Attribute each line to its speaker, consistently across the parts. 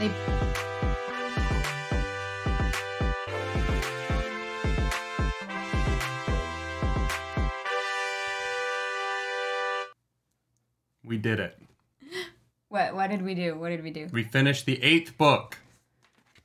Speaker 1: They
Speaker 2: We did it.
Speaker 1: what? What did we do? What did we do?
Speaker 2: We finished the eighth book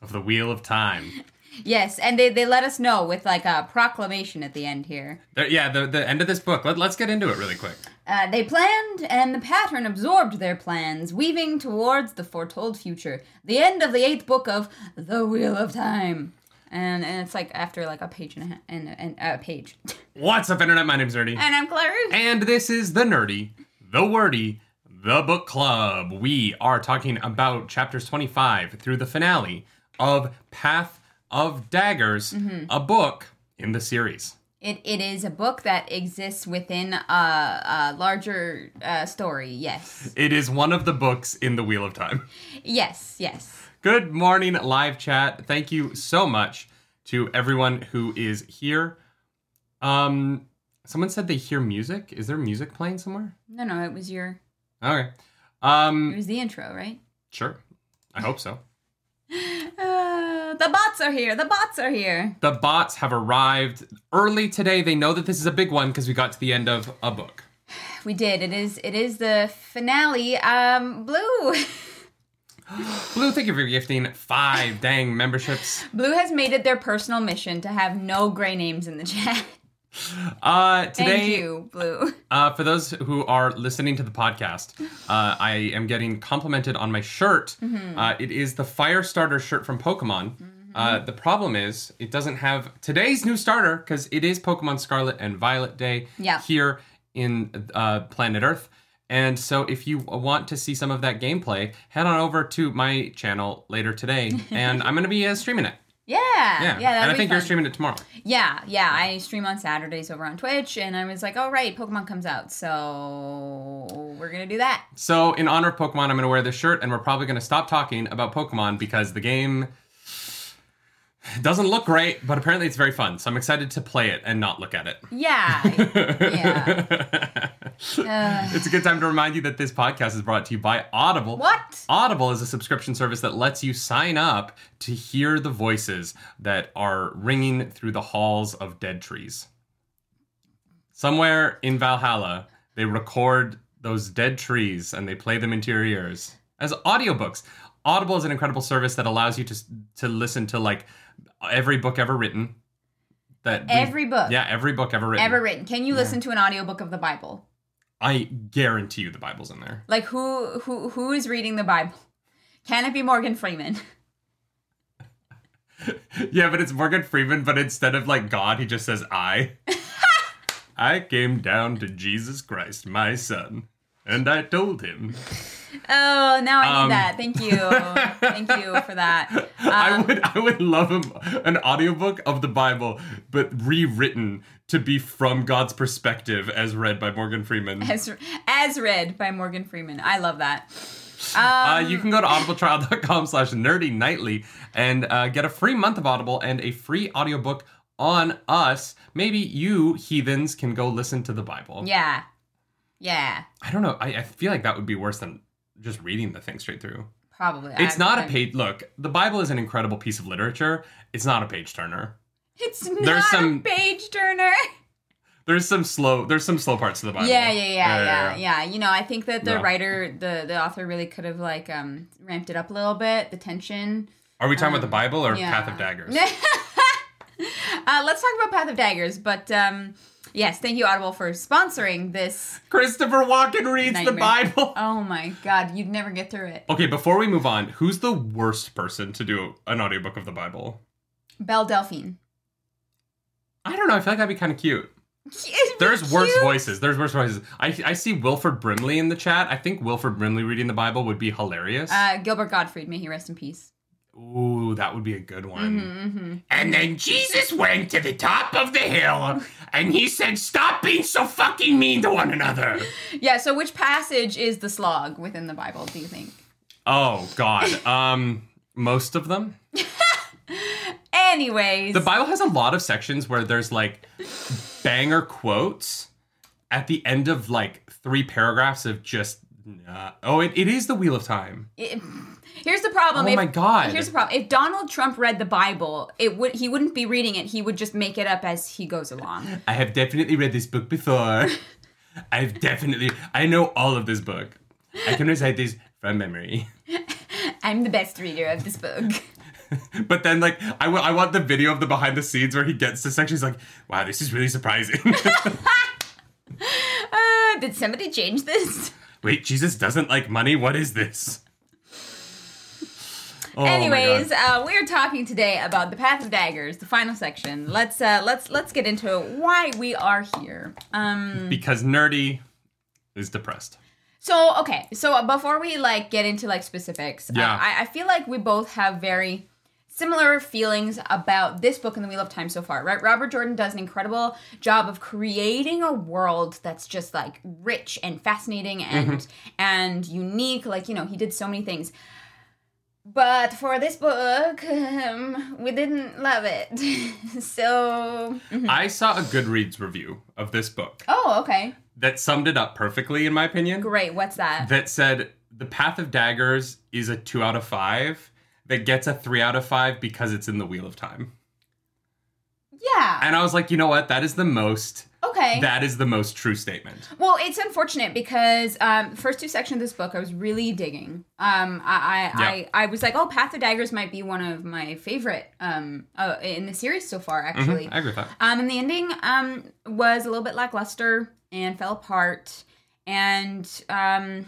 Speaker 2: of the Wheel of Time.
Speaker 1: Yes, and they they let us know with like a proclamation at the end here.
Speaker 2: There, yeah, the, the end of this book. Let, let's get into it really quick.
Speaker 1: Uh, they planned, and the pattern absorbed their plans, weaving towards the foretold future. The end of the eighth book of the Wheel of Time, and and it's like after like a page and a half, and, and a page.
Speaker 2: What's up, Internet? My name's Nerdy.
Speaker 1: and I'm Clary.
Speaker 2: And this is The Nerdy, The Wordy, The Book Club. We are talking about chapters 25 through the finale of Path of Daggers, a book in the series.
Speaker 1: It it is a book that exists within a, a larger uh, story. Yes,
Speaker 2: It is one of the books in the Wheel of Time.
Speaker 1: yes, yes.
Speaker 2: Good morning, live chat. Thank you so much to everyone who is here. Um, someone said they hear music. Is there music playing somewhere?
Speaker 1: No, no, it was your
Speaker 2: Okay.
Speaker 1: it
Speaker 2: Um,
Speaker 1: was the intro, right?
Speaker 2: sure. I hope so.
Speaker 1: Uh, the bots are here. The bots are here.
Speaker 2: The bots have arrived early today. They know that this is a big one because we got to the end of a book.
Speaker 1: We did. It is. It is the finale. Um, blue.
Speaker 2: Blue, thank you for gifting five dang memberships.
Speaker 1: blue has made it their personal mission to have no gray names in the chat.
Speaker 2: Uh, today,
Speaker 1: Thank you, blue.
Speaker 2: Uh, for those who are listening to the podcast, uh, I am getting complimented on my shirt.
Speaker 1: Mm-hmm.
Speaker 2: Uh, it is the Firestarter shirt from Pokemon. Uh,
Speaker 1: Mm-hmm.
Speaker 2: the problem is, it doesn't have today's new starter because it is Pokemon Scarlet and Violet Day
Speaker 1: Yeah.
Speaker 2: here in uh, planet Earth. And so, if you want to see some of that gameplay, head on over to my channel later today, and I'm going to be uh, streaming it.
Speaker 1: Yeah, yeah.
Speaker 2: Yeah,
Speaker 1: that'd
Speaker 2: and I
Speaker 1: be
Speaker 2: think
Speaker 1: fun.
Speaker 2: you're streaming it tomorrow.
Speaker 1: Yeah, yeah. I stream on Saturdays over on Twitch, and I was like, "All right, Pokemon comes out, so we're gonna do that."
Speaker 2: So, in honor of Pokemon, I'm going to wear this shirt, and we're probably going to stop talking about Pokemon because the game doesn't look great, but apparently it's very fun. So, I'm excited to play it and not look at it.
Speaker 1: Yeah, yeah. Uh,
Speaker 2: It's a good time to remind you that this podcast is brought to you by Audible.
Speaker 1: What?
Speaker 2: Audible is a subscription service that lets you sign up to hear the voices that are ringing through the halls of dead trees. Somewhere in Valhalla, they record those dead trees and they play them into your ears as audiobooks. Audible is an incredible service that allows you to to listen to like every book ever written. That we-
Speaker 1: Every book.
Speaker 2: yeah, every book ever written.
Speaker 1: ever written? Can you listen to an audiobook of the Bible?
Speaker 2: I guarantee you the Bible's in there.
Speaker 1: Like who who who is reading the Bible? Can it be Morgan Freeman?
Speaker 2: Yeah, but it's Morgan Freeman, but instead of like God, he just says I. I came down to Jesus Christ, my son, and I told him.
Speaker 1: Oh, now I need
Speaker 2: Um.
Speaker 1: that. Thank you, thank you for that.
Speaker 2: I would I would love him an audiobook of the Bible, but rewritten to be from God's perspective as read by Morgan Freeman.
Speaker 1: As as read by Morgan Freeman, I love that. Um,
Speaker 2: Uh, you can go to audibletrial.com slash nerdy nightly and uh, get a free month of Audible and a free audiobook on us. Maybe you heathens can go listen to the Bible.
Speaker 1: Yeah, yeah,
Speaker 2: I don't know. I, I feel like that would be worse than just reading the thing straight through.
Speaker 1: probably.
Speaker 2: It's
Speaker 1: I-
Speaker 2: not
Speaker 1: I-
Speaker 2: a page. Look, the Bible is an incredible piece of literature. It's not a page turner.
Speaker 1: It's not
Speaker 2: some-
Speaker 1: a page turner.
Speaker 2: There's some slow. There's some slow parts of the Bible.
Speaker 1: Yeah, yeah, yeah, yeah, yeah. You know, I think that the
Speaker 2: No.
Speaker 1: writer, the the author, really could have like um ramped it up a little bit. The tension.
Speaker 2: Are we talking about the Bible or
Speaker 1: Um, yeah.
Speaker 2: Path of Daggers?
Speaker 1: Uh, let's talk about Path of Daggers, but um, yes, thank you Audible for sponsoring this.
Speaker 2: Christopher Walken reads the
Speaker 1: Nightmare.
Speaker 2: Bible.
Speaker 1: Oh my God, you'd never get through it.
Speaker 2: Okay, before we move on, who's the worst person to do an audiobook of the Bible?
Speaker 1: Belle Delphine.
Speaker 2: I don't know. I feel like that'd be kind of cute.
Speaker 1: It'd be
Speaker 2: There's worse
Speaker 1: cute.
Speaker 2: voices. There's worse voices. I, I see Wilford Brimley in the chat. I think Wilford Brimley reading the Bible would be hilarious.
Speaker 1: Uh, Gilbert Gottfried, may he rest in peace.
Speaker 2: Ooh, that would be a good one.
Speaker 1: Mm-hmm,
Speaker 2: And then Jesus went to the top of the hill and he said, Stop being so fucking mean to one another.
Speaker 1: Yeah. So, which passage is the slog within the Bible? Do you think?
Speaker 2: Oh, God. Um, most of them.
Speaker 1: Anyways,
Speaker 2: The Bible has a lot of sections where there's like banger quotes at the end of like three paragraphs of just Nah. Oh, it, it is the Wheel of Time.
Speaker 1: It- here's the problem.
Speaker 2: Oh
Speaker 1: if,
Speaker 2: my God.
Speaker 1: Here's the problem. If Donald Trump read the Bible, it would he wouldn't be reading it. He would just make it up as he goes along.
Speaker 2: I have definitely read this book before. I've definitely. I know all of this book. I can recite this from memory.
Speaker 1: I'm the best reader of this book.
Speaker 2: But then, like, I wa- I want the video of the behind the scenes where he gets to section. He's like, wow, this is really surprising.
Speaker 1: Uh, did somebody change this?
Speaker 2: Wait, Jesus doesn't like money? What is this? Oh, my God.
Speaker 1: Anyways, uh, we're talking today about the Path of Daggers, the final section. Let's uh, let's let's get into why we are here. Um,
Speaker 2: because nerdy is depressed.
Speaker 1: so okay, so uh, before we like get into like specifics, uh,
Speaker 2: Yeah.
Speaker 1: I, I feel like we both have very similar feelings about this book and the Wheel of Time so far, right? Robert Jordan does an incredible job of creating a world that's just like rich and fascinating and and unique. Like you know, he did so many things. But for this book, um, we didn't love it. so,
Speaker 2: I saw a Goodreads review of this book
Speaker 1: oh, okay,
Speaker 2: that summed it up perfectly, in my opinion.
Speaker 1: great. What's that?
Speaker 2: That said, The Path of Daggers is a two out of five that gets a three out of five because it's in the Wheel of Time.
Speaker 1: Yeah.
Speaker 2: And I was like, you know what? That is the most.
Speaker 1: Okay.
Speaker 2: That is the most true statement.
Speaker 1: Well, it's unfortunate because um, the first two sections of this book I was really digging. Um, I I,
Speaker 2: Yeah.
Speaker 1: I I was like, oh, Path of Daggers might be one of my favorite um, uh, in the series so far,
Speaker 2: Mm-hmm.
Speaker 1: actually.
Speaker 2: I agree with that.
Speaker 1: Um, and the ending um, was a little bit lackluster and fell apart. And um,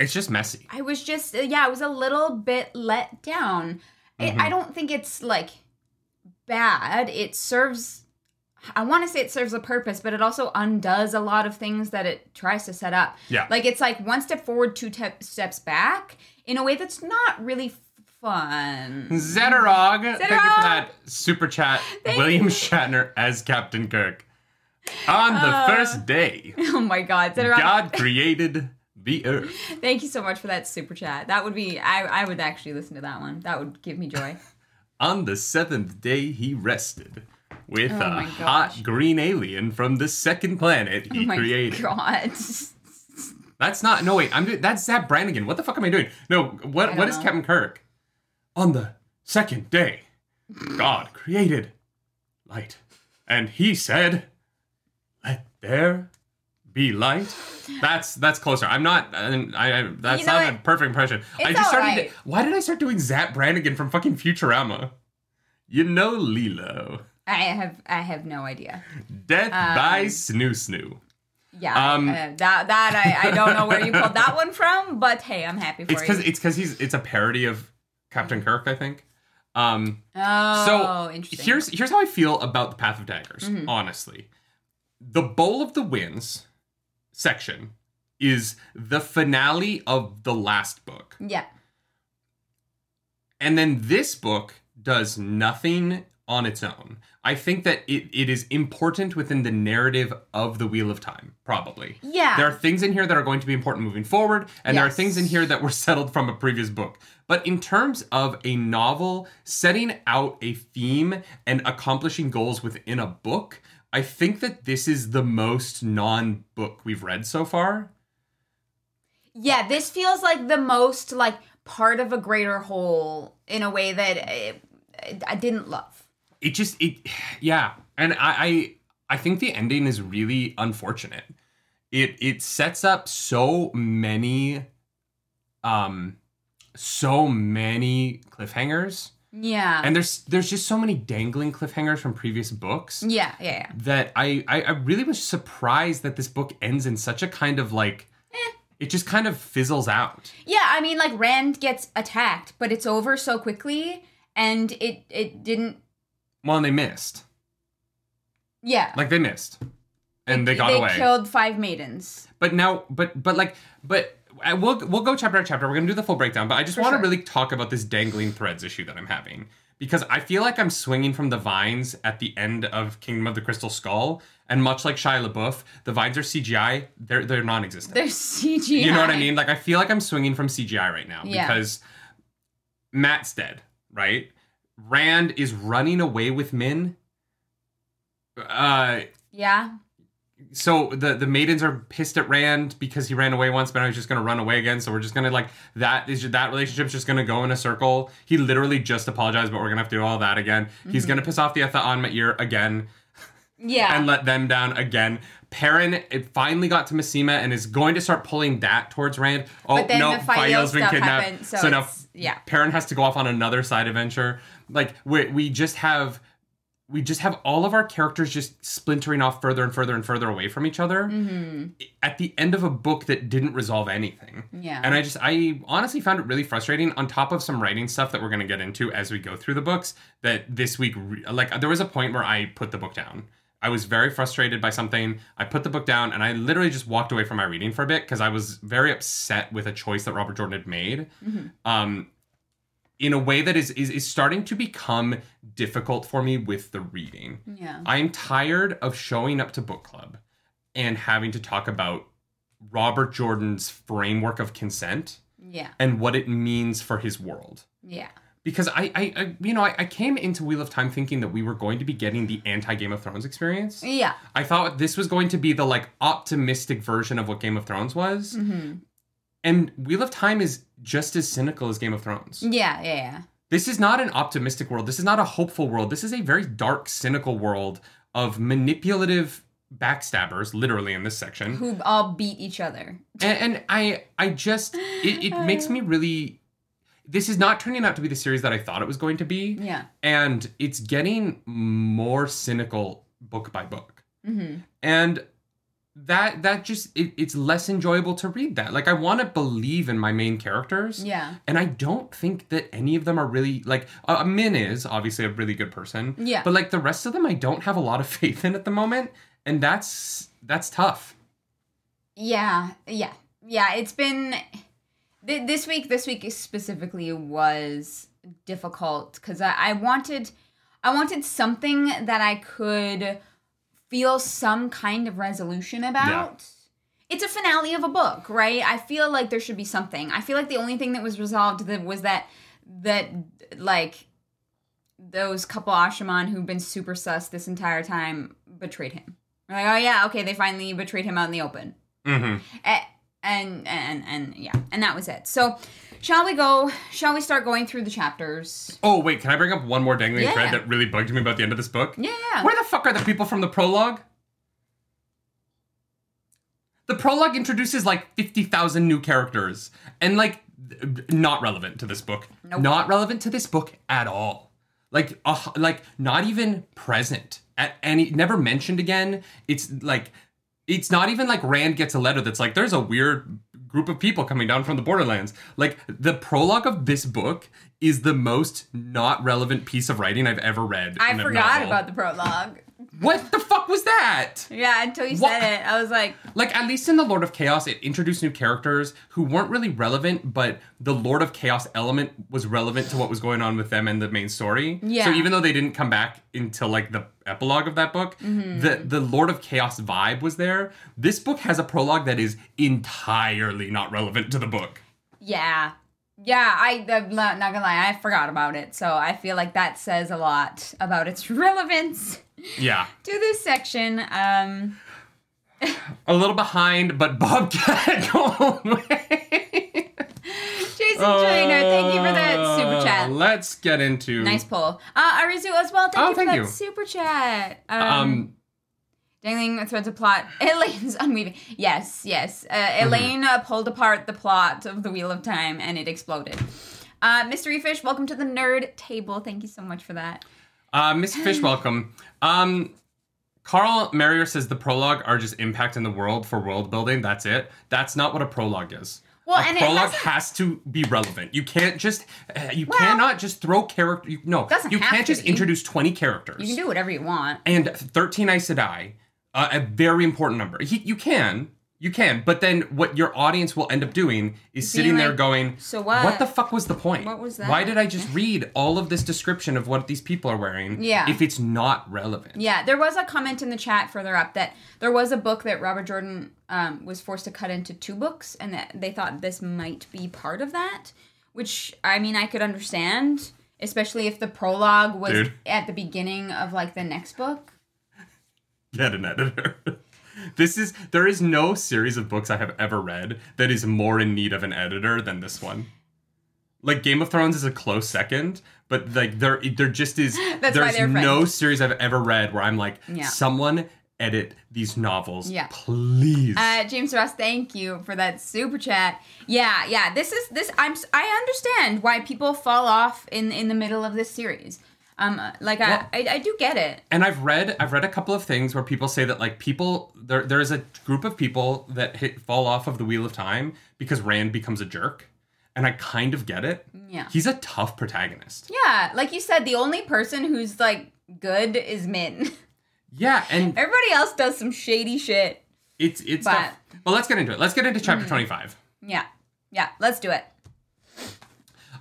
Speaker 2: It's just messy.
Speaker 1: I was just uh, yeah, I was a little bit let down. It, I don't think it's like bad. It serves I want to say it serves a purpose, but it also undoes a lot of things that it tries to set up.
Speaker 2: Yeah.
Speaker 1: Like it's like one step forward, two te- steps back in a way that's not really f- fun.
Speaker 2: Zetterog, thank you for
Speaker 1: Zetterog!
Speaker 2: that super chat. William Shatner as Captain Kirk. On the
Speaker 1: Uh,
Speaker 2: first day,
Speaker 1: Oh my god, Zetterog,
Speaker 2: God created the earth.
Speaker 1: thank you so much for that super chat. That would be I I would actually listen to that one. That would give me joy. Oh
Speaker 2: On the seventh day, he rested with a
Speaker 1: Oh my
Speaker 2: hot
Speaker 1: gosh.
Speaker 2: green alien from the second planet
Speaker 1: Oh
Speaker 2: he
Speaker 1: my
Speaker 2: created.
Speaker 1: god.
Speaker 2: That's not. No, wait. I'm. do- That's Zap Brannigan. What the fuck am I doing? No. What?
Speaker 1: don't
Speaker 2: What is
Speaker 1: know.
Speaker 2: Captain Kirk? On the second day, God created light, and He said, "Let there be light." That's that's closer. I'm not. and I, I that's
Speaker 1: You know
Speaker 2: not a
Speaker 1: what?
Speaker 2: perfect impression. I
Speaker 1: It's
Speaker 2: just started.
Speaker 1: alright.
Speaker 2: Why did I start doing Zap Brannigan from fucking Futurama? You know, Lilo.
Speaker 1: I have I have no idea.
Speaker 2: Death
Speaker 1: Um,
Speaker 2: by Snoo Snoo.
Speaker 1: Yeah,
Speaker 2: Um,
Speaker 1: uh, that that I, I don't know where you pulled that one from, but hey, I'm happy for
Speaker 2: It's because
Speaker 1: you.
Speaker 2: it's because he's it's a parody of Captain Kirk, I think. Um,
Speaker 1: oh,
Speaker 2: so
Speaker 1: interesting. Mm-hmm.
Speaker 2: here's here's how I feel about the Path of Daggers. Honestly, the Bowl of the Winds section is the finale of the last book,
Speaker 1: yeah,
Speaker 2: and then this book does nothing on its own. I think that it, it is important within the narrative of the Wheel of Time, probably.
Speaker 1: yeah,
Speaker 2: There are things in here that are going to be important moving forward, and there are
Speaker 1: Yes.
Speaker 2: things in here that were settled from a previous book. But in terms of a novel setting out a theme and accomplishing goals within a book, I think that this is the most non book we've read so far.
Speaker 1: yeah. This feels like the most like part of a greater whole in a way that I, I didn't love.
Speaker 2: It just, it, yeah. And I, I, I think the ending is really unfortunate. It, it sets up so many, um, so many cliffhangers.
Speaker 1: Yeah,
Speaker 2: and there's there's just so many dangling cliffhangers from previous books
Speaker 1: yeah, yeah, yeah.
Speaker 2: that I, I I really was surprised that this book ends in such a kind of like
Speaker 1: Eh.
Speaker 2: it just kind of fizzles out.
Speaker 1: Yeah, I mean, like Rand gets attacked, but it's over so quickly, and it it didn't.
Speaker 2: Well, and they missed,
Speaker 1: Yeah,
Speaker 2: like they missed, and they got
Speaker 1: they
Speaker 2: away.
Speaker 1: killed five maidens.
Speaker 2: but now, but but like but. I, we'll we'll go chapter by chapter. We're gonna do the full breakdown, but I just want to
Speaker 1: sure.
Speaker 2: really talk about this dangling threads issue that I'm having because I feel like I'm swinging from the vines at the end of Kingdom of the Crystal Skull, and much like Shia LaBeouf, the vines are CGI. They're they're non-existent.
Speaker 1: They're CGI.
Speaker 2: You know what I mean? Like I feel like I'm swinging from CGI right now
Speaker 1: Yeah.
Speaker 2: because Matt's dead, right? Rand is running away with Min. Uh
Speaker 1: Yeah,
Speaker 2: so the the maidens are pissed at Rand because he ran away once, but now he's just gonna run away again. So we're just gonna like that is that relationship's just gonna go in a circle. He literally just apologized, but we're gonna have to do all that again. He's gonna piss off the Etha on Ear again
Speaker 1: Yeah.
Speaker 2: and let them down again. Perrin it finally got to Massima and is going to start pulling that towards Rand. Oh
Speaker 1: But then
Speaker 2: no,
Speaker 1: the Fael
Speaker 2: Fael's been
Speaker 1: stuff
Speaker 2: kidnapped.
Speaker 1: happened, so
Speaker 2: now
Speaker 1: it's- yeah.
Speaker 2: Perrin has to go off on another side adventure. Like we we just have we just have all of our characters just splintering off further and further and further away from each other
Speaker 1: Mm. Mm-hmm.
Speaker 2: at the end of a book that didn't resolve anything.
Speaker 1: Yeah.
Speaker 2: And I just I honestly found it really frustrating on top of some writing stuff that we're going to get into as we go through the books that this week re- like there was a point where I put the book down. I was very frustrated by something. I put the book down and I literally just walked away from my reading for a bit because I was very upset with a choice that Robert Jordan had made. Um in a way that is, is is starting to become difficult for me with the reading.
Speaker 1: yeah.
Speaker 2: I'm tired of showing up to book club and having to talk about Robert Jordan's framework of consent
Speaker 1: Yeah.
Speaker 2: and what it means for his world.
Speaker 1: Yeah.
Speaker 2: Because I, I, I you know, I, I came into Wheel of Time thinking that we were going to be getting the anti Game of Thrones experience.
Speaker 1: Yeah.
Speaker 2: I thought this was going to be the like optimistic version of what Game of Thrones was. And Wheel of Time is just as cynical as Game of Thrones.
Speaker 1: Yeah. Yeah. Yeah.
Speaker 2: This is not an optimistic world. This is not a hopeful world. This is a very dark, cynical world of manipulative backstabbers, literally in this section.
Speaker 1: Who all beat each other.
Speaker 2: And, and I, I just, it, it makes me really. This is not turning out to be the series that I thought it was going to be,
Speaker 1: Yeah.
Speaker 2: and it's getting more cynical book by book,
Speaker 1: Mm-hmm.
Speaker 2: and that that just it, it's less enjoyable to read. That like I want to believe in my main characters,
Speaker 1: Yeah.
Speaker 2: and I don't think that any of them are really like uh, Min is obviously a really good person.
Speaker 1: Yeah.
Speaker 2: But like the rest of them, I don't have a lot of faith in at the moment, and that's that's tough.
Speaker 1: Yeah, yeah, yeah. It's been th- this week. This week specifically was difficult because I, I wanted, I wanted something that I could feel some kind of resolution about. It's a finale of a book, right? I feel like there should be something. I feel like the only thing that was resolved that was that that like those couple Ashaman who've been super sus this entire time betrayed him. We're like, oh yeah, okay, they finally betrayed him out in the open
Speaker 2: Mm-hmm.
Speaker 1: and Eh, and and, and yeah and that was it so shall we go shall we start going through the chapters
Speaker 2: Oh wait, can I bring up one more dangling
Speaker 1: Yeah.
Speaker 2: thread that really bugged me about the end of this book?
Speaker 1: yeah yeah
Speaker 2: Where the fuck are the people from the prologue? The prologue introduces like 50,000 new characters and like th- not relevant to this book.
Speaker 1: Nope.
Speaker 2: Not relevant to this book at all. Like uh, like not even present at any never mentioned again. It's like it's not even like Rand gets a letter that's like there's a weird group of people coming down from the borderlands. Like the prologue of this book is the most not relevant piece of writing I've ever read.
Speaker 1: i
Speaker 2: in a
Speaker 1: forgot
Speaker 2: novel.
Speaker 1: about the prologue
Speaker 2: What the fuck was that?
Speaker 1: yeah until you
Speaker 2: What?
Speaker 1: said it i was like
Speaker 2: Like, at least in The Lord of Chaos, it introduced new characters who weren't really relevant, but the Lord of Chaos element was relevant to what was going on with them and the main story.
Speaker 1: Yeah.
Speaker 2: So even though they didn't come back until like the epilogue of that book,
Speaker 1: Mm-hmm.
Speaker 2: the, the Lord of Chaos vibe was there. This book has a prologue that is entirely not relevant to the book.
Speaker 1: yeah yeah i i'm not not gonna lie i forgot about it so i feel like that says a lot about its relevance
Speaker 2: Yeah.
Speaker 1: to this section um
Speaker 2: A little behind, but Bobcat go away.
Speaker 1: jason trainer thank you for that super chat
Speaker 2: Uh, Let's get into
Speaker 1: nice pull uh arizu as well thank
Speaker 2: Oh,
Speaker 1: you for
Speaker 2: thank
Speaker 1: that
Speaker 2: you.
Speaker 1: super chat
Speaker 2: um
Speaker 1: Dangling threads of plot. Elaine's unweaving. Yes, yes. Uh, Elaine uh, pulled apart the plot of the Wheel of Time and it exploded. Uh, Mystery Fish, welcome to the nerd table. Thank you so much for that.
Speaker 2: Uh, Miss Fish, welcome. Um, Carl Marrier says the prologue are just impact in the world for world building. That's it. That's not what a prologue is.
Speaker 1: Well,
Speaker 2: a
Speaker 1: and it
Speaker 2: prologue
Speaker 1: hasn't-
Speaker 2: has to be relevant. You can't just uh, you cannot just throw character. You, no,
Speaker 1: Doesn't
Speaker 2: you
Speaker 1: have
Speaker 2: can't
Speaker 1: to
Speaker 2: just
Speaker 1: be.
Speaker 2: introduce twenty characters
Speaker 1: You can do whatever you want.
Speaker 2: and thirteen Aes Sedai, uh, a very important number. He, you can. You can, but then what your audience will end up doing is
Speaker 1: Being
Speaker 2: sitting there
Speaker 1: like,
Speaker 2: going,
Speaker 1: "So what?
Speaker 2: What the fuck was the point?
Speaker 1: What was
Speaker 2: Why
Speaker 1: that?"
Speaker 2: did I just read all of this description of what these people are wearing?
Speaker 1: Yeah.
Speaker 2: if it's not relevant?
Speaker 1: Yeah, there was a comment in the chat further up that there was a book that Robert Jordan um, was forced to cut into two books and that they thought this might be part of that, which I mean, I could understand, especially if the prologue was
Speaker 2: Dude.
Speaker 1: at the beginning of like the next book.
Speaker 2: Get an editor. This is there is no series of books I have ever read that is more in need of an editor than this one. Like Game of Thrones is a close second, but like there there just is
Speaker 1: why
Speaker 2: there's
Speaker 1: they're
Speaker 2: no
Speaker 1: friends.
Speaker 2: series I've ever read where I'm like
Speaker 1: Yeah.
Speaker 2: someone edit these novels,
Speaker 1: Yeah.
Speaker 2: please.
Speaker 1: Uh, James Ross, thank you for that super chat. Yeah, yeah. This is this. I'm. s- I understand why people fall off in in the middle of this series. Um, uh, like I,
Speaker 2: Well-
Speaker 1: I, I do get it.
Speaker 2: and I've read I've read a couple of things where people say that like people there there is a group of people that hit, fall off of the wheel of time because Rand becomes a jerk, and I kind of get it.
Speaker 1: Yeah.
Speaker 2: he's a tough protagonist.
Speaker 1: Yeah, like you said, the only person who's like good is Min.
Speaker 2: Yeah, and
Speaker 1: Everybody else does some shady shit.
Speaker 2: it's it's
Speaker 1: But- Mm-hmm.
Speaker 2: tough. But let's get into it. Let's get into chapter twenty five.
Speaker 1: Yeah, yeah. Let's do it.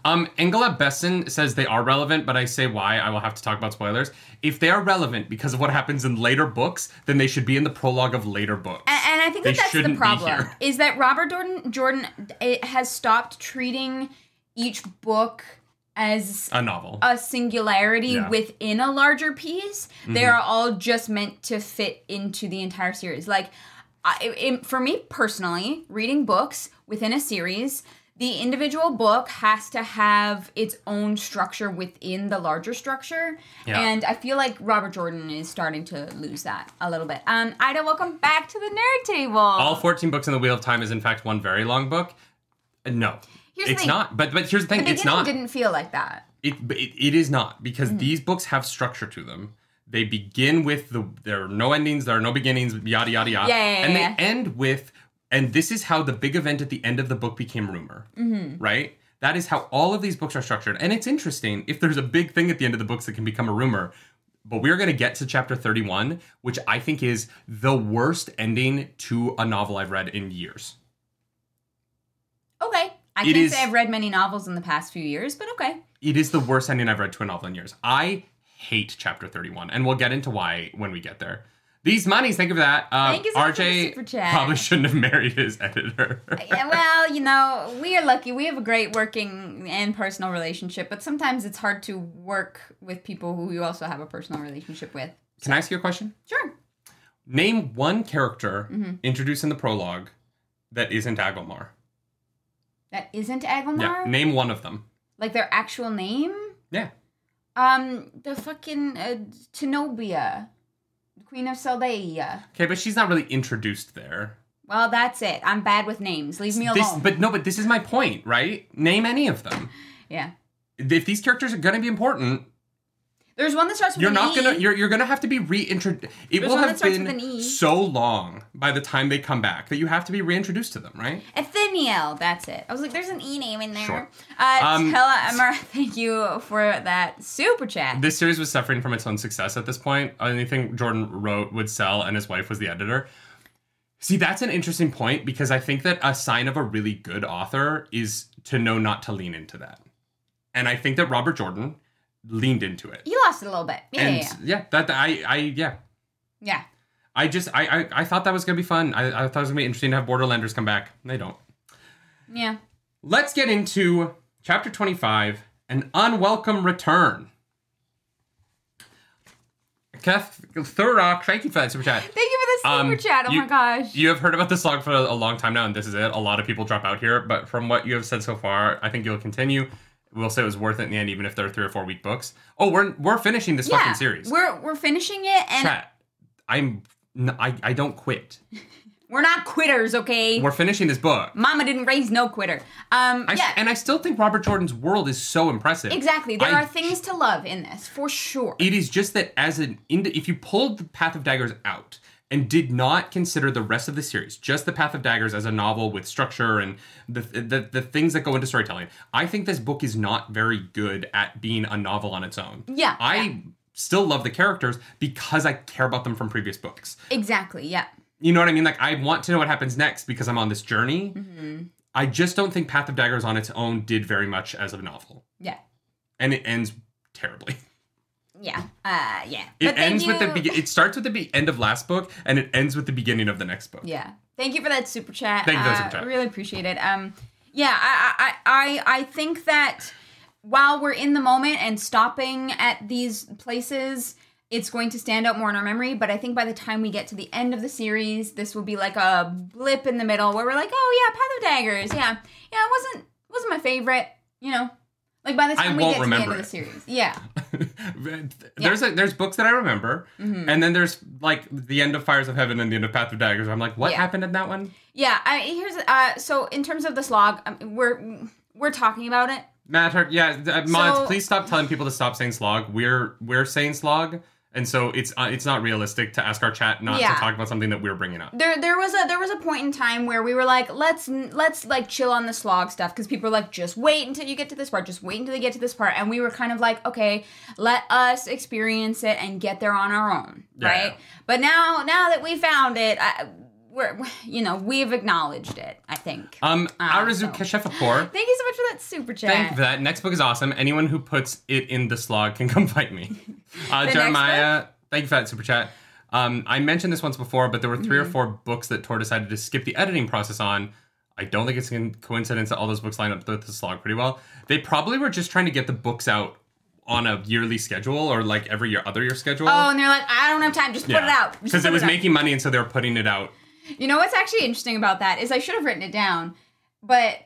Speaker 2: Um, Angela Besson says they are relevant, but I say why. I will have to talk about spoilers. If they are relevant because of what happens in later books, then they should be in the prologue of later books.
Speaker 1: And, and I think
Speaker 2: They
Speaker 1: that that's
Speaker 2: shouldn't
Speaker 1: the
Speaker 2: be
Speaker 1: problem
Speaker 2: here.
Speaker 1: is that Robert Jordan Jordan it has stopped treating each book as
Speaker 2: a novel.
Speaker 1: a singularity
Speaker 2: Yeah. Mm-hmm.
Speaker 1: within a larger piece. They are all just meant to fit into the entire series. Like, I, it- it- for me personally, reading books within a series, the individual book has to have its own structure within the larger structure.
Speaker 2: Yeah.
Speaker 1: And I feel like Robert Jordan is starting to lose that a little bit. Um, Ida, welcome back to the nerd table.
Speaker 2: All fourteen books in the Wheel of Time is in fact one very long book. Uh, No,
Speaker 1: Here's the
Speaker 2: it's
Speaker 1: thing.
Speaker 2: not. But but here's the thing:
Speaker 1: the
Speaker 2: it's
Speaker 1: beginning
Speaker 2: not.
Speaker 1: didn't feel like that.
Speaker 2: It, but it it is not because
Speaker 1: Mm.
Speaker 2: these books have structure to them. They begin with the there are no endings, there are no beginnings, yada yada yada,
Speaker 1: Yeah, yeah,
Speaker 2: and
Speaker 1: yeah.
Speaker 2: they end with and this is how the big event at the end of the book became rumor,
Speaker 1: Mm-hmm.
Speaker 2: right? That is how all of these books are structured, and it's interesting if there's a big thing at the end of the books that can become a rumor. But we're going to get to chapter 31, which I think is the worst ending to a novel I've read in years.
Speaker 1: Okay. I
Speaker 2: It
Speaker 1: can't
Speaker 2: is-
Speaker 1: say I've read many novels in the past few years, but okay.
Speaker 2: it is the worst ending I've read to a novel in years. I hate chapter 31, and we'll get into why when we get there. These monies, think of that. Uh,
Speaker 1: Thank you so much for the super
Speaker 2: RJ
Speaker 1: chat.
Speaker 2: probably shouldn't have married his editor.
Speaker 1: yeah, well, you know, we are lucky. We have a great working and personal relationship, but sometimes it's hard to work with people who you also have a personal relationship with.
Speaker 2: Can I ask you a question?
Speaker 1: Sure.
Speaker 2: Name one character
Speaker 1: Mm-hmm.
Speaker 2: introduced in the prologue that isn't Agomar.
Speaker 1: That isn't
Speaker 2: Yeah,
Speaker 1: Agilmar?
Speaker 2: name one of them.
Speaker 1: like their actual name?
Speaker 2: Yeah.
Speaker 1: Um, the fucking uh, Tenobia, the Queen of Saldaia.
Speaker 2: Okay, but she's not really introduced there.
Speaker 1: Well, that's it. I'm bad with names. Leave me alone.
Speaker 2: This, but no, but this is my point, right? Name any of them.
Speaker 1: yeah.
Speaker 2: If these characters are going to be important,
Speaker 1: There's one that starts with
Speaker 2: You're
Speaker 1: an
Speaker 2: not
Speaker 1: E.
Speaker 2: gonna. You're you're gonna have to be reintroduced. It
Speaker 1: There's
Speaker 2: will
Speaker 1: one that
Speaker 2: have
Speaker 1: starts with
Speaker 2: been
Speaker 1: an E.
Speaker 2: so long by the time they come back that you have to be reintroduced to them, right?
Speaker 1: Atheniel, that's it. I was like, there's an E name in there.
Speaker 2: Sure.
Speaker 1: Uh,
Speaker 2: Um,
Speaker 1: Tella Emmer, thank you for that super chat.
Speaker 2: This series was suffering from its own success at this point. Uh, Anything Jordan wrote would sell, and his wife was the editor. See, that's an interesting point because I think that a sign of a really good author is to know not to lean into that, and I think that Robert Jordan leaned into it.
Speaker 1: You lost it a little bit. Yeah,
Speaker 2: and
Speaker 1: yeah, yeah.
Speaker 2: that I I yeah
Speaker 1: yeah.
Speaker 2: I just I, I I thought that was gonna be fun. I, I thought it was gonna be interesting to have Borderlanders come back. They don't.
Speaker 1: Yeah.
Speaker 2: Let's get into chapter 25 An Unwelcome Return. Kath Thurrock, thank you for that super chat.
Speaker 1: Thank you for the super
Speaker 2: Um,
Speaker 1: chat. Oh
Speaker 2: you-
Speaker 1: my gosh.
Speaker 2: You have heard about this log for a long time now, and this is it. A lot of people drop out here, but from what you have said so far, I think you'll continue. We'll say it was worth it in the end, even if they're three or four week books. Oh, we're we're finishing this
Speaker 1: yeah.
Speaker 2: fucking series.
Speaker 1: We're we're finishing it and
Speaker 2: Chat, I'm n- I I don't quit.
Speaker 1: we're not quitters, okay?
Speaker 2: We're finishing this book.
Speaker 1: Mama didn't raise no quitter. Um
Speaker 2: I s-
Speaker 1: yeah.
Speaker 2: and I still think Robert Jordan's world is so impressive.
Speaker 1: exactly. There
Speaker 2: I
Speaker 1: are things to love in this, for sure.
Speaker 2: It is just that as an ind- if you pulled the Path of Daggers out and did not consider the rest of the series, just the Path of Daggers as a novel with structure and the the, the things that go into storytelling, I think this book is not very good at being a novel on its own.
Speaker 1: Yeah,
Speaker 2: I
Speaker 1: yeah.
Speaker 2: still love the characters because I care about them from previous books.
Speaker 1: exactly, yeah.
Speaker 2: You know what I mean? Like I want to know what happens next because I'm on this journey. I just don't think Path of Daggers on its own did very much as a novel,
Speaker 1: Yeah.
Speaker 2: and it ends terribly.
Speaker 1: Yeah. Uh yeah.
Speaker 2: It
Speaker 1: But thank
Speaker 2: ends with the
Speaker 1: you-
Speaker 2: be- it starts with the be- end of last book and it ends with the beginning of the next book.
Speaker 1: Yeah. Thank you for that super chat.
Speaker 2: Thank you for that
Speaker 1: Uh,
Speaker 2: super chat.
Speaker 1: I really appreciate it. Um, yeah, I, I, I, I- I think that while we're in the moment and stopping at these places it's going to stand out more in our memory. But I think by the time we get to the end of the series, this will be like a blip in the middle where we're like, oh yeah, Path of Daggers, yeah, yeah, it wasn't wasn't my favorite, you know. Like by the time we
Speaker 2: won't
Speaker 1: get to the end
Speaker 2: remember
Speaker 1: of the
Speaker 2: it.
Speaker 1: series, yeah,
Speaker 2: there's a, there's books that I remember,
Speaker 1: Mm-hmm.
Speaker 2: and then there's like the end of Fires of Heaven and the end of Path of Daggers. I'm like, what
Speaker 1: Yeah.
Speaker 2: happened in that one?
Speaker 1: yeah. I, here's uh, so in terms of the slog, um, we're we're talking about it.
Speaker 2: Matt, Hart, yeah, th- uh, mods,
Speaker 1: So-
Speaker 2: please stop telling people to stop saying slog. We're we're saying slog, and so it's uh, it's not realistic to ask our chat not
Speaker 1: Yeah.
Speaker 2: to talk about something that we're bringing up.
Speaker 1: There, there was a there was a point in time where we were like, let's let's like chill on the slog stuff because people are like, just wait until you get to this part, just wait until they get to this part, and we were kind of like, okay, let us experience it and get there on our own,
Speaker 2: Yeah.
Speaker 1: right? But now, now that we found it, I, we're you know we've acknowledged it. I think.
Speaker 2: Um,
Speaker 1: Ah,
Speaker 2: Arazu
Speaker 1: no.
Speaker 2: Keshefapour.
Speaker 1: Thank you so much for that super chat.
Speaker 2: Thank that. Next book is awesome. Anyone who puts it in the slog can come fight me. Uh,
Speaker 1: next
Speaker 2: Jeremiah, thank you for that super chat. Um, I mentioned this once before, but there were 3
Speaker 1: Mm-hmm.
Speaker 2: or four books that Tor decided to skip the editing process on. I don't think it's a coincidence that all those books line up with the slog pretty well. They probably were just trying to get the books out on a yearly schedule or like every year other year schedule.
Speaker 1: Oh, and they're like, I don't have time. Just put it out. Just
Speaker 2: because
Speaker 1: put
Speaker 2: it was
Speaker 1: out.
Speaker 2: making money, and so they were putting it out.
Speaker 1: You know what's actually interesting about that is I should have written it down, but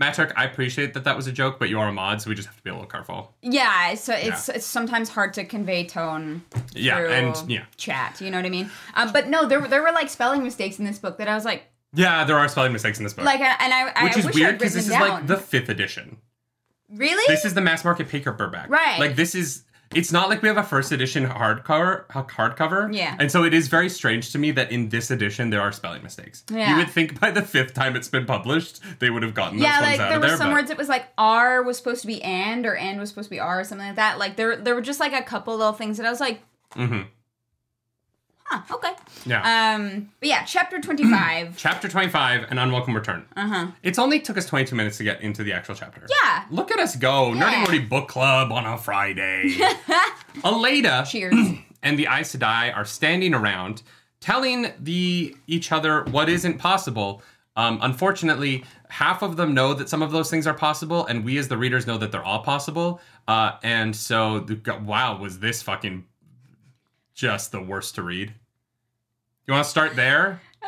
Speaker 2: Matrick, I appreciate that that was a joke, but you are a mod, so we just have to be a little careful.
Speaker 1: Yeah, so it's it's sometimes hard to convey tone.
Speaker 2: Yeah,
Speaker 1: through
Speaker 2: and- yeah.
Speaker 1: chat. You know what I mean? Um, but no, there were- there were like spelling mistakes in this book that I was like,
Speaker 2: Yeah, there are spelling mistakes in this book.
Speaker 1: like, uh, and I, I
Speaker 2: Which is
Speaker 1: wish
Speaker 2: weird
Speaker 1: because
Speaker 2: because this is like the fifth edition.
Speaker 1: really
Speaker 2: This is the mass market paper paperback.
Speaker 1: Right.
Speaker 2: Like this is. It's not like we have a first edition hardcover. h- Hardcover.
Speaker 1: Yeah.
Speaker 2: And so it is very strange to me that in this edition there are spelling mistakes.
Speaker 1: Yeah.
Speaker 2: You would think by the fifth time it's been published they would have gotten those
Speaker 1: yeah,
Speaker 2: ones
Speaker 1: like
Speaker 2: out
Speaker 1: there
Speaker 2: of
Speaker 1: were
Speaker 2: there.
Speaker 1: some
Speaker 2: but-
Speaker 1: words that was like R was supposed to be and or and was supposed to be R or something like that. Like there there were just like a couple little things that I was like,
Speaker 2: Mhm.
Speaker 1: huh, okay.
Speaker 2: Yeah.
Speaker 1: Um, but yeah, chapter twenty five.
Speaker 2: chapter twenty-five: An Unwelcome Return.
Speaker 1: uh huh.
Speaker 2: It's only took us twenty-two minutes to get into the actual chapter.
Speaker 1: Yeah.
Speaker 2: Look at us go!
Speaker 1: Yeah.
Speaker 2: Nerdy Morty Book Club on a Friday. Aleda.
Speaker 1: Cheers.
Speaker 2: and the Aes Sedai are standing around telling the each other what isn't possible. Um, unfortunately, half of them know that some of those things are possible, and we as the readers know that they're all possible. Uh, and so, the, wow, was this fucking just the worst to read? You want to start there?
Speaker 1: uh,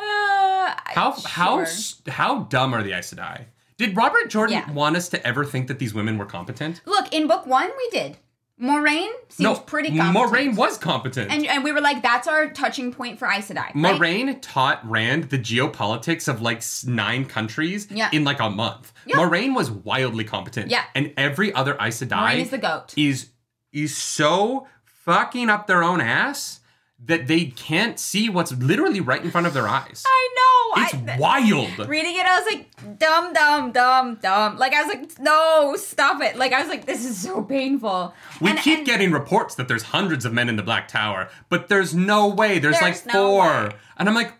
Speaker 2: How how
Speaker 1: sure.
Speaker 2: s- how dumb are the Aes Sedai? Did Robert Jordan
Speaker 1: Yeah.
Speaker 2: want us to ever think that these women were competent?
Speaker 1: Look, in book one, we did. Moraine seems pretty competent.
Speaker 2: Moraine was competent.
Speaker 1: And, and we were like, that's our touching point for Aes Sedai. right?
Speaker 2: Moraine taught Rand the geopolitics of like s- nine countries
Speaker 1: Yeah.
Speaker 2: in like a month.
Speaker 1: Yeah.
Speaker 2: Moraine was wildly competent.
Speaker 1: Yeah.
Speaker 2: And every other Aes Sedai
Speaker 1: Moraine is the goat.
Speaker 2: is is so fucking up their own ass that they can't see what's literally right in front of their eyes.
Speaker 1: I know.
Speaker 2: It's
Speaker 1: I, th-
Speaker 2: wild.
Speaker 1: reading it, I was like, dumb, dumb, dumb, dumb. Like, I was like, no, stop it. Like, I was like, this is so painful.
Speaker 2: we
Speaker 1: And-
Speaker 2: keep
Speaker 1: and-
Speaker 2: getting reports that there's hundreds of men in the Black Tower, but there's no way. There's,
Speaker 1: There's
Speaker 2: like
Speaker 1: no
Speaker 2: four.
Speaker 1: way.
Speaker 2: And I'm like,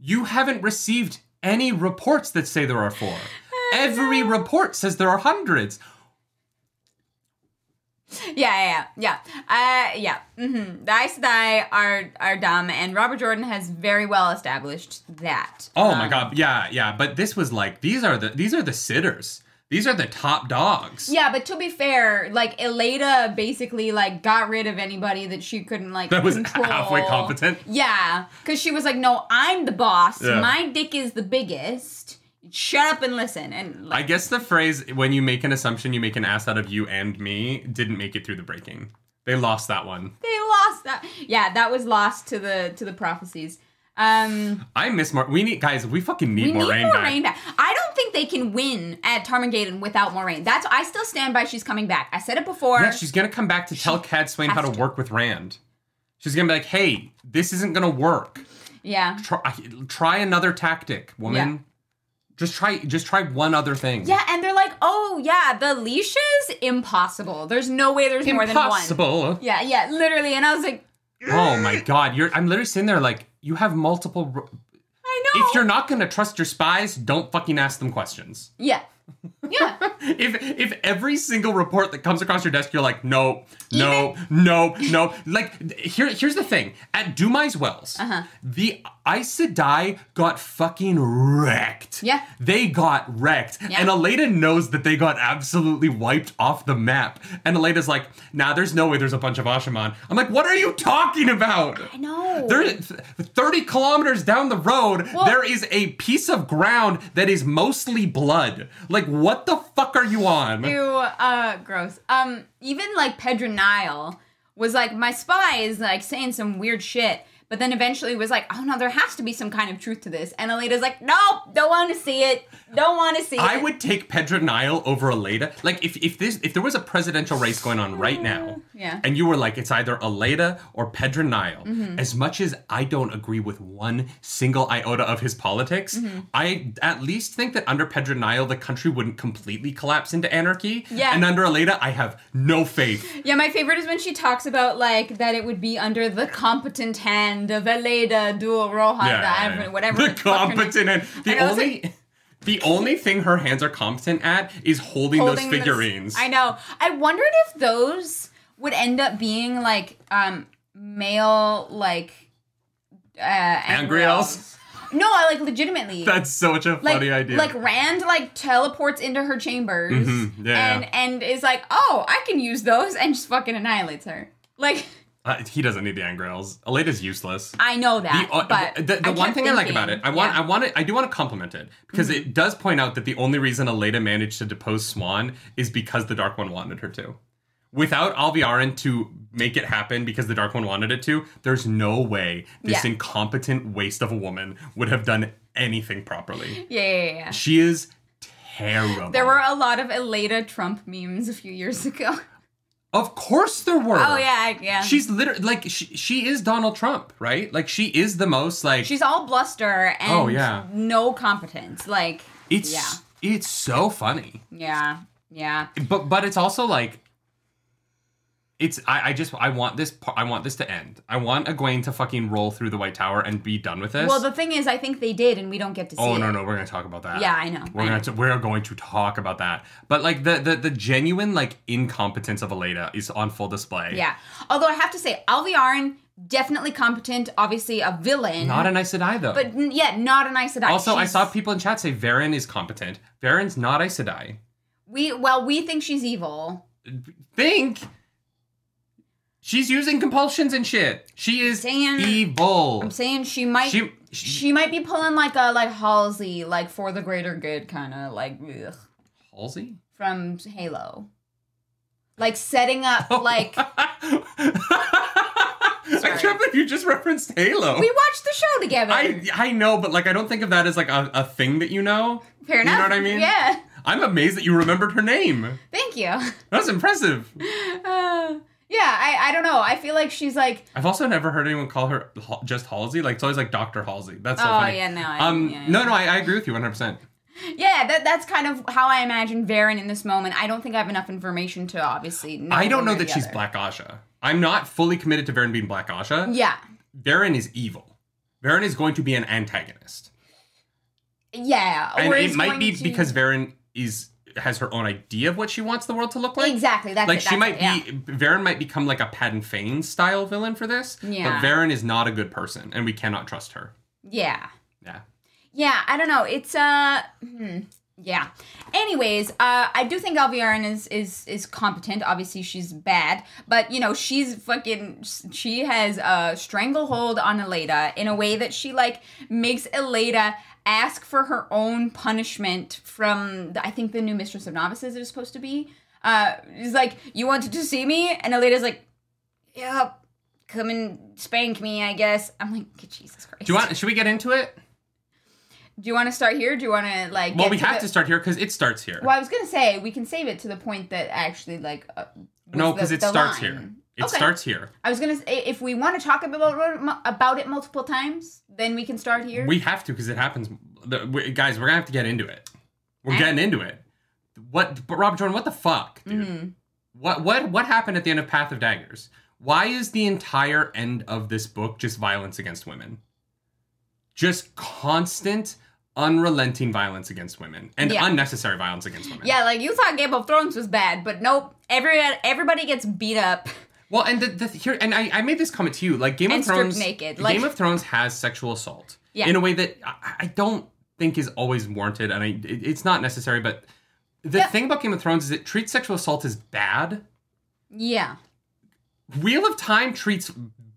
Speaker 2: you haven't received any reports that say there are four. Every report says there are hundreds.
Speaker 1: Yeah, yeah, yeah. Yeah. Uh, yeah. Mm-hmm. The Aes Sedai are, are dumb, and Robert Jordan has very well established that.
Speaker 2: Oh my god, yeah, yeah. But this was like these are the these are the sitters. These are the top dogs.
Speaker 1: Yeah, but to be fair, like Elena basically like got rid of anybody that she couldn't like
Speaker 2: That was
Speaker 1: control.
Speaker 2: halfway competent.
Speaker 1: Yeah, because she was like, "No, I'm the boss.
Speaker 2: Yeah.
Speaker 1: My dick is the biggest. Shut up and listen." And
Speaker 2: I
Speaker 1: like,
Speaker 2: guess the phrase when you make an assumption you make an ass out of you and me didn't make it through the breaking. They lost that one.
Speaker 1: they lost that. Yeah, that was lost to the to the prophecies. Um,
Speaker 2: I miss Mar we need guys, we fucking need
Speaker 1: we
Speaker 2: Moraine
Speaker 1: need
Speaker 2: back.
Speaker 1: Moraine back. I don't think they can win at Tarmageddon without Moraine. That's I still stand by. She's coming back. I said it before.
Speaker 2: Yeah, she's gonna come back to tell Cad Swain how
Speaker 1: has
Speaker 2: to,
Speaker 1: to.
Speaker 2: work with Rand. She's gonna be like, "Hey, this isn't gonna work.
Speaker 1: yeah.
Speaker 2: Try, try another tactic, woman.
Speaker 1: Yeah.
Speaker 2: Just try, just try one other thing."
Speaker 1: Yeah, and they're like, oh yeah, the leashes impossible. There's no way there's more than one.
Speaker 2: impossible.
Speaker 1: Yeah, yeah, literally. And I was like,
Speaker 2: Oh my god, you're! I'm literally sitting there like, you have multiple. r-
Speaker 1: I know.
Speaker 2: If you're not gonna trust your spies, don't fucking ask them questions.
Speaker 1: yeah, Yeah.
Speaker 2: If if every single report that comes across your desk, you're like, no, no, no, no. Like here, here's the thing. At Dumais Wells,
Speaker 1: Uh-huh.
Speaker 2: the Aes Sedai got fucking wrecked.
Speaker 1: Yeah.
Speaker 2: They got wrecked.
Speaker 1: Yeah.
Speaker 2: And Elena knows that they got absolutely wiped off the map. And Elena's like, nah, there's no way there's a bunch of Ashaman. I'm like, what are you talking about?
Speaker 1: I know.
Speaker 2: There, th- 30 kilometers down the road,
Speaker 1: Well-
Speaker 2: there is a piece of ground that is mostly blood. Like, what the fuck are you on?
Speaker 1: Ew, uh, gross. Um, even like Pedronile was like, my spy is like saying some weird shit, but then eventually was like, oh no, there has to be some kind of truth to this. And Alita's like, nope, don't want to see it, don't want to see
Speaker 2: I
Speaker 1: it.
Speaker 2: would take Pedro Nile over Aleda. Like, if, if this if there was a presidential race going on right now,
Speaker 1: Mm, Yeah. Mm-hmm.
Speaker 2: and you were like, it's either Aleda or Pedro Nile, as much as I don't agree with one single iota of his politics,
Speaker 1: Mm-hmm.
Speaker 2: I at least think that under Pedro Nile, the country wouldn't completely collapse into anarchy.
Speaker 1: Yeah.
Speaker 2: And under Aleda, I have no faith.
Speaker 1: Yeah, my favorite is when she talks about like that it would be under the competent hand of Eleda Dual Rohan,
Speaker 2: yeah,
Speaker 1: the-
Speaker 2: yeah.
Speaker 1: whatever.
Speaker 2: The
Speaker 1: the fuck her name-
Speaker 2: competent and the
Speaker 1: And I was
Speaker 2: only the only thing her hands are competent at is holding,
Speaker 1: holding
Speaker 2: those
Speaker 1: this-
Speaker 2: figurines.
Speaker 1: I know. I wondered if those would end up being like um male like uh
Speaker 2: Angriels.
Speaker 1: No, I like legitimately.
Speaker 2: That's such a
Speaker 1: like,
Speaker 2: funny idea.
Speaker 1: like Rand like teleports into her chambers
Speaker 2: Mhm, yeah,
Speaker 1: and
Speaker 2: yeah.
Speaker 1: and is like, oh, I can use those, and just fucking annihilates her. Like
Speaker 2: Uh, he doesn't need the angrails. Elena's useless.
Speaker 1: I know that,
Speaker 2: The, uh,
Speaker 1: but
Speaker 2: the, the
Speaker 1: I
Speaker 2: one
Speaker 1: kept
Speaker 2: thing I like
Speaker 1: thinking-
Speaker 2: about it, I want,
Speaker 1: yeah. Mm-hmm.
Speaker 2: I want it, I do want to compliment it because it does point out that the only reason Aleda managed to depose Swan is because the Dark One wanted her to. Without Alviarin to make it happen because the Dark One wanted it to, there's no way this
Speaker 1: Yeah.
Speaker 2: incompetent waste of a woman would have done anything properly.
Speaker 1: yeah, yeah, yeah, yeah.
Speaker 2: She is terrible.
Speaker 1: There were a lot of Elena Trump memes a few years ago.
Speaker 2: of course, there were.
Speaker 1: Oh yeah, yeah.
Speaker 2: She's literally like she, she is Donald Trump, right? Like she is the most like
Speaker 1: She's all bluster and
Speaker 2: Oh, yeah.
Speaker 1: no competence. Like
Speaker 2: It's
Speaker 1: yeah.
Speaker 2: it's so funny,
Speaker 1: Yeah. Yeah.
Speaker 2: but but it's also like it's I, I just I want this par- I want this to end. I want Egwene to fucking roll through the White Tower and be done with this.
Speaker 1: Well, the thing is, I think they did, and we don't get to see
Speaker 2: oh
Speaker 1: it.
Speaker 2: no no we're gonna talk about that.
Speaker 1: Yeah, I know,
Speaker 2: We're
Speaker 1: I
Speaker 2: gonna
Speaker 1: know.
Speaker 2: t- we're going to talk about that. But like the the the genuine like incompetence of Elena is on full display.
Speaker 1: Yeah. Although I have to say, Alviarin, definitely competent, obviously a villain.
Speaker 2: Not an Aes Sedai though.
Speaker 1: But n- yeah, not an Aes Sedai.
Speaker 2: also, I
Speaker 1: She's-
Speaker 2: saw people in chat say Varen is competent. Varen's not Aes Sedai.
Speaker 1: We, well, we think she's evil.
Speaker 2: think she's using compulsions and shit. She is
Speaker 1: Damn.
Speaker 2: evil.
Speaker 1: I'm saying she might. She,
Speaker 2: She, she
Speaker 1: might be pulling like a like Halsey, like for the greater good, kind of like ugh,
Speaker 2: Halsey.
Speaker 1: from Halo, like setting up
Speaker 2: Oh,
Speaker 1: like
Speaker 2: I can't believe you just referenced Halo.
Speaker 1: we watched the show together.
Speaker 2: I I know, but like I don't think of that as like a, a thing that you know.
Speaker 1: Fair enough.
Speaker 2: You know what I mean?
Speaker 1: Yeah.
Speaker 2: I'm amazed that you remembered her name.
Speaker 1: Thank you.
Speaker 2: That's impressive.
Speaker 1: Uh, yeah, I, I don't know. I feel like she's like,
Speaker 2: I've also never heard anyone call her Hal- just Halsey. Like it's always like Doctor Halsey. That's so
Speaker 1: Oh,
Speaker 2: funny.
Speaker 1: yeah, no, I-
Speaker 2: um,
Speaker 1: yeah,
Speaker 2: no,
Speaker 1: yeah.
Speaker 2: no, I, I agree with you 100. percent
Speaker 1: yeah, that that's kind of how I imagine Varen in this moment. I don't think I have enough information to obviously. Know
Speaker 2: I
Speaker 1: one
Speaker 2: don't know
Speaker 1: way or
Speaker 2: that
Speaker 1: the
Speaker 2: she's
Speaker 1: other.
Speaker 2: Black Asha. I'm not fully committed to Varen being Black Asha.
Speaker 1: Yeah,
Speaker 2: Varen is evil. Varen is going to be an antagonist,
Speaker 1: yeah.
Speaker 2: and
Speaker 1: or
Speaker 2: it
Speaker 1: it's
Speaker 2: might
Speaker 1: going
Speaker 2: be
Speaker 1: to-
Speaker 2: because Varen is has her own idea of what she wants the world to look like.
Speaker 1: exactly that's
Speaker 2: Like
Speaker 1: it,
Speaker 2: she
Speaker 1: that's
Speaker 2: might
Speaker 1: it,
Speaker 2: be,
Speaker 1: yeah.
Speaker 2: Varen might become like a Padden Fane style villain for this.
Speaker 1: Yeah.
Speaker 2: But Varen is not a good person, and we cannot trust her.
Speaker 1: Yeah,
Speaker 2: Yeah.
Speaker 1: yeah. I don't know. It's uh, hmm, yeah. Anyways, uh, I do think Alviarin is is is competent. Obviously, she's bad, but you know she's fucking. She has a stranglehold on Eleda in a way that she like makes Eleda ask for her own punishment from the, I think the new Mistress of Novices is supposed to be. Uh, is like you wanted to see me, and Eleda's like, yeah. Come and spank me, I guess. I'm like, Jesus Christ.
Speaker 2: Do you want? Should we get into it?
Speaker 1: Do you want to start here? Do you want to like?
Speaker 2: Well,
Speaker 1: get
Speaker 2: we have
Speaker 1: the-
Speaker 2: to start here because it starts here.
Speaker 1: Well, I was gonna say we can save it to the point that actually like. Uh, was
Speaker 2: no,
Speaker 1: the-
Speaker 2: because it
Speaker 1: the
Speaker 2: starts
Speaker 1: line.
Speaker 2: here. It
Speaker 1: Okay.
Speaker 2: starts here.
Speaker 1: I was gonna say if we want to talk about about it multiple times, then we can start here.
Speaker 2: We have to because it happens. The, we, guys, we're gonna have to get into it. We're
Speaker 1: Eh?
Speaker 2: getting into it. What, but Robert Jordan, what the fuck, dude?
Speaker 1: Hmm.
Speaker 2: What what what happened at the end of Path of Daggers? Why is the entire end of this book just violence against women? Just constant unrelenting violence against women and
Speaker 1: Yeah.
Speaker 2: unnecessary violence against women.
Speaker 1: Yeah, like you thought Game of Thrones was bad, but nope. Every everybody gets beat up.
Speaker 2: Well, and the, the here and I, I made this comment to you like Game
Speaker 1: And
Speaker 2: of
Speaker 1: stripped
Speaker 2: Thrones
Speaker 1: naked,
Speaker 2: Game
Speaker 1: like-
Speaker 2: of Thrones has sexual assault
Speaker 1: Yeah.
Speaker 2: in a way that I, I don't think is always warranted and I it, it's not necessary but the
Speaker 1: Yeah.
Speaker 2: thing about Game of Thrones is it treats sexual assault as bad.
Speaker 1: Yeah.
Speaker 2: Wheel of Time treats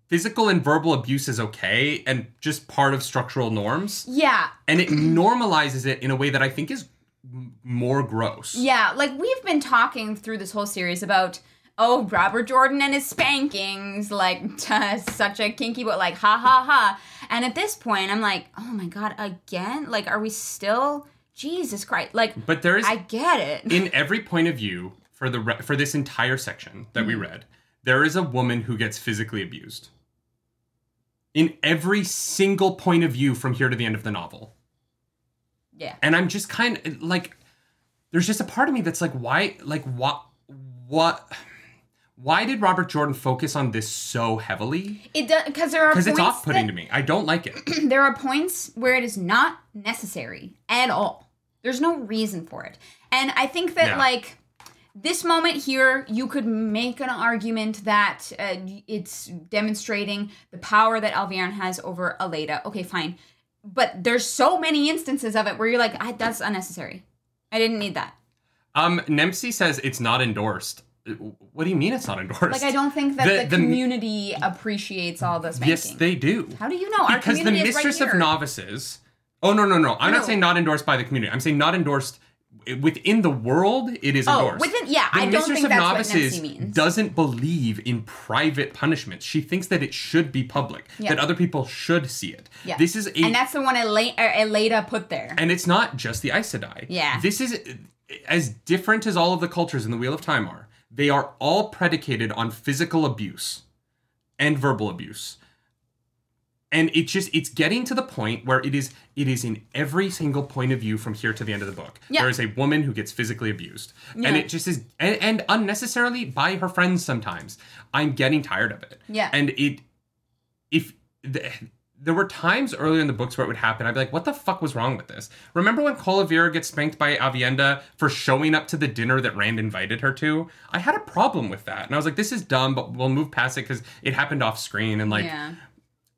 Speaker 2: physical and verbal abuse as okay and just part of structural norms
Speaker 1: Yeah.
Speaker 2: and it normalizes it in a way that I think is m- more gross.
Speaker 1: Yeah, like we've been talking through this whole series about oh Robert Jordan and his spankings, like such a kinky but like ha ha ha. And at this point, I'm like, oh my god, again? Like, are we still Jesus Christ? Like,
Speaker 2: But there is
Speaker 1: I get it.
Speaker 2: in every point of view for the re- for this entire section that we
Speaker 1: Mm-hmm.
Speaker 2: read, there is a woman who gets physically abused. In every single point of view from here to the end of the novel.
Speaker 1: yeah,
Speaker 2: And I'm just kind of like there's just a part of me that's like why like what what why did Robert Jordan focus on this so heavily?
Speaker 1: it does because there are
Speaker 2: Because
Speaker 1: points
Speaker 2: it's off-putting
Speaker 1: that-
Speaker 2: to me. I don't like it.
Speaker 1: there are points where it is not necessary at all. There's no reason for it. And I think that,
Speaker 2: Yeah.
Speaker 1: like, this moment here, you could make an argument that uh, it's demonstrating the power that Alvian has over Aleda. Okay, fine. But there's so many instances of it where you're like, I, that's unnecessary. I didn't need that.
Speaker 2: Um, Nemsi says it's not endorsed. What do you mean it's not endorsed?
Speaker 1: Like, I don't think that
Speaker 2: The-
Speaker 1: the,
Speaker 2: the-
Speaker 1: community appreciates all this.
Speaker 2: Yes, they do.
Speaker 1: How do you know? Our
Speaker 2: because the
Speaker 1: community is right
Speaker 2: mistress
Speaker 1: here.
Speaker 2: of novices oh no no no i'm
Speaker 1: No.
Speaker 2: not saying not endorsed by the community i'm saying not endorsed within the world it is
Speaker 1: Oh,
Speaker 2: endorsed
Speaker 1: within, yeah,
Speaker 2: the
Speaker 1: I don't
Speaker 2: mistress
Speaker 1: think
Speaker 2: of
Speaker 1: that's
Speaker 2: novices
Speaker 1: what Nancy means.
Speaker 2: doesn't believe in private punishment she thinks that it should be public
Speaker 1: Yeah.
Speaker 2: that other people should see it
Speaker 1: Yeah.
Speaker 2: this is a
Speaker 1: and that's the one Ela- uh, Eleda put there.
Speaker 2: and it's not just the Aes Sedai.
Speaker 1: Yeah.
Speaker 2: This is as different as all of the cultures in the Wheel of Time are. They are all predicated on physical abuse and verbal abuse. And it just it's getting to the point where it is it is in every single point of view from here to the end of the book.
Speaker 1: Yeah.
Speaker 2: There is a woman who gets physically abused. And
Speaker 1: Yeah.
Speaker 2: it just is and, and unnecessarily by her friends sometimes. I'm getting tired of it.
Speaker 1: Yeah.
Speaker 2: And it if th- there were times earlier in the books where it would happen, I'd be like, "What the fuck was wrong with this?" Remember when Colavera gets spanked by Avienda for showing up to the dinner that Rand invited her to? I had a problem with that, and I was like, "This is dumb," but we'll move past it because it happened off screen and like,
Speaker 1: yeah.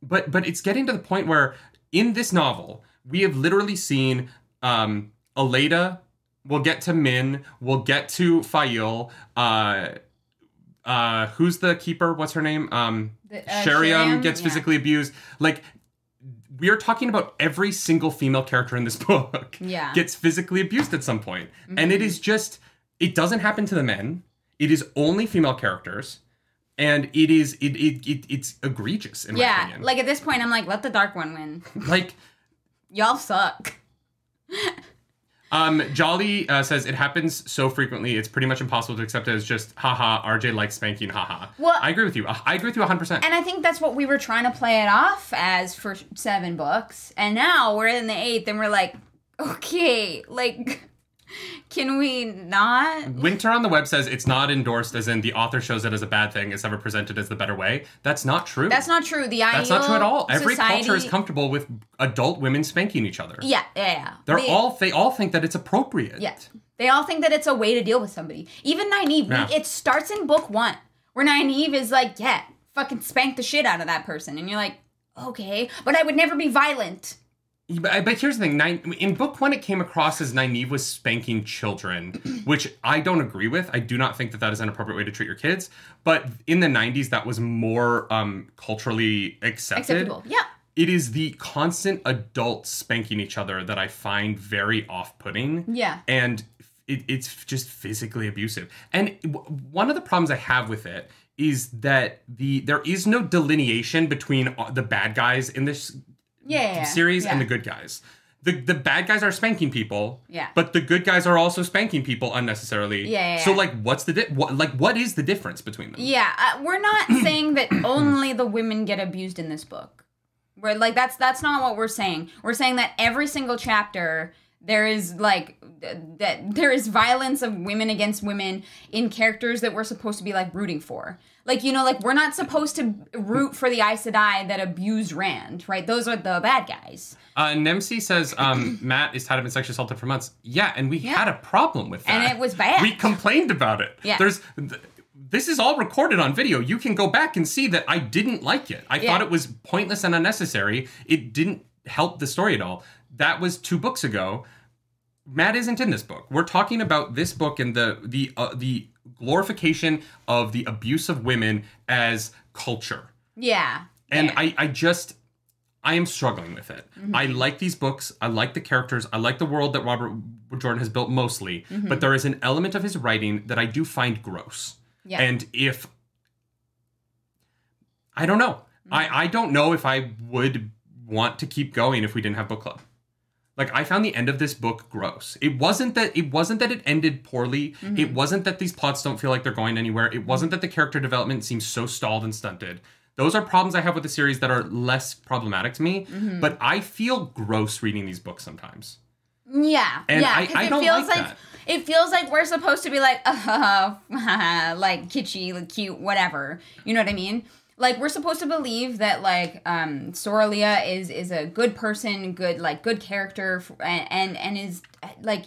Speaker 2: but but it's getting to the point where in this novel we have literally seen um Aleda. We'll get to Min. We'll get to Fayil. Uh, uh, who's the keeper? What's her name? Um,
Speaker 1: The,
Speaker 2: Shariam
Speaker 1: uh, Shariam,
Speaker 2: gets
Speaker 1: yeah.
Speaker 2: physically abused. Like we are talking about every single female character in this book
Speaker 1: Yeah. Mm-hmm.
Speaker 2: gets physically abused at some point. And it is just it doesn't happen to the men. It is only female characters. And it is it it, it it's egregious in my
Speaker 1: Yeah.
Speaker 2: opinion.
Speaker 1: Like at this point, I'm like, let the dark one win.
Speaker 2: like
Speaker 1: Y'all suck.
Speaker 2: um, Jolly uh, says it happens so frequently it's pretty much impossible to accept it as just haha RJ likes spanking haha.
Speaker 1: Well-
Speaker 2: I agree with you. I I agree with you 100%.
Speaker 1: And I think that's what we were trying to play it off as for seven books. And now we're in the eighth and we're like, okay, like, can we not?
Speaker 2: Winter on the web says it's not endorsed, as in the author shows it as a bad thing. It's never presented as the better way. That's not true.
Speaker 1: That's not true. The ideal
Speaker 2: That's not true at all. Every
Speaker 1: society,
Speaker 2: culture is comfortable with adult women spanking each other.
Speaker 1: Yeah, yeah, yeah.
Speaker 2: They're
Speaker 1: The-
Speaker 2: all they all think that it's appropriate.
Speaker 1: Yeah. They all think that it's a way to deal with somebody. Even Nynaeve,
Speaker 2: Yeah.
Speaker 1: it starts in book one, where Nynaeve is like, yeah, fucking spank the shit out of that person. And you're like, okay, but I would never be violent.
Speaker 2: But, but here's the thing: Nine, in book one, it came across as Nynaeve was spanking children, which I don't agree with. I do not think that that is an appropriate way to treat your kids. But in the '90s, that was more um, culturally accepted.
Speaker 1: Acceptable. Yeah.
Speaker 2: it is the constant adults spanking each other that I find very off putting.
Speaker 1: Yeah.
Speaker 2: And it, it's just physically abusive. And w- one of the problems I have with it is that the there is no delineation between uh, the bad guys in this
Speaker 1: Yeah. yeah, yeah.
Speaker 2: series
Speaker 1: yeah.
Speaker 2: and the good guys. The, the bad guys are spanking people,
Speaker 1: Yeah.
Speaker 2: But the good guys are also spanking people unnecessarily,
Speaker 1: Yeah, yeah,
Speaker 2: So
Speaker 1: yeah.
Speaker 2: like, what's the di- what, like what is the difference between them?
Speaker 1: Yeah, uh, we're not saying that only the women get abused in this book. We're like that's that's not what we're saying. We're saying that every single chapter There is like th- that there is violence of women against women in characters that we're supposed to be like rooting for. Like you know, like we're not supposed to root for the Aes Sedai that abuse Rand, right? Those are the bad guys.
Speaker 2: Uh, Nemsi says um, Matt is tied up and sexually assaulted for months. Yeah, and we had a problem with that.
Speaker 1: And it was bad.
Speaker 2: We complained about it.
Speaker 1: Yeah.
Speaker 2: There's. Th- this is all recorded on video. You can go back and see that I didn't like it. I
Speaker 1: Yeah.
Speaker 2: thought it was pointless and unnecessary. It didn't help the story at all. That was two books ago. Matt isn't in this book. We're talking about this book and the the uh, the glorification of the abuse of women as culture.
Speaker 1: Yeah.
Speaker 2: And
Speaker 1: Yeah.
Speaker 2: I, I just, I am struggling with it. I like these books. I like the characters. I like the world that Robert Jordan has built mostly. But there is an element of his writing that I do find gross.
Speaker 1: Yeah.
Speaker 2: And if, I don't know. I, I don't know if I would want to keep going if we didn't have book club. Like I found the end of this book gross. It wasn't that it wasn't that it ended poorly. It wasn't that these plots don't feel like they're going anywhere. It wasn't that the character development seems so stalled and stunted. Those are problems I have with the series that are less problematic to me, but I feel gross reading these books sometimes.
Speaker 1: Yeah,
Speaker 2: And
Speaker 1: yeah,
Speaker 2: I-
Speaker 1: 'cause
Speaker 2: I
Speaker 1: it
Speaker 2: don't
Speaker 1: feels
Speaker 2: like
Speaker 1: like,
Speaker 2: that.
Speaker 1: it feels like we're supposed to be like, uh, like kitschy, like cute, whatever. You know what I mean? Like we're supposed to believe that like um Soralia is is a good person, good like good character, f- and and, and is uh, like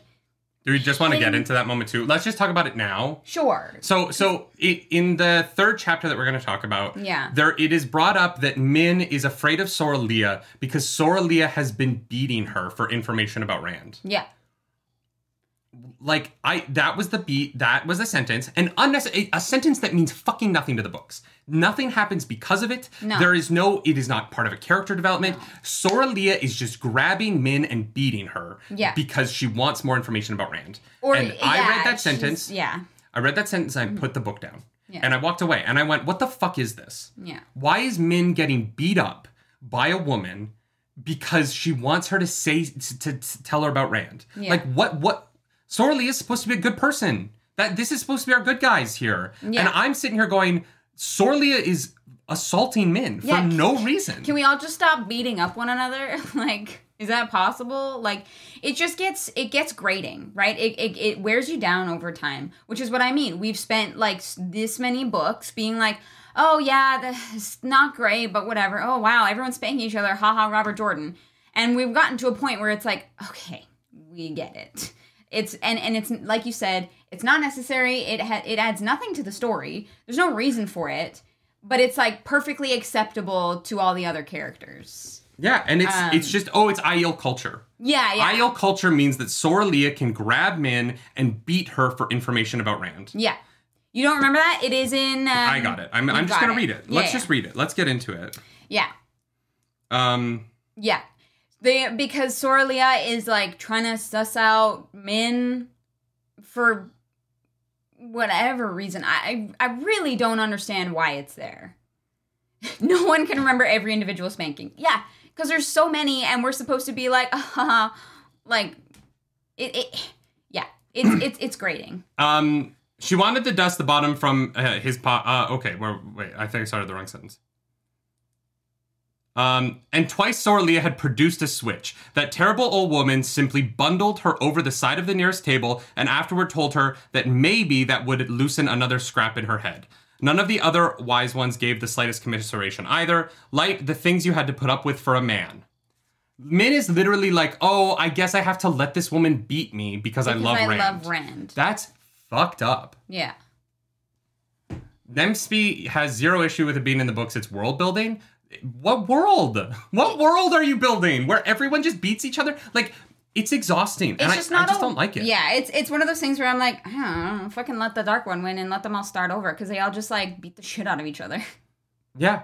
Speaker 2: Do we just want to get
Speaker 1: Hating-
Speaker 2: into that moment too? Let's just talk about it now.
Speaker 1: sure,
Speaker 2: So, so i in the third chapter that we're going to talk about,
Speaker 1: Yeah.
Speaker 2: there it is brought up that Min is afraid of Soralia because Soralia has been beating her for information about Rand.
Speaker 1: yeah,
Speaker 2: Like I, that was the beat. That was the sentence, an unnecessary a sentence that means fucking nothing to the books. Nothing happens because of it.
Speaker 1: No.
Speaker 2: There is no. It is not part of a character development. Soralia is just grabbing Min and beating her.
Speaker 1: Yeah.
Speaker 2: Because she wants more information about Rand.
Speaker 1: or
Speaker 2: and I
Speaker 1: yeah,
Speaker 2: read that
Speaker 1: she's-
Speaker 2: sentence.
Speaker 1: Yeah,
Speaker 2: I read that sentence and I put the book down.
Speaker 1: Mm. Yeah.
Speaker 2: And I walked away and I went, what the fuck is this?
Speaker 1: Yeah.
Speaker 2: Why is Min getting beat up by a woman because she wants her to say to, to- to tell her about Rand?
Speaker 1: Yeah.
Speaker 2: Like what what Sorley is supposed to be a good person. That this is supposed to be our good guys here. And
Speaker 1: Yeah.
Speaker 2: I'm sitting here going, Sorlia is assaulting Min
Speaker 1: Yeah,
Speaker 2: for
Speaker 1: can-
Speaker 2: no reason.
Speaker 1: Can we all just stop beating up one another? like, is that possible? Like, it just gets it gets grating, right? It, it it wears you down over time, which is what I mean. We've spent like s- this many books being like, oh yeah, the- it's not great, but whatever. Oh wow, everyone's spanking each other. Ha ha, Robert Jordan. And we've gotten to a point where it's like, okay, we get it. It's and and it's like you said, it's not necessary. It ha- it adds nothing to the story. There's no reason for it but it's like perfectly acceptable to all the other characters.
Speaker 2: yeah, and it's
Speaker 1: Um,
Speaker 2: it's just oh, it's IEL culture.
Speaker 1: Yeah, yeah,
Speaker 2: IEL culture means that Soralia can grab Min and beat her for information about Rand.
Speaker 1: yeah. You don't remember that? It is in. Um,
Speaker 2: I got it. I'm, I'm
Speaker 1: you
Speaker 2: just
Speaker 1: got
Speaker 2: gonna read it.
Speaker 1: Yeah,
Speaker 2: Let's
Speaker 1: yeah.
Speaker 2: just read it. Let's get into it.
Speaker 1: Yeah,
Speaker 2: Um,
Speaker 1: yeah. They because Soralia is like trying to suss out Min for whatever reason. I I I really don't understand why it's there. no one can remember every individual spanking. Yeah, because there's so many, and we're supposed to be like, uh, like it. it yeah, it's it's it's grating.
Speaker 2: um, she wanted to dust the bottom from uh, his pot. Uh, okay, where, wait, I think I started the wrong sentence. Um, and twice Sorlia had produced a switch. That terrible old woman simply bundled her over the side of the nearest table and afterward told her that maybe that would loosen another scrap in her head. None of the other wise ones gave the slightest commiseration either. Light the things you had to put up with for a man. Min is literally like, oh, I guess I have to let this woman beat me because, I
Speaker 1: Because
Speaker 2: love
Speaker 1: I
Speaker 2: Rand.
Speaker 1: love Rand.
Speaker 2: That's fucked up.
Speaker 1: Yeah.
Speaker 2: Nemsby has zero issue with it being in the books. It's world building. What world? What world are you building where everyone just beats each other? Like, it's exhausting. and
Speaker 1: It's
Speaker 2: I-
Speaker 1: just
Speaker 2: I,
Speaker 1: not.
Speaker 2: just
Speaker 1: a-
Speaker 2: don't like it.
Speaker 1: Yeah, it's it's one of those things where I'm like, I don't know, fucking let the dark one win and let them all start over because they all just like beat the shit out of each other.
Speaker 2: Yeah.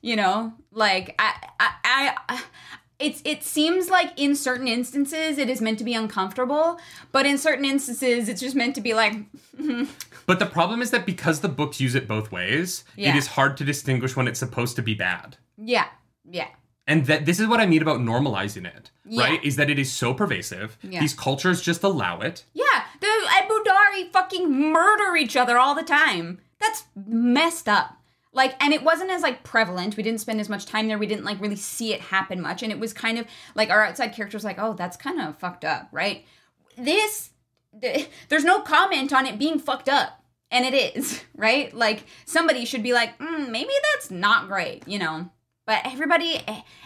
Speaker 1: you know, like I I. I, I it's, it seems like in certain instances it is meant to be uncomfortable, but in certain instances it's just meant to be like,
Speaker 2: But the problem is that because the books use it both ways,
Speaker 1: Yeah.
Speaker 2: it is hard to distinguish when it's supposed to be bad.
Speaker 1: yeah, yeah,
Speaker 2: And that this is what I mean about normalizing it,
Speaker 1: Yeah.
Speaker 2: right? Is that it is so pervasive.
Speaker 1: Yeah.
Speaker 2: These cultures just allow it.
Speaker 1: yeah. The Abu Dhari fucking murder each other all the time. That's messed up. Like, and it wasn't as like prevalent. We didn't spend as much time there. We didn't like really see it happen much. And it was kind of like our outside characters like, oh, that's kind of fucked up, right? This th- there's no comment on it being fucked up. And it is, right? Like somebody should be like, mm, maybe that's not great, you know. But everybody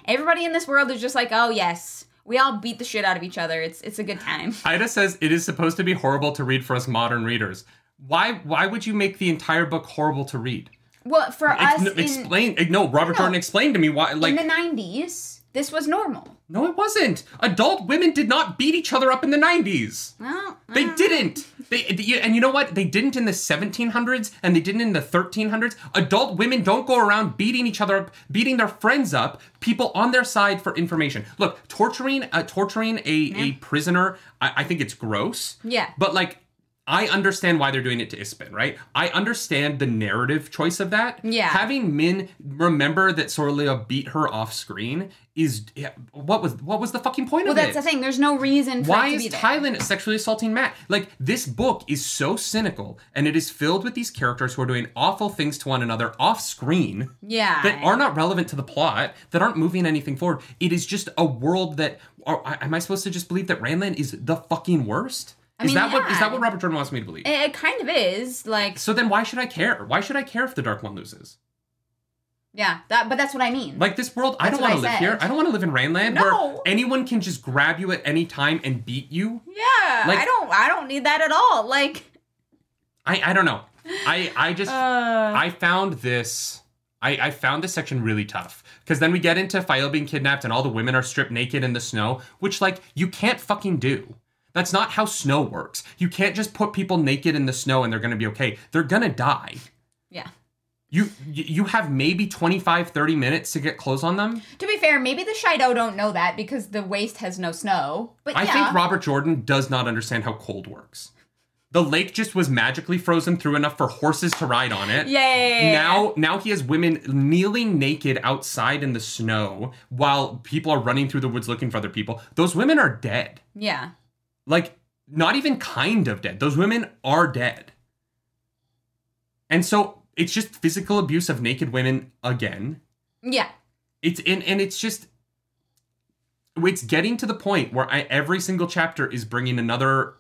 Speaker 1: everybody in this world is just like, oh yes, we all beat the shit out of each other. It's it's a good time.
Speaker 2: Ida says it is supposed to be horrible to read for us modern readers. Why why would you make the entire book horrible to read?
Speaker 1: Well, for
Speaker 2: Ex-
Speaker 1: us in,
Speaker 2: explain eh, no, Robert
Speaker 1: No.
Speaker 2: Jordan explained to me why
Speaker 1: in
Speaker 2: like
Speaker 1: the 90s, this was normal.
Speaker 2: no it wasn't. Adult women did not beat each other up in the 90s.
Speaker 1: Well,
Speaker 2: They didn't. They you- and you know what? They didn't in the 1700s and they didn't in the 1300s. Adult women don't go around beating each other up, beating their friends up. People on their side for information. Look, torturing uh, torturing a, a prisoner. I, I think it's gross.
Speaker 1: Yeah.
Speaker 2: But like. I understand why they're doing it to Ispin, right? I understand the narrative choice of that.
Speaker 1: Yeah.
Speaker 2: Having Min remember that Sorlia beat her off screen is yeah, what was what was the fucking point
Speaker 1: well,
Speaker 2: of it?
Speaker 1: that's the thing. There's no reason for
Speaker 2: Why
Speaker 1: it to
Speaker 2: is
Speaker 1: be there.
Speaker 2: Thailand sexually assaulting Matt? Like, this book is so cynical and it is filled with these characters who are doing awful things to one another off screen
Speaker 1: yeah.
Speaker 2: that are not relevant to the plot, that aren't moving anything forward. It is just a world that. Are, I- am I supposed to just believe that Randland is the fucking worst? is
Speaker 1: mean,
Speaker 2: that what is
Speaker 1: yeah.
Speaker 2: that what Robert Jordan wants me to believe?
Speaker 1: it, it kind of is like
Speaker 2: so then why should I care? Why should I care if the Dark One loses?
Speaker 1: yeah. That, but that's what I mean.
Speaker 2: Like this world, I don't
Speaker 1: what
Speaker 2: want
Speaker 1: I
Speaker 2: to live
Speaker 1: said.
Speaker 2: here. I don't want to live in Randland where
Speaker 1: No.
Speaker 2: anyone can just grab you at any time and beat you.
Speaker 1: yeah.
Speaker 2: like-
Speaker 1: I don't. I don't need that at all. Like.
Speaker 2: I I don't know. I I just
Speaker 1: Uh,
Speaker 2: I found this. I, I found this section really tough because then we get into Fael being kidnapped and all the women are stripped naked in the snow, which like you can't fucking do. That's not how snow works. You can't just put people naked in the snow and they're gonna be okay. They're gonna die.
Speaker 1: yeah.
Speaker 2: You you you have maybe 25, 30 minutes to get clothes on them.
Speaker 1: To be fair, maybe the Shido don't know that because the waste has no snow. But
Speaker 2: I
Speaker 1: yeah.
Speaker 2: think Robert Jordan does not understand how cold works. The lake just was magically frozen through enough for horses to ride on it.
Speaker 1: Yeah, yeah, yeah, yeah.
Speaker 2: Now now he has women kneeling naked outside in the snow while people are running through the woods looking for other people. Those women are dead.
Speaker 1: yeah.
Speaker 2: Like not even kind of dead. Those women are dead. And so it's just physical abuse of naked women again.
Speaker 1: Yeah.
Speaker 2: It's and and it's just it's getting to the point where I, every single chapter is bringing another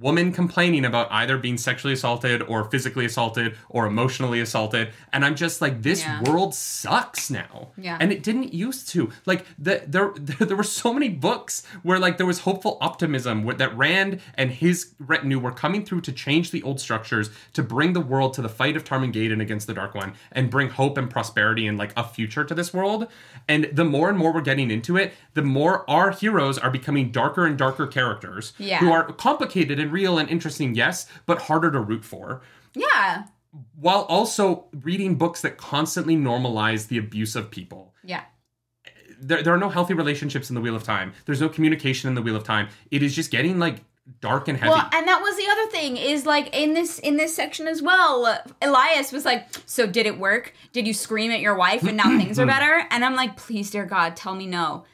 Speaker 2: woman complaining about either being sexually assaulted or physically assaulted or emotionally assaulted and i'm just like this
Speaker 1: Yeah.
Speaker 2: world sucks now
Speaker 1: Yeah.
Speaker 2: and it didn't used to like the, there, there there were so many books where like there was hopeful optimism where, that rand and his retinue were coming through to change the old structures to bring the world to the fight of tarmangaden against the dark one and bring hope and prosperity and like a future to this world and the more and more we're getting into it the more our heroes are becoming darker and darker characters
Speaker 1: Yeah.
Speaker 2: who are complicated and real and interesting yes but harder to root for
Speaker 1: Yeah.
Speaker 2: while also reading books that constantly normalize the abuse of people
Speaker 1: Yeah.
Speaker 2: there, there are no healthy relationships in the wheel of time there's no communication in the wheel of time it is just getting like dark and heavy
Speaker 1: Well, and that was the other thing is like in this in this section as well. uh, Elias was like, "So did it work? Did you scream at your wife and now things are better?" And I'm like, "Please, dear God, tell me no."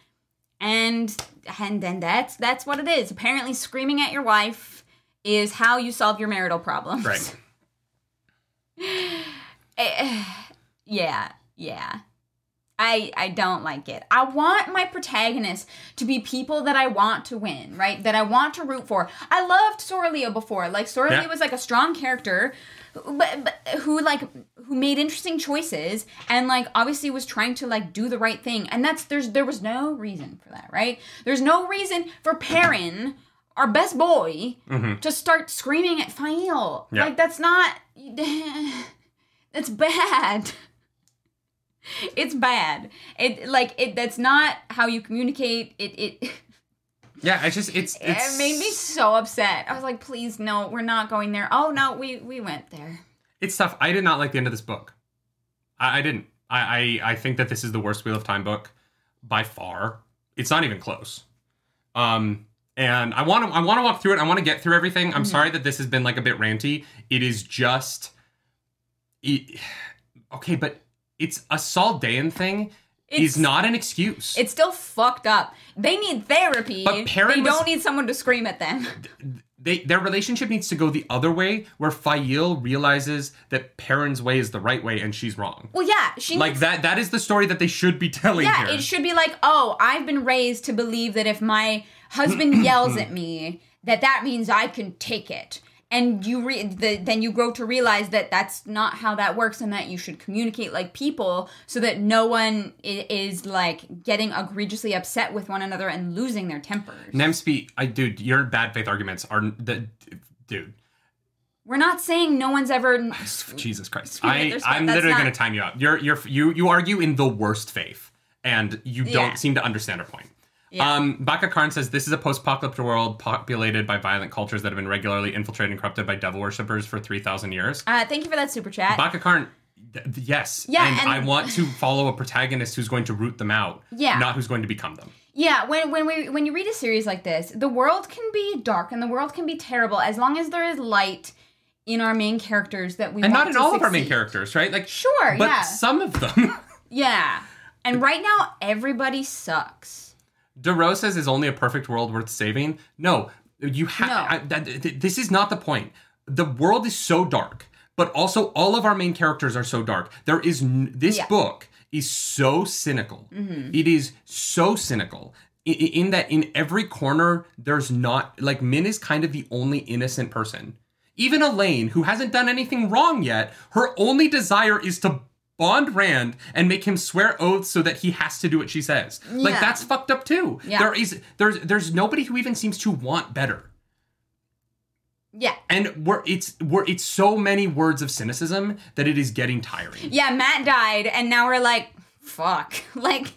Speaker 1: And and then that's that's what it is. Apparently, screaming at your wife is how you solve your marital problems.
Speaker 2: right
Speaker 1: Yeah. Yeah. I I don't like it. I want my protagonists to be people that I want to win, right? That I want to root for. I loved Soralea before. Like Soralea
Speaker 2: Yeah.
Speaker 1: was like a strong character, but, but who like who made interesting choices and like obviously was trying to like do the right thing. And that's there's there was no reason for that, right? There's no reason for Perrin, our best boy, to start screaming at Fael.
Speaker 2: Mm-hmm. Yeah.
Speaker 1: Like that's not that's bad it's bad it like it that's not how you communicate it it
Speaker 2: yeah it's just it's, it's
Speaker 1: it made me so upset i was like please no we're not going there oh no we we went there
Speaker 2: it's tough i did not like the end of this book i, I didn't I, I i think that this is the worst wheel of time book by far it's not even close um and i want to i want to walk through it i want to get through everything i'm sorry that this has been like a bit ranty it is just it, okay but it's a Saldan thing is
Speaker 1: It's-
Speaker 2: not an excuse
Speaker 1: it's still fucked up they need therapy
Speaker 2: But Perrin
Speaker 1: they
Speaker 2: was-
Speaker 1: don't need someone to scream at them
Speaker 2: they their relationship needs to go the other way, where Fail realizes that Perrin's way is the right way and she's wrong.
Speaker 1: Well, yeah, she
Speaker 2: Like
Speaker 1: needs-
Speaker 2: that that is the story that they should be telling
Speaker 1: Yeah,
Speaker 2: here.
Speaker 1: it should be like, oh, I've been raised to believe that if my husband yells at me, that that means I can take it. And you re- the, then you grow to realize that that's not how that works, and that you should communicate like people, so that no one i- is like getting egregiously upset with one another and losing their tempers.
Speaker 2: Nemspe, I dude, your bad faith arguments are the dude.
Speaker 1: We're not saying no one's ever.
Speaker 2: Jesus Christ.
Speaker 1: Screw it,
Speaker 2: I,
Speaker 1: there's-
Speaker 2: I'm
Speaker 1: that's
Speaker 2: literally
Speaker 1: not-
Speaker 2: going to time you out. You're, you're, you, you argue in the worst faith, and you
Speaker 1: Yeah.
Speaker 2: don't seem to understand her point. Um, Baka Karn says this is a post-apocalyptic world populated by violent cultures that have been regularly infiltrated and corrupted by devil worshippers for 3,000 years.
Speaker 1: Uh, thank you for that super chat.
Speaker 2: Baka Karn, th- th- yes.
Speaker 1: Yeah,
Speaker 2: and,
Speaker 1: and-
Speaker 2: I want to follow a protagonist who's going to root them out,
Speaker 1: Yeah.
Speaker 2: not who's going to become them.
Speaker 1: Yeah, when when we when you read a series like this, the world can be dark and the world can be terrible as long as there is light in our main characters that we
Speaker 2: And not
Speaker 1: want
Speaker 2: in
Speaker 1: to
Speaker 2: all of our main
Speaker 1: succeed.
Speaker 2: characters, right? Like,
Speaker 1: Sure,
Speaker 2: But
Speaker 1: yeah.
Speaker 2: some of them.
Speaker 1: Yeah, and right now everybody sucks.
Speaker 2: DeRosa's is only a perfect world worth saving. No, you
Speaker 1: No.
Speaker 2: have. Th- th- this is not the point. The world is so dark, but also all of our main characters are so dark. There is n- this
Speaker 1: Yeah. Mm-hmm.
Speaker 2: book is so cynical. It is so cynical. i- i- In that, in every corner, there's not like Min is kind of the only innocent person. Even Elaine, who hasn't done anything wrong yet, her only desire is to bond Rand and make him swear oaths so that he has to do what she says. Like
Speaker 1: Yeah.
Speaker 2: that's that's fucked up too.
Speaker 1: Yeah.
Speaker 2: There is there's there's nobody who even seems to want better.
Speaker 1: Yeah,
Speaker 2: And we're it's we're it's so many words of cynicism that it is getting tiring.
Speaker 1: yeah. Matt died, and now we're like, fuck, like.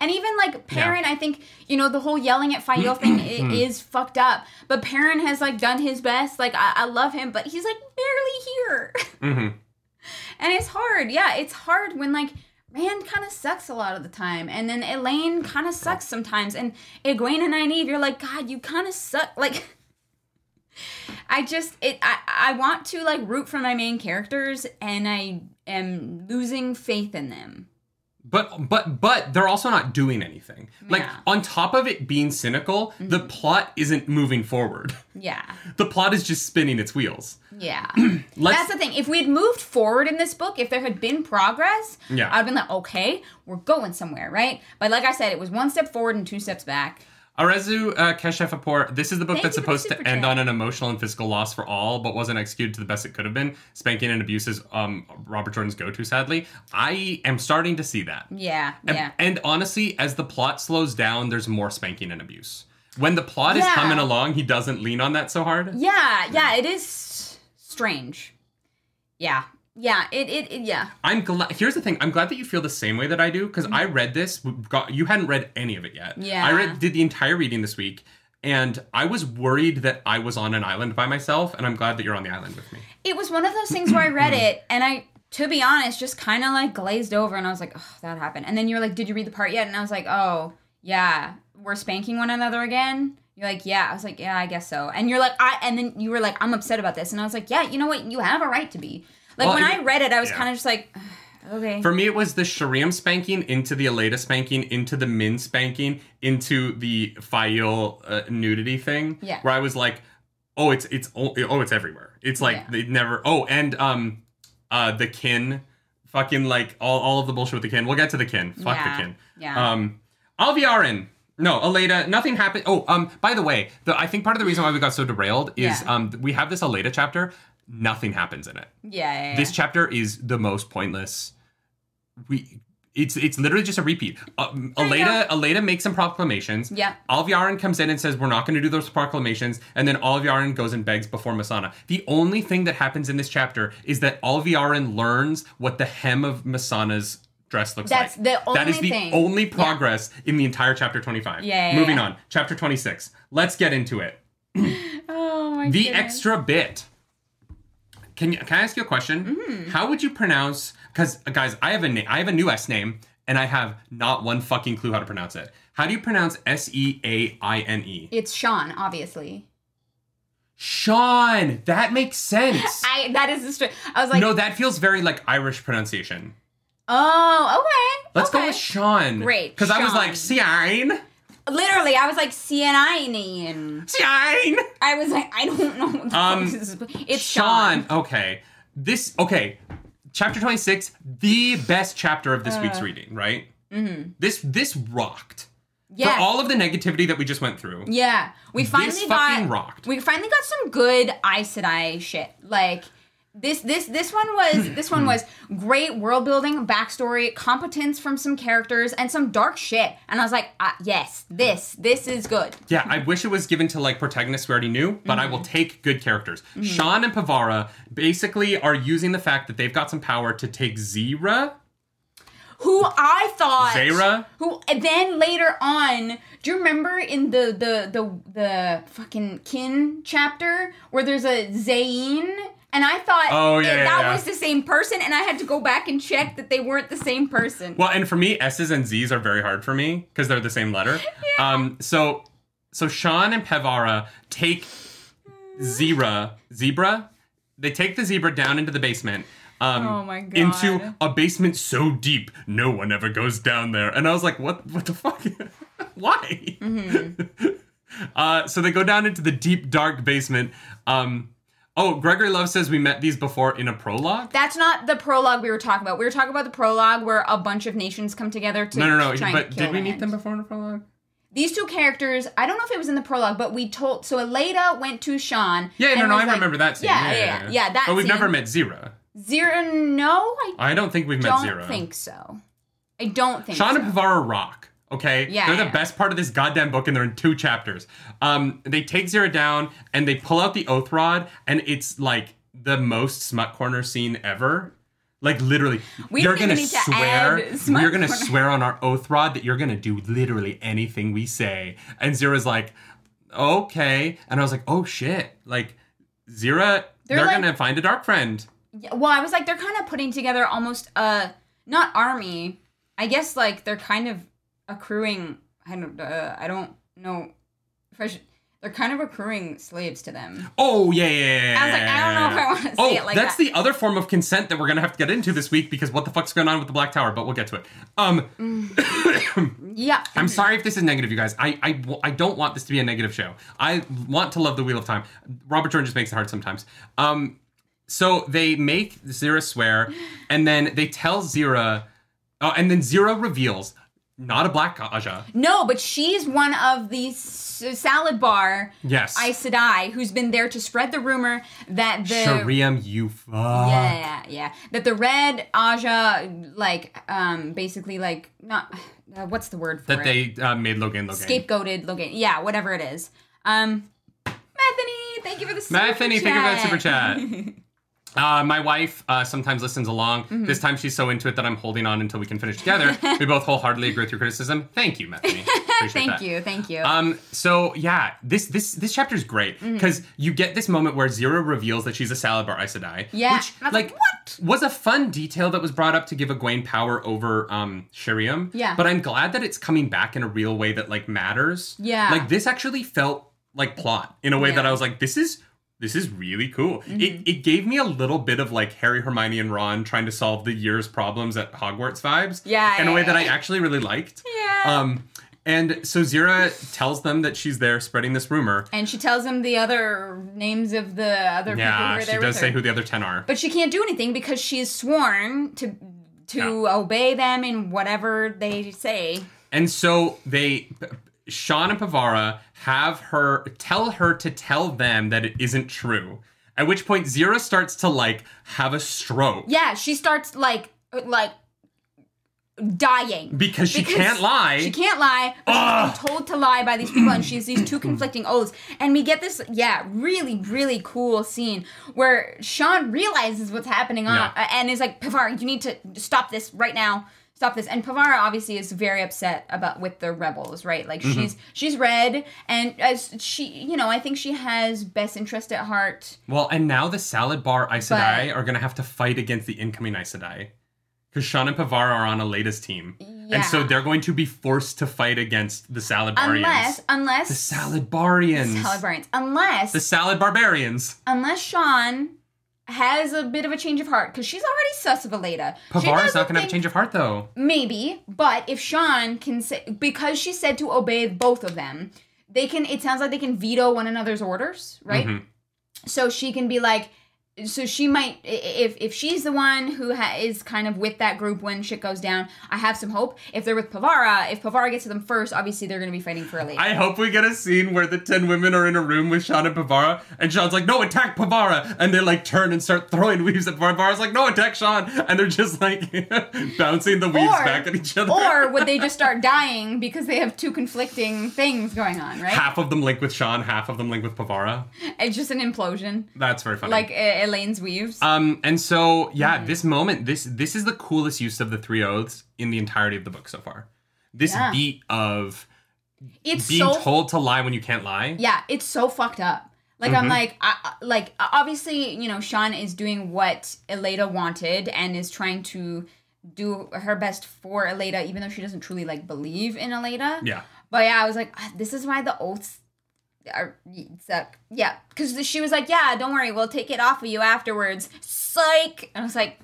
Speaker 1: And even like Perrin, I think you know the whole yelling at Fael thing i- is fucked up. But Perrin has like done his best. Like I, I love him, but he's like barely here.
Speaker 2: hmm
Speaker 1: And it's hard. Yeah, it's hard when like Rand kind of sucks a lot of the time, and then Elaine kind of sucks
Speaker 2: Oh.
Speaker 1: sometimes, and Egwene and Nynaeve, you're like, God, you kind of suck. Like, I just it. I I want to like root for my main characters, and I am losing faith in them.
Speaker 2: But but but they're also not doing anything. Like
Speaker 1: Yeah. Mm-hmm.
Speaker 2: on top of it being cynical, the plot isn't moving forward.
Speaker 1: Yeah,
Speaker 2: The plot is just spinning its wheels.
Speaker 1: yeah.
Speaker 2: Let's
Speaker 1: That's the thing. If we had moved forward in this book, if there had been progress,
Speaker 2: Yeah.
Speaker 1: I'd been like, okay, we're going somewhere, right? But like I said, it was one step forward and two steps back.
Speaker 2: Arezu uh, Keshefapor, this is the book
Speaker 1: Thank
Speaker 2: that's
Speaker 1: you for the
Speaker 2: supposed to
Speaker 1: super
Speaker 2: end
Speaker 1: chat.
Speaker 2: on an emotional and physical loss for all, but wasn't executed to the best it could have been. Spanking and abuse is um, Robert Jordan's go to, sadly. I am starting to see that.
Speaker 1: Yeah,
Speaker 2: And,
Speaker 1: yeah.
Speaker 2: and honestly, as the plot slows down, there's more spanking and abuse. When the plot is
Speaker 1: Yeah.
Speaker 2: coming along, he doesn't lean on that so hard.
Speaker 1: Yeah, yeah, it is s- strange. Yeah, yeah, it, it, it yeah.
Speaker 2: I'm glad. Here's the thing. I'm glad that you feel the same way that I do because I read this. w- Got, you hadn't read any of it yet.
Speaker 1: Mm-hmm. Yeah.
Speaker 2: I read did the entire reading this week, and I was worried that I was on an island by myself. And I'm glad that you're on the island with me.
Speaker 1: It was one of those things where I read it and I, to be honest, just kind of like glazed over and I was like, oh, that happened. And then you were like, did you read the part yet? And I was like, oh, yeah, we're spanking one another again. You're like, yeah. I was like, yeah, I guess so. And you're like, I, and then you were like, I'm upset about this. And I was like, yeah, you know what? You have a right to be. Like
Speaker 2: Well,
Speaker 1: when
Speaker 2: it-
Speaker 1: I read it, I was
Speaker 2: yeah.
Speaker 1: kind of just like, okay.
Speaker 2: For me, it was the Shariam spanking into the Eleda spanking into the Min spanking into the Fayol uh, nudity thing.
Speaker 1: Yeah.
Speaker 2: Where I was like, oh, it's it's oh, oh it's everywhere. It's like
Speaker 1: Yeah.
Speaker 2: they never. Oh, and um, uh, the kin, fucking like all all of the bullshit with the kin. We'll get to the kin. Fuck
Speaker 1: Yeah.
Speaker 2: the kin.
Speaker 1: Yeah.
Speaker 2: Um, Alviarin. No, Aleda, nothing happened. Oh, um, by the way, the, I think part of the reason why we got so derailed is
Speaker 1: Yeah.
Speaker 2: um, we have this Aleda chapter. Nothing happens in it
Speaker 1: yeah, yeah, yeah.
Speaker 2: this chapter is the most pointless. We it's it's literally just a repeat. Um, Elena Elena makes some proclamations.
Speaker 1: Yeah.
Speaker 2: Alviarin comes in and says we're not going to do those proclamations, and then Alviarin goes and begs before Masana. The only thing that happens in this chapter is that Alviarin learns what the hem of Masana's dress looks
Speaker 1: That's
Speaker 2: like.
Speaker 1: the
Speaker 2: that is
Speaker 1: only
Speaker 2: the
Speaker 1: thing.
Speaker 2: only progress in the entire chapter twenty five.
Speaker 1: Yeah, yeah,
Speaker 2: Moving
Speaker 1: yeah.
Speaker 2: on, chapter twenty six. Let's get into it.
Speaker 1: oh my
Speaker 2: The
Speaker 1: goodness.
Speaker 2: extra bit. Can you, can I ask you a question?
Speaker 1: Mm-hmm.
Speaker 2: How would you pronounce? Because guys, I have a na- I have a new S name, and I have not one fucking clue how to pronounce it. How do you pronounce S E A I N E?
Speaker 1: It's Sean, obviously.
Speaker 2: Sean. That makes sense.
Speaker 1: I that is the story. I was like,
Speaker 2: no, that feels very like Irish pronunciation.
Speaker 1: oh, okay.
Speaker 2: Let's go
Speaker 1: okay.
Speaker 2: with Sean.
Speaker 1: Great,
Speaker 2: Because I was
Speaker 1: Sean.
Speaker 2: like, Sean.
Speaker 1: literally, I was like cyanine.
Speaker 2: Shine.
Speaker 1: I was like, I don't know. What the
Speaker 2: Um,
Speaker 1: fuck this is. It's
Speaker 2: Sean.
Speaker 1: Sean.
Speaker 2: Okay. This. Okay. Chapter twenty six, the best chapter of this
Speaker 1: Uh.
Speaker 2: week's reading. Right. Mm-hmm. This this rocked
Speaker 1: Yeah.
Speaker 2: for all of the negativity that we just went through.
Speaker 1: Yeah, we finally
Speaker 2: fucking
Speaker 1: got
Speaker 2: rocked.
Speaker 1: we finally got some good Aes Sedai shit. Like this this this one
Speaker 2: Hmm.
Speaker 1: was this one was great world building, backstory, competence from some characters, and some dark shit. And I was like, ah, yes, this this is good.
Speaker 2: Yeah, I wish it was given to like protagonists we already knew, but I will
Speaker 1: Mm-hmm.
Speaker 2: take good characters. Sean and Pavara basically are using the fact that they've got some power to take Zira.
Speaker 1: Who I thought
Speaker 2: Zayra?
Speaker 1: Who and then later on? Do you remember in the the the the fucking kin chapter where there's a Zayn? And I thought
Speaker 2: Oh, yeah,
Speaker 1: it-
Speaker 2: yeah,
Speaker 1: that
Speaker 2: yeah.
Speaker 1: was the same person, and I had to go back and check that they weren't the same person.
Speaker 2: Well, and for me, S's and Z's are very hard for me because they're the same letter. Um, so, so Sean and Pavara take
Speaker 1: Mm.
Speaker 2: Zira, zebra. They take the zebra down into the basement. Um,
Speaker 1: Oh my God.
Speaker 2: Into a basement so deep, no one ever goes down there. And I was like, what? What the fuck? Why?
Speaker 1: Mm-hmm.
Speaker 2: Uh, so they go down into the deep, dark basement. Um, oh, Gregory Love says we met these before in a prologue.
Speaker 1: That's not the prologue we were talking about. We were talking about the prologue where a bunch of nations come together to
Speaker 2: No, no,
Speaker 1: try
Speaker 2: no.
Speaker 1: and
Speaker 2: But
Speaker 1: kill
Speaker 2: did we meet
Speaker 1: Rand.
Speaker 2: them before in a prologue?
Speaker 1: These two characters, I don't know if it was in the prologue, but we told. So Elena went to Sean.
Speaker 2: Yeah, no,
Speaker 1: and
Speaker 2: no,
Speaker 1: was
Speaker 2: I
Speaker 1: like-
Speaker 2: remember that scene.
Speaker 1: Yeah, yeah, yeah. yeah, that
Speaker 2: But we've
Speaker 1: scene.
Speaker 2: never met Zira.
Speaker 1: Zero. No, I
Speaker 2: I don't think we've met
Speaker 1: don't
Speaker 2: Zira.
Speaker 1: think so. I don't think.
Speaker 2: Sean
Speaker 1: so.
Speaker 2: and Pavara rock. Okay,
Speaker 1: Yeah,
Speaker 2: they're the
Speaker 1: yeah.
Speaker 2: best part of this goddamn book, and they're in two chapters. Um, they take Zira down and they pull out the oath rod, and it's like the most smut corner scene ever. Like literally,
Speaker 1: We
Speaker 2: you're
Speaker 1: don't even
Speaker 2: gonna
Speaker 1: need to
Speaker 2: swear.
Speaker 1: add smut
Speaker 2: You're gonna
Speaker 1: corner.
Speaker 2: swear on our oath rod that you're gonna do literally anything we say. And Zira's like, okay, and I was like, oh shit, like Zira,
Speaker 1: They're
Speaker 2: they're,
Speaker 1: like-
Speaker 2: gonna find a dark friend.
Speaker 1: Yeah, Well, I was like, they're kind of putting together almost a not army. I guess like they're kind of accruing. I don't. Uh, I don't know. If I should, they're kind of accruing slaves to them.
Speaker 2: Oh yeah, yeah, yeah.
Speaker 1: I was like, I don't know if I wanna say
Speaker 2: oh,
Speaker 1: it like
Speaker 2: that's
Speaker 1: that.
Speaker 2: the other form of consent that we're gonna have to get into this week because what the fuck's going on with the Black Tower? But we'll get to it. Um,
Speaker 1: Yeah.
Speaker 2: I'm sorry if this is negative, you guys. I, I w- I don't want this to be a negative show. I want to love the Wheel of Time. Robert Jordan just makes it hard sometimes. Um, so they make Zira swear, and then they tell Zira, oh, and then Zira reveals not a Black Aja.
Speaker 1: No, but she's one of the s- salad bar
Speaker 2: Yes,
Speaker 1: Aes Sedai who's been there to spread the rumor that the
Speaker 2: Shariam, you fuck. Uh-huh.
Speaker 1: yeah, yeah, that the red Aja like um basically like not uh, what's the word for
Speaker 2: That
Speaker 1: it?
Speaker 2: they uh, made Logan Logan.
Speaker 1: scapegoated Logan. Yeah, whatever it is. Um Methany, thank you for the super
Speaker 2: Matheny,
Speaker 1: chat.
Speaker 2: think about super chat. Mm-hmm. Uh, my wife uh, sometimes listens along. This time she's so into it that I'm holding on until we can finish together. we both wholeheartedly agree with your criticism. Thank you, Metheny. Appreciate
Speaker 1: Thank
Speaker 2: that.
Speaker 1: you, thank you. Mm.
Speaker 2: Um, so yeah, this this this chapter is great because you get this moment where Zero reveals that she's a salad bar Aes Sedai,
Speaker 1: Yeah,
Speaker 2: which
Speaker 1: and I was like,
Speaker 2: like
Speaker 1: "What?"
Speaker 2: was a fun detail that was brought up to give Egwene power over um Shiriam.
Speaker 1: Yeah.
Speaker 2: but I'm glad that it's coming back in a real way that like matters.
Speaker 1: Yeah.
Speaker 2: like this actually felt like plot in a way that
Speaker 1: Yeah. Mm-hmm.
Speaker 2: I was like, this is. This is really cool. It, it gave me a little bit of like Harry, Hermione, and Ron trying to solve the year's problems at Hogwarts vibes.
Speaker 1: Yeah,
Speaker 2: In a way
Speaker 1: yeah,
Speaker 2: that I
Speaker 1: yeah.
Speaker 2: actually really liked.
Speaker 1: yeah.
Speaker 2: Um, and so Zira tells them that she's there spreading this rumor.
Speaker 1: and she tells him the other names of the other people who
Speaker 2: Yeah,
Speaker 1: are
Speaker 2: she
Speaker 1: there
Speaker 2: does
Speaker 1: with
Speaker 2: say
Speaker 1: her.
Speaker 2: who the other 10 are.
Speaker 1: But she can't do anything because she is sworn to to
Speaker 2: Yeah.
Speaker 1: obey them in whatever they say.
Speaker 2: and so they, Sean and Pavara, have her tell her to tell them that it isn't true. At which point Zira starts to like have a stroke
Speaker 1: Yeah, she starts like like dying.
Speaker 2: because she
Speaker 1: Because
Speaker 2: can't lie.
Speaker 1: She can't lie. But she's been told to lie by these people, and she has these two conflicting oaths. And we get this, yeah, really, really cool scene where Sean realizes what's happening on,
Speaker 2: Yeah.
Speaker 1: uh, and is like, "Pavara, you need to stop this right now. Stop this." And Pavara obviously is very upset about with the rebels, right? Like
Speaker 2: Mm-hmm.
Speaker 1: she's she's red, and as she, you know, I think she has best interest at heart.
Speaker 2: Well, and now the salad bar Aes Sedai
Speaker 1: But-
Speaker 2: are going to have to fight against the incoming Aes Sedai. Because Sean and Pavara are on Elena's team.
Speaker 1: Yeah.
Speaker 2: And so they're going to be forced to fight against the salad barians.
Speaker 1: Unless, unless
Speaker 2: The salad barians.
Speaker 1: Salad Barians. Unless
Speaker 2: The salad barbarians.
Speaker 1: unless Sean has a bit of a change of heart because she's already sus of Elena.
Speaker 2: Pavar's not gonna have a change of heart though.
Speaker 1: Maybe, but if Sean can say because she said to obey both of them, they can. It sounds like they can veto one another's orders, right?
Speaker 2: Mm-hmm.
Speaker 1: So she can be like, so she might i- if if she's the one who ha- is kind of with that group when shit goes down. I have some hope. If they're with Pavara, if Pavara gets to them first, obviously they're going to be fighting for Elena.
Speaker 2: I hope we get a scene where the ten women are in a room with Sean and Pavara, and Sean's like, "No, attack Pavara!" and they like turn and start throwing weaves at Pavara. Pavara's like, "No, attack Sean!" and they're just like bouncing the weaves
Speaker 1: Or-
Speaker 2: back at each other.
Speaker 1: or would they just start dying because they have two conflicting things going on, right?
Speaker 2: half of them link with Sean, half of them link with Pavara.
Speaker 1: It's just an implosion,
Speaker 2: That's very funny.
Speaker 1: like Hmm. uh, Elaine's weaves.
Speaker 2: um, and so yeah, this moment, this this is the coolest use of the three oaths in the entirety of the book so far. This
Speaker 1: Yeah.
Speaker 2: beat of
Speaker 1: it's
Speaker 2: being
Speaker 1: so
Speaker 2: told to lie when you can't lie.
Speaker 1: yeah, it's so fucked up. Like
Speaker 2: Mm-hmm.
Speaker 1: I'm like I, I- like obviously you know Sean is doing what Elena wanted and is trying to do her best for Elena, even though she doesn't truly like believe in Elena.
Speaker 2: Yeah.
Speaker 1: But yeah, I was like, "Ah, this is why the oaths are suck. Yeah, because she was like, yeah, don't worry, we'll take it off of you afterwards. Psych. And I was like,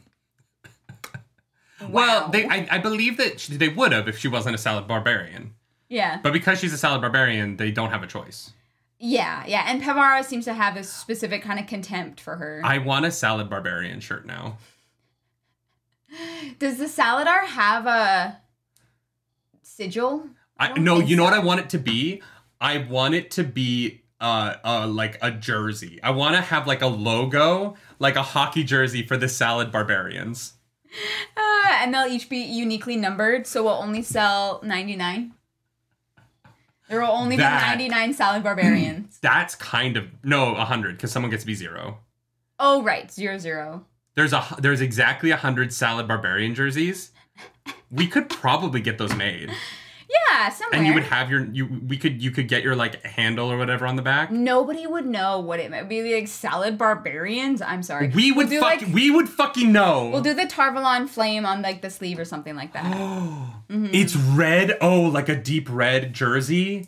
Speaker 2: Well,
Speaker 1: wow.
Speaker 2: they, I, I believe that she, they would have if she wasn't a salad barbarian.
Speaker 1: yeah,
Speaker 2: But because she's a salad barbarian, they don't have a choice.
Speaker 1: yeah, yeah. And Pavara seems to have a specific kind of contempt for her.
Speaker 2: I want a salad barbarian shirt now.
Speaker 1: Does the Saladar have a sigil?
Speaker 2: I,
Speaker 1: don't
Speaker 2: no,
Speaker 1: think
Speaker 2: you know
Speaker 1: so.
Speaker 2: what I want it to be? I want it to be uh, uh like a jersey. I want to have like a logo, like a hockey jersey for the salad barbarians.
Speaker 1: Uh, and they'll each be uniquely numbered, so we'll only sell 99. There will only
Speaker 2: That-
Speaker 1: be 99 Salad Barbarians.
Speaker 2: That's kind of no, 100 cuz someone gets to be 0.
Speaker 1: oh, right, zero zero.
Speaker 2: There's a hu- there's exactly 100 salad barbarian jerseys. We could probably get those made.
Speaker 1: Yeah, somewhere.
Speaker 2: And you would have your you we could you could get your like handle or whatever on the back.
Speaker 1: Mm. Nobody would know what it meant. Be like Salad Barbarians? I'm sorry.
Speaker 2: We would
Speaker 1: we'll do
Speaker 2: fuck,
Speaker 1: like
Speaker 2: we would fucking know.
Speaker 1: We'll do the Tarvalon flame on like the sleeve or something like that. Mm-hmm.
Speaker 2: It's red. Oh, like a deep red jersey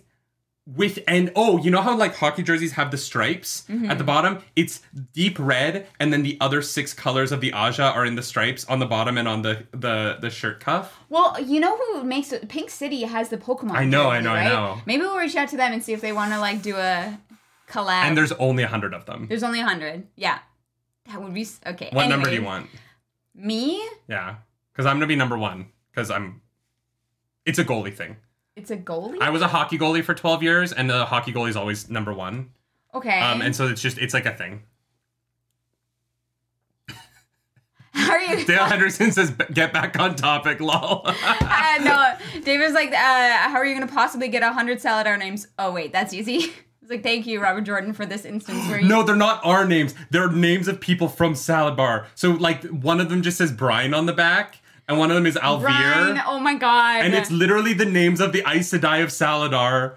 Speaker 2: with and oh, you know how like hockey jerseys have the stripes
Speaker 1: Mm-hmm.
Speaker 2: at the bottom? It's deep red and then the other six colors of the Aja are in the stripes on the bottom and on the the the shirt cuff.
Speaker 1: well, you know who makes it? Pink City has the Pokemon.
Speaker 2: I know, I
Speaker 1: jersey,
Speaker 2: know, I
Speaker 1: right?
Speaker 2: know.
Speaker 1: Maybe we'll reach out to them and see if they want to like do a collab.
Speaker 2: And there's only a 100 of them.
Speaker 1: There's only 100. Yeah. That would be s- okay.
Speaker 2: What number do
Speaker 1: anyways.
Speaker 2: you want?
Speaker 1: Me?
Speaker 2: Yeah. Cuz I'm going to be number 1 cuz I'm It's a goalie thing.
Speaker 1: It's a goalie?
Speaker 2: I was a hockey goalie for 12 years and the hockey goalie is always number 1.
Speaker 1: okay.
Speaker 2: Um and so it's just it's like a thing.
Speaker 1: How are you?
Speaker 2: Dale Henderson says get back on topic lol.
Speaker 1: Uh, no, David's like, uh, how are you going to possibly get 100 Saladar names? Oh, wait, that's easy. It's like, thank you, Robert Jordan, for this instance where you.
Speaker 2: No, they're not our names. They're names of people from Salad Bar. So like one of them just says Brian on the back, and one of them is Alvear.
Speaker 1: Brian, oh my god.
Speaker 2: And it's literally the names of the Aes Sedai of Saladar.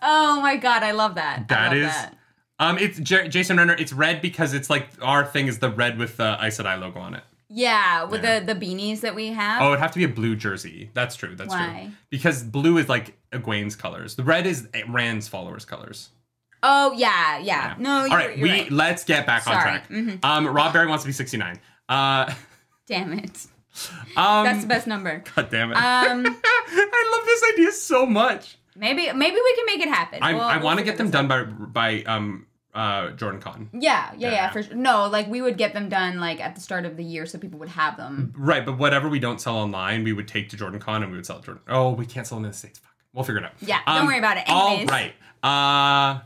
Speaker 1: Oh my god, I love that. I
Speaker 2: That
Speaker 1: love
Speaker 2: is.
Speaker 1: that.
Speaker 2: Um, it's J- Jason Renner. It's red because it's like our thing is the red with the Aes Sedai logo on it.
Speaker 1: Yeah, with
Speaker 2: Yeah.
Speaker 1: the the beanies that we have.
Speaker 2: Oh, it'd have to be a blue jersey. That's true. That's
Speaker 1: Why?
Speaker 2: true. Because blue is like Egwene's colors. The red is Rand's followers' colors.
Speaker 1: Oh, yeah, yeah. No, you're,
Speaker 2: All right,
Speaker 1: you're
Speaker 2: we
Speaker 1: right.
Speaker 2: let's get back on
Speaker 1: Sorry. Mm-hmm.
Speaker 2: track. Um, Rob Barry wants to be sixty-nine. Uh,
Speaker 1: Damn it.
Speaker 2: um,
Speaker 1: That's the best number.
Speaker 2: God damn it.
Speaker 1: Um,
Speaker 2: I love this idea so much.
Speaker 1: maybe maybe we can make it happen.
Speaker 2: I,
Speaker 1: We'll-
Speaker 2: I
Speaker 1: we'll
Speaker 2: want to
Speaker 1: figure
Speaker 2: get them
Speaker 1: this out.
Speaker 2: done by by um uh Jordan Cotton.
Speaker 1: Yeah, yeah, yeah,
Speaker 2: Yeah.
Speaker 1: for sure. No, like we would get them done like at the start of the year so people would have them.
Speaker 2: Right, but whatever we don't sell online, we would take to Jordan Con and we would sell it to Jordan. Oh, we can't sell them in the states. Fuck. We'll figure it out. Um,
Speaker 1: Yeah, don't worry about it.
Speaker 2: All
Speaker 1: Anyways.
Speaker 2: right. Uh,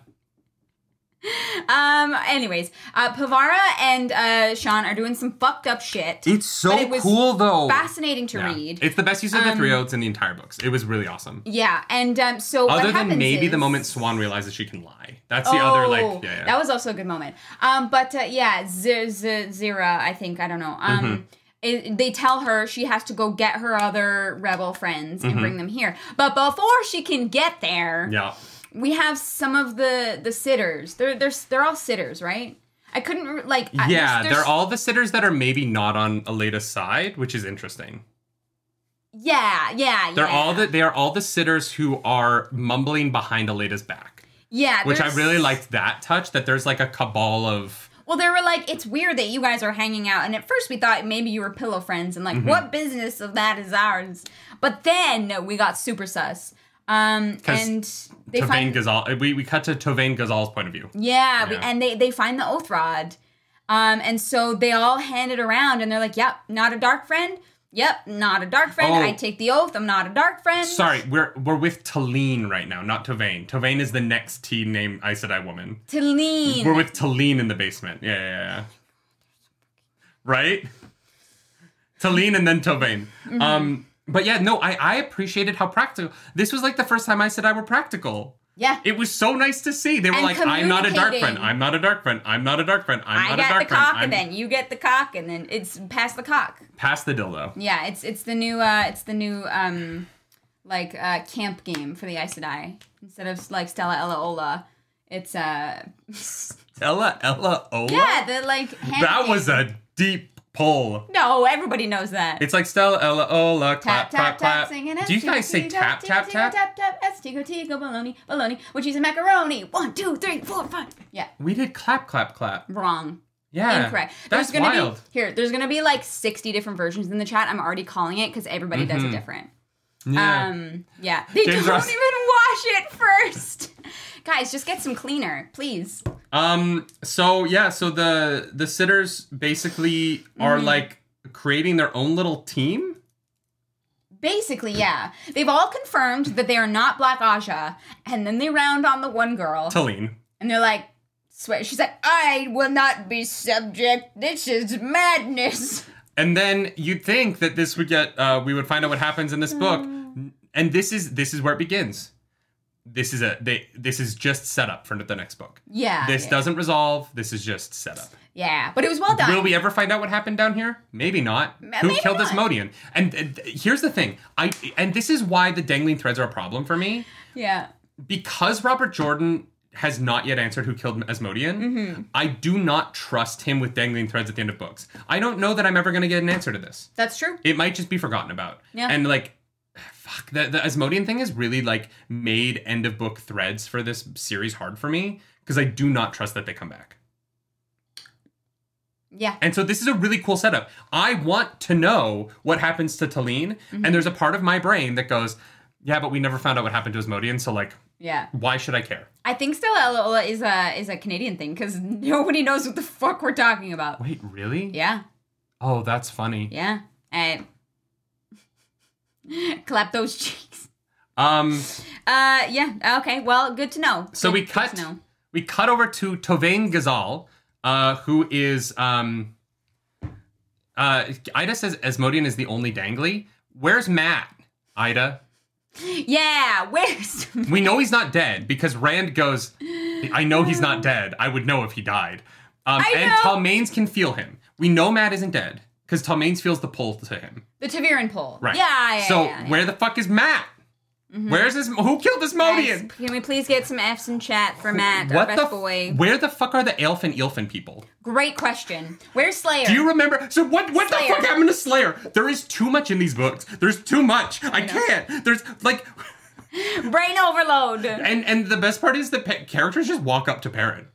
Speaker 2: Hmm.
Speaker 1: Um anyways, uh Pavara and uh Sean are doing some fucked up
Speaker 2: it's
Speaker 1: shit. But
Speaker 2: so
Speaker 1: it was
Speaker 2: cool though.
Speaker 1: Fascinating to
Speaker 2: Hmm. Yeah.
Speaker 1: read. Um,
Speaker 2: It's the best use of the three oaths in the entire books. It was really awesome.
Speaker 1: yeah, and um so what
Speaker 2: Other
Speaker 1: happens
Speaker 2: than maybe the
Speaker 1: is-
Speaker 2: moment Swan realizes she can lie. That's the other
Speaker 1: Oh,
Speaker 2: like yeah. yeah.
Speaker 1: That was also a good moment. Um, but uh, yeah, Z- Z- Zira, I think I don't know. Um,
Speaker 2: Mm-hmm.
Speaker 1: it- they tell her she has to go get her other rebel friends
Speaker 2: Mm-hmm.
Speaker 1: and bring them here. But before she can get there,
Speaker 2: yeah.
Speaker 1: we have some of the the sitters. They're they're they're all sitters, right? I couldn't re- like
Speaker 2: Yeah,
Speaker 1: I- there's-
Speaker 2: they're
Speaker 1: there's-
Speaker 2: all the sitters that are maybe not on Aleda's side, which is interesting.
Speaker 1: yeah yeah
Speaker 2: They're
Speaker 1: yeah.
Speaker 2: all the they are all the sitters who are mumbling behind Aleda's back.
Speaker 1: Yeah,
Speaker 2: which I
Speaker 1: there's-
Speaker 2: really liked that touch. That there's like a cabal of
Speaker 1: Well, they were like, it's weird that you guys are hanging out. And at first we thought maybe you were pillow friends and like,
Speaker 2: Mm-hmm.
Speaker 1: what business of that is ours? But then we got super sus. Um,
Speaker 2: 'Cause
Speaker 1: and they
Speaker 2: Tovain
Speaker 1: find,
Speaker 2: Gazal. We, we cut to Tovain Gazal's point of view.
Speaker 1: yeah, we,
Speaker 2: Yeah.
Speaker 1: and they, they find the oath rod. Um, and so they all hand it around and they're like, yep, not a dark friend. Yep, not a dark friend.
Speaker 2: Oh.
Speaker 1: I take the oath. I'm not a dark friend.
Speaker 2: Sorry, we're we're with Talene right now, not Tovain. Tovain is the next T name I said I woman.
Speaker 1: To lean.
Speaker 2: We're with Talene in the basement. Yeah, yeah, yeah. Right? Talene and then Tovain.
Speaker 1: Mm-hmm.
Speaker 2: Um, but yeah, no, I, I appreciated how practical. This was like the first time I said I were practical.
Speaker 1: yeah.
Speaker 2: It was so nice to see. They were
Speaker 1: And
Speaker 2: like, I'm not a dark friend.
Speaker 1: communicating.
Speaker 2: I'm not a dark friend. I'm not a dark friend. I'm
Speaker 1: I
Speaker 2: not a
Speaker 1: get
Speaker 2: dark
Speaker 1: the
Speaker 2: friend.
Speaker 1: cock
Speaker 2: I'm
Speaker 1: and then you get the cock and then it's past the cock.
Speaker 2: past the dildo.
Speaker 1: Yeah, it's it's the new uh it's the new um like uh camp game for the Aes Sedai. Instead of like Stella Ella Ola, it's uh
Speaker 2: Ella, Ella, Ola.
Speaker 1: Yeah, the like hand
Speaker 2: that
Speaker 1: game.
Speaker 2: was a deep pull.
Speaker 1: No, everybody knows that.
Speaker 2: It's like Stella, Ella, Ola, clap, clap,
Speaker 1: Tap tap tap
Speaker 2: clap.
Speaker 1: singing
Speaker 2: Do you guys say tap, tap, tap?
Speaker 1: tap tap S tico tico baloney baloney which is a macaroni one two three four five yeah
Speaker 2: We did clap, clap, clap.
Speaker 1: wrong
Speaker 2: Yeah.
Speaker 1: incorrect
Speaker 2: That's
Speaker 1: there's gonna
Speaker 2: wild.
Speaker 1: be here there's gonna be like 60 different versions in the chat I'm already calling it because everybody does it different
Speaker 2: Mm-hmm. Yeah.
Speaker 1: Um, yeah. They
Speaker 2: James
Speaker 1: don't
Speaker 2: Ross-
Speaker 1: even wash it first. Guys, just get some cleaner, please.
Speaker 2: Um. So yeah. So the the sitters basically are
Speaker 1: Mm-hmm.
Speaker 2: like creating their own little team.
Speaker 1: Basically, yeah. They've all confirmed that they are not Black Aja, and then they round on the one girl,
Speaker 2: Talene.
Speaker 1: and they're like, swear. She's like, I will not be subject. This is madness.
Speaker 2: And then you'd think that this would get uh, we would find out what happens in this book. And this is this is where it begins. This is a they this is just setup for the next book.
Speaker 1: Yeah.
Speaker 2: This
Speaker 1: yeah.
Speaker 2: doesn't resolve. This is just setup.
Speaker 1: Yeah, but it was well done.
Speaker 2: Will we ever find out what hodian down here? Maybe not. Who
Speaker 1: maybe
Speaker 2: killed
Speaker 1: not.
Speaker 2: Asmodian? And, and here's the thing. I and this is why the dangling threads are a problem for me
Speaker 1: yeah.
Speaker 2: because Robert Jordan has not yet answered who killed Asmodian.
Speaker 1: Mm-hmm.
Speaker 2: I do not trust him with dangling threads at the end of books. I don't know that I'm ever going to get an answer to this.
Speaker 1: That's true.
Speaker 2: It might just be forgotten about.
Speaker 1: Yeah.
Speaker 2: And like fuck the, the Asmodian thing has really like made end of book threads for this series hard for me because I do not trust that they come back.
Speaker 1: Yeah.
Speaker 2: And so this is a really cool setup. I want to know what happens to Talene,
Speaker 1: Mm-hmm.
Speaker 2: and there's a part of my brain that goes, "Yeah, but we never found out what happened to Asmodian, so like,
Speaker 1: Yeah.
Speaker 2: why should I care?"
Speaker 1: I think Stella Alola is a is a Canadian thing because nobody knows what the fuck we're talking about.
Speaker 2: Wait, really?
Speaker 1: Yeah.
Speaker 2: Oh, that's funny.
Speaker 1: Yeah. And clap those cheeks.
Speaker 2: Um,
Speaker 1: Uh yeah, okay. Well, good to know.
Speaker 2: so
Speaker 1: Good-
Speaker 2: we
Speaker 1: good to
Speaker 2: cut
Speaker 1: know.
Speaker 2: we cut over to Tovain Gazal, uh, who is um, uh, Ida says Asmodian is the only dangly. Where's Matt? Ida,
Speaker 1: Yeah, where's
Speaker 2: we know he's not dead because Rand goes, I know he's not dead. I would know if he died. Um,
Speaker 1: I
Speaker 2: and
Speaker 1: know.
Speaker 2: Talmains can feel him. We know Matt isn't dead because Talmains feels the pull to him.
Speaker 1: the Taviran pole.
Speaker 2: Right.
Speaker 1: Yeah, yeah.
Speaker 2: So
Speaker 1: yeah, Mm-hmm. yeah.
Speaker 2: where the fuck is Matt? Where's this? Who killed this
Speaker 1: Guys,
Speaker 2: Modian?
Speaker 1: can we please get some F's in chat for Matt, our
Speaker 2: What
Speaker 1: best
Speaker 2: the? f-
Speaker 1: boy?
Speaker 2: Where the fuck are the elf and Ilfin people?
Speaker 1: Great question. Where's Slayer?
Speaker 2: Do you remember? So what? What the
Speaker 1: Slayer.
Speaker 2: fuck happened to Slayer? There is too much in these books. There's too much. I, can't. There's like,
Speaker 1: Brain overload.
Speaker 2: and and the best part is the pa- characters just walk up to Perrin.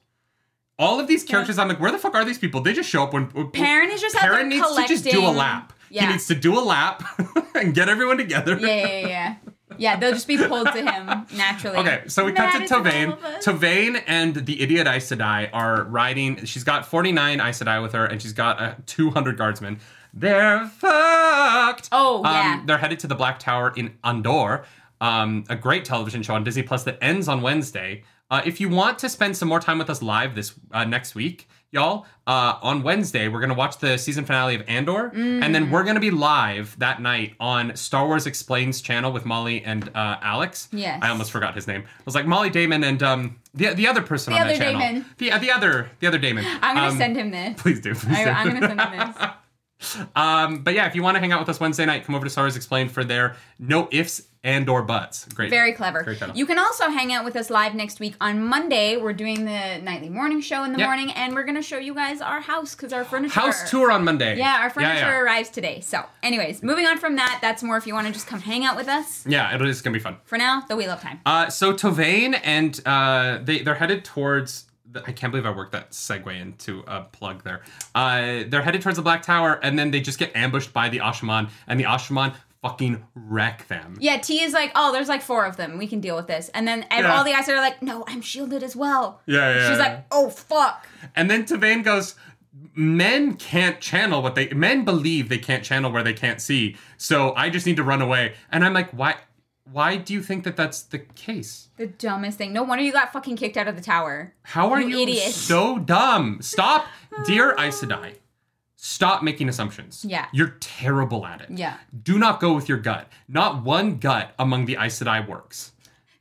Speaker 2: All of these characters, I'm like, where the fuck are these people? They just show up when when-
Speaker 1: Perrin is just out
Speaker 2: Perrin
Speaker 1: there
Speaker 2: needs to just do a
Speaker 1: collecting-
Speaker 2: lap.
Speaker 1: Yeah.
Speaker 2: He needs to do a lap and get everyone together.
Speaker 1: yeah, yeah, yeah, yeah. Yeah, they'll just be pulled to him naturally.
Speaker 2: Okay, so we
Speaker 1: Matt
Speaker 2: cut
Speaker 1: is
Speaker 2: to
Speaker 1: all
Speaker 2: Tovain.
Speaker 1: of us.
Speaker 2: Tovain and the idiot Aes Sedai are riding. She's got 49 Aes Sedai with her, and she's got uh, 200 guardsmen. They're fucked. Um,
Speaker 1: Oh, yeah.
Speaker 2: They're headed to the Black Tower in Andor, um, a great television show on Disney Plus that ends on Wednesday. Uh, if you want to spend some more time with us live this uh, next week, y'all, uh, on Wednesday we're gonna watch the season finale of Andor, and then we're gonna be live that night on Star Wars Explains channel with Molly and uh, Alex.
Speaker 1: Yes.
Speaker 2: I almost forgot his name. It was like Molly Damon and um the the other person
Speaker 1: The
Speaker 2: on
Speaker 1: other
Speaker 2: that channel.
Speaker 1: Damon.
Speaker 2: The uh, the other the other Damon.
Speaker 1: I'm gonna
Speaker 2: Um,
Speaker 1: send him this.
Speaker 2: Please do. Please
Speaker 1: I,
Speaker 2: do.
Speaker 1: I'm gonna send him this.
Speaker 2: Um, but yeah, if you want to hang out with us Wednesday night, come over to Stars Explained for their no ifs, and or butts. Great.
Speaker 1: Very clever.
Speaker 2: Great title.
Speaker 1: You can also hang out with us live next week on Monday. We're doing the nightly morning show in the
Speaker 2: Yeah.
Speaker 1: morning, and we're gonna show you guys our house because our furniture
Speaker 2: House tour on Monday.
Speaker 1: Yeah, our furniture
Speaker 2: Yeah, yeah.
Speaker 1: arrives today. So, anyways, moving on from that, that's more if you want to just come hang out with us.
Speaker 2: Yeah, it'll, it's gonna be fun.
Speaker 1: For now, the Wheel of Time.
Speaker 2: Uh, so Tovane and uh, they they're headed towards. The, I can't believe I worked that segue into a plug there. Uh, they're headed towards the Black Tower, and then they just get ambushed by the Ashaman, and the Ashaman fucking wreck them.
Speaker 1: Yeah, T is like, oh, there's like four of them. We can deal with this. And then and
Speaker 2: Yeah.
Speaker 1: all the guys are like, no, I'm shielded as well.
Speaker 2: Yeah, yeah,
Speaker 1: She's
Speaker 2: yeah.
Speaker 1: like, oh fuck.
Speaker 2: And then Tovane goes, Men can't channel what they men believe they can't channel where they can't see. So I just need to run away. And I'm like, why why do you think that that's the case?
Speaker 1: The dumbest thing. No wonder you got fucking kicked out of the tower.
Speaker 2: How are
Speaker 1: You
Speaker 2: you,
Speaker 1: idiot.
Speaker 2: so dumb? Stop, dear Aes Sedai. Stop making assumptions.
Speaker 1: Yeah.
Speaker 2: You're terrible at it.
Speaker 1: Yeah.
Speaker 2: Do not go with your gut. Not one gut among the Aes Sedai works.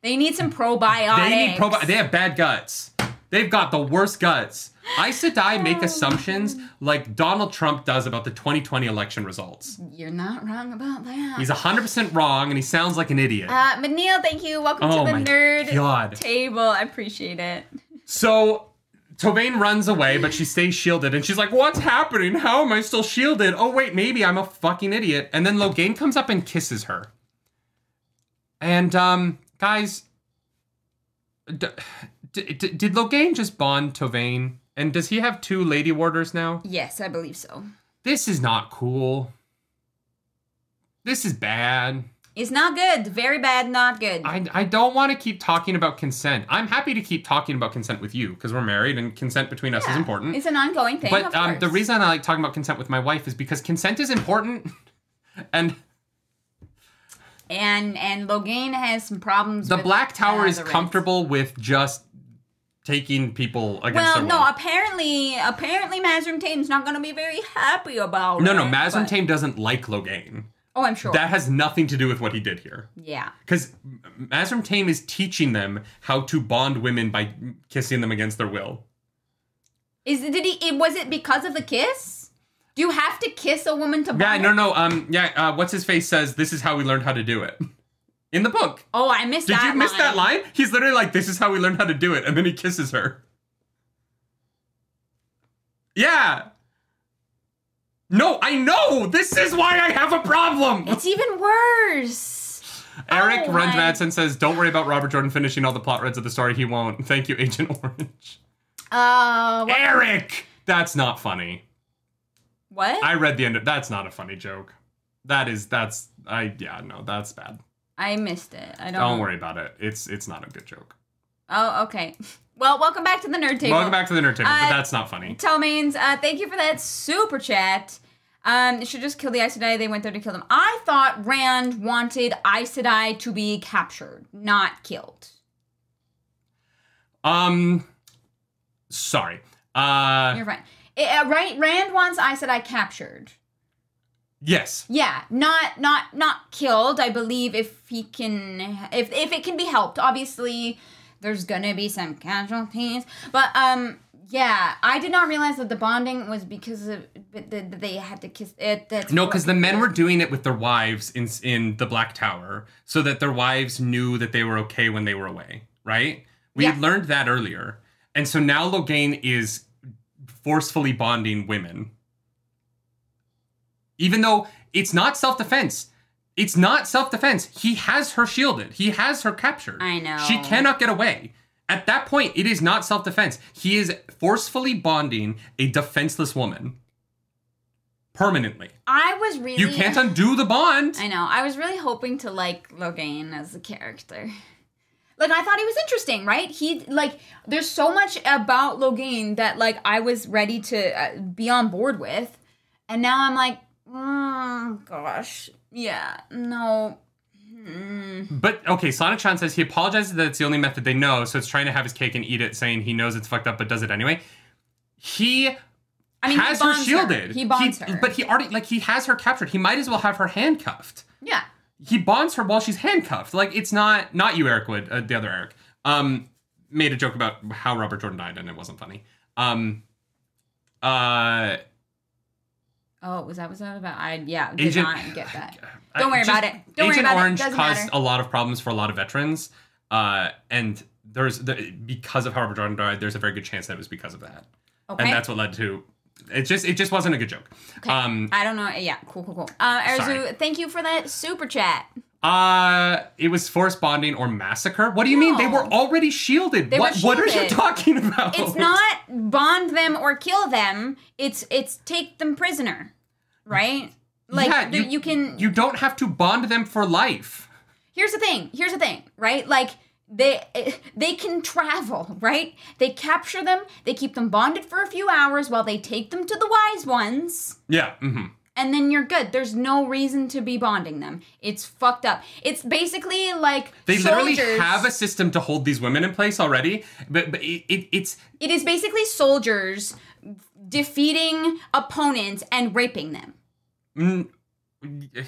Speaker 1: They need some probiotics.
Speaker 2: They need probi- They have bad guts. They've got the worst guts. Aes Sedai
Speaker 1: Oh.
Speaker 2: make assumptions like Donald Trump does about the 2020 election results.
Speaker 1: You're not wrong about that.
Speaker 2: He's 100% wrong and he sounds like an idiot.
Speaker 1: uh, Manil, thank you. Welcome
Speaker 2: Oh
Speaker 1: to the
Speaker 2: my
Speaker 1: nerd
Speaker 2: God.
Speaker 1: table. I appreciate it.
Speaker 2: So Tovain runs away, but she stays shielded and she's like, What's happening? How am I still shielded? Oh, wait, maybe I'm a fucking idiot. And then Loghain comes up and kisses her. And, um, guys, d- d- d- did Loghain just bond Tovain? And does he have two lady warders now?
Speaker 1: Yes, I believe so.
Speaker 2: This is not cool. This is bad.
Speaker 1: It's not good. Very bad, not good.
Speaker 2: I, I don't want to keep talking about consent. I'm happy to keep talking about consent with you because we're married and consent between us is
Speaker 1: Yeah.
Speaker 2: important.
Speaker 1: It's an ongoing thing.
Speaker 2: But
Speaker 1: of
Speaker 2: um, the
Speaker 1: course.
Speaker 2: reason I like talking about consent with my wife is because consent is important, and
Speaker 1: and and Loghain has some problems.
Speaker 2: the
Speaker 1: with,
Speaker 2: Black Tower
Speaker 1: uh,
Speaker 2: is
Speaker 1: the rest.
Speaker 2: comfortable with just taking people against
Speaker 1: Well,
Speaker 2: their
Speaker 1: no,
Speaker 2: will.
Speaker 1: apparently, apparently, Mazrim Tame's not going to be very happy about
Speaker 2: No,
Speaker 1: it.
Speaker 2: no, Mazrim
Speaker 1: but-
Speaker 2: Tame doesn't like Loghain.
Speaker 1: Oh, I'm sure.
Speaker 2: That has nothing to do with what he did here.
Speaker 1: yeah,
Speaker 2: Because Mazrim Tame is teaching them how to bond women by kissing them against their will.
Speaker 1: is did he? It, was it because of the kiss? Do you have to kiss a woman to?
Speaker 2: Yeah,
Speaker 1: bond
Speaker 2: no,
Speaker 1: her?
Speaker 2: no, um, yeah, uh, what's his face says this is how we learned how to do it in the book.
Speaker 1: Oh, I missed
Speaker 2: Did
Speaker 1: that.
Speaker 2: you miss that line? He's literally like, "This is how we learned how to do it," and then he kisses her. Yeah. No, I know. This is why I have a problem.
Speaker 1: It's even worse.
Speaker 2: Eric
Speaker 1: Oh, my-
Speaker 2: Rundmadsen says, "Don't worry about Robert Jordan finishing all the plot threads of the story. He won't." Thank you, Agent Orange.
Speaker 1: Uh, what?
Speaker 2: Eric, that's not funny.
Speaker 1: what?
Speaker 2: I read the end. of That's not a funny joke. That is. That's. I. Yeah. No. That's bad.
Speaker 1: I missed it. I don't.
Speaker 2: Don't worry about it. It's. It's not a good joke.
Speaker 1: Oh, okay. Well, welcome back to the nerd table.
Speaker 2: Welcome back to the entertainment,
Speaker 1: Uh,
Speaker 2: but that's not funny.
Speaker 1: Talmains, uh, thank you for that super chat. Um, it should just kill the Aes Sedai. They went there to kill them. I thought Rand wanted Aes Sedai to be captured, not killed.
Speaker 2: Um, sorry. Uh,
Speaker 1: You're right. It, uh, right? Rand wants Aes Sedai captured.
Speaker 2: yes.
Speaker 1: Yeah, not not not killed. I believe if he can, if if it can be helped. Obviously, there's gonna be some casualties, but um, yeah, I did not realize that the bonding was because of that that they had to kiss. uh, It that's
Speaker 2: No, because the men were doing it with their wives in in the Black Tower, so that their wives knew that they were okay when they were away. Right? We had
Speaker 1: Yeah.
Speaker 2: learned that earlier, and so now Loghain is forcefully bonding women, even though it's not self defense. It's not self defense. He has her shielded. He has her captured.
Speaker 1: I know.
Speaker 2: She cannot get away. At that point, it is not self defense. He is forcefully bonding a defenseless woman permanently.
Speaker 1: I was really
Speaker 2: You can't undo the bond.
Speaker 1: I know. I was really hoping to like Loghain as a character. Like I thought he was interesting, right? He like there's so much about Loghain that like I was ready to uh, be on board with, and now I'm like, mm, gosh, yeah, no,
Speaker 2: But okay, Sonic Chan says he apologizes that it's the only method they know, so it's trying to have his cake and eat it, saying he knows it's fucked up but does it anyway. He
Speaker 1: I mean, he
Speaker 2: has her
Speaker 1: bonds
Speaker 2: shielded.
Speaker 1: He bonds her,
Speaker 2: But he already like he has her captured. He might as well have her handcuffed.
Speaker 1: yeah,
Speaker 2: he bonds her while she's handcuffed. Like it's not not you, Eric Wood, uh, the other Eric, um, made a joke about how Robert Jordan died and it wasn't funny. Um, uh,
Speaker 1: Oh, was that was that about? I yeah, did
Speaker 2: Agent-
Speaker 1: not get that.
Speaker 2: I-
Speaker 1: Don't worry
Speaker 2: just-
Speaker 1: about it. Don't
Speaker 2: Agent
Speaker 1: worry about
Speaker 2: Orange
Speaker 1: it. Doesn't
Speaker 2: caused
Speaker 1: matter.
Speaker 2: a lot of problems for a lot of veterans, uh, and there's the, because of how Robert Jordan died. There's a very good chance that it was because of that,
Speaker 1: Okay.
Speaker 2: and that's what led to. It just it just wasn't a good joke. Um,
Speaker 1: I don't know. Yeah, cool, cool, cool. Uh, Arzu,
Speaker 2: Sorry.
Speaker 1: thank you for that super chat.
Speaker 2: uh, it was forced bonding or massacre. What do you mean? They
Speaker 1: No.
Speaker 2: were already shielded.
Speaker 1: They were
Speaker 2: what What are you
Speaker 1: shielded.
Speaker 2: talking about?
Speaker 1: It's not bond them or kill them. It's it's take them prisoner, right? Like
Speaker 2: Yeah,
Speaker 1: there- you, can.
Speaker 2: You don't have to bond them for life.
Speaker 1: here's the thing. Here's the thing, right? Like they they can travel, right? They capture them. They keep them bonded for a few hours while they take them to the wise ones.
Speaker 2: Yeah. hmm
Speaker 1: and then you're good. There's no reason to be bonding them. It's fucked up. It's basically like
Speaker 2: They
Speaker 1: soldiers.
Speaker 2: literally have a system to hold these women in place already, but, but it, it, it's
Speaker 1: it is basically soldiers defeating opponents and raping them.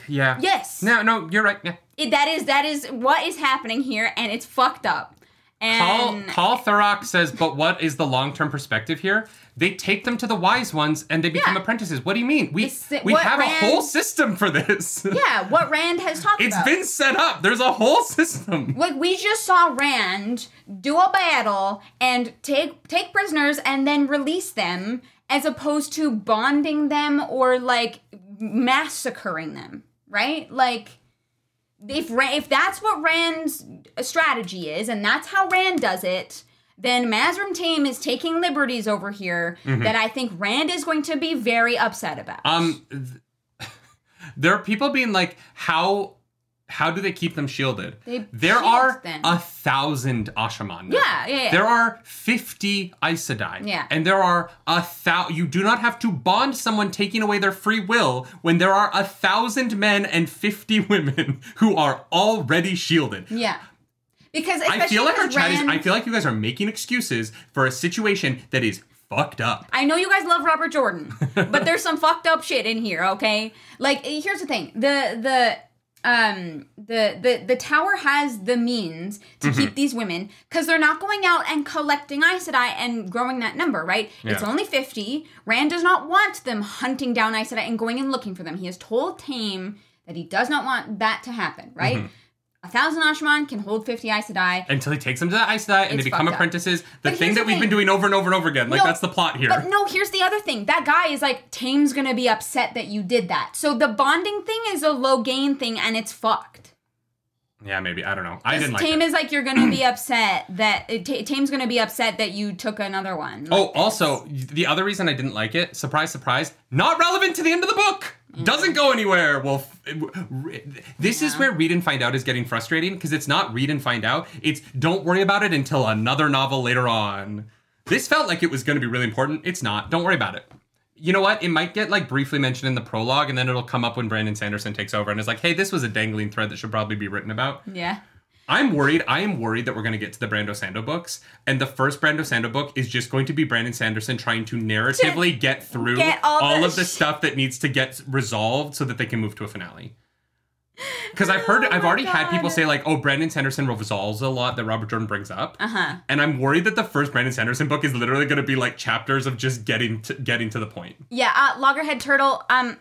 Speaker 2: yeah.
Speaker 1: Yes.
Speaker 2: No, no, you're right. Yeah.
Speaker 1: It, that is that is what is happening here, and it's fucked up.
Speaker 2: Paul
Speaker 1: And
Speaker 2: Paul Thurrock says, but what is the long term perspective here? They take them to the wise ones and they become
Speaker 1: Yeah.
Speaker 2: apprentices. What do you mean? We
Speaker 1: It's the-
Speaker 2: we
Speaker 1: what
Speaker 2: have
Speaker 1: ran-
Speaker 2: a whole system for this.
Speaker 1: yeah, what Rand has talked
Speaker 2: It's
Speaker 1: about.
Speaker 2: been set up. There's a whole system.
Speaker 1: like we just saw Rand do a battle and take take prisoners and then release them as opposed to bonding them or like massacring them, right? Like if Ra- if that's what Rand's strategy is and that's how Rand does it, then Mazrim Tame is taking liberties over here that I think Rand is going to be very upset about.
Speaker 2: Mm-hmm. Um th- there are people being like, how how do they keep them shielded?
Speaker 1: They
Speaker 2: there
Speaker 1: shield
Speaker 2: are
Speaker 1: them.
Speaker 2: a thousand Ashaman. now.
Speaker 1: Yeah, yeah, yeah.
Speaker 2: There are 50 Aes Sedai.
Speaker 1: Yeah.
Speaker 2: And there are a thousand. You do not have to bond someone taking away their free will when there are a thousand men and 50 women who are already shielded.
Speaker 1: yeah. Because
Speaker 2: I feel like our
Speaker 1: especially
Speaker 2: chat is.
Speaker 1: Rand-
Speaker 2: I feel like you guys are making excuses for a situation that is fucked up.
Speaker 1: I know you guys love Robert Jordan, but there's some fucked up shit in here, okay? Like eh, here's the thing. The the um the the the tower has the means to keep these women cuz they're not going out and collecting Aes Sedai and growing that number, right? It's
Speaker 2: Yeah.
Speaker 1: only 50. Rand does not want them hunting down Aes Sedai and going and looking for them. He has told Tame that he does not want that to happen, right? A thousand Ashman can hold 50 Aes Sedai.
Speaker 2: Until he takes them to the Aes Sedai and
Speaker 1: It's
Speaker 2: they become
Speaker 1: fucked up.
Speaker 2: apprentices. The
Speaker 1: But
Speaker 2: thing
Speaker 1: here's
Speaker 2: that
Speaker 1: the
Speaker 2: we've been
Speaker 1: thing.
Speaker 2: doing over and over and over again. Like,
Speaker 1: No,
Speaker 2: that's the plot here.
Speaker 1: But no, here's the other thing. That guy is like, Tame's gonna be upset that you did that. So the bonding thing is a low gain thing and it's fucked.
Speaker 2: yeah, maybe. I don't know. I didn't like
Speaker 1: Tame
Speaker 2: it.
Speaker 1: is like, you're gonna be upset that, uh, Ta Tame's gonna be upset that you took another one. Like
Speaker 2: Oh,
Speaker 1: this.
Speaker 2: also, the other reason I didn't like it, surprise, surprise, not relevant to the end of the book. Doesn't go anywhere. Well, f- re- this is where read and find out is getting frustrating because it's not read and find out. It's don't worry about it until another novel later on. This felt like it was going to be really important. It's not. Don't worry about it. You know what? It might get like briefly mentioned in the prologue, and then it'll come up when Brandon Sanderson takes over and is like, "Hey, this was a dangling thread that should probably be written about."
Speaker 1: Yeah.
Speaker 2: I'm worried. I am worried that we're going to get to the Brando Sando books, and the first Brando Sando book is just going to be Brandon Sanderson trying to narratively get through
Speaker 1: get all
Speaker 2: all,
Speaker 1: the
Speaker 2: of the
Speaker 1: sh-
Speaker 2: stuff that needs to get resolved so that they can move to a finale. Because I've heard,
Speaker 1: Oh
Speaker 2: I've
Speaker 1: my
Speaker 2: already had people
Speaker 1: God.
Speaker 2: say like, "Oh, Brandon Sanderson resolves a lot that Robert Jordan brings up,"
Speaker 1: Uh-huh.
Speaker 2: and I'm worried that the first Brandon Sanderson book is literally going to be like chapters of just getting to, getting to the point.
Speaker 1: Yeah, uh, Loggerhead Turtle, um,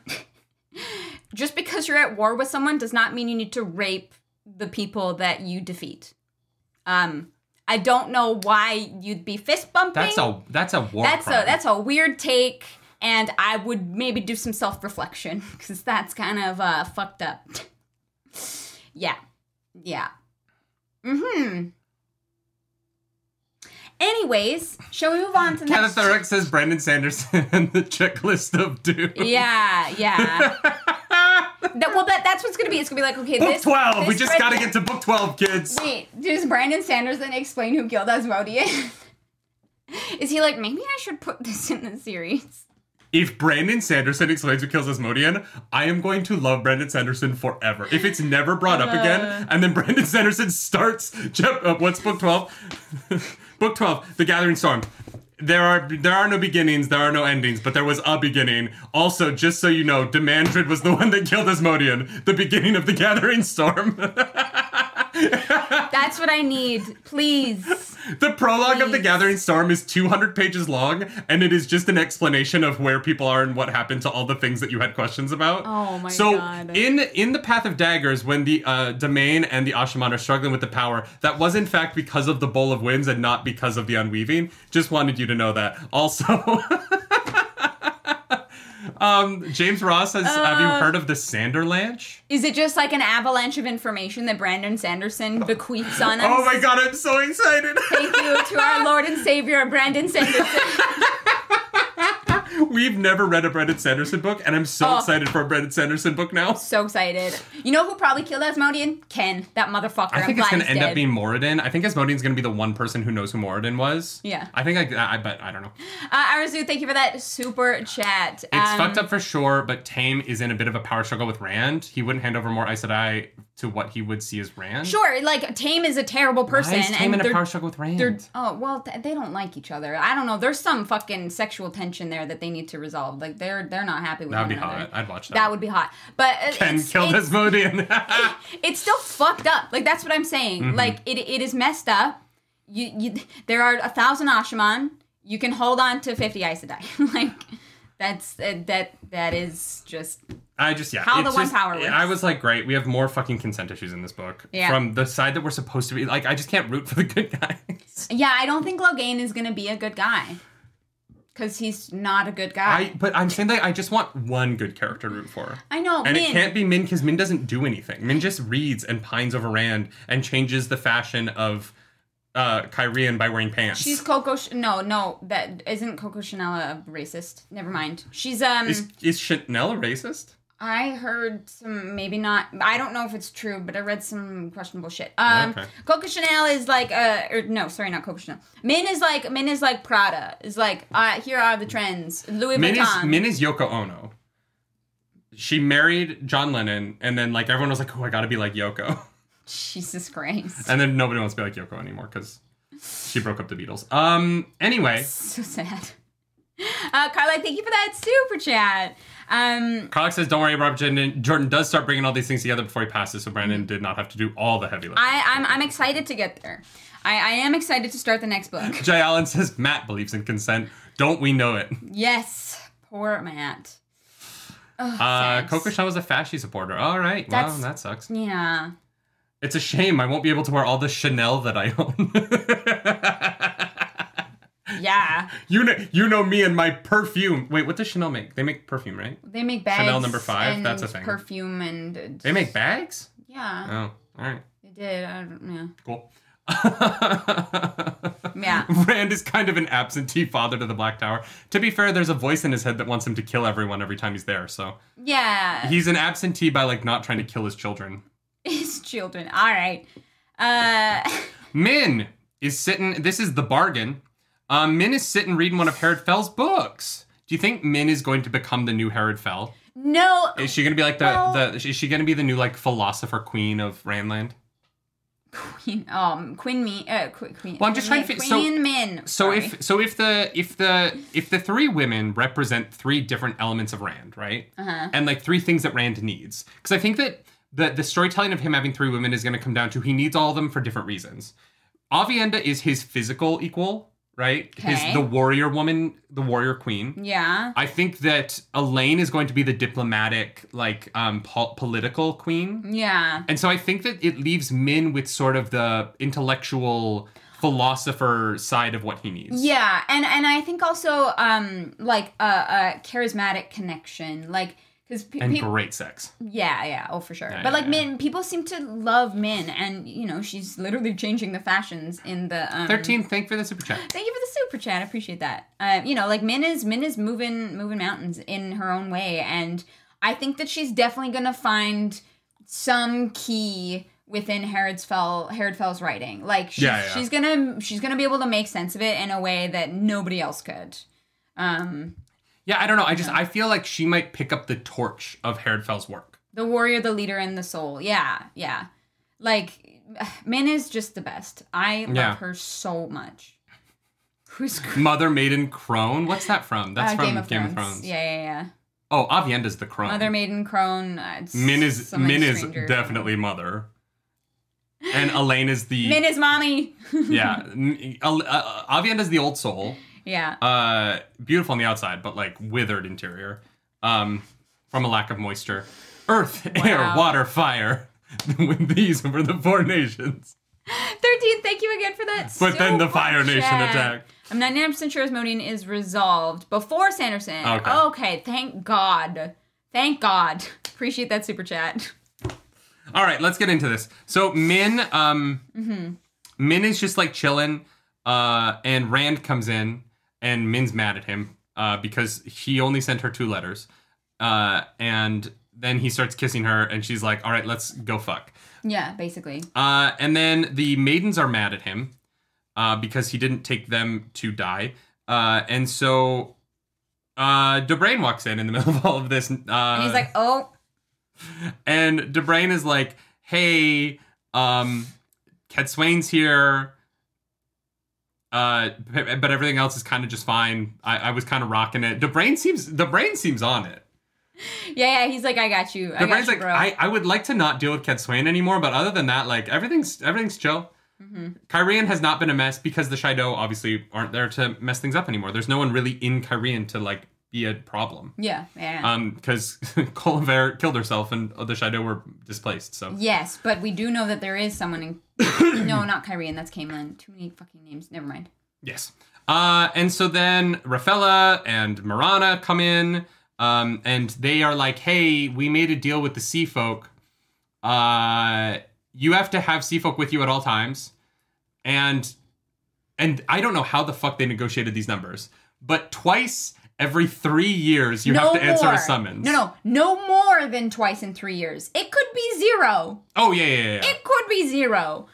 Speaker 1: just because you're at war with someone does not mean you need to rape the people that you defeat. Um, I don't know why you'd be fist bumping.
Speaker 2: That's a that's a war.
Speaker 1: that's
Speaker 2: crime.
Speaker 1: a that's a weird take and i would maybe do some self-reflection because that's kind of uh fucked up yeah yeah mm-hmm anyways shall we move on to the
Speaker 2: Kenneth
Speaker 1: next
Speaker 2: Eric says Brandon Sanderson and the checklist of doom.
Speaker 1: yeah yeah that, well that, that's what's gonna be it's gonna be like okay
Speaker 2: Book
Speaker 1: this
Speaker 2: 12! we
Speaker 1: this
Speaker 2: just
Speaker 1: Brandon-
Speaker 2: gotta get to book 12, kids!
Speaker 1: wait does brandon sanderson explain who gildas modi is is he like maybe i should put this in the series
Speaker 2: If Brandon Sanderson explains who kills Asmodian, I am going to love Brandon Sanderson forever. If it's never brought up
Speaker 1: Uh.
Speaker 2: again, and then Brandon Sanderson starts chap- uh, what's book 12? book 12, The Gathering Storm. There are there are no beginnings, there are no endings, but there was a beginning. Also, just so you know, Demandrid was the one that killed Asmodian, the beginning of the Gathering Storm.
Speaker 1: That's what I need. Please.
Speaker 2: The prologue of The
Speaker 1: Please.
Speaker 2: Gathering Storm is 200 pages long, and it is just an explanation of where people are and what happened to all the things that you had questions about.
Speaker 1: Oh my
Speaker 2: so
Speaker 1: God.
Speaker 2: in in the Path of Daggers, when the uh, Domain and the Ashaman are struggling with the power, that was in fact because of the Bowl of Winds and not because of the Unweaving. Just wanted you to know that. Also. Um, James Ross has. have
Speaker 1: Uh,
Speaker 2: you heard of the Sanderlanch?
Speaker 1: Is it just like an avalanche of information that Brandon Sanderson bequeaths on us?
Speaker 2: Oh my god, I'm so excited!
Speaker 1: Thank you to our Lord and Savior, Brandon Sanderson.
Speaker 2: We've never read a Brendan Sanderson book, and I'm so
Speaker 1: Oh.
Speaker 2: excited for a Brendan Sanderson book now.
Speaker 1: So excited. You know who probably killed Asmodian? Ken, that motherfucker.
Speaker 2: I think it's
Speaker 1: am glad
Speaker 2: going to
Speaker 1: he's
Speaker 2: end
Speaker 1: dead.
Speaker 2: up being Moradin. I think Asmodian's going to be the one person who knows who Moradin was.
Speaker 1: Yeah.
Speaker 2: I think I, I but I don't know.
Speaker 1: Uh, Arazu, thank you for that super chat. Um,
Speaker 2: It's fucked up for sure, but Tame is in a bit of a power struggle with Rand. He wouldn't hand over more Aes Sedai to what he would see as Rand.
Speaker 1: Sure, like Tame is a terrible person,
Speaker 2: Why is Tame
Speaker 1: and
Speaker 2: in a
Speaker 1: they're-
Speaker 2: power struggle with Rand?
Speaker 1: they're- oh well, th- they don't like each other. I don't know. There's some fucking sexual tension there that they need to resolve. Like they're they're not happy with
Speaker 2: That'd be
Speaker 1: one another.
Speaker 2: hot. I'd watch that.
Speaker 1: That would be hot. But uh,
Speaker 2: Ken
Speaker 1: it's,
Speaker 2: killed
Speaker 1: it's,
Speaker 2: Asmodian.
Speaker 1: it's still fucked up. Like that's what I'm saying.
Speaker 2: Mm-hmm.
Speaker 1: Like it it is messed up. You you there are a thousand Ashaman. You can hold on to fifty Aes Sedai. like that's uh, that that is just
Speaker 2: I just yeah.
Speaker 1: How
Speaker 2: it's
Speaker 1: the one
Speaker 2: just-
Speaker 1: power works.
Speaker 2: I was like, great. We have more fucking consent issues in this book
Speaker 1: Yeah.
Speaker 2: from the side that we're supposed to be. Like, I just can't root for the good guys.
Speaker 1: yeah. I don't think Logain is gonna be a good guy because he's not a good
Speaker 2: I
Speaker 1: guy.
Speaker 2: but I'm saying that I just want one good character to root for.
Speaker 1: I, know.
Speaker 2: And
Speaker 1: Oh,
Speaker 2: it
Speaker 1: Min,
Speaker 2: can't be Min because Min doesn't do anything. Min just reads and pines over Rand and changes the fashion of uh Kyrian by wearing pants.
Speaker 1: She's Coco. Ch- no, no, that isn't Coco Chanel a racist. Never mind. She's um.
Speaker 2: is is Chanel a racist?
Speaker 1: I heard some, maybe not. I don't know if it's true, but I read some questionable shit. Um,
Speaker 2: Okay.
Speaker 1: Coco Chanel is like, uh, or no, sorry, not Coco Chanel. Min is like, Min is like Prada. Is like, uh, here are the trends. Louis
Speaker 2: Min is
Speaker 1: Vuitton.
Speaker 2: Min is Yoko Ono. She married John Lennon, and then like everyone was like, "Oh, I gotta be like Yoko,"
Speaker 1: Jesus Christ.
Speaker 2: and then nobody wants to be like Yoko anymore because she broke up the Beatles. Um. Anyway,
Speaker 1: so sad. Uh, Carla, thank you for that super chat. Um,
Speaker 2: Cox says, "Don't worry, Robert Jordan. Jordan does start bringing all these things together before he passes, so Brandon did not have to do all the heavy lifting."
Speaker 1: I, I'm, I'm excited to get there. I, I am excited to start the next book.
Speaker 2: Jay Allen says, "Matt believes in consent. Don't we know it?"
Speaker 1: Yes, poor Matt.
Speaker 2: Uh,
Speaker 1: Sad.
Speaker 2: Coco Chanel was a fashy supporter. All right. Wow,
Speaker 1: That's-
Speaker 2: that sucks.
Speaker 1: Yeah.
Speaker 2: It's a shame I won't be able to wear all the Chanel that I own.
Speaker 1: Yeah.
Speaker 2: you know, you know me and my perfume. Wait, what does Chanel make? They make perfume, right?
Speaker 1: They make bags.
Speaker 2: Chanel number five,
Speaker 1: and
Speaker 2: that's a thing.
Speaker 1: Perfume and uh,
Speaker 2: They make bags.
Speaker 1: yeah,
Speaker 2: Oh, all right,
Speaker 1: they did. I don't,
Speaker 2: cool.
Speaker 1: yeah, yeah.
Speaker 2: Rand is kind of an absentee father to the Black Tower. To be fair, there's a voice in his head that wants him to kill everyone every time he's there. So
Speaker 1: yeah.
Speaker 2: he's an absentee by like not trying to kill his children.
Speaker 1: His children. All right. Uh,
Speaker 2: Min is sitting. This is the bargain. Um, Min is sitting reading one of Herod Fell's books. Do you think Min is going to become the new Herod Fell?
Speaker 1: no.
Speaker 2: Is she going to be like the
Speaker 1: Well-
Speaker 2: the? Is she going to be the new like philosopher queen of Randland?
Speaker 1: Queen. Um. Queen. Me. Uh. Qu- queen.
Speaker 2: Well, I'm just trying to
Speaker 1: Queen,
Speaker 2: fi- so-
Speaker 1: Queen Min.
Speaker 2: So
Speaker 1: Sorry.
Speaker 2: if so if the if the if the three women represent three different elements of Rand, right?
Speaker 1: Uh-huh.
Speaker 2: And like three things that Rand needs. Cuz I think that the the storytelling of him having three women is going to come down to he needs all of them for different reasons. Avienda is his physical equal, right?
Speaker 1: Okay.
Speaker 2: His the warrior woman, the warrior queen.
Speaker 1: Yeah.
Speaker 2: I think that Elaine is going to be the diplomatic like um pol- political queen.
Speaker 1: Yeah.
Speaker 2: And so I think that it leaves Min with sort of the intellectual philosopher side of what he needs.
Speaker 1: Yeah, and and I think also um like a, a charismatic connection, like because
Speaker 2: And
Speaker 1: people.
Speaker 2: great sex.
Speaker 1: Yeah, yeah, oh for sure.
Speaker 2: Yeah,
Speaker 1: but
Speaker 2: yeah,
Speaker 1: like
Speaker 2: yeah.
Speaker 1: men, people seem to love men, and you know she's literally changing the fashions in the um,
Speaker 2: 13, thank for the super chat.
Speaker 1: Thank you for the super chat. I appreciate that. Uh, you know, like Min is Min is moving moving mountains in her own way, and I think that she's definitely gonna find some key within Herod's Fell Herod Fell's writing. Like she's,
Speaker 2: Yeah, yeah.
Speaker 1: she's gonna she's gonna be able to make sense of it in a way that nobody else could. Um,
Speaker 2: Yeah, I don't know. I just, I feel like she might pick up the torch of Herod Fell's work.
Speaker 1: the warrior, the leader, and the soul. Yeah, yeah. Like Min is just the best. I love
Speaker 2: Yeah.
Speaker 1: her so much. Who's
Speaker 2: Mother, Maiden, Crone. What's that from? That's
Speaker 1: uh,
Speaker 2: from
Speaker 1: Game, of, Thrones.
Speaker 2: Yeah.
Speaker 1: Yeah, yeah, yeah.
Speaker 2: Oh, Avienda's the Crone.
Speaker 1: Mother, maiden, crone. Uh, it's
Speaker 2: Min is,
Speaker 1: something
Speaker 2: Min is
Speaker 1: stranger.
Speaker 2: definitely mother. and Elaine is the
Speaker 1: Min is mommy.
Speaker 2: yeah. N- uh, uh, Avienda's the old soul.
Speaker 1: yeah.
Speaker 2: Uh, beautiful on the outside, but like withered interior, um, from a lack of moisture. Earth, air,
Speaker 1: Wow.
Speaker 2: water, fire. With these were the four nations.
Speaker 1: 13, thank you again for that.
Speaker 2: But then the
Speaker 1: super
Speaker 2: Fire Nation
Speaker 1: chat.
Speaker 2: attacked.
Speaker 1: I'm 99% sure Asmodean is resolved before Sanderson.
Speaker 2: Okay.
Speaker 1: Okay, thank God. Thank God. Appreciate that super chat.
Speaker 2: All right, let's get into this. So Min, um,
Speaker 1: Mm-hmm.
Speaker 2: Min is just like chilling, uh, and Rand comes in, and Min's mad at him uh, because he only sent her two letters, uh, and then he starts kissing her, and she's like, "All right, let's go fuck."
Speaker 1: Yeah, basically.
Speaker 2: Uh, and then the maidens are mad at him uh, because he didn't take them to die, uh, and so uh, Dobrain walks in in the middle of all of this. Uh,
Speaker 1: And he's like, oh,
Speaker 2: and DeBrain is like, hey, um, Cat Swain's here. Uh, p- but everything else is kind of just fine. I, I was kind of rocking it. DeBrain seems DeBrain seems on it.
Speaker 1: yeah, yeah. He's like, I got you. I got
Speaker 2: DeBrain's
Speaker 1: you,
Speaker 2: like,
Speaker 1: bro.
Speaker 2: I, I would like to not deal with Cat Swain anymore, but other than that, like everything's everything's chill.
Speaker 1: Mm-hmm.
Speaker 2: Kyrian has not been a mess because the Shido obviously aren't there to mess things up anymore. There's no one really in Kyrian to like be a problem.
Speaker 1: yeah, yeah.
Speaker 2: Um, because Colvert killed herself and the Shido were displaced. So
Speaker 1: yes, but we do know that there is someone in. no, not Kyrian. That's Camelin. Too many fucking names. Never mind.
Speaker 2: Yes. Uh, and so then Rafaela and Marana come in, um, and they are like, "Hey, we made a deal with the Sea Folk. Uh, you have to have Sea Folk with you at all times." And and I don't know how the fuck they negotiated these numbers, but twice every three years you
Speaker 1: no
Speaker 2: have to answer
Speaker 1: more.
Speaker 2: a summons.
Speaker 1: No, no. No more than twice in three years. It could be zero.
Speaker 2: Oh yeah, yeah, yeah. yeah.
Speaker 1: It could be zero.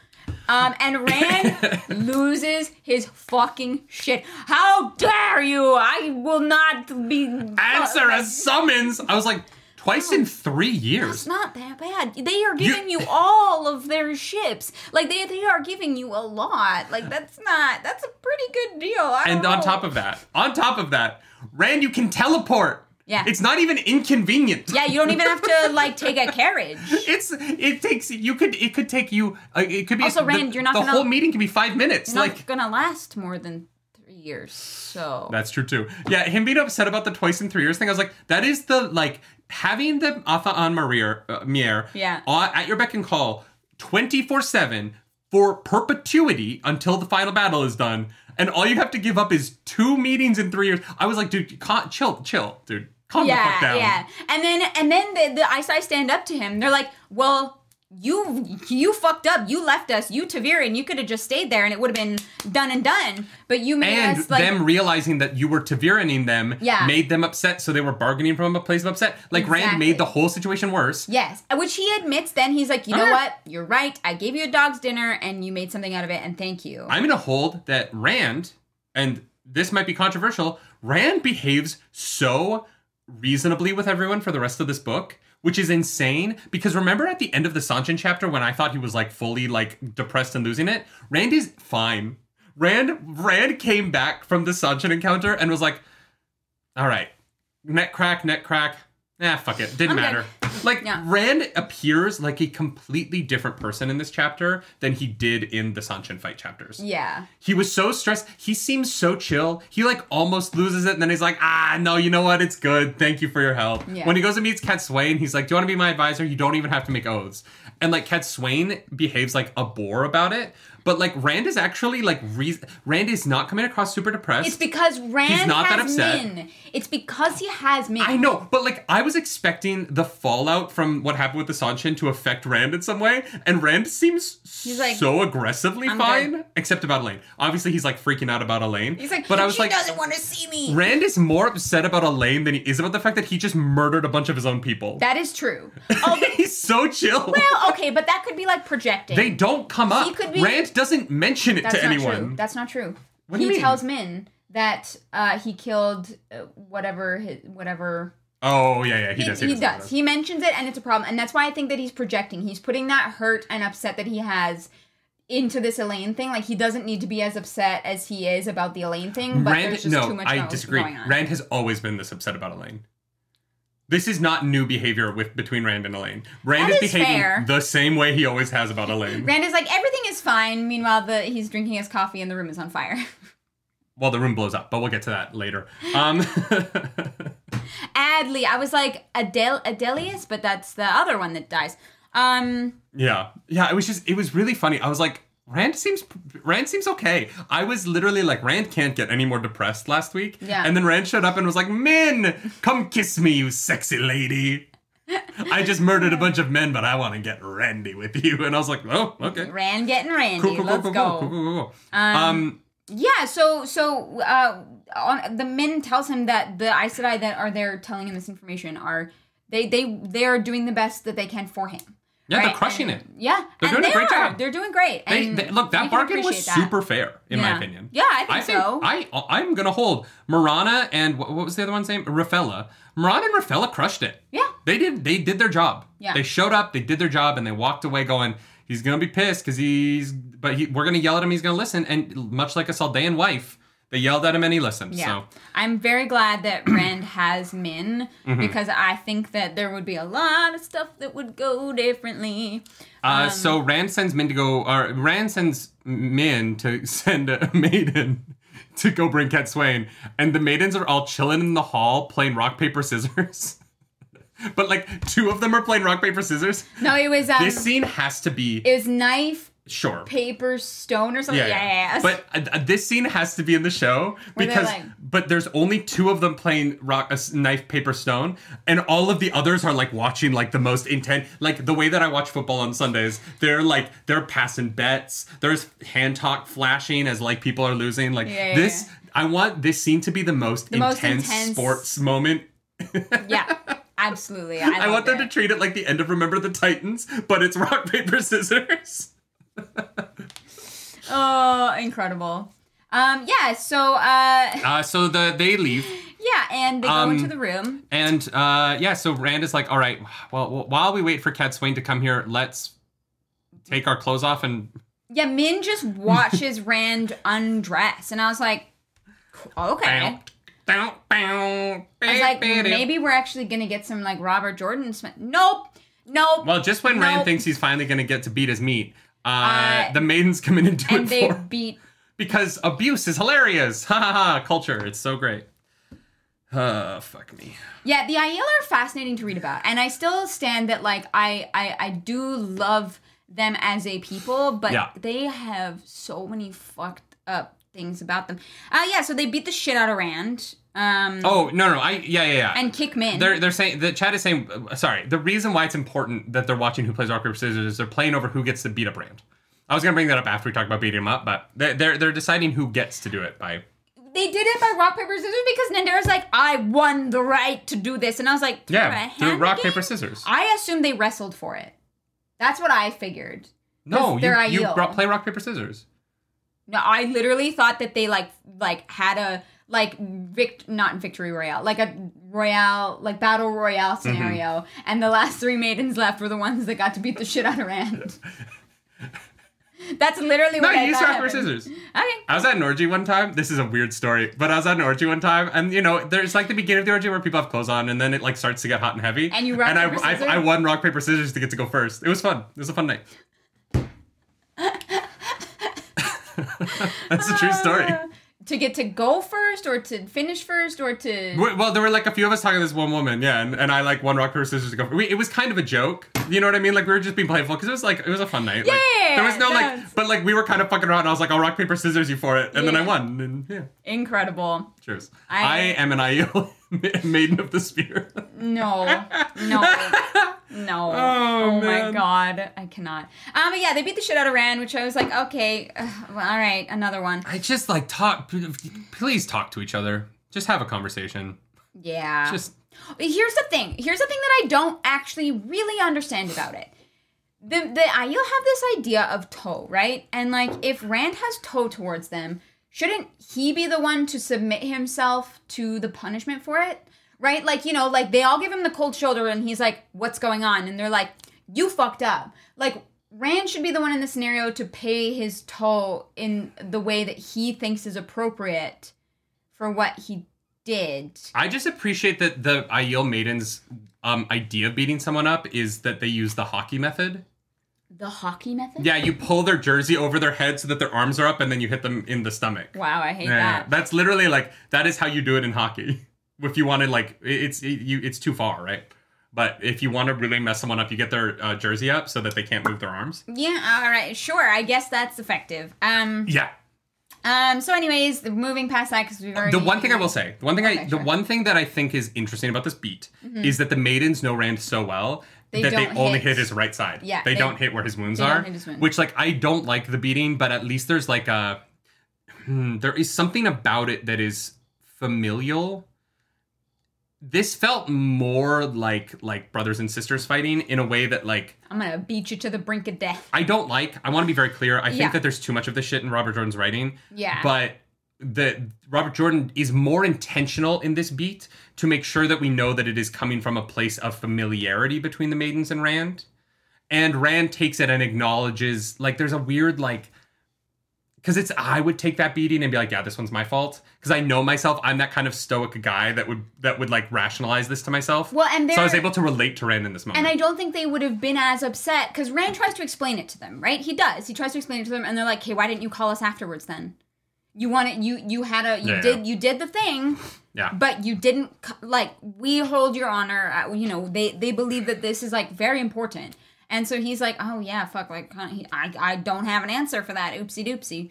Speaker 1: Um, and Rand loses his fucking shit. How dare you! I will not be.
Speaker 2: answer a summons. I was like, twice in three years.
Speaker 1: It's not that bad. They are giving you, all of their ships. Like they, they are giving you a lot. Like that's not. That's a pretty good deal. I
Speaker 2: And
Speaker 1: don't
Speaker 2: on
Speaker 1: know.
Speaker 2: top of that, on top of that, Rand, you can teleport.
Speaker 1: Yeah.
Speaker 2: It's not even inconvenient.
Speaker 1: Yeah, you don't even have to like take a carriage.
Speaker 2: It's it takes you could it could take you uh, it could be
Speaker 1: Also,
Speaker 2: the,
Speaker 1: Rand, you're not
Speaker 2: the
Speaker 1: gonna-
Speaker 2: whole meeting can be five minutes
Speaker 1: It's
Speaker 2: like
Speaker 1: not gonna last more than three years. So
Speaker 2: that's true too yeah him being upset about the twice in three years thing I was like that is the like having the Atha on Maria uh, Mier
Speaker 1: Yeah.
Speaker 2: on, at your beck and call twenty four seven for perpetuity until the final battle is done and all you have to give up is two meetings in three years I was like dude ca- chill chill dude calm the fuck
Speaker 1: yeah,
Speaker 2: down
Speaker 1: yeah. And then and then the, the I, I stand up to him. They're like, well. You you fucked up. You left us. You Taviran. You could have just stayed there, and it would have been done and done. But you made
Speaker 2: and
Speaker 1: us like
Speaker 2: them realizing that you were Taviraning them
Speaker 1: Yeah.
Speaker 2: made them upset, so they were bargaining from a place of upset. Like Rand
Speaker 1: Exactly.
Speaker 2: made the whole situation worse.
Speaker 1: Yes, Uh, which he admits. Then he's like, you know
Speaker 2: Okay.
Speaker 1: what? You're right. I gave you a dog's dinner, and you made something out of it, and thank you.
Speaker 2: I'm gonna hold that Rand, and this might be controversial, Rand behaves so reasonably with everyone for the rest of this book. Which is insane because remember at the end of the Sanchin chapter when I thought he was like fully like depressed and losing it, Rand is fine. Rand Rand came back from the Sanchin encounter and was like, all right, neck crack, neck crack. Nah, fuck it. Didn't
Speaker 1: I'm
Speaker 2: matter. Like,
Speaker 1: Yeah.
Speaker 2: Rand appears like a completely different person in this chapter than he did in the Sanchin fight chapters.
Speaker 1: yeah,
Speaker 2: He was so stressed. He seems so chill. He like almost loses it, and then he's like, "Ah, no, you know what? It's good. Thank you for your help."
Speaker 1: Yeah.
Speaker 2: When he goes and meets Cat Swain, he's like, "Do you want to be my advisor? You don't even have to make oaths." And like Cat Swain behaves like a bore about it, but like Rand is actually like re- Rand is not coming across super depressed.
Speaker 1: it's because Rand
Speaker 2: not
Speaker 1: has
Speaker 2: that upset.
Speaker 1: Min. It's because he has Min.
Speaker 2: I know, but like I was expecting the fallout from what happened with the Sanchin to affect Rand in some way, and Rand seems
Speaker 1: like,
Speaker 2: so aggressively
Speaker 1: "I'm
Speaker 2: fine,
Speaker 1: good."
Speaker 2: except about Elaine. Obviously, he's like freaking out about Elaine.
Speaker 1: He's like,
Speaker 2: but I was
Speaker 1: she
Speaker 2: like,
Speaker 1: doesn't want to see me.
Speaker 2: Rand is more upset about Elaine than he is about the fact that he just murdered a bunch of his own people.
Speaker 1: that is true. Oh,
Speaker 2: he's so chill.
Speaker 1: well, okay, but that could be like projecting.
Speaker 2: they don't come up.
Speaker 1: could be-
Speaker 2: Rand doesn't mention it
Speaker 1: That's
Speaker 2: to
Speaker 1: not
Speaker 2: anyone.
Speaker 1: true. That's not true.
Speaker 2: What do
Speaker 1: he
Speaker 2: you mean?
Speaker 1: tells Min that uh, he killed uh, whatever his, whatever
Speaker 2: oh yeah, yeah, he,
Speaker 1: He,
Speaker 2: does.
Speaker 1: he
Speaker 2: does.
Speaker 1: does. He mentions it, and it's a problem, and that's why I think that he's projecting. He's putting that hurt and upset that he has into this Elaine thing. Like he doesn't need to be as upset as he is about the Elaine thing, but
Speaker 2: Rand,
Speaker 1: there's just
Speaker 2: no,
Speaker 1: too much
Speaker 2: I
Speaker 1: else
Speaker 2: disagree.
Speaker 1: going on.
Speaker 2: Rand has always been this upset about Elaine. This is not new behavior with between Rand and Elaine. Rand is
Speaker 1: That is
Speaker 2: behaving
Speaker 1: fair.
Speaker 2: the same way he always has about Elaine.
Speaker 1: Rand is like, everything is fine. Meanwhile, the he's drinking his coffee and the room is on fire.
Speaker 2: well, the room blows up, but we'll get to that later. Um,
Speaker 1: Adley, I was like Adel Adelius, but that's the other one that dies. Um,
Speaker 2: yeah, yeah. It was just it was really funny. I was like, Rand seems Rand seems okay. I was literally like, Rand can't get any more depressed last week.
Speaker 1: Yeah.
Speaker 2: And then Rand showed up and was like, "Men, come kiss me, you sexy lady." I just murdered a bunch of men, but I want to get randy with you. And I was like, "Oh, okay."
Speaker 1: Rand getting Randy.
Speaker 2: Cool, cool, cool,
Speaker 1: Let's
Speaker 2: cool,
Speaker 1: go.
Speaker 2: cool, cool, cool, cool. um
Speaker 1: Yeah, so so uh, on, the men tells him that the Aes Sedai that are there telling him this information are they they they are doing the best that they can for him.
Speaker 2: Yeah, they're crushing
Speaker 1: And-
Speaker 2: it.
Speaker 1: Yeah,
Speaker 2: They're
Speaker 1: and
Speaker 2: doing a
Speaker 1: they
Speaker 2: great
Speaker 1: are.
Speaker 2: job.
Speaker 1: They're doing great.
Speaker 2: They,
Speaker 1: and
Speaker 2: they- look,
Speaker 1: we
Speaker 2: that
Speaker 1: can
Speaker 2: bargain was
Speaker 1: appreciate that.
Speaker 2: super fair, in my
Speaker 1: Yeah.
Speaker 2: opinion.
Speaker 1: Yeah, I think so.
Speaker 2: I, I'm going to hold Marana and what, what was the other one's name? Rafella. Marana and Rafella crushed it.
Speaker 1: Yeah.
Speaker 2: They did They did their job.
Speaker 1: Yeah.
Speaker 2: They showed up, they did their job, and they walked away going, he's going to be pissed because he's, but he, we're going to yell at him, he's going to listen. And much like a Saldean wife, they yelled at him and he listened.
Speaker 1: Yeah.
Speaker 2: So, Mm-hmm.
Speaker 1: I'm very glad that Rand has Min because I think that there would be a lot of stuff that would go differently.
Speaker 2: uh,
Speaker 1: Um,
Speaker 2: so Rand sends Min to go, or Rand sends Min to send a maiden. To go bring Cat Swain, and the maidens are all chilling in the hall playing rock paper scissors. but like two of them are playing rock paper scissors.
Speaker 1: No, it was um,
Speaker 2: This scene has to be
Speaker 1: it was knife,
Speaker 2: sure.
Speaker 1: paper, stone, or something.
Speaker 2: Yeah,
Speaker 1: Yeah, yeah, yeah.
Speaker 2: But uh, uh, this scene has to be in the show
Speaker 1: Where they're
Speaker 2: because,
Speaker 1: like-
Speaker 2: but there's only two of them playing rock, uh, knife, paper, stone, and all of the others are like watching like the most intent, like the way that I watch football on Sundays. They're like they're passing bets. There's hand talk flashing as like people are losing. Like
Speaker 1: Yeah, yeah,
Speaker 2: this, I want this scene to be the most,
Speaker 1: most
Speaker 2: intense,
Speaker 1: intense-
Speaker 2: sports moment.
Speaker 1: yeah, absolutely.
Speaker 2: I,
Speaker 1: I,
Speaker 2: want them
Speaker 1: them
Speaker 2: to treat it like the end of Remember the Titans, but it's rock, paper, scissors.
Speaker 1: Oh, incredible. Um, yeah, so uh,
Speaker 2: Uh, so the they leave.
Speaker 1: yeah, and they go
Speaker 2: Um,
Speaker 1: into the room.
Speaker 2: And uh, yeah, so Rand is like, all right, well, well, while we wait for Cat Swain to come here, let's take our clothes off and
Speaker 1: Yeah, Min just watches Rand undress, and I was like, okay.
Speaker 2: Bow, bow,
Speaker 1: I was like,
Speaker 2: bow, bow.
Speaker 1: maybe we're actually gonna get some like Robert Jordan. Sm- nope, nope.
Speaker 2: Well, just when Rand
Speaker 1: Nope.
Speaker 2: thinks he's finally going to get to beat his meat, uh,
Speaker 1: Uh,
Speaker 2: the maidens come in and do
Speaker 1: and
Speaker 2: it
Speaker 1: they
Speaker 2: for him.
Speaker 1: beat.
Speaker 2: because abuse is hilarious. Ha ha ha! Culture, it's so great. Uh, fuck me.
Speaker 1: Yeah, the Aiel are fascinating to read about, and I still stand that like I I, I do love them as a people, but
Speaker 2: Yeah.
Speaker 1: they have so many fucked up things about them. Uh yeah, so they beat the shit out of Rand. Um,
Speaker 2: Oh no no I yeah yeah yeah.
Speaker 1: and kick Min.
Speaker 2: They're they're saying the chat is saying uh, sorry. The reason why it's important that they're watching who plays rock paper scissors is they're playing over who gets to beat up Rand. I was gonna bring that up after we talk about beating him up, but they're they're, they're deciding who gets to do it by.
Speaker 1: they did it by rock paper scissors because Nandera's like, I won the right to do this, and I was like, through
Speaker 2: Yeah,
Speaker 1: a
Speaker 2: through
Speaker 1: hand
Speaker 2: rock
Speaker 1: game?
Speaker 2: paper scissors.
Speaker 1: I assume they wrestled for it. That's what I figured.
Speaker 2: No, you
Speaker 1: they're
Speaker 2: you
Speaker 1: Aiel.
Speaker 2: bro- play rock paper scissors.
Speaker 1: No, I literally thought that they like like had a like vict not victory royale like a royale like battle
Speaker 2: Mm-hmm.
Speaker 1: royale scenario, and the last three maidens left were the ones that got to beat the shit out of Rand. That's literally
Speaker 2: No,
Speaker 1: what I
Speaker 2: you use
Speaker 1: thought.
Speaker 2: rock paper
Speaker 1: happened.
Speaker 2: scissors.
Speaker 1: Okay.
Speaker 2: I was at an orgy one time. This is a weird story, but I was at an orgy one time, and you know, there's like the beginning of the orgy where people have clothes on, and then it like starts to get hot and heavy.
Speaker 1: And you rock,
Speaker 2: and I,
Speaker 1: paper,
Speaker 2: I,
Speaker 1: scissors?
Speaker 2: I won rock paper scissors to get to go first. It was fun. It was a fun night. That's a true story.
Speaker 1: Uh, to get to go first, or to finish first, or to
Speaker 2: W- Well, there were like a few of us talking to this one woman, yeah, and, and I like won rock paper scissors to go. We, it was kind of a joke, you know what I mean? Like we were just being playful because it was like it was a fun night. like,
Speaker 1: Yeah,
Speaker 2: there was no
Speaker 1: that's-
Speaker 2: like, but like we were kind of fucking around. I was like, "I'll rock paper scissors you for it," and then I
Speaker 1: Yeah.
Speaker 2: won, and yeah.
Speaker 1: incredible.
Speaker 2: Cheers. I,
Speaker 1: I-
Speaker 2: am an IO maiden of the spear.
Speaker 1: No, no, no.
Speaker 2: Oh,
Speaker 1: my
Speaker 2: man.
Speaker 1: god, I cannot. Um, but yeah, they beat the shit out of Rand, which I was like, okay, ugh, well, all right, another one.
Speaker 2: I just like talk. Please talk to each other. Just have a conversation.
Speaker 1: Yeah.
Speaker 2: Just
Speaker 1: Here's the thing. Here's the thing that I don't actually really understand about it. The the Aiel have this idea of toe, right? And like if Rand has toe towards them, shouldn't he be the one to submit himself to the punishment for it? Right? Like, you know, like they all give him the cold shoulder and he's like, "What's going on?" and they're like, "You fucked up." Like Rand should be the one in the scenario to pay his toll in the way that he thinks is appropriate for what he did.
Speaker 2: I just appreciate that the Aiel Maiden's um, idea of beating someone up is that they use the hockey method.
Speaker 1: The hockey method?
Speaker 2: Yeah, you pull their jersey over their head so that their arms are up, and then you hit them in the stomach.
Speaker 1: Wow, I hate
Speaker 2: Yeah,
Speaker 1: that.
Speaker 2: that's literally like that is how you do it in hockey. If you want to like, it- it's it, you, it's too far, right? But if you want to really mess someone up, you get their uh, jersey up so that they can't move their arms.
Speaker 1: Yeah, all right, sure. I guess that's effective. Um,
Speaker 2: Yeah.
Speaker 1: um. So, anyways, moving past that because we've already
Speaker 2: The one thing I will say, the one thing I,
Speaker 1: Okay,
Speaker 2: the
Speaker 1: sure. Mm-hmm.
Speaker 2: one thing that I think is interesting about this beat is that the maidens know Rand so well
Speaker 1: They
Speaker 2: that they
Speaker 1: don't
Speaker 2: only
Speaker 1: hit.
Speaker 2: hit his right side.
Speaker 1: Yeah,
Speaker 2: they,
Speaker 1: they-
Speaker 2: don't hit where his wounds
Speaker 1: they don't
Speaker 2: are,
Speaker 1: hit his wounds.
Speaker 2: which like I don't like the beating, but at least there's like a hmm, there is something about it that is familial. This felt more like like brothers and sisters fighting in a way that like
Speaker 1: I'm gonna beat you to the brink of death.
Speaker 2: I don't like. I want to be very clear. I think
Speaker 1: Yeah.
Speaker 2: that there's too much of this shit in Robert Jordan's writing.
Speaker 1: Yeah.
Speaker 2: But the Robert Jordan is more intentional in this beat to make sure that we know that it is coming from a place of familiarity between the maidens and Rand. And Rand takes it and acknowledges like there's a weird like because it's I would take that beating and be like, yeah, this one's my fault. Because I know myself, I'm that kind of stoic guy that would that would like rationalize this to myself.
Speaker 1: Well, and
Speaker 2: so I was
Speaker 1: there-
Speaker 2: able to relate to Rand in this moment.
Speaker 1: And I don't think they would have been as upset because Rand tries to explain it to them, right? He does. He tries to explain it to them, and they're like, "Hey, why didn't you call us afterwards then? You wanted you you had a you
Speaker 2: Yeah,
Speaker 1: did
Speaker 2: yeah.
Speaker 1: you did the thing,
Speaker 2: yeah.
Speaker 1: but you didn't c- like we hold your honor. uh, You know they they believe that this is like very important, and so he's like, "Oh yeah, fuck, like huh, he, I I don't have an answer for that. Oopsie doopsie."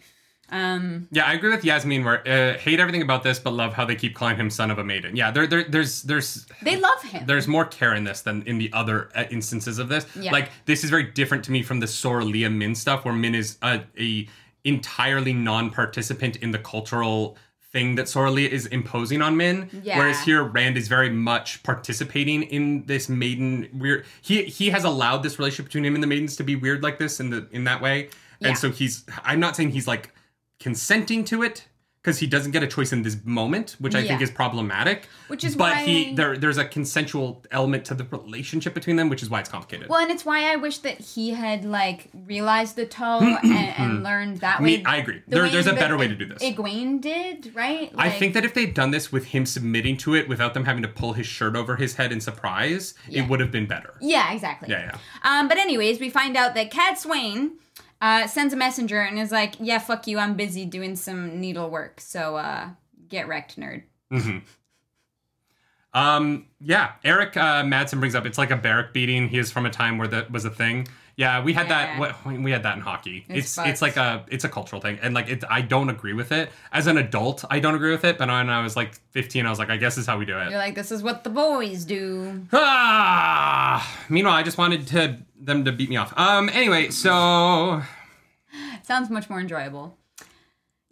Speaker 1: Um,
Speaker 2: Yeah, I agree with Yasmin. Where uh, hate everything about this, but love how they keep calling him son of a maiden. Yeah, there, there, there's, there's,
Speaker 1: they love him.
Speaker 2: there's more care in this than in the other uh, instances of this.
Speaker 1: Yeah.
Speaker 2: Like this is very different to me from the Sora Leah Min stuff, where Min is a, a entirely non-participant in the cultural thing that Sora Leah is imposing on Min.
Speaker 1: Yeah.
Speaker 2: Whereas here, Rand is very much participating in this maiden weird. He he has allowed this relationship between him and the maidens to be weird like this in the in that way,
Speaker 1: Yeah.
Speaker 2: and so he's. I'm not saying he's like consenting to it. Because he doesn't get a choice in this moment, which I think
Speaker 1: Yeah.
Speaker 2: is problematic
Speaker 1: Which is
Speaker 2: but
Speaker 1: why-
Speaker 2: he there there's a consensual element to the relationship between them, which is why it's complicated.
Speaker 1: well, and it's why I wish that he had like realized the toe and, and learned that way.
Speaker 2: Me- I agree.
Speaker 1: the
Speaker 2: There-
Speaker 1: way
Speaker 2: there's a
Speaker 1: that
Speaker 2: better way to do this.
Speaker 1: Egwene did, right?
Speaker 2: I
Speaker 1: Like-
Speaker 2: think that if they'd done this with him submitting to it without them having to pull his shirt over his head in surprise,
Speaker 1: Yeah.
Speaker 2: it would have been better.
Speaker 1: Yeah, exactly.
Speaker 2: Yeah, yeah.
Speaker 1: Um, but anyways, we find out that Cad Swain uh, sends a messenger and is like, "Yeah, fuck you. I'm busy doing some needle work. So uh, get wrecked, nerd."
Speaker 2: Um, yeah, Eric uh, Madsen brings up it's like a barrack beating. He is from a time where that was a thing. Yeah, we had that.
Speaker 1: Yeah.
Speaker 2: what- We had that in hockey.
Speaker 1: It's
Speaker 2: It's
Speaker 1: fucked.
Speaker 2: it's, like a it's a cultural thing, and like it's I don't agree with it as an adult. I don't agree with it, but when I was like 15, I was like, I guess this is how we do it.
Speaker 1: You're like, "This is what the boys do."
Speaker 2: Ah! Meanwhile, I just wanted to them to beat me off. Um. Anyway, so
Speaker 1: Sounds much more enjoyable.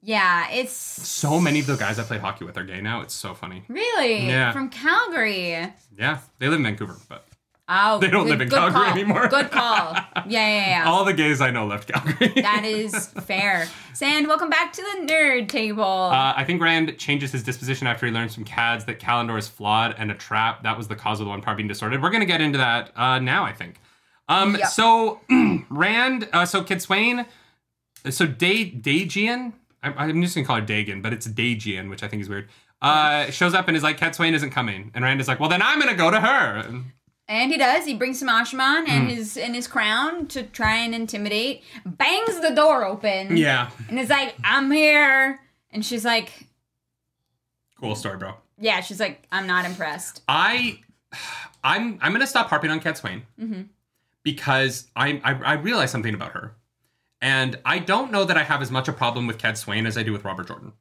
Speaker 1: Yeah, it's
Speaker 2: so many of the guys I play hockey with are gay now. It's so funny.
Speaker 1: really
Speaker 2: Yeah.
Speaker 1: from Calgary.
Speaker 2: Yeah, they live in Vancouver, but
Speaker 1: Oh, they
Speaker 2: don't live in Calgary anymore.
Speaker 1: Good call. Yeah, yeah, yeah.
Speaker 2: all the gays I know left Calgary.
Speaker 1: that is fair. Sand, welcome back to the nerd table.
Speaker 2: Uh, I think Rand changes his disposition after he learns from Cads that Kalendor is flawed and a trap. That was the cause of the one part being distorted. We're gonna get into that uh, now, I think. Um,
Speaker 1: Yep.
Speaker 2: So Rand, uh, so Kid Swain, so Day Dagian. I'm, I'm just gonna call her Dagan, but it's Dagian, which I think is weird. Uh, shows up and is like, Cat Swain isn't coming, and Rand is like, well, then I'm gonna go to her.
Speaker 1: And he does. He brings some Ashman and
Speaker 2: Hmm.
Speaker 1: his and his crown to try and intimidate. Bangs the door open.
Speaker 2: Yeah,
Speaker 1: And is like, I'm here. And she's like,
Speaker 2: cool story, bro.
Speaker 1: Yeah, she's like, I'm not impressed.
Speaker 2: I I'm I'm gonna stop harping on Cat Swain because I, I I realize something about her, and I don't know that I have as much a problem with Cat Swain as I do with Robert Jordan.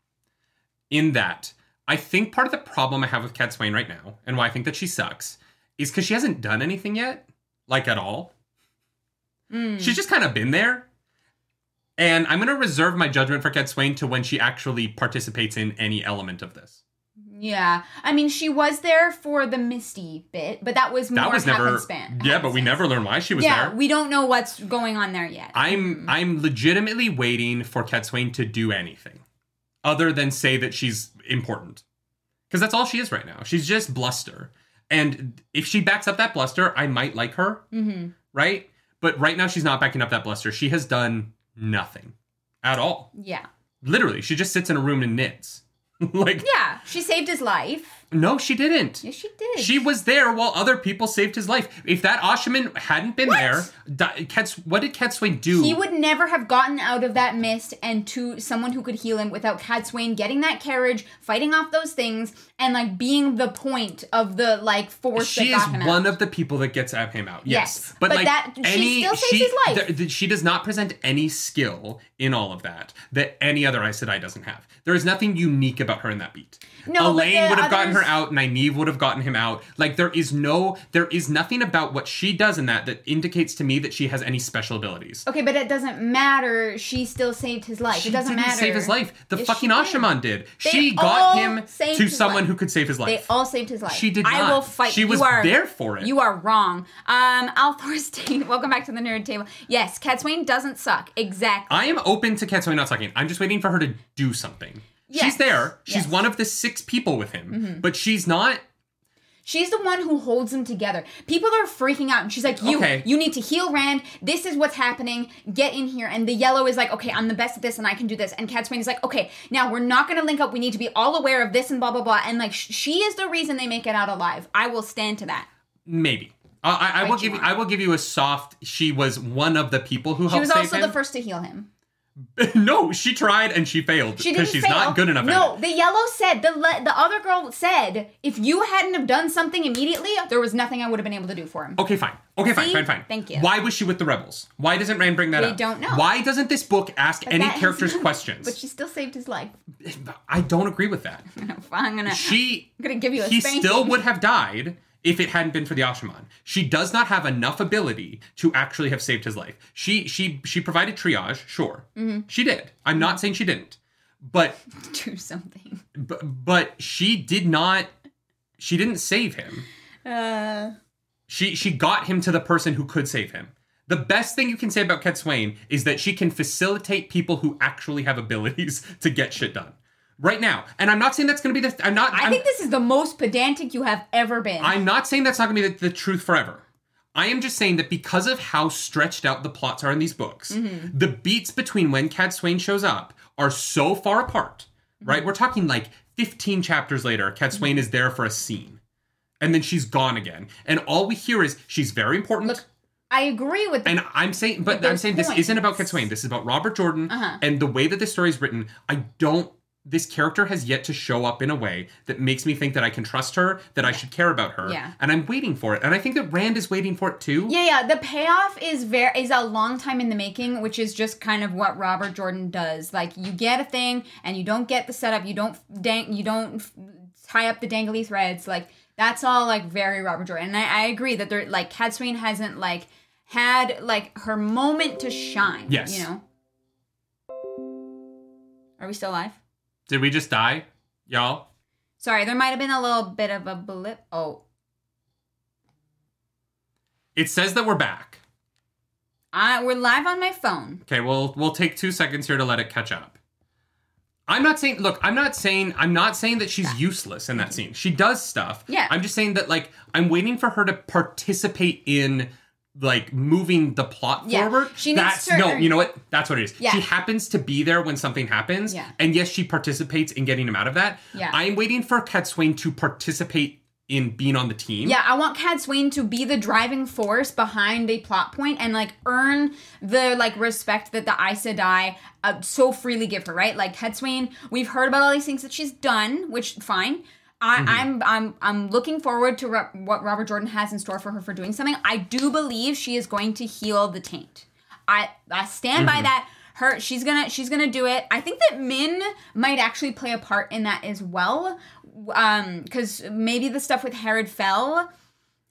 Speaker 2: In that, I think part of the problem I have with Cat Swain right now, and why I think that she sucks, is because she hasn't done anything yet, like at all. She's just kind of been there. And I'm going to reserve my judgment for Cat Swain to when she actually participates in any element of this.
Speaker 1: Yeah. I mean, she was there for the Misty bit, but that was more
Speaker 2: That was never.
Speaker 1: happenstance.
Speaker 2: Yeah, but we never learn why she was
Speaker 1: Yeah,
Speaker 2: there.
Speaker 1: we don't know what's going on there yet.
Speaker 2: I'm I'm legitimately waiting for Cat Swain to do anything other than say that she's important. Cuz that's all she is right now. She's just bluster. And if she backs up that bluster, I might like her,
Speaker 1: mm-hmm.
Speaker 2: right? But right now she's not backing up that bluster. She has done nothing at all.
Speaker 1: Yeah.
Speaker 2: Literally, she just sits in a room and knits. like,
Speaker 1: Yeah, she saved his life.
Speaker 2: no, she didn't.
Speaker 1: Yes, she did.
Speaker 2: She was there while other people saved his life. If that Oshiman hadn't been
Speaker 1: What?
Speaker 2: there, di- Cats, what did Catswain do?
Speaker 1: He would never have gotten out of that mist and to someone who could heal him without Catswain getting that carriage, fighting off those things, and like being the point of the like force
Speaker 2: she
Speaker 1: that
Speaker 2: is
Speaker 1: got him
Speaker 2: one
Speaker 1: out.
Speaker 2: of the people that gets at him out. Yes,
Speaker 1: Yes, but that- she still saves his life.
Speaker 2: th- th- she does not present any skill in all of that that any other Aes Sedai doesn't have. There is nothing unique about her in that beat.
Speaker 1: No, but
Speaker 2: Elaine
Speaker 1: the
Speaker 2: would have gotten her
Speaker 1: others-
Speaker 2: out. Nynaeve would have gotten him out. Like there is no, there is nothing about what she does in that that indicates to me that she has any special abilities.
Speaker 1: Okay, but it doesn't matter. She still saved his life.
Speaker 2: She
Speaker 1: it doesn't
Speaker 2: didn't
Speaker 1: matter.
Speaker 2: save his life. The
Speaker 1: Yes,
Speaker 2: fucking
Speaker 1: she did.
Speaker 2: Ashaman did.
Speaker 1: They
Speaker 2: She
Speaker 1: all
Speaker 2: got him
Speaker 1: saved
Speaker 2: to
Speaker 1: his
Speaker 2: someone
Speaker 1: life.
Speaker 2: who could save his life.
Speaker 1: They all saved his life.
Speaker 2: She did
Speaker 1: I
Speaker 2: not.
Speaker 1: will fight.
Speaker 2: She
Speaker 1: you
Speaker 2: was
Speaker 1: are,
Speaker 2: there for it.
Speaker 1: You are wrong. Um, Althorstein, welcome back to the nerd table. Yes, Catswain doesn't suck. Exactly.
Speaker 2: I am open to Katsumi not sucking. I'm just waiting for her to do something.
Speaker 1: Yes.
Speaker 2: She's there. She's
Speaker 1: Yes. Mm-hmm.
Speaker 2: one of the six people with him, but she's not.
Speaker 1: She's the one who holds them together. People are freaking out, and she's like, "You,
Speaker 2: Okay.
Speaker 1: you need to heal Rand. This is what's happening. Get in here." And the yellow is like, "Okay, I'm the best at this, and I can do this." And Catswain is like, "Okay, now we're not gonna link up. We need to be all aware of this, and blah blah blah." And like, sh- she is the reason they make it out alive. I will stand to that.
Speaker 2: Maybe. I I, I will
Speaker 1: you
Speaker 2: give. You,
Speaker 1: want.
Speaker 2: I will give you a soft. She was one of the people who
Speaker 1: She
Speaker 2: helped
Speaker 1: was
Speaker 2: Oh, save
Speaker 1: also
Speaker 2: him.
Speaker 1: the first to heal him.
Speaker 2: no, she tried and she failed
Speaker 1: She didn't
Speaker 2: because she's
Speaker 1: fail.
Speaker 2: not good enough.
Speaker 1: No,
Speaker 2: At
Speaker 1: the yellow said the le- the other girl said if you hadn't have done something immediately, there was nothing I would have been able to do for him.
Speaker 2: it. Okay, fine. Okay, fine,
Speaker 1: See?
Speaker 2: fine, fine.
Speaker 1: Thank you.
Speaker 2: Why was she with the rebels? Why doesn't Rand bring that
Speaker 1: We
Speaker 2: up?
Speaker 1: don't know.
Speaker 2: Why doesn't this book ask any
Speaker 1: That has
Speaker 2: characters
Speaker 1: nothing-
Speaker 2: questions?
Speaker 1: But she still saved his life.
Speaker 2: I don't agree with that.
Speaker 1: I'm gonna.
Speaker 2: she
Speaker 1: I'm gonna give you a
Speaker 2: he
Speaker 1: spanking.
Speaker 2: still would have died if it hadn't been for the Ashaman. She does not have enough ability to actually have saved his life. She she she provided triage, sure.
Speaker 1: Mm-hmm.
Speaker 2: She did. I'm not saying she didn't. But,
Speaker 1: do something.
Speaker 2: but but she did not she didn't save him.
Speaker 1: Uh,
Speaker 2: She she got him to the person who could save him. The best thing you can say about Kat Swain is that she can facilitate people who actually have abilities to get shit done. Right now. And I'm not saying that's going to be the I'm not
Speaker 1: I
Speaker 2: I'm-
Speaker 1: think this is the most pedantic you have ever been.
Speaker 2: I'm not saying that's not going to be the, the truth forever. I am just saying that because of how stretched out the plots are in these books, the beats between when Cad Swain shows up are so far apart, right? We're talking like 15 chapters later, Cad Swain is there for a scene. And then she's gone again. And all we hear is she's very important.
Speaker 1: I agree with.
Speaker 2: and I'm saying, but I'm
Speaker 1: there's
Speaker 2: saying this
Speaker 1: points.
Speaker 2: isn't about Cad Swain. This is about Robert Jordan.
Speaker 1: Uh-huh.
Speaker 2: And the way that this story is written, I don't, this character has yet to show up in a way that makes me think that I can trust her, that I should care about her.
Speaker 1: Yeah.
Speaker 2: And I'm waiting for it. And I think that Rand is waiting for it too.
Speaker 1: yeah, yeah. The payoff is very is a long time in the making, which is just kind of what Robert Jordan does. Like you get a thing, and you don't get the setup. You don't dang. You don't f- tie up the dangly threads. Like that's all like very Robert Jordan. And I, I agree that they're like Catswain hasn't like had like her moment to shine.
Speaker 2: Yes.
Speaker 1: You know. Are we still alive?
Speaker 2: Did we just die, y'all?
Speaker 1: Sorry, there might have been a little bit of a blip. Oh,
Speaker 2: It says that we're back.
Speaker 1: I we're live on my phone.
Speaker 2: Okay, we'll we'll take two seconds here to let it catch up. I'm not saying look, I'm not saying I'm not saying that she's useless in that scene. She does stuff.
Speaker 1: Yeah.
Speaker 2: I'm just saying that like I'm waiting for her to participate in like moving the plot
Speaker 1: Yeah.
Speaker 2: forward.
Speaker 1: She needs
Speaker 2: That's
Speaker 1: to-
Speaker 2: no, you know what? That's what it is.
Speaker 1: Yeah.
Speaker 2: She happens to be there when something happens.
Speaker 1: Yeah.
Speaker 2: And yes, she participates in getting him out of that.
Speaker 1: Yeah.
Speaker 2: I'm waiting for Kat Swain to participate in being on the team.
Speaker 1: Yeah, I want Cad Swain to be the driving force behind a plot point and like earn the like respect that the Aes Sedai uh, so freely give her. Right, like Cad Swain, we've heard about all these things that she's done, which fine. I, I'm I'm I'm looking forward to ro- what Robert Jordan has in store for her for doing something. I do believe she is going to heal the taint. I I stand
Speaker 2: Mm-hmm.
Speaker 1: by that. Her she's gonna she's gonna do it. I think that Min might actually play a part in that as well. Um, because maybe the stuff with Herod Fell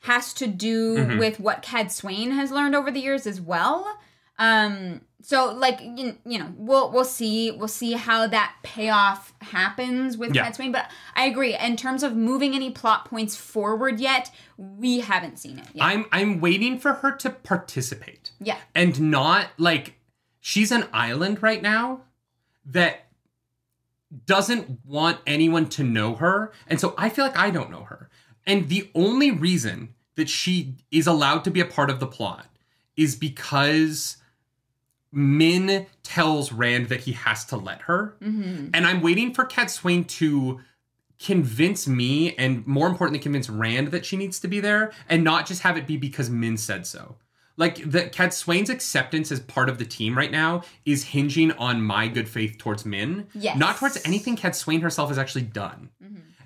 Speaker 1: has to do
Speaker 2: Mm-hmm.
Speaker 1: with what Cad Swain has learned over the years as well. Um, so like you, you know, we'll we'll see we'll see how that payoff happens with
Speaker 2: Yeah.
Speaker 1: Cad Swain. But I agree in terms of moving any plot points forward yet, we haven't seen it yet.
Speaker 2: I'm I'm waiting for her to participate.
Speaker 1: yeah.
Speaker 2: and not like she's an island right now that doesn't want anyone to know her and so i feel like i don't know her and the only reason that she is allowed to be a part of the plot is because Min tells Rand that he has to let her. And I'm waiting for Cat Swain to convince me and more importantly convince Rand that she needs to be there and not just have it be because Min said so. Like the Cat Swain's acceptance as part of the team right now is hinging on my good faith towards Min.
Speaker 1: Yes.
Speaker 2: Not towards anything Cat Swain herself has actually done.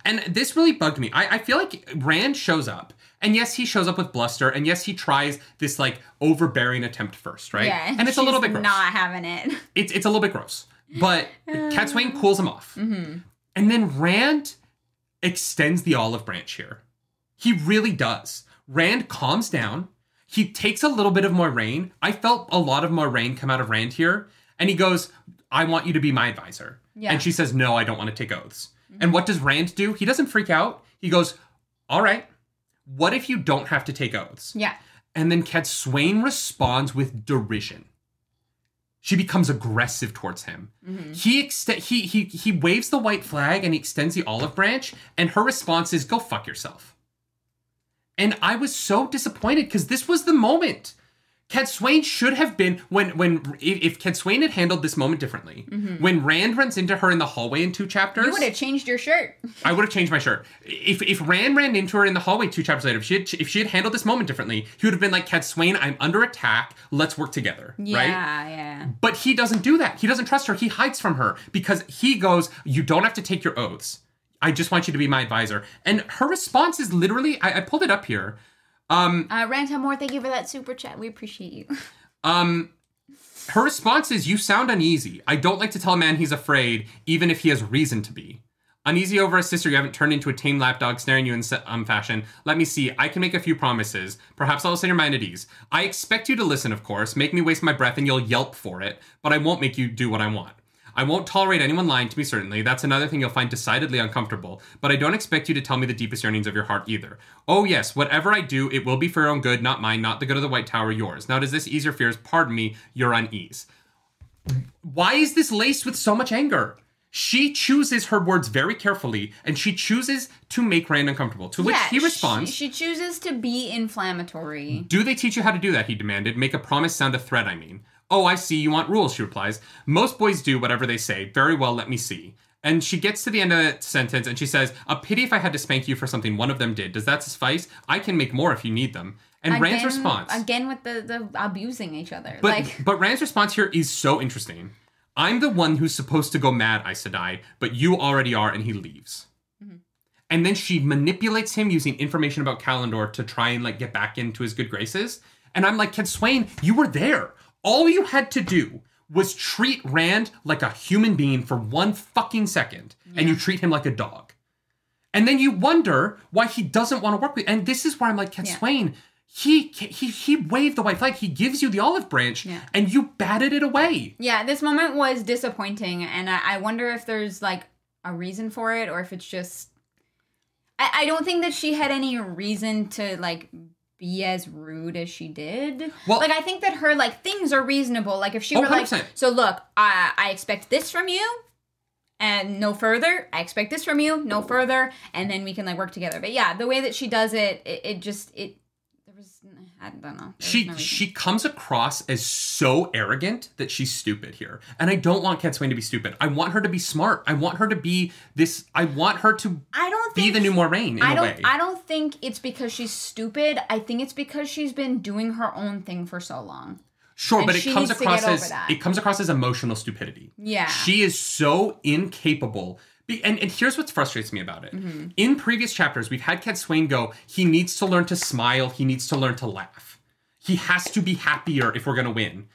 Speaker 2: And this really bugged me. I, I feel like Rand shows up. And yes, he shows up with bluster, and yes, he tries this like overbearing attempt first, right?
Speaker 1: Yeah,
Speaker 2: and it's a little
Speaker 1: she's
Speaker 2: bit gross
Speaker 1: not having it.
Speaker 2: it's it's a little bit gross, but Cat Swain cools him off, and then Rand extends the olive branch here. He really does. Rand calms down. He takes a little bit of Moraine. I felt a lot of Moraine come out of Rand here, and he goes, "I want you to be my advisor."
Speaker 1: Yeah.
Speaker 2: And she says, "No, I don't want to take oaths." And what does Rand do? He doesn't freak out. He goes, "All right. What if you don't have to take oaths?"
Speaker 1: Yeah.
Speaker 2: And then Cat Swain responds with derision. She becomes aggressive towards him.
Speaker 1: Mm-hmm.
Speaker 2: He, ext- he he he waves the white flag and he extends the olive branch, and her response is "Go fuck yourself." And I was so disappointed because this was the moment. Cat Swain should have been when when if, if Cat Swain had handled this moment differently. When Rand runs into her in the hallway in two chapters,
Speaker 1: Mm-hmm. You would have changed your shirt.
Speaker 2: I would have changed my shirt. If if Rand ran into her in the hallway two chapters later, if she had, if she had handled this moment differently, he would have been like, "Cat Swain, I'm under attack. Let's work together."
Speaker 1: Yeah,
Speaker 2: Right?
Speaker 1: yeah.
Speaker 2: But he doesn't do that. He doesn't trust her. He hides from her because he goes, "You don't have to take your oaths. I just want you to be my advisor." And her response is literally, I, I pulled it up here.
Speaker 1: Uh, Ranta Moore, thank you for that super chat. We appreciate you.
Speaker 2: Her response is, You sound uneasy. I don't like to tell a man he's afraid, even if he has reason to be. Uneasy over a sister you haven't turned into a tame lapdog snaring you in se- um, fashion. Let me see. I can make a few promises. Perhaps I'll set your mind at ease. I expect you to listen, of course. Make me waste my breath and you'll yelp for it, but I won't make you do what I want. I won't tolerate anyone lying to me, certainly. That's another thing you'll find decidedly uncomfortable, but I don't expect you to tell me the deepest yearnings of your heart either. Oh, yes, whatever I do, it will be for your own good, not mine, not the good of the White Tower, yours. Now, does this ease your fears? Pardon me, your unease. Why is this laced with so much anger? She chooses her words very carefully, and she chooses to make Rand uncomfortable, to which
Speaker 1: Yeah,
Speaker 2: he responds.
Speaker 1: She, she chooses to be inflammatory.
Speaker 2: Do they teach you how to do that? He demanded. Make a promise sound a threat, I mean. Oh, I see, you want rules, she replies. Most boys do whatever they say. Very well, let me see. And she gets to the end of that sentence and she says, A pity if I had to spank you for something one of them did. Does that suffice? I can make more if you need them. And Rand's response.
Speaker 1: again with the, the abusing each other.
Speaker 2: But
Speaker 1: like
Speaker 2: but Rand's response here is so interesting. I'm the one who's supposed to go mad, I Sedai, but you already are, and he leaves. And then she manipulates him using information about Kalendor to try and like get back into his good graces. And I'm like, Ken Swain, you were there. All you had to do was treat Rand like a human being for one fucking second, and you treat him like a dog. And then you wonder why he doesn't want to work with. And this is where I'm like, Ken
Speaker 1: Yeah.
Speaker 2: Swain, he he he waved the white flag. He gives you the olive branch,
Speaker 1: Yeah.
Speaker 2: and you batted it away.
Speaker 1: yeah, this moment was disappointing, and I, I wonder if there's like a reason for it, or if it's just. I, I don't think that she had any reason to like be as rude as she did.
Speaker 2: Well-
Speaker 1: like I think that her like things are reasonable. Like if she
Speaker 2: Oh,
Speaker 1: were like,
Speaker 2: 100%.
Speaker 1: so look, I I expect this from you. And no further. I expect this from you. No further. And then we can like work together. But yeah, the way that she does it, it, it just it. There was I don't know. There was
Speaker 2: She
Speaker 1: no reason.
Speaker 2: she comes across as so arrogant that she's stupid here, and I don't want Kat Swain to be stupid. I want her to be smart. I want her to be this. I want her to
Speaker 1: I don't
Speaker 2: be
Speaker 1: think
Speaker 2: the new Moraine in
Speaker 1: I
Speaker 2: a
Speaker 1: don't.
Speaker 2: way.
Speaker 1: I don't think it's because she's stupid. I think it's because she's been doing her own thing for so long.
Speaker 2: Sure,
Speaker 1: And
Speaker 2: but it
Speaker 1: she
Speaker 2: comes
Speaker 1: needs to
Speaker 2: across
Speaker 1: get over
Speaker 2: as
Speaker 1: that.
Speaker 2: it comes across as emotional stupidity.
Speaker 1: Yeah.
Speaker 2: she is so incapable. Be- And, and here's what frustrates me about it.
Speaker 1: Mm-hmm.
Speaker 2: In previous chapters, we've had Cat Swain go, he needs to learn to smile, he needs to learn to laugh. He has to be happier if we're going to win.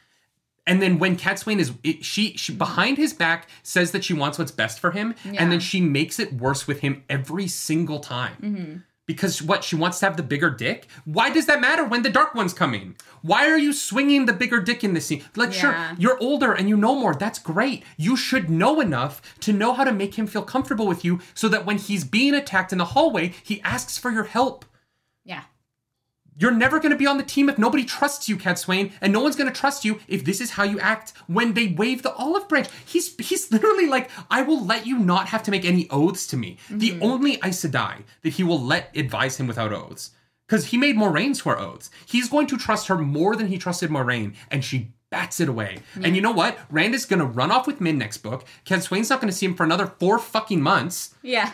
Speaker 2: And then when Cat Swain is, it, she, she behind his back says that she wants what's best for him,
Speaker 1: Yeah.
Speaker 2: and then she makes it worse with him every single time.
Speaker 1: Mm-hmm.
Speaker 2: Because what she wants to have the bigger dick? Why does that matter when the dark one's coming? Why are you swinging the bigger dick in this scene? Like,
Speaker 1: Yeah.
Speaker 2: sure, you're older and you know more. That's great. You should know enough to know how to make him feel comfortable with you, so that when he's being attacked in the hallway, he asks for your help.
Speaker 1: Yeah.
Speaker 2: You're never going to be on the team if nobody trusts you, Cat Swain, and no one's going to trust you if this is how you act when they wave the olive branch. He's he's literally like, I will let you not have to make any oaths to me. The only Aes Sedai that he will let advise him without oaths, because he made Moraine swear oaths. He's going to trust her more than he trusted Moraine, and she bats it away. And you know what? Rand is gonna run off with Min next book. Ken Swain's not gonna see him for another four fucking months.
Speaker 1: Yeah.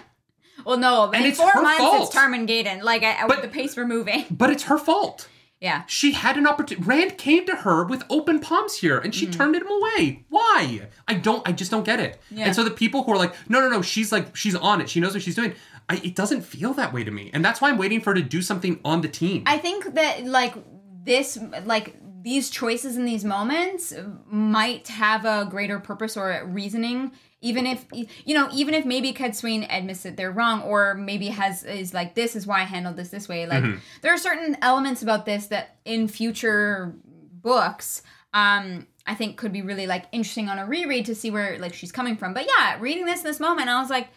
Speaker 1: Well, no, in
Speaker 2: it's
Speaker 1: four
Speaker 2: her
Speaker 1: months
Speaker 2: fault.
Speaker 1: it's Tarman Gaiden. Like I, I-
Speaker 2: But-
Speaker 1: the pace we're moving.
Speaker 2: But it's her fault.
Speaker 1: Yeah.
Speaker 2: She had an opportunity. Rand came to her with open palms here, and
Speaker 1: Mm.
Speaker 2: she turned him away. Why? I don't. I just don't get it.
Speaker 1: Yeah.
Speaker 2: And so the people who are like, no, no, no, she's like, she's on it. She knows what she's doing. I, it doesn't feel that way to me, and that's why I'm waiting for her to do something on the team.
Speaker 1: I think that like this like these choices in these moments might have a greater purpose or reasoning even if e, you know even if maybe Ked Swain admits that they're wrong or maybe has is like this is why I handled this this way like there are certain elements about this that in future books um I think could be really like interesting on a reread to see where like she's coming from but yeah reading this in this moment I was like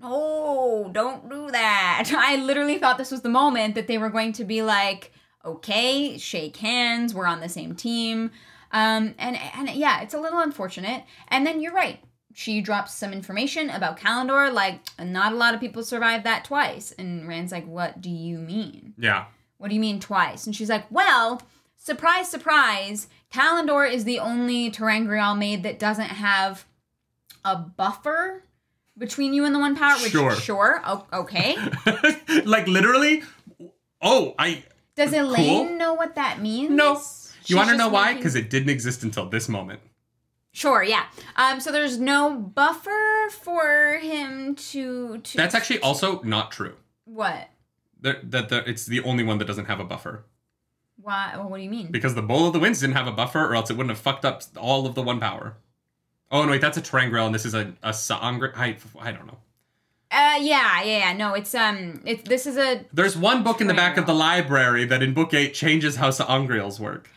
Speaker 1: no, don't do that. I literally thought this was the moment that they were going to be like, okay, shake hands, we're on the same team. Um, and, and yeah, it's a little unfortunate. And then you're right. She drops some information about Kalendor, like, not a lot of people survive that twice. And Rand's like, what do you mean?
Speaker 2: yeah.
Speaker 1: What do you mean twice? And she's like, Well, surprise, surprise, Kalendor is the only Terangrial maid that doesn't have a buffer between you and the one power. Which,
Speaker 2: Sure.
Speaker 1: Sure. o- okay.
Speaker 2: like literally. Oh, I.
Speaker 1: Does Elaine know what that means?
Speaker 2: No.
Speaker 1: She's
Speaker 2: You want to
Speaker 1: just
Speaker 2: know why?
Speaker 1: making-
Speaker 2: Because it didn't exist until this moment.
Speaker 1: Sure, yeah. Um, so there's no buffer for him to to
Speaker 2: That's actually also not true.
Speaker 1: what?
Speaker 2: That that the, it's the only one that doesn't have a buffer
Speaker 1: Why well, what do you mean?
Speaker 2: because the bowl of the winds didn't have a buffer, or else it wouldn't have fucked up all of the one power. Oh no, wait, that's a Trangrail, and this is a a Sangre. I I don't know.
Speaker 1: Uh yeah, yeah, yeah. No, it's um it's this is a
Speaker 2: There's one book in the back of the library that in book eight changes how Sangreals work.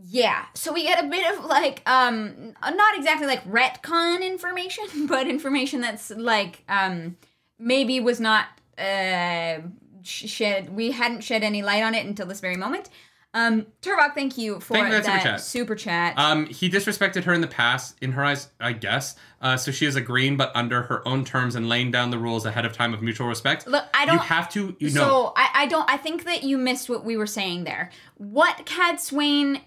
Speaker 1: Yeah, so we get a bit of like, um, not exactly like retcon information, but information that's like, um, maybe was not uh, sh- shed. We hadn't shed any light on it until this very moment. Um, Turvok, thank you for
Speaker 2: Thank you for that
Speaker 1: that
Speaker 2: super chat.
Speaker 1: super chat.
Speaker 2: Um, he disrespected her in the past, in her eyes, I guess. Uh, so she is agreeing, but under her own terms and laying down the rules ahead of time of mutual respect.
Speaker 1: Look, I
Speaker 2: You
Speaker 1: don't-
Speaker 2: have to. You know.
Speaker 1: So I, I don't. I think that you missed what we were saying there. What Cad Swain's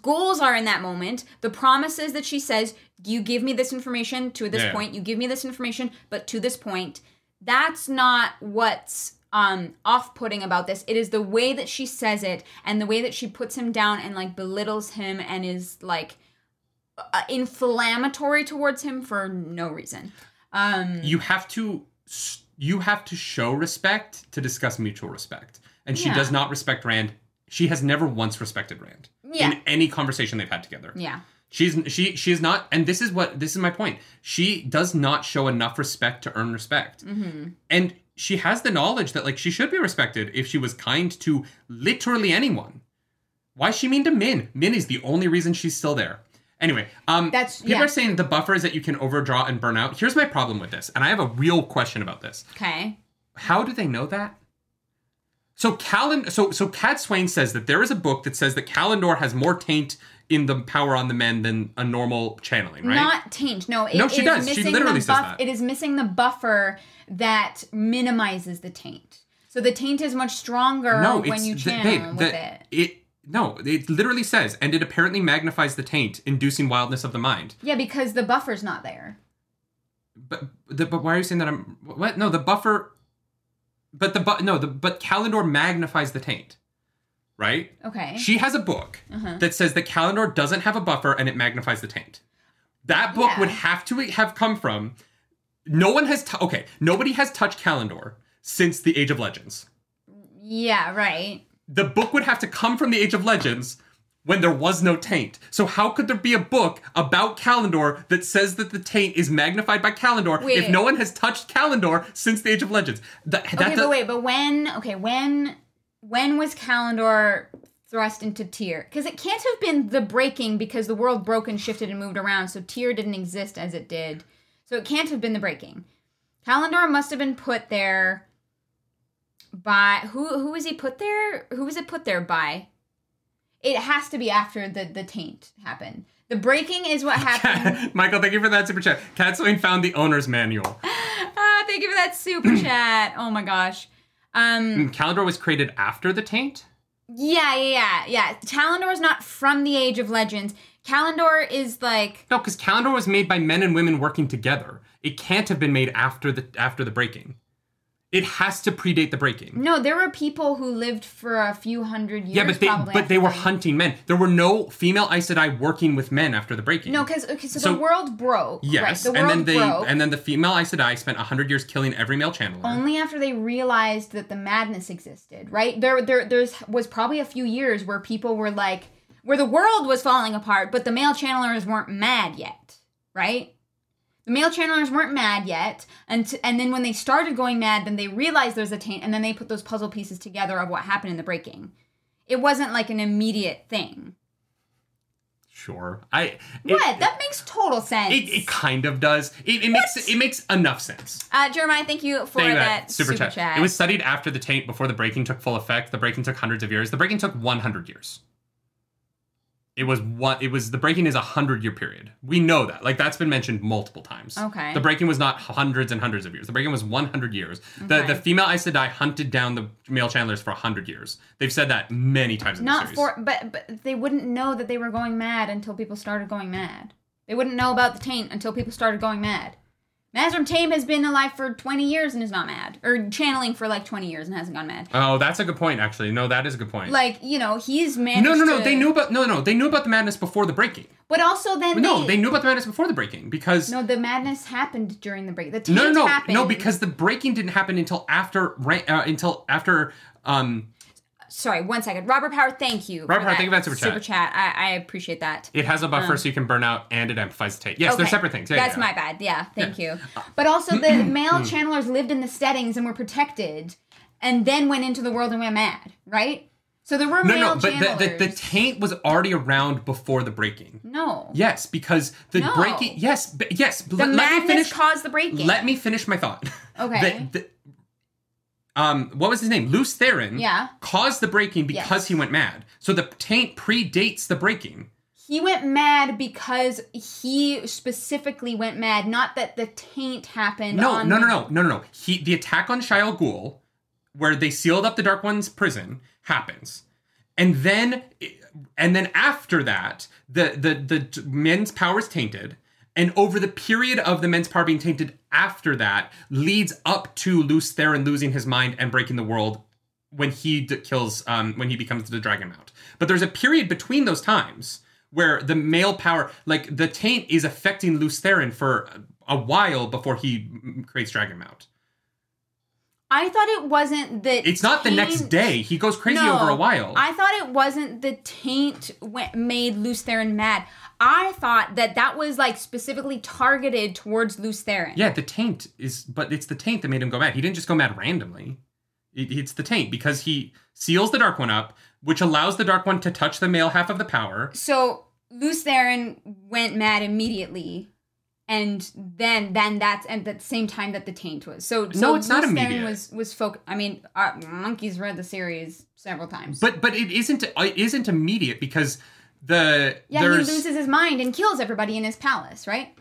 Speaker 1: goals are in that moment, the promises that she says, "You give me this information to this
Speaker 2: Yeah.
Speaker 1: point. You give me this information, but to this point." That's not what's um off-putting about this. It is the way that she says it and the way that she puts him down and like belittles him and is like uh, inflammatory towards him for no reason. Um,
Speaker 2: you have to s- you have to show respect to discuss mutual respect and she
Speaker 1: Yeah.
Speaker 2: does not respect rand she has never once respected rand
Speaker 1: Yeah.
Speaker 2: in any conversation they've had together
Speaker 1: yeah.
Speaker 2: she's she she is not and this is what this is my point she does not show enough respect to earn respect
Speaker 1: Mm-hmm.
Speaker 2: and she has the knowledge that like she should be respected if she was kind to literally anyone why is she mean to min min is the only reason she's still there anyway um
Speaker 1: That's-
Speaker 2: people
Speaker 1: yeah.
Speaker 2: are saying the buffer is that you can overdraw and burn out here's my problem with this and i have a real question about this
Speaker 1: Okay.
Speaker 2: how do they know that? So Callan, so so Cat Swain says that there is a book that says that Kalendor has more taint in the power on the men than a normal channeling, right?
Speaker 1: Not taint. No, it
Speaker 2: No, she
Speaker 1: is
Speaker 2: does. She
Speaker 1: Missing
Speaker 2: literally
Speaker 1: the
Speaker 2: says
Speaker 1: buff-
Speaker 2: that.
Speaker 1: It is missing the buffer that minimizes the taint. So the taint is much stronger
Speaker 2: no,
Speaker 1: when
Speaker 2: it's
Speaker 1: you
Speaker 2: the-
Speaker 1: channel
Speaker 2: babe,
Speaker 1: with
Speaker 2: the-
Speaker 1: it.
Speaker 2: No, it literally says, and it apparently magnifies the taint, inducing wildness of the mind.
Speaker 1: Yeah, because the buffer's not there.
Speaker 2: But the, but why are you saying that I'm what? No, the buffer. But the but no the but Kalendor magnifies the taint, right?
Speaker 1: Okay.
Speaker 2: She has a book
Speaker 1: Uh-huh.
Speaker 2: that says that Kalendor doesn't have a buffer and it magnifies the taint. That book
Speaker 1: Yeah.
Speaker 2: would have to have come from. No one has t- okay. Nobody has touched Kalendor since the Age of Legends.
Speaker 1: yeah, right.
Speaker 2: The book would have to come from the Age of Legends when there was no taint. So how could there be a book about Kalendor that says that the taint is magnified by Kalendor if
Speaker 1: Wait.
Speaker 2: no one has touched Kalendor since the Age of Legends? That, that
Speaker 1: Okay,
Speaker 2: does-
Speaker 1: but wait, but when okay, when when was Kalendor thrust into Tyr? Because it can't have been the breaking because the world broke and shifted and moved around, so Tyr didn't exist as it did. So it can't have been the breaking. Kalendor must have been put there by who who was he put there? Who was it put there by? It has to be after the the taint happened. The breaking is what happened.
Speaker 2: Michael, thank you for that super chat. Cat Swain found the owner's manual.
Speaker 1: ah, thank you for that super chat. Oh my gosh. Um
Speaker 2: Calendar was created after the taint?
Speaker 1: Yeah, yeah, yeah, yeah. Kalendor is not from the Age of Legends. Kalendor is like
Speaker 2: No, because calendar was made by men and women working together. It can't have been made after the after the breaking. It has to predate the breaking.
Speaker 1: no. There were people who lived for a few hundred years.
Speaker 2: yeah, but they
Speaker 1: probably
Speaker 2: but
Speaker 1: after
Speaker 2: they were
Speaker 1: the-
Speaker 2: hunting men. There were no female Aes Sedai working with men after the breaking.
Speaker 1: No, because okay, so,
Speaker 2: So-
Speaker 1: the world broke. right?
Speaker 2: yes,
Speaker 1: the world
Speaker 2: and then they
Speaker 1: broke. Um,
Speaker 2: and then the female Aes Sedai spent hundred years killing every male channeler.
Speaker 1: only after they realized that the madness existed, right? There, there, there's was probably a few years where people were like, where the world was falling apart, but the male channelers weren't mad yet, right? The male channelers weren't mad yet, and t- and then when they started going mad, then they realized there's a taint, and then they put those puzzle pieces together of what happened in the breaking. It wasn't like an immediate thing.
Speaker 2: sure, I it,
Speaker 1: What? that makes total sense.
Speaker 2: It, it kind of does. It, it makes it makes enough sense.
Speaker 1: uh, Jeremiah, thank you for
Speaker 2: Thank you
Speaker 1: that super, chat.
Speaker 2: It was studied after the taint, before the breaking took full effect. The breaking took hundreds of years. The breaking took 100 years. It was one. It was the breaking is a hundred year period. We know that. Like that's been mentioned multiple times.
Speaker 1: Okay.
Speaker 2: The breaking was not hundreds and hundreds of years. The breaking was 100 years. The
Speaker 1: Okay.
Speaker 2: the female Aes Sedai hunted down the male Chandlers for 100 years. They've said that many times in the
Speaker 1: Not
Speaker 2: series.
Speaker 1: for, but but they wouldn't know that they were going mad until people started going mad. They wouldn't know about the taint until people started going mad. Mazrim Tame has been alive for twenty years and is not mad, or channeling for like twenty years and hasn't gone mad.
Speaker 2: Oh, that's a good point. Actually, no, that is a good point.
Speaker 1: Like you know, he's managed.
Speaker 2: no, no, no.
Speaker 1: to-
Speaker 2: They knew about no, no. They knew about the madness before the breaking.
Speaker 1: but also then
Speaker 2: No,
Speaker 1: they,
Speaker 2: they knew about the madness before the breaking because
Speaker 1: no the madness happened during the break. The taint
Speaker 2: No, no, no,
Speaker 1: happened.
Speaker 2: no. Because the breaking didn't happen until after ra- uh, until after. Um,
Speaker 1: sorry, one second. Robert Power, thank you.
Speaker 2: Robert
Speaker 1: for
Speaker 2: Power, thank you for that super chat.
Speaker 1: Super chat, I, I appreciate that.
Speaker 2: it has a buffer so you can burn out, and it amplifies the tape. Yes, they're
Speaker 1: Oh. Okay.
Speaker 2: separate things. Yeah,
Speaker 1: That's
Speaker 2: yeah, yeah. Uh, Hmm.
Speaker 1: my bad. Yeah, thank you. But also, the male channelers lived in the settings and were protected, and then went into the world and went mad, right? So there were
Speaker 2: No, no,
Speaker 1: male channelers.
Speaker 2: but the, the, the taint was already around before the breaking.
Speaker 1: no,
Speaker 2: Yes, because the
Speaker 1: No.
Speaker 2: breaking. Yes, b- yes.
Speaker 1: the
Speaker 2: let, let
Speaker 1: madness
Speaker 2: me finish.
Speaker 1: caused the breaking.
Speaker 2: Let me finish my thought.
Speaker 1: Okay.
Speaker 2: The- the- um, what was his name? Luce Theron.
Speaker 1: Yeah.
Speaker 2: Caused the breaking because
Speaker 1: Yes.
Speaker 2: he went mad. So the taint predates the breaking.
Speaker 1: he went mad because he specifically went mad. Not that the taint happened.
Speaker 2: No,
Speaker 1: on
Speaker 2: no,
Speaker 1: the-
Speaker 2: no, no, no, no, no. He the attack on Shiel Ghul, where they sealed up the Dark One's prison, happens, and then and then after that, the the the men's power is tainted, and over the period of the men's power being tainted after that leads up to Luce Theron losing his mind and breaking the world when he d- kills um when he becomes the dragon mount but there's a period between those times where the male power like the taint is affecting lutheran for a while before he mm, creates dragon mount
Speaker 1: I thought it wasn't that.
Speaker 2: it's not the next
Speaker 1: taint-
Speaker 2: day he goes crazy over a while
Speaker 1: I thought it wasn't the taint went, made Luce Theron mad. I thought that that was like specifically targeted towards Luce Theron.
Speaker 2: yeah the taint is but it's the taint that made him go mad he didn't just go mad randomly It- it's the taint because he seals the dark one up which allows the dark one to touch the male half of the power
Speaker 1: So Luce Theron went mad immediately, and then then that's at the same time that the taint was. So, so
Speaker 2: No, it's not
Speaker 1: Luce Theron
Speaker 2: immediate.
Speaker 1: was was folk. I mean, uh, monkeys read the series several times.
Speaker 2: but but it isn't uh, it isn't immediate because the
Speaker 1: yeah, he
Speaker 2: there's
Speaker 1: loses his mind and kills everybody in his palace, right?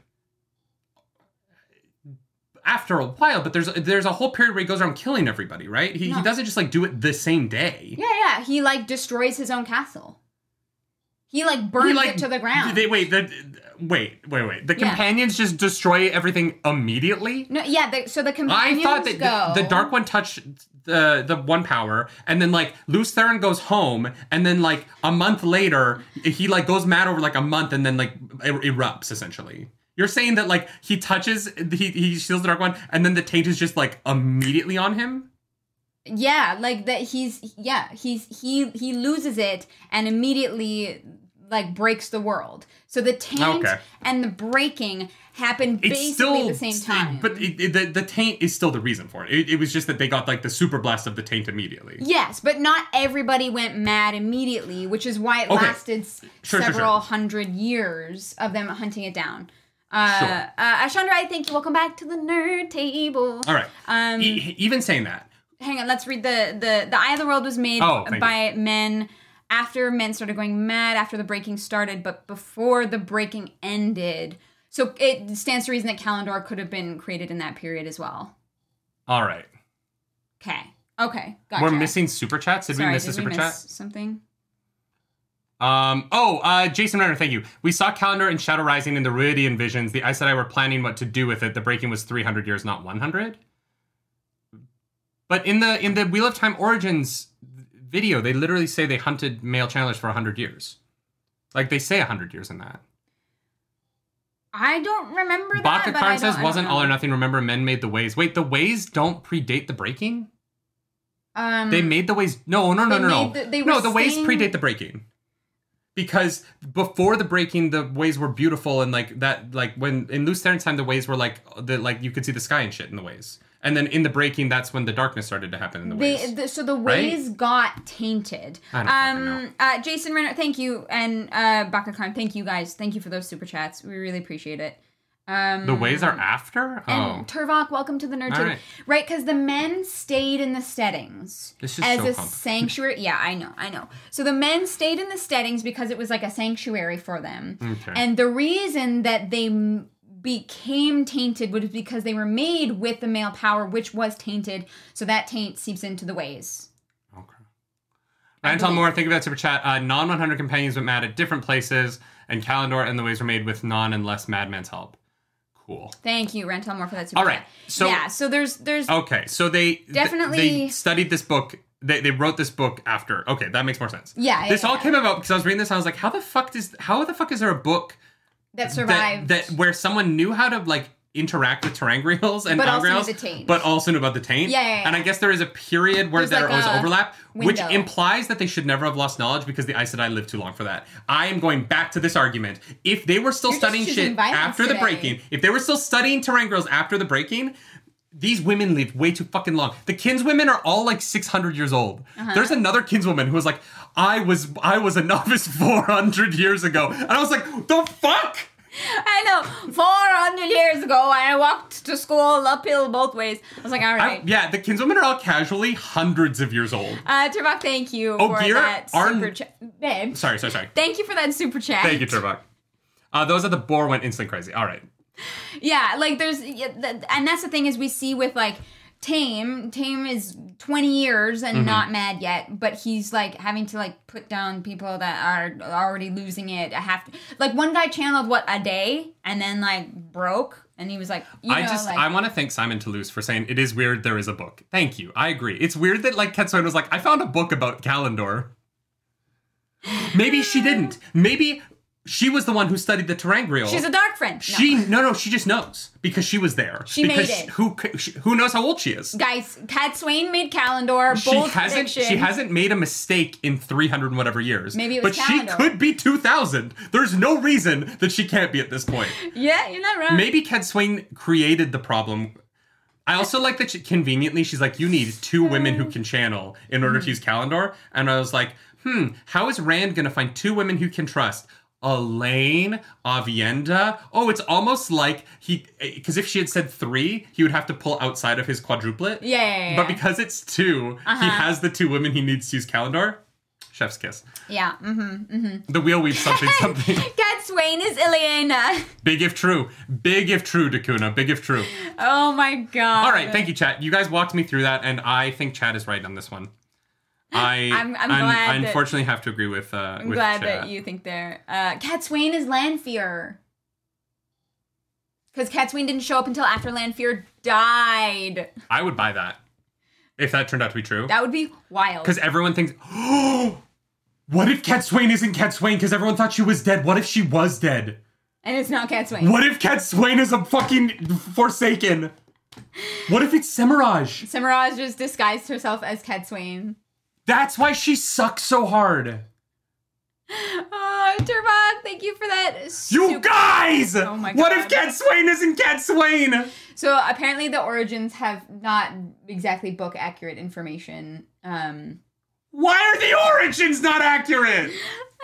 Speaker 2: after a while, but there's there's a whole period where he goes around killing everybody, right? He, he
Speaker 1: No.
Speaker 2: doesn't just like do it the same day.
Speaker 1: Yeah, yeah. He like destroys his own castle. He like burns
Speaker 2: He, like,
Speaker 1: it to the ground.
Speaker 2: They wait, the, wait, wait, wait. The
Speaker 1: Yeah.
Speaker 2: companions just destroy everything immediately.
Speaker 1: No, yeah. The, so the
Speaker 2: I
Speaker 1: companions
Speaker 2: thought that
Speaker 1: go.
Speaker 2: the, the dark one touched the the one power, and then like Luce Theron goes home, and then like a month later, he like goes mad over like a month, and then like er- erupts essentially. You're saying that like he touches he he steals the dark one, and then the taint is just like immediately on him.
Speaker 1: Yeah, like that. He's yeah. He's he he loses it and immediately like breaks the world. So the taint
Speaker 2: Okay.
Speaker 1: and the breaking happen basically the same time.
Speaker 2: But it, it- the, the taint is still the reason for it. it. It was just that they got like the super blast of the taint immediately.
Speaker 1: yes, but not everybody went mad immediately, which is why it
Speaker 2: Okay.
Speaker 1: lasted s-
Speaker 2: Sure, sure,
Speaker 1: several
Speaker 2: sure.
Speaker 1: hundred years of them hunting it down. Uh,
Speaker 2: Sure.
Speaker 1: uh, Ashandra, I thank you. Welcome back to the nerd table.
Speaker 2: All right.
Speaker 1: Um,
Speaker 2: E- even saying that,
Speaker 1: hang on let's read the the the eye of the world was made
Speaker 2: Oh, thank
Speaker 1: by men after men started going mad after the breaking started but before the breaking ended so it stands to reason that kalendor could have been created in that period as well
Speaker 2: all right.
Speaker 1: okay Okay, gotcha.
Speaker 2: We're missing super chats. Did
Speaker 1: Sorry,
Speaker 2: we miss
Speaker 1: did
Speaker 2: a super
Speaker 1: we
Speaker 2: chat?
Speaker 1: miss something?
Speaker 2: Um, oh, uh, Jason Renner, thank you. We saw Calendar and Shadow Rising in the Ruidian visions. The Aes Sedai were planning what to do with it. The breaking was 300 years, not 100. But in the in the Wheel of Time Origins video, they literally say they hunted male channelers for 100 years. Like they say 100 years in that.
Speaker 1: I don't remember that.
Speaker 2: Baka
Speaker 1: but I
Speaker 2: Karn says,
Speaker 1: don't- I
Speaker 2: wasn't
Speaker 1: don't
Speaker 2: all or
Speaker 1: know.
Speaker 2: nothing. Remember, men made the ways. Wait, the ways don't predate the breaking?
Speaker 1: Um,
Speaker 2: They made the ways. No, no, no,
Speaker 1: They
Speaker 2: no, no.
Speaker 1: made the- they
Speaker 2: no,
Speaker 1: were
Speaker 2: the ways
Speaker 1: staying-
Speaker 2: predate the breaking. Because before the breaking, the ways were beautiful and like that, like when in Loose Terran's time, the ways were like the like you could see the sky and shit in the ways. And then in the breaking, that's when the darkness started to happen in the
Speaker 1: They,
Speaker 2: ways.
Speaker 1: the, so the ways got tainted.
Speaker 2: I don't fucking
Speaker 1: um, Uh, Jason Renner, thank you, and uh, Baka Khan, thank you guys, thank you for those super chats. We really appreciate it. Um,
Speaker 2: The ways are after.
Speaker 1: and
Speaker 2: Oh,
Speaker 1: Turvok, welcome to the nerd
Speaker 2: All
Speaker 1: too.
Speaker 2: right.
Speaker 1: Right, because the men stayed in the steadings
Speaker 2: This is
Speaker 1: as
Speaker 2: so
Speaker 1: a
Speaker 2: complicated.
Speaker 1: sanctuary. Yeah, I know, I know. So the men stayed in the steadings because it was like a sanctuary for them.
Speaker 2: Okay.
Speaker 1: And the reason that they m- became tainted was because they were made with the male power, which was tainted. So that taint seeps into the ways.
Speaker 2: Okay. Ryan Tom Moore, think about super chat. Uh, non 100 companions went mad at different places, and Kalendor and the ways were made with non and less madman's help. Cool.
Speaker 1: Thank you, Rentel Moore, for that super
Speaker 2: All right,
Speaker 1: chat.
Speaker 2: so- Oh,
Speaker 1: yeah, so there's there's
Speaker 2: Okay, so they th-
Speaker 1: Definitely-
Speaker 2: they studied this book. They, they wrote this book after. Okay, that makes more sense.
Speaker 1: Yeah, yeah,
Speaker 2: this all
Speaker 1: yeah.
Speaker 2: came about because I was reading this. and I was like, how the fuck does how the fuck is there a book
Speaker 1: that
Speaker 2: that,
Speaker 1: survived.
Speaker 2: that where someone knew how to like interact with terangrials and
Speaker 1: But also knew
Speaker 2: Angreals,
Speaker 1: the taint.
Speaker 2: but also knew about the taint.
Speaker 1: Yeah, yeah, yeah.
Speaker 2: And I guess there is a period where
Speaker 1: There's
Speaker 2: there
Speaker 1: like
Speaker 2: was
Speaker 1: a
Speaker 2: overlap, which
Speaker 1: window.
Speaker 2: implies that they should never have lost knowledge because the Aes Sedai lived too long for that. I am going back to this argument. If they were still
Speaker 1: You're just
Speaker 2: studying
Speaker 1: choosing
Speaker 2: shit
Speaker 1: violence
Speaker 2: after the
Speaker 1: today.
Speaker 2: breaking, if they were still studying terangrials after the breaking. These women lived way too fucking long. The kinswomen are all like 600 years old.
Speaker 1: Uh-huh.
Speaker 2: There's another kinswoman who was like, "I was I was a novice 400 years ago," and I was like, "The fuck."
Speaker 1: I know, 400 years ago, I walked to school uphill both ways. I was like, all
Speaker 2: I-
Speaker 1: right.
Speaker 2: yeah, the kinswomen are all casually hundreds of years old.
Speaker 1: Uh, Turbok, thank you for
Speaker 2: Gear,
Speaker 1: that
Speaker 2: Arn-
Speaker 1: super chat. Babe,
Speaker 2: Sorry, sorry, sorry.
Speaker 1: thank you for that super chat.
Speaker 2: Thank you, Turbok. Uh, those are the boar went instantly crazy. All right.
Speaker 1: Yeah, like there's, yeah, th- and that's the thing is we see with like Tame, Tame is 20 years
Speaker 2: Mm-hmm.
Speaker 1: and not mad yet, but he's like having to like put down people that are already losing it. I have to, like one guy channeled what a day and then like broke and he was like, you
Speaker 2: I
Speaker 1: know,
Speaker 2: just
Speaker 1: like,
Speaker 2: I want to thank Simon Toulouse for saying it is weird there is a book. Thank you. I agree. It's weird that like Ketsuan was like I found a book about Kalendor. Maybe she didn't. Maybe she was the one who studied the Terangriel.
Speaker 1: she's a dark friend. No.
Speaker 2: she no no she just knows because she was there.
Speaker 1: She made
Speaker 2: because
Speaker 1: it.
Speaker 2: Who c- she- who knows how old she is?
Speaker 1: Guys, Cat Swain made Calendar.
Speaker 2: she
Speaker 1: bold
Speaker 2: hasn't
Speaker 1: prediction.
Speaker 2: she hasn't made a mistake in 300 and whatever years
Speaker 1: Maybe it was
Speaker 2: but
Speaker 1: Calendar.
Speaker 2: she could be 2000 there's no reason that she can't be at this point
Speaker 1: Yeah, you're not wrong.
Speaker 2: maybe Ked Swain created the problem I also like that she, conveniently she's like you need two women
Speaker 1: Mm.
Speaker 2: who can channel in order to use Calendar and I was like hmm how is Rand gonna find two women who can trust Elaine, Avienda. Oh, it's almost like he, because if she had said three, he would have to pull outside of his quadruplet.
Speaker 1: Yeah, yeah,
Speaker 2: But
Speaker 1: yeah, Uh-huh. yeah.
Speaker 2: because it's 2 he has the two women he needs to use calendar. Chef's kiss.
Speaker 1: Yeah. Mm-hmm.
Speaker 2: The wheel weaves something something.
Speaker 1: Cat Swain is Ileana.
Speaker 2: Big if true. Big if true, Dakuna. Big if true.
Speaker 1: Oh my god.
Speaker 2: All right, thank you, Chad. You guys walked me through that, and I think Chad is right on this one. I
Speaker 1: I'm- I'm glad
Speaker 2: I
Speaker 1: that-
Speaker 2: unfortunately have to agree with. Uh,
Speaker 1: I'm
Speaker 2: with
Speaker 1: glad
Speaker 2: Chad.
Speaker 1: that you think they're. Uh, Cat Swain is Lanfear. Because Cat Swain didn't show up until after Lanfear died.
Speaker 2: I would buy that if that turned out to be true.
Speaker 1: That would be wild.
Speaker 2: Because everyone thinks, oh, what if Cat Swain isn't Cat Swain? Because everyone thought she was dead. What if she was dead?
Speaker 1: And it's not Cat Swain.
Speaker 2: What if Cat Swain is a fucking Forsaken? What if it's Semiraj?
Speaker 1: Samaraj just disguised herself as Cat Swain.
Speaker 2: That's why she sucks so hard.
Speaker 1: Oh, Turbog, thank you for that.
Speaker 2: You
Speaker 1: super-
Speaker 2: guys!
Speaker 1: Oh my
Speaker 2: What if
Speaker 1: God.
Speaker 2: Cat Swain isn't Cat Swain?
Speaker 1: So apparently the origins have not exactly book accurate information. Um,
Speaker 2: Why are the origins not accurate?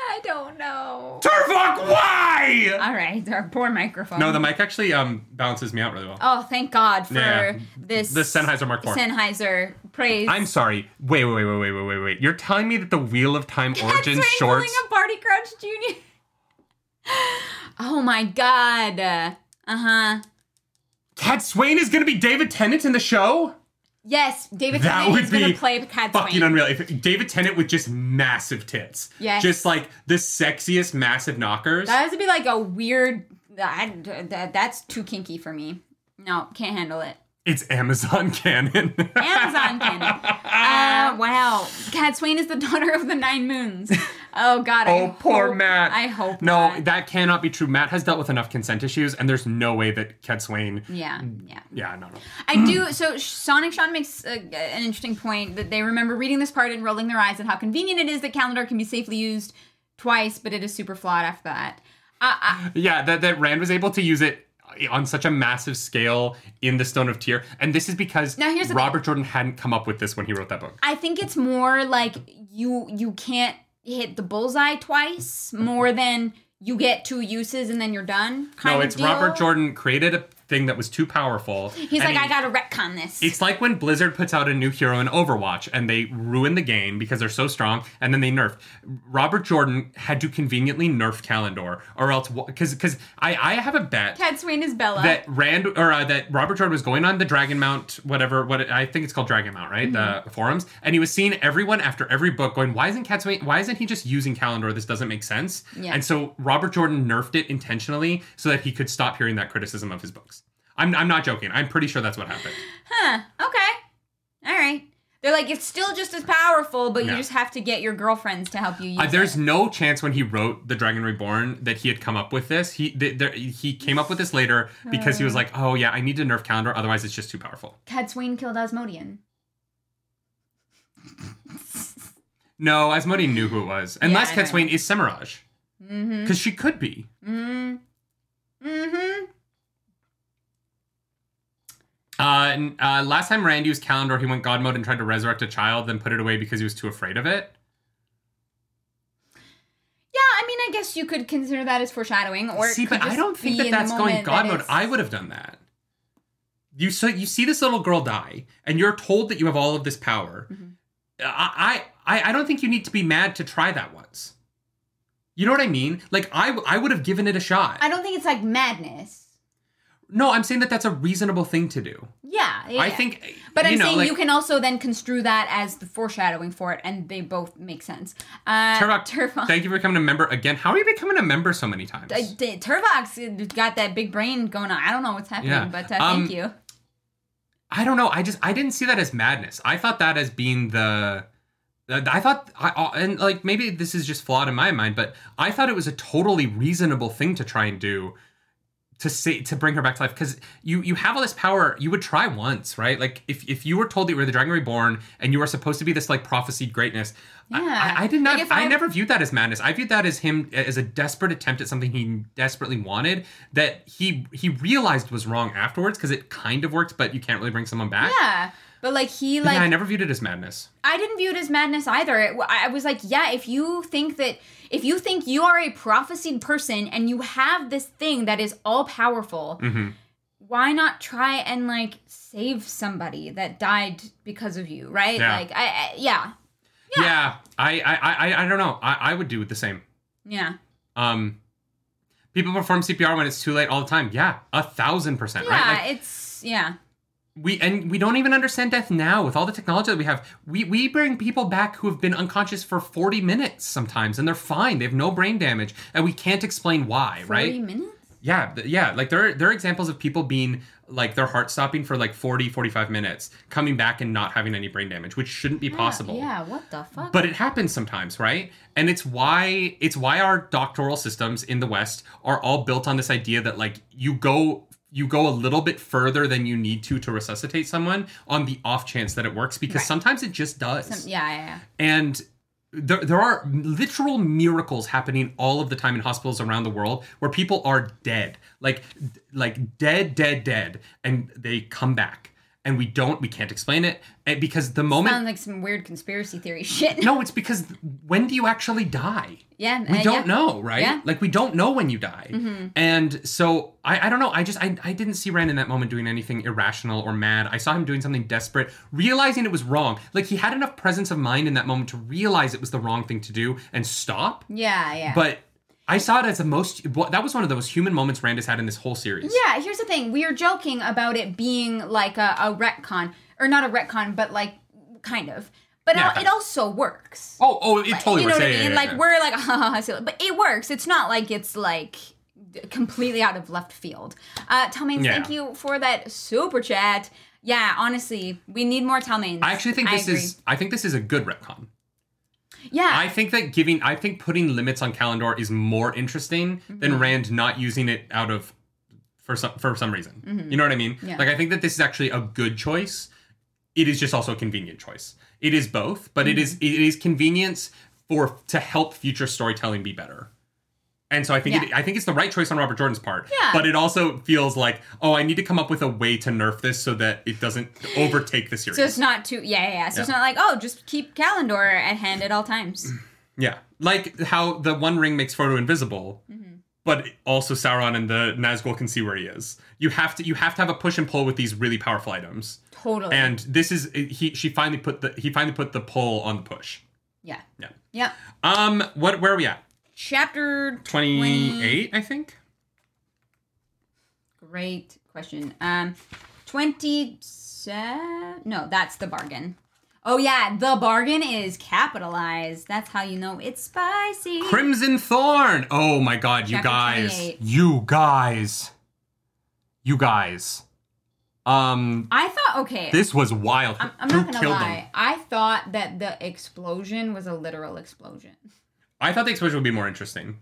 Speaker 1: I don't know.
Speaker 2: Turvok, why?
Speaker 1: All right, our poor microphone.
Speaker 2: No, the mic actually um balances me out really well.
Speaker 1: Oh, thank God for
Speaker 2: Yeah.
Speaker 1: this.
Speaker 2: The Sennheiser Mark IV.
Speaker 1: Sennheiser praise.
Speaker 2: I'm sorry. Wait, wait, wait, wait, wait, wait, wait. You're telling me that the Wheel of Time
Speaker 1: That's
Speaker 2: origins
Speaker 1: right,
Speaker 2: shorts?
Speaker 1: pulling a Barty Crouch Jr. oh my God. Uh huh.
Speaker 2: Cat Swain is gonna be David Tennant in the show?
Speaker 1: Yes, David
Speaker 2: That
Speaker 1: Tennant
Speaker 2: would
Speaker 1: is going
Speaker 2: be
Speaker 1: to play Cad
Speaker 2: fucking
Speaker 1: Swain.
Speaker 2: unreal. If David Tennant with just massive tits,
Speaker 1: Yes.
Speaker 2: just like the sexiest massive knockers.
Speaker 1: That has to be like a weird. I, that, that's too kinky for me. No, can't handle it.
Speaker 2: it's Amazon canon.
Speaker 1: Amazon canon. Uh, wow. Cad Swain is the daughter of the Nine Moons. Oh God. I
Speaker 2: oh, poor
Speaker 1: hope-
Speaker 2: Matt.
Speaker 1: I hope
Speaker 2: No,
Speaker 1: not.
Speaker 2: that cannot be true. Matt has dealt with enough consent issues, and there's no way that Cat Swain.
Speaker 1: yeah, yeah.
Speaker 2: Yeah, no, no.
Speaker 1: I do. So Sh- Sonic Sean makes uh, an interesting point that they remember reading this part and rolling their eyes at how convenient it is that calendar can be safely used twice, but it is super flawed after that. Uh, uh,
Speaker 2: Yeah, that, that Rand was able to use it on such a massive scale in the Stone of Tear. And this is because
Speaker 1: Now, here's the
Speaker 2: Robert Jordan hadn't come up with this when he wrote that book.
Speaker 1: I think it's more like you you can't hit the bullseye twice more than you get two uses and then you're done. Kind
Speaker 2: no,
Speaker 1: of
Speaker 2: it's
Speaker 1: deal.
Speaker 2: Robert Jordan created a thing that was too powerful.
Speaker 1: He's like, I gotta retcon this.
Speaker 2: It's like when Blizzard puts out a new hero in Overwatch and they ruin the game because they're so strong and then they nerf. Robert Jordan had to conveniently nerf Kalendor or else because because I I have a bet
Speaker 1: Cad Swain is Bella.
Speaker 2: that Rand or uh, that Robert Jordan was going on the Dragon Mount, whatever, what it, I think it's called Dragon Mount, right? The forums, and he was seeing everyone after every book going, "Why isn't Cat Swain? Why isn't he just using Calendar? This doesn't make sense."
Speaker 1: Yeah.
Speaker 2: And so Robert Jordan nerfed it intentionally so that he could stop hearing that criticism of his books. I'm, I'm not joking. I'm pretty sure that's what happened.
Speaker 1: huh, okay. All right. They're like, it's still just as powerful, but
Speaker 2: Yeah.
Speaker 1: you just have to get your girlfriends to help you use
Speaker 2: Uh, there's
Speaker 1: it.
Speaker 2: no chance when he wrote the Dragon Reborn that he had come up with this. He th- there, he came up with this later because he
Speaker 1: Uh.
Speaker 2: was like, "Oh yeah, I need to nerf Calendar, otherwise it's just too powerful."
Speaker 1: Cad Swain killed Asmodian.
Speaker 2: No, Asmodee knew who it was. Unless
Speaker 1: I
Speaker 2: Cat
Speaker 1: know.
Speaker 2: Swain is Semiraj.
Speaker 1: Mm-hmm.
Speaker 2: Because she could be.
Speaker 1: Mm. Mm-hmm.
Speaker 2: Uh, n- uh, last time Rand used Calendar, he went God mode and tried to resurrect a child, then put it away because he was too afraid of it.
Speaker 1: Yeah, I mean, I guess you could consider that as foreshadowing. Or it
Speaker 2: see,
Speaker 1: could
Speaker 2: but I
Speaker 1: just
Speaker 2: don't think
Speaker 1: be
Speaker 2: that
Speaker 1: in the
Speaker 2: that's going
Speaker 1: moment
Speaker 2: God
Speaker 1: that
Speaker 2: mode.
Speaker 1: it's-
Speaker 2: I would have done that. You so you see this little girl die, and you're told that you have all of this power.
Speaker 1: Mm-hmm.
Speaker 2: I, I I I don't think you need to be mad to try that once. You know what I mean? Like I w- I would have given it a shot.
Speaker 1: I don't think it's like madness.
Speaker 2: no, I'm saying that that's a reasonable thing to do.
Speaker 1: Yeah, yeah.
Speaker 2: I
Speaker 1: yeah.
Speaker 2: think.
Speaker 1: But
Speaker 2: you
Speaker 1: I'm
Speaker 2: know,
Speaker 1: saying
Speaker 2: like-
Speaker 1: you can also then construe that as the foreshadowing for it, and they both make sense. Uh,
Speaker 2: Turok,
Speaker 1: Turvox,
Speaker 2: thank you for becoming a member again. How are you becoming a member so many times?
Speaker 1: uh, d- Turvox got that big brain going on. I don't know what's happening,
Speaker 2: Yeah.
Speaker 1: but uh,
Speaker 2: Um,
Speaker 1: thank you.
Speaker 2: I don't know. I just I didn't see that as madness. I thought that as being the. I thought, I, I- and like maybe this is just flawed in my mind, but I thought it was a totally reasonable thing to try and do to say to bring her back to life because you you have all this power. You would try once, right? Like if if you were told that you were the Dragon Reborn and you were supposed to be this like prophesied greatness. I-
Speaker 1: Yeah.
Speaker 2: I, I did not.
Speaker 1: Like, if
Speaker 2: I,
Speaker 1: I-
Speaker 2: never viewed that as madness. I viewed that as him as a desperate attempt at something he desperately wanted that he he realized was wrong afterwards because it kind of worked, but you can't really bring someone back.
Speaker 1: Yeah, but like he like
Speaker 2: yeah, I never viewed it as madness.
Speaker 1: I didn't view it as madness either. It, I I was like, yeah, if you think that, if you think you are a prophesied person and you have this thing that is all powerful,
Speaker 2: Mm-hmm.
Speaker 1: why not try and like save somebody that died because of you, right?
Speaker 2: Yeah.
Speaker 1: Like, I, I yeah,
Speaker 2: Yeah, I, I I I- I don't know. I, I would do the same.
Speaker 1: yeah,
Speaker 2: Um, people perform CPR when it's too late all the time. Yeah, a thousand percent.
Speaker 1: yeah.
Speaker 2: right? Like,
Speaker 1: it's yeah,
Speaker 2: we and we don't even understand death now with all the technology that we have. We we bring people back who have been unconscious for 40 minutes sometimes and they're fine. They have no brain damage and we can't explain why,
Speaker 1: forty
Speaker 2: right?
Speaker 1: minutes.
Speaker 2: Yeah, th- yeah, like there are, there are examples of people being like their heart stopping for like 40 45 minutes, coming back and not having any brain damage, which shouldn't be possible
Speaker 1: Yeah, what the fuck?
Speaker 2: but it happens sometimes right and it's why it's why our doctoral systems in the west are all built on this idea that like you go you go a little bit further than you need to to resuscitate someone on the off chance that it works because sometimes it just does
Speaker 1: Some- yeah, yeah, yeah.
Speaker 2: and there, there are literal miracles happening all of the time in hospitals around the world where people are dead like like dead dead dead and they come back and we don't we can't explain it and because the moment
Speaker 1: Sounds like some weird conspiracy theory shit.
Speaker 2: no, it's because when do you actually die?
Speaker 1: yeah,
Speaker 2: We
Speaker 1: uh,
Speaker 2: don't
Speaker 1: yeah.
Speaker 2: know, right?
Speaker 1: Yeah. Mm-hmm.
Speaker 2: Like we don't know when you die. And so I, I don't know. I just I, I didn't see Rand in that moment doing anything irrational or mad. I saw him doing something desperate, realizing it was wrong. Like he had enough presence of mind in that moment to realize it was the wrong thing to do and stop.
Speaker 1: Yeah, yeah.
Speaker 2: But I saw it as the most well, that was one of the most human moments Rand has had in this whole series.
Speaker 1: Yeah, here's the thing. We are joking about it being like a, a retcon. or not a retcon, but like kind of. But
Speaker 2: Yeah,
Speaker 1: it, al-
Speaker 2: kind
Speaker 1: it
Speaker 2: of.
Speaker 1: also works.
Speaker 2: Oh, oh, it totally
Speaker 1: you know
Speaker 2: works.
Speaker 1: what
Speaker 2: Yeah,
Speaker 1: I
Speaker 2: yeah,
Speaker 1: mean?
Speaker 2: yeah,
Speaker 1: like
Speaker 2: yeah.
Speaker 1: we're like, ha ha ha, silly. but it works. It's not like it's like d- completely out of left field. Uh, Talmain,
Speaker 2: Yeah.
Speaker 1: thank you for that super chat. Yeah, honestly, we need more Talmains.
Speaker 2: I actually think this
Speaker 1: agree.
Speaker 2: is. I think this is a good retcon.
Speaker 1: yeah.
Speaker 2: I think that giving. I think putting limits on Kalendor is more interesting
Speaker 1: Mm-hmm.
Speaker 2: than Rand not using it out of for some for some reason. You know what I mean?
Speaker 1: Mm-hmm. Yeah.
Speaker 2: Like I think that this is actually a good choice. It is just also a convenient choice. It is both, but it is
Speaker 1: Mm-hmm.
Speaker 2: it is convenience for to help future storytelling be better. And so I think it,
Speaker 1: Yeah.
Speaker 2: I think it's the right choice on Robert Jordan's part.
Speaker 1: Yeah.
Speaker 2: But it also feels like, oh, I need to come up with a way to nerf this so that it doesn't overtake the series.
Speaker 1: so it's not too yeah yeah. yeah. So it's
Speaker 2: Yeah.
Speaker 1: not like oh just keep Calendar at hand at all times.
Speaker 2: Yeah, like how the One Ring makes Frodo invisible,
Speaker 1: Mm-hmm.
Speaker 2: but also Sauron and the Nazgul can see where he is. You have to you have to have a push and pull with these really powerful items.
Speaker 1: Totally.
Speaker 2: And this is he she finally put the he finally put the pull on the push.
Speaker 1: yeah.
Speaker 2: Yeah.
Speaker 1: Yep.
Speaker 2: Um. What? Where are we at?
Speaker 1: Chapter
Speaker 2: Twenty eight, I think.
Speaker 1: Great question. Um, twenty-seven. No, that's the bargain. Oh yeah, the bargain is capitalized. That's how you know it's spicy.
Speaker 2: Crimson Thorn. Oh my God, you
Speaker 1: Chapter
Speaker 2: guys,
Speaker 1: 28.
Speaker 2: you guys, you guys. Um.
Speaker 1: I thought okay.
Speaker 2: This was wild.
Speaker 1: I'm, I'm
Speaker 2: Who
Speaker 1: not gonna
Speaker 2: killed
Speaker 1: lie.
Speaker 2: them?
Speaker 1: I thought that the explosion was a literal explosion.
Speaker 2: I thought the explosion would be more interesting.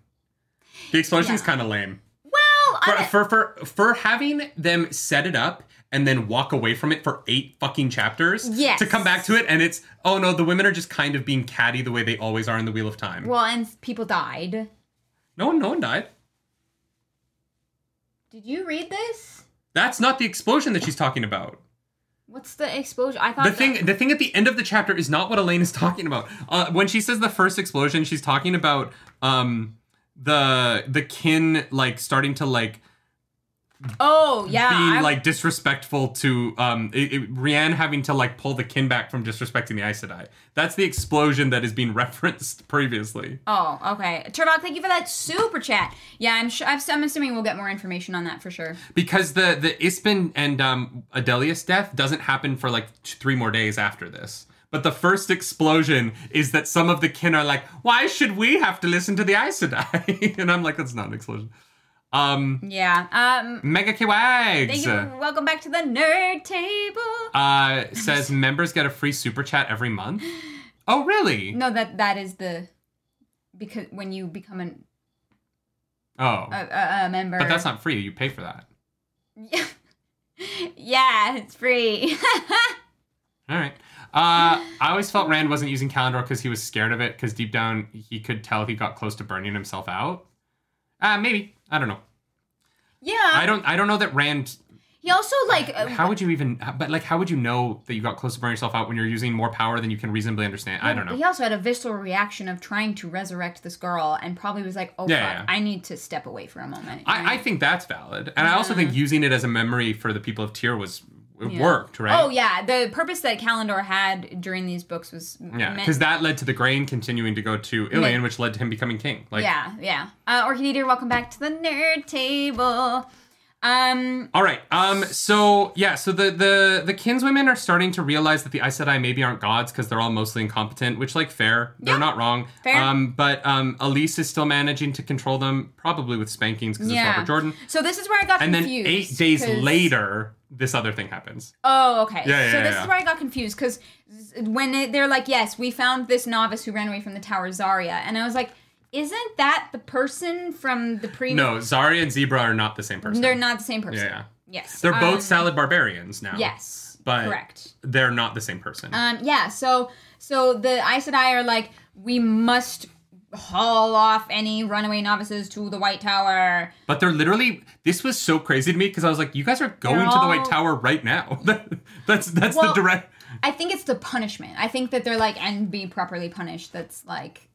Speaker 2: The explosion's
Speaker 1: Yeah.
Speaker 2: kind of lame.
Speaker 1: Well,
Speaker 2: for,
Speaker 1: I,
Speaker 2: for for for having them set it up and then walk away from it for eight fucking chapters
Speaker 1: Yes.
Speaker 2: to come back to it and it's oh no the women are just kind of being catty the way they always are in the wheel of time
Speaker 1: well, and people died.
Speaker 2: no one no one died
Speaker 1: Did you read this?
Speaker 2: that's not the explosion that she's talking about
Speaker 1: What's the explosion? I thought
Speaker 2: the
Speaker 1: that-
Speaker 2: thing the thing at the end of the chapter is not what elaine is talking about uh, when she says the first explosion she's talking about um the the kin like starting to like
Speaker 1: Oh yeah,
Speaker 2: being
Speaker 1: I-
Speaker 2: like disrespectful to um it, it, Rianne having to like pull the kin back from disrespecting the Aes Sedai. That's the explosion that is being referenced previously.
Speaker 1: Oh, okay. Turbock, thank you for that super chat. Yeah, I'm sure. I'm, I'm assuming we'll get more information on that for sure.
Speaker 2: Because the the Ispin and um Adelius death doesn't happen for like t- three more days after this. But the first explosion is that some of the kin are like, why should we have to listen to the Aes Sedai? and I'm like, that's not an explosion. Um
Speaker 1: Yeah. Um.
Speaker 2: Mega K Wags.
Speaker 1: Thank you. Welcome back to the nerd table.
Speaker 2: uh, says members get a free super chat every month. Oh really?
Speaker 1: no, that that is the because when you become an,
Speaker 2: Oh.
Speaker 1: a, a, a member.
Speaker 2: But that's not free. You pay for that.
Speaker 1: yeah, it's free.
Speaker 2: All right. Uh, I always felt Rand wasn't using Calendar because he was scared of it. Because deep down, he could tell he got close to burning himself out. Uh, maybe I don't know.
Speaker 1: yeah.
Speaker 2: I don't. I don't know that Rand.
Speaker 1: he also like uh,
Speaker 2: How would you even? But like, how would you know that you got close to burning yourself out when you're using more power than you can reasonably understand? I don't know.
Speaker 1: He also had a visceral reaction of trying to resurrect this girl, and probably was like, "Oh
Speaker 2: Yeah,
Speaker 1: fuck,
Speaker 2: yeah.
Speaker 1: I need to step away for a moment."
Speaker 2: I, I think that's valid, and I also
Speaker 1: Uh.
Speaker 2: think using it as a memory for the people of Tyr was it worked, right?
Speaker 1: Oh yeah, the purpose that Kalendor had during these books was
Speaker 2: yeah,
Speaker 1: meant-
Speaker 2: because that led to the grain continuing to go to Ilian, which led to him becoming king. Like,
Speaker 1: yeah, yeah. Uh, Orchid Eater, welcome back to the nerd table. Um,
Speaker 2: All right. Um. So yeah. So the the the kinswomen are starting to realize that the Aes Sedai maybe aren't gods because they're all mostly incompetent, which like fair. They're
Speaker 1: Yeah.
Speaker 2: not wrong.
Speaker 1: Fair.
Speaker 2: Um. But um. Elise is still managing to control them, probably with spankings because
Speaker 1: yeah.
Speaker 2: it's Robert Jordan.
Speaker 1: So this is where I got
Speaker 2: And then
Speaker 1: confused.
Speaker 2: eight days
Speaker 1: 'cause-
Speaker 2: later, this other thing happens.
Speaker 1: Oh, okay.
Speaker 2: Yeah, yeah,
Speaker 1: so
Speaker 2: yeah,
Speaker 1: this
Speaker 2: yeah.
Speaker 1: is where I got confused because when it, they're like, "Yes, we found this novice who ran away from the tower, Zarya," and I was like, "Isn't that the person from the previous?"
Speaker 2: No, Zarya and Zebra are not the same person.
Speaker 1: they're not the same person.
Speaker 2: Yeah. yeah.
Speaker 1: Yes,
Speaker 2: They're both
Speaker 1: Um,
Speaker 2: salad barbarians now.
Speaker 1: Yes,
Speaker 2: But
Speaker 1: correct.
Speaker 2: They're not the same person.
Speaker 1: Um, yeah, so so the Aes Sedai are like, we must haul off any runaway novices to the White Tower.
Speaker 2: But they're literally. This was so crazy to me because I was like, "You guys are going to the
Speaker 1: all-
Speaker 2: White Tower right now." that's that's
Speaker 1: Well,
Speaker 2: the direct.
Speaker 1: I think it's the punishment. I think that they're like, and be properly punished. That's like,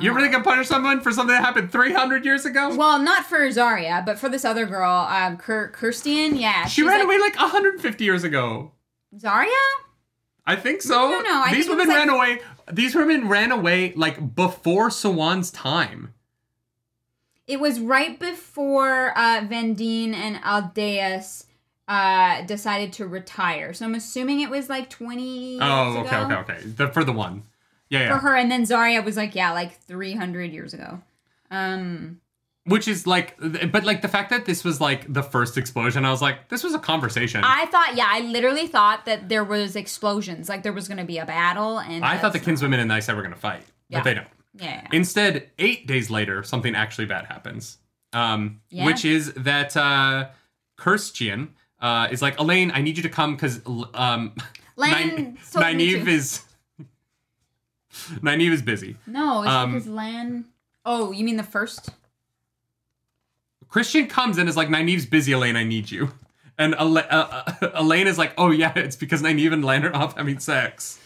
Speaker 2: You're really gonna punish someone for something that happened 300 years ago?
Speaker 1: well, not for Zarya, but for this other girl, um, Kir- Kirstian. Yeah,
Speaker 2: she
Speaker 1: she's
Speaker 2: ran
Speaker 1: like,
Speaker 2: away like 150 years ago.
Speaker 1: Zarya.
Speaker 2: I think so.
Speaker 1: No, no, I
Speaker 2: these
Speaker 1: think it
Speaker 2: women
Speaker 1: was,
Speaker 2: ran away. These women ran away like before Sawan's time.
Speaker 1: It was right before uh, Vendine and Aldeus uh, decided to retire. So I'm assuming it was like 20 years
Speaker 2: Oh,
Speaker 1: ago
Speaker 2: okay, okay, okay. The, for the one. Yeah,
Speaker 1: for
Speaker 2: yeah.
Speaker 1: her. And then Zarya was like, yeah, like 300 years ago.
Speaker 2: Which is like, but like the fact that this was like the first explosion, I was like, this was a conversation. I,
Speaker 1: I thought, yeah, I literally thought that there was explosions, like there was going to be a battle. And
Speaker 2: thought the
Speaker 1: that's-
Speaker 2: kinswomen and I said were going to fight,
Speaker 1: Yeah.
Speaker 2: but they don't.
Speaker 1: yeah, yeah.
Speaker 2: Instead, eight days later, something actually bad happens, um,
Speaker 1: Yeah.
Speaker 2: which is that uh, Kirstian uh, is like, Elaine, I need you to come because um,
Speaker 1: Lan
Speaker 2: Nynaeve
Speaker 1: told me to.
Speaker 2: is Nynaeve is busy.
Speaker 1: no, it's
Speaker 2: um,
Speaker 1: because Lan. Oh, you mean the first?
Speaker 2: Christian comes in and is like, Nynaeve's busy, Elaine, I need you. And Ela- uh, uh, Elaine is like, oh yeah, it's because Nynaeve and Lan are off having sex.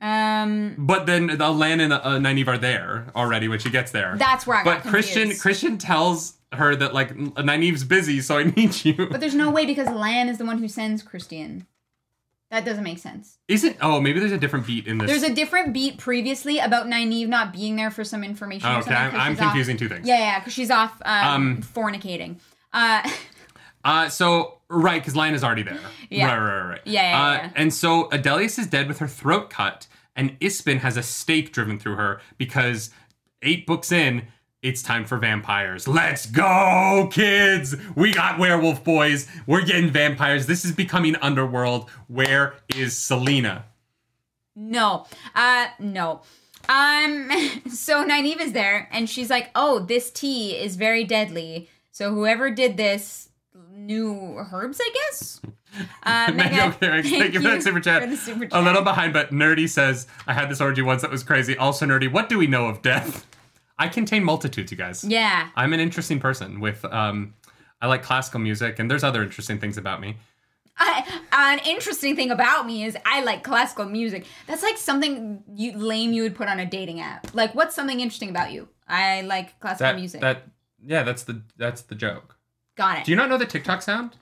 Speaker 1: Um,
Speaker 2: But then the Elaine and uh, Nynaeve are there already when she gets there.
Speaker 1: that's where I got
Speaker 2: but Christian
Speaker 1: confused.
Speaker 2: Christian tells her that like Nynaeve's busy, so I need you.
Speaker 1: but there's no way because Lan is the one who sends Christian. That doesn't make sense.
Speaker 2: Isn't oh maybe there's a different beat in this.
Speaker 1: There's a different beat previously about Nynaeve not being there for some information. or
Speaker 2: Oh, okay,
Speaker 1: something, 'cause
Speaker 2: I'm, I'm
Speaker 1: she's off-
Speaker 2: confusing two things.
Speaker 1: Yeah, yeah, because she's off um, fornicating. Uh,
Speaker 2: Uh, so right, because Lion is already there.
Speaker 1: Yeah.
Speaker 2: Right, right, right, right.
Speaker 1: Yeah, yeah,
Speaker 2: uh,
Speaker 1: yeah, yeah.
Speaker 2: And so Adelius is dead with her throat cut, and Ispin has a stake driven through her because eight books in, it's time for vampires. Let's go, kids! We got werewolf boys. We're getting vampires. This is becoming underworld. Where is Selena?
Speaker 1: No. Uh no. Um so Nynaeve is there and she's like, "Oh, this tea is very deadly. So whoever did this knew herbs, I guess." Uh,
Speaker 2: Mango Carrick, thank, you for that super chat.
Speaker 1: for the super
Speaker 2: A
Speaker 1: chat.
Speaker 2: little behind, but Nerdy says, I had this orgy once that was crazy. Also, Nerdy, what do we know of death? I contain multitudes, you guys.
Speaker 1: Yeah.
Speaker 2: I'm an interesting person with, um, I like classical music, and there's other interesting things about me.
Speaker 1: I, an interesting thing about me is I like classical music. That's like something you lame you would put on a dating app. Like, what's something interesting about you? I like classical
Speaker 2: That,
Speaker 1: music.
Speaker 2: that, yeah, that's the, that's the joke.
Speaker 1: Got it.
Speaker 2: Do you not know the TikTok sound?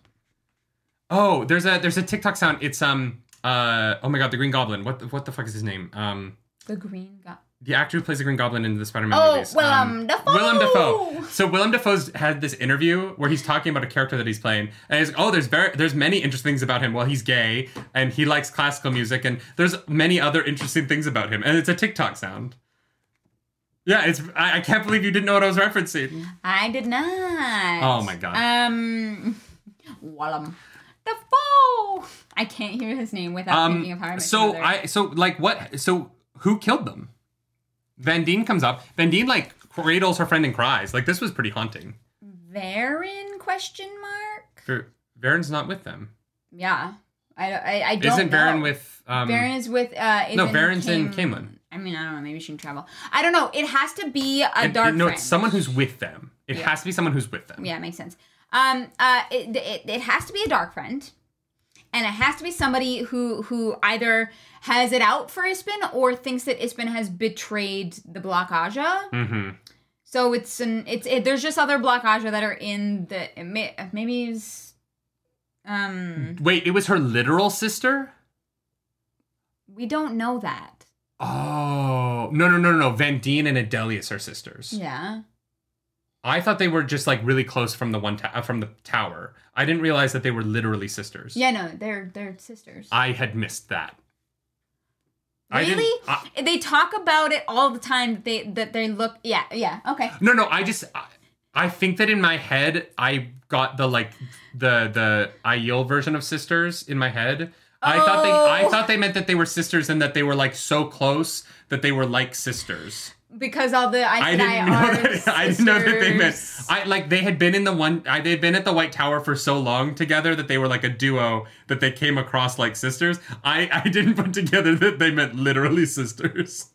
Speaker 2: Oh, there's a, there's a TikTok sound. It's, um, uh, oh my God, the Green Goblin. What, the, what the fuck is his name? Um,
Speaker 1: the green got
Speaker 2: the actor who plays the Green Goblin in the Spider-Man
Speaker 1: Oh,
Speaker 2: movies. um,
Speaker 1: Willem Dafoe!
Speaker 2: Willem Dafoe. So Willem Dafoe's had this interview where he's talking about a character that he's playing, and he's oh, there's very there's many interesting things about him. Well, he's gay and he likes classical music, and there's many other interesting things about him, and it's a TikTok sound. Yeah, it's I, I can't believe you didn't know what I was referencing.
Speaker 1: I did not.
Speaker 2: Oh my God.
Speaker 1: Um, Wallum. The foe. I can't hear his name without thinking of how I
Speaker 2: Um,
Speaker 1: Met Your
Speaker 2: so
Speaker 1: Mother.
Speaker 2: I so like what so who killed them? Van Deen comes up. Van Deen like cradles her friend and cries. Like this was pretty haunting.
Speaker 1: Varen question mark.
Speaker 2: Ver- Varen's not with them.
Speaker 1: Yeah, I don't- I, I don't.
Speaker 2: Isn't
Speaker 1: know.
Speaker 2: Varen with um
Speaker 1: Varen is with uh.
Speaker 2: No,
Speaker 1: Ivan
Speaker 2: Varen's in
Speaker 1: Kim-
Speaker 2: Camelin.
Speaker 1: I mean, I don't know. Maybe she can travel. I don't know. It has to be a
Speaker 2: And-
Speaker 1: dark.
Speaker 2: No,
Speaker 1: friend.
Speaker 2: it's someone who's with them. It
Speaker 1: Yeah.
Speaker 2: has to be someone who's with them.
Speaker 1: Yeah, it makes sense. Um, uh, it, it, it has to be a dark friend, and it has to be somebody who who either has it out for Ispin or thinks that Ispin has betrayed the Blockaja.
Speaker 2: Mhm.
Speaker 1: So it's an it's it, there's just other Blockaja that are in the it may- maybe it's, um
Speaker 2: Wait, it was her literal sister?
Speaker 1: we don't know that.
Speaker 2: Oh no no no no! Van Deen and Adelius are sisters.
Speaker 1: Yeah.
Speaker 2: I thought they were just like really close from the one to- uh, from the tower. I didn't realize that they were literally sisters.
Speaker 1: Yeah, no, they're they're sisters.
Speaker 2: I had missed that. I didn't-
Speaker 1: really?
Speaker 2: I-
Speaker 1: they talk about it all the time. that They that they look yeah, yeah, okay.
Speaker 2: no no, I just I, I think that in my head I got the like the the Aiel version of sisters in my head. I thought they I
Speaker 1: Oh.
Speaker 2: thought they meant that they were sisters and that they were like so close that they were like sisters.
Speaker 1: because all the I,
Speaker 2: I
Speaker 1: said
Speaker 2: didn't
Speaker 1: I
Speaker 2: know
Speaker 1: are
Speaker 2: that. I didn't know that they met.
Speaker 1: sisters.
Speaker 2: I like they had been in the one. I, they'd been at the White Tower for so long together that they were like a duo that they came across like sisters. I I didn't put together that they meant literally sisters.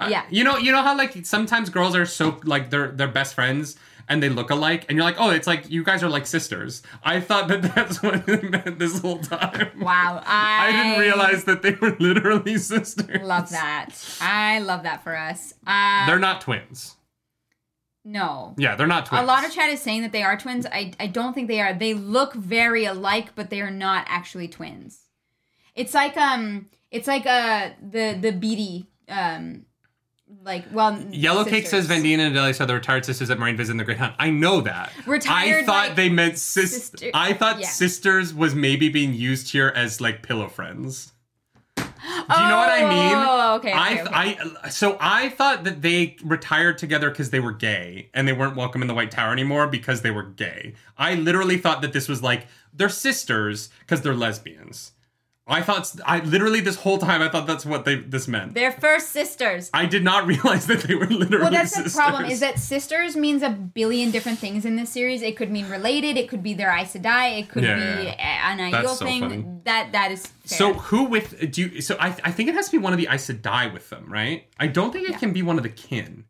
Speaker 2: I-
Speaker 1: Yeah.
Speaker 2: you know you know how like sometimes girls are so like they're they're best friends and they look alike and you're like oh it's like you guys are like sisters. I thought that that's what it meant this whole time.
Speaker 1: Wow, I,
Speaker 2: I didn't realize that they were literally sisters.
Speaker 1: Love that. I love that for us. Uh,
Speaker 2: They're not twins.
Speaker 1: no.
Speaker 2: Yeah, they're not twins.
Speaker 1: A lot of chat is saying that they are twins. I, I don't think they are. They look very alike, but they are not actually twins. It's like um, it's like uh the the Beatty um like well
Speaker 2: Yellow Cake says
Speaker 1: sisters.
Speaker 2: Vendina and Adelia are the retired sisters at Marine Viz in the Great Hunt. I know that. I
Speaker 1: Retired,
Speaker 2: thought
Speaker 1: like,
Speaker 2: they meant sis-
Speaker 1: sister-
Speaker 2: I thought
Speaker 1: yeah.
Speaker 2: sisters was maybe being used here as like pillow friends. Do you know what I mean?
Speaker 1: Oh, okay,
Speaker 2: I,
Speaker 1: okay,
Speaker 2: I so I thought that they retired together because they were gay and they weren't welcome in the White Tower anymore because they were gay. I literally thought that this was like they're sisters because they're lesbians. I thought I literally this whole time I thought that's what they this meant.
Speaker 1: They're first sisters.
Speaker 2: I did not realize that they were literally
Speaker 1: Well, that's
Speaker 2: sisters.
Speaker 1: the problem is that sisters means a billion different things in this series. It could mean related. It could be their Aes Sedai. It could
Speaker 2: Yeah,
Speaker 1: be
Speaker 2: yeah,
Speaker 1: a- an ideal
Speaker 2: That's so
Speaker 1: thing.
Speaker 2: funny.
Speaker 1: That that is fair.
Speaker 2: So who with do you? So I I think it has to be one of the Aes Sedai with them, right? I don't think it can be one of the kin.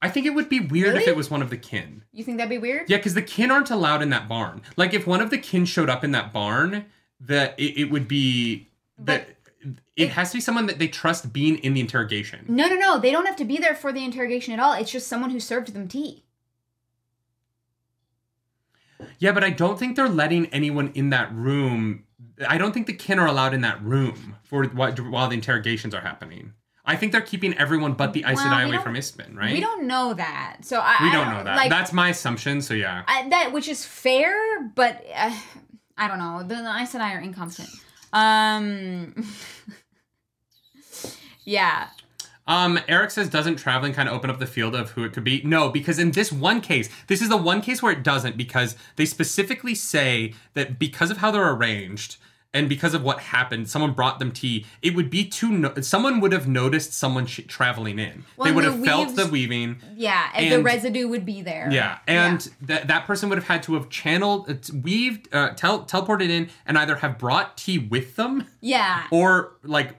Speaker 2: I think it would be weird if
Speaker 1: Really?
Speaker 2: it was one of the kin.
Speaker 1: you think that'd be weird?
Speaker 2: Yeah, because the kin aren't allowed in that barn. Like if one of the kin showed up in that barn, that it, it would be that it, has to be someone that they trust being in the interrogation.
Speaker 1: No, no, no. They don't have to be there for the interrogation at all. It's just someone who served them tea.
Speaker 2: Yeah, but I don't think they're letting anyone in that room. I don't think the kin are allowed in that room for while, while the interrogations are happening. I think they're keeping everyone but the Aes
Speaker 1: Well,
Speaker 2: Sedai
Speaker 1: we
Speaker 2: away
Speaker 1: don't-
Speaker 2: from Isbin, right?
Speaker 1: We don't know that. So I
Speaker 2: We
Speaker 1: I
Speaker 2: don't know that.
Speaker 1: Like,
Speaker 2: That's my assumption. So yeah,
Speaker 1: I, that which is fair, but uh, I don't know. The Aes Sedai are incompetent. Um. yeah.
Speaker 2: Um, Eric says, doesn't traveling kind of open up the field of who it could be? No, because in this one case, this is the one case where it doesn't, because they specifically say that because of how they're arranged and because of what happened, someone brought them tea. It would be too. No- someone would have noticed someone sh- traveling in.
Speaker 1: Well,
Speaker 2: they
Speaker 1: and
Speaker 2: would
Speaker 1: the
Speaker 2: have felt
Speaker 1: weaves- Uh,
Speaker 2: the weaving.
Speaker 1: Yeah, and the
Speaker 2: And-
Speaker 1: residue would be there.
Speaker 2: Yeah, and that that person would have had to have channeled, uh, t- weaved, uh, tel- teleported in, and either have brought tea with them
Speaker 1: yeah,
Speaker 2: or like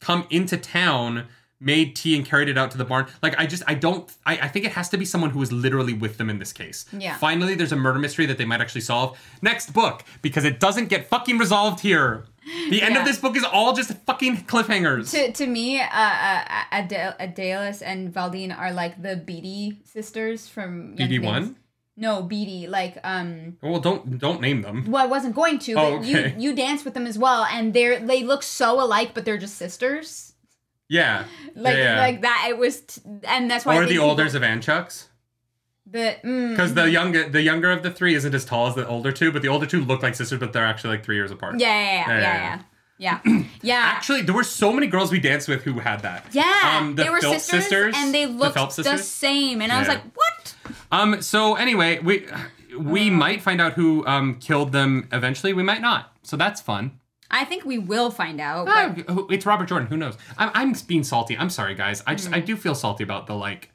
Speaker 2: come into town made tea and carried it out to the barn like i just i don't I, I think it has to be someone who was literally with them in this case
Speaker 1: Yeah.
Speaker 2: finally there's a murder mystery that they might actually solve next book because it doesn't get fucking resolved here the end
Speaker 1: Yeah.
Speaker 2: of this book is all just fucking cliffhangers
Speaker 1: To, to me, uh, uh, Adel- Adelis and Valdine are like the Beatty sisters from Young
Speaker 2: BD1?
Speaker 1: Things. No, Beatty. Like, um,
Speaker 2: Oh, well don't don't name them
Speaker 1: well, I wasn't going to, but
Speaker 2: Oh, okay.
Speaker 1: you you dance with them as well, and they're they look so alike, but they're just sisters.
Speaker 2: yeah
Speaker 1: Like
Speaker 2: yeah, yeah.
Speaker 1: like that. It was, t- and that's why. I
Speaker 2: or the
Speaker 1: think
Speaker 2: older
Speaker 1: people-
Speaker 2: Zavanchucks.
Speaker 1: The mm,
Speaker 2: because the younger the younger of the three isn't as tall as the older two but the older two look like sisters but they're actually like three years apart
Speaker 1: yeah yeah yeah
Speaker 2: Yeah,
Speaker 1: yeah yeah yeah. yeah.
Speaker 2: Actually, there were so many girls we danced with who had that.
Speaker 1: yeah,
Speaker 2: um, the
Speaker 1: they were
Speaker 2: Phelps
Speaker 1: sisters,
Speaker 2: sisters,
Speaker 1: and they
Speaker 2: the
Speaker 1: looked
Speaker 2: Phelps
Speaker 1: the,
Speaker 2: sisters.
Speaker 1: same. And I was
Speaker 2: Yeah.
Speaker 1: like, "What?"
Speaker 2: Um. So anyway, we we might find out who um killed them eventually. We might not. So that's fun.
Speaker 1: I think we will find out.
Speaker 2: Ah,
Speaker 1: But
Speaker 2: who- it's Robert Jordan. Who knows? I'm, I'm being salty. I'm sorry, guys. I just I
Speaker 1: Mm-hmm.
Speaker 2: do feel salty about the like.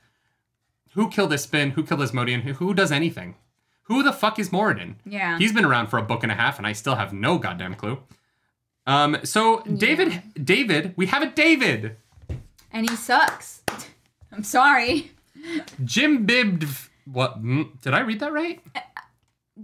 Speaker 2: Who killed this spin? Who killed Asmodian? Who, who does anything? Who the fuck is Moradin?
Speaker 1: Yeah.
Speaker 2: He's been around for a book and a half, and I still have no goddamn clue. Um. So David, David, we have a David.
Speaker 1: and he sucks. I'm sorry.
Speaker 2: Jim Bibb. What mm, did I read that right?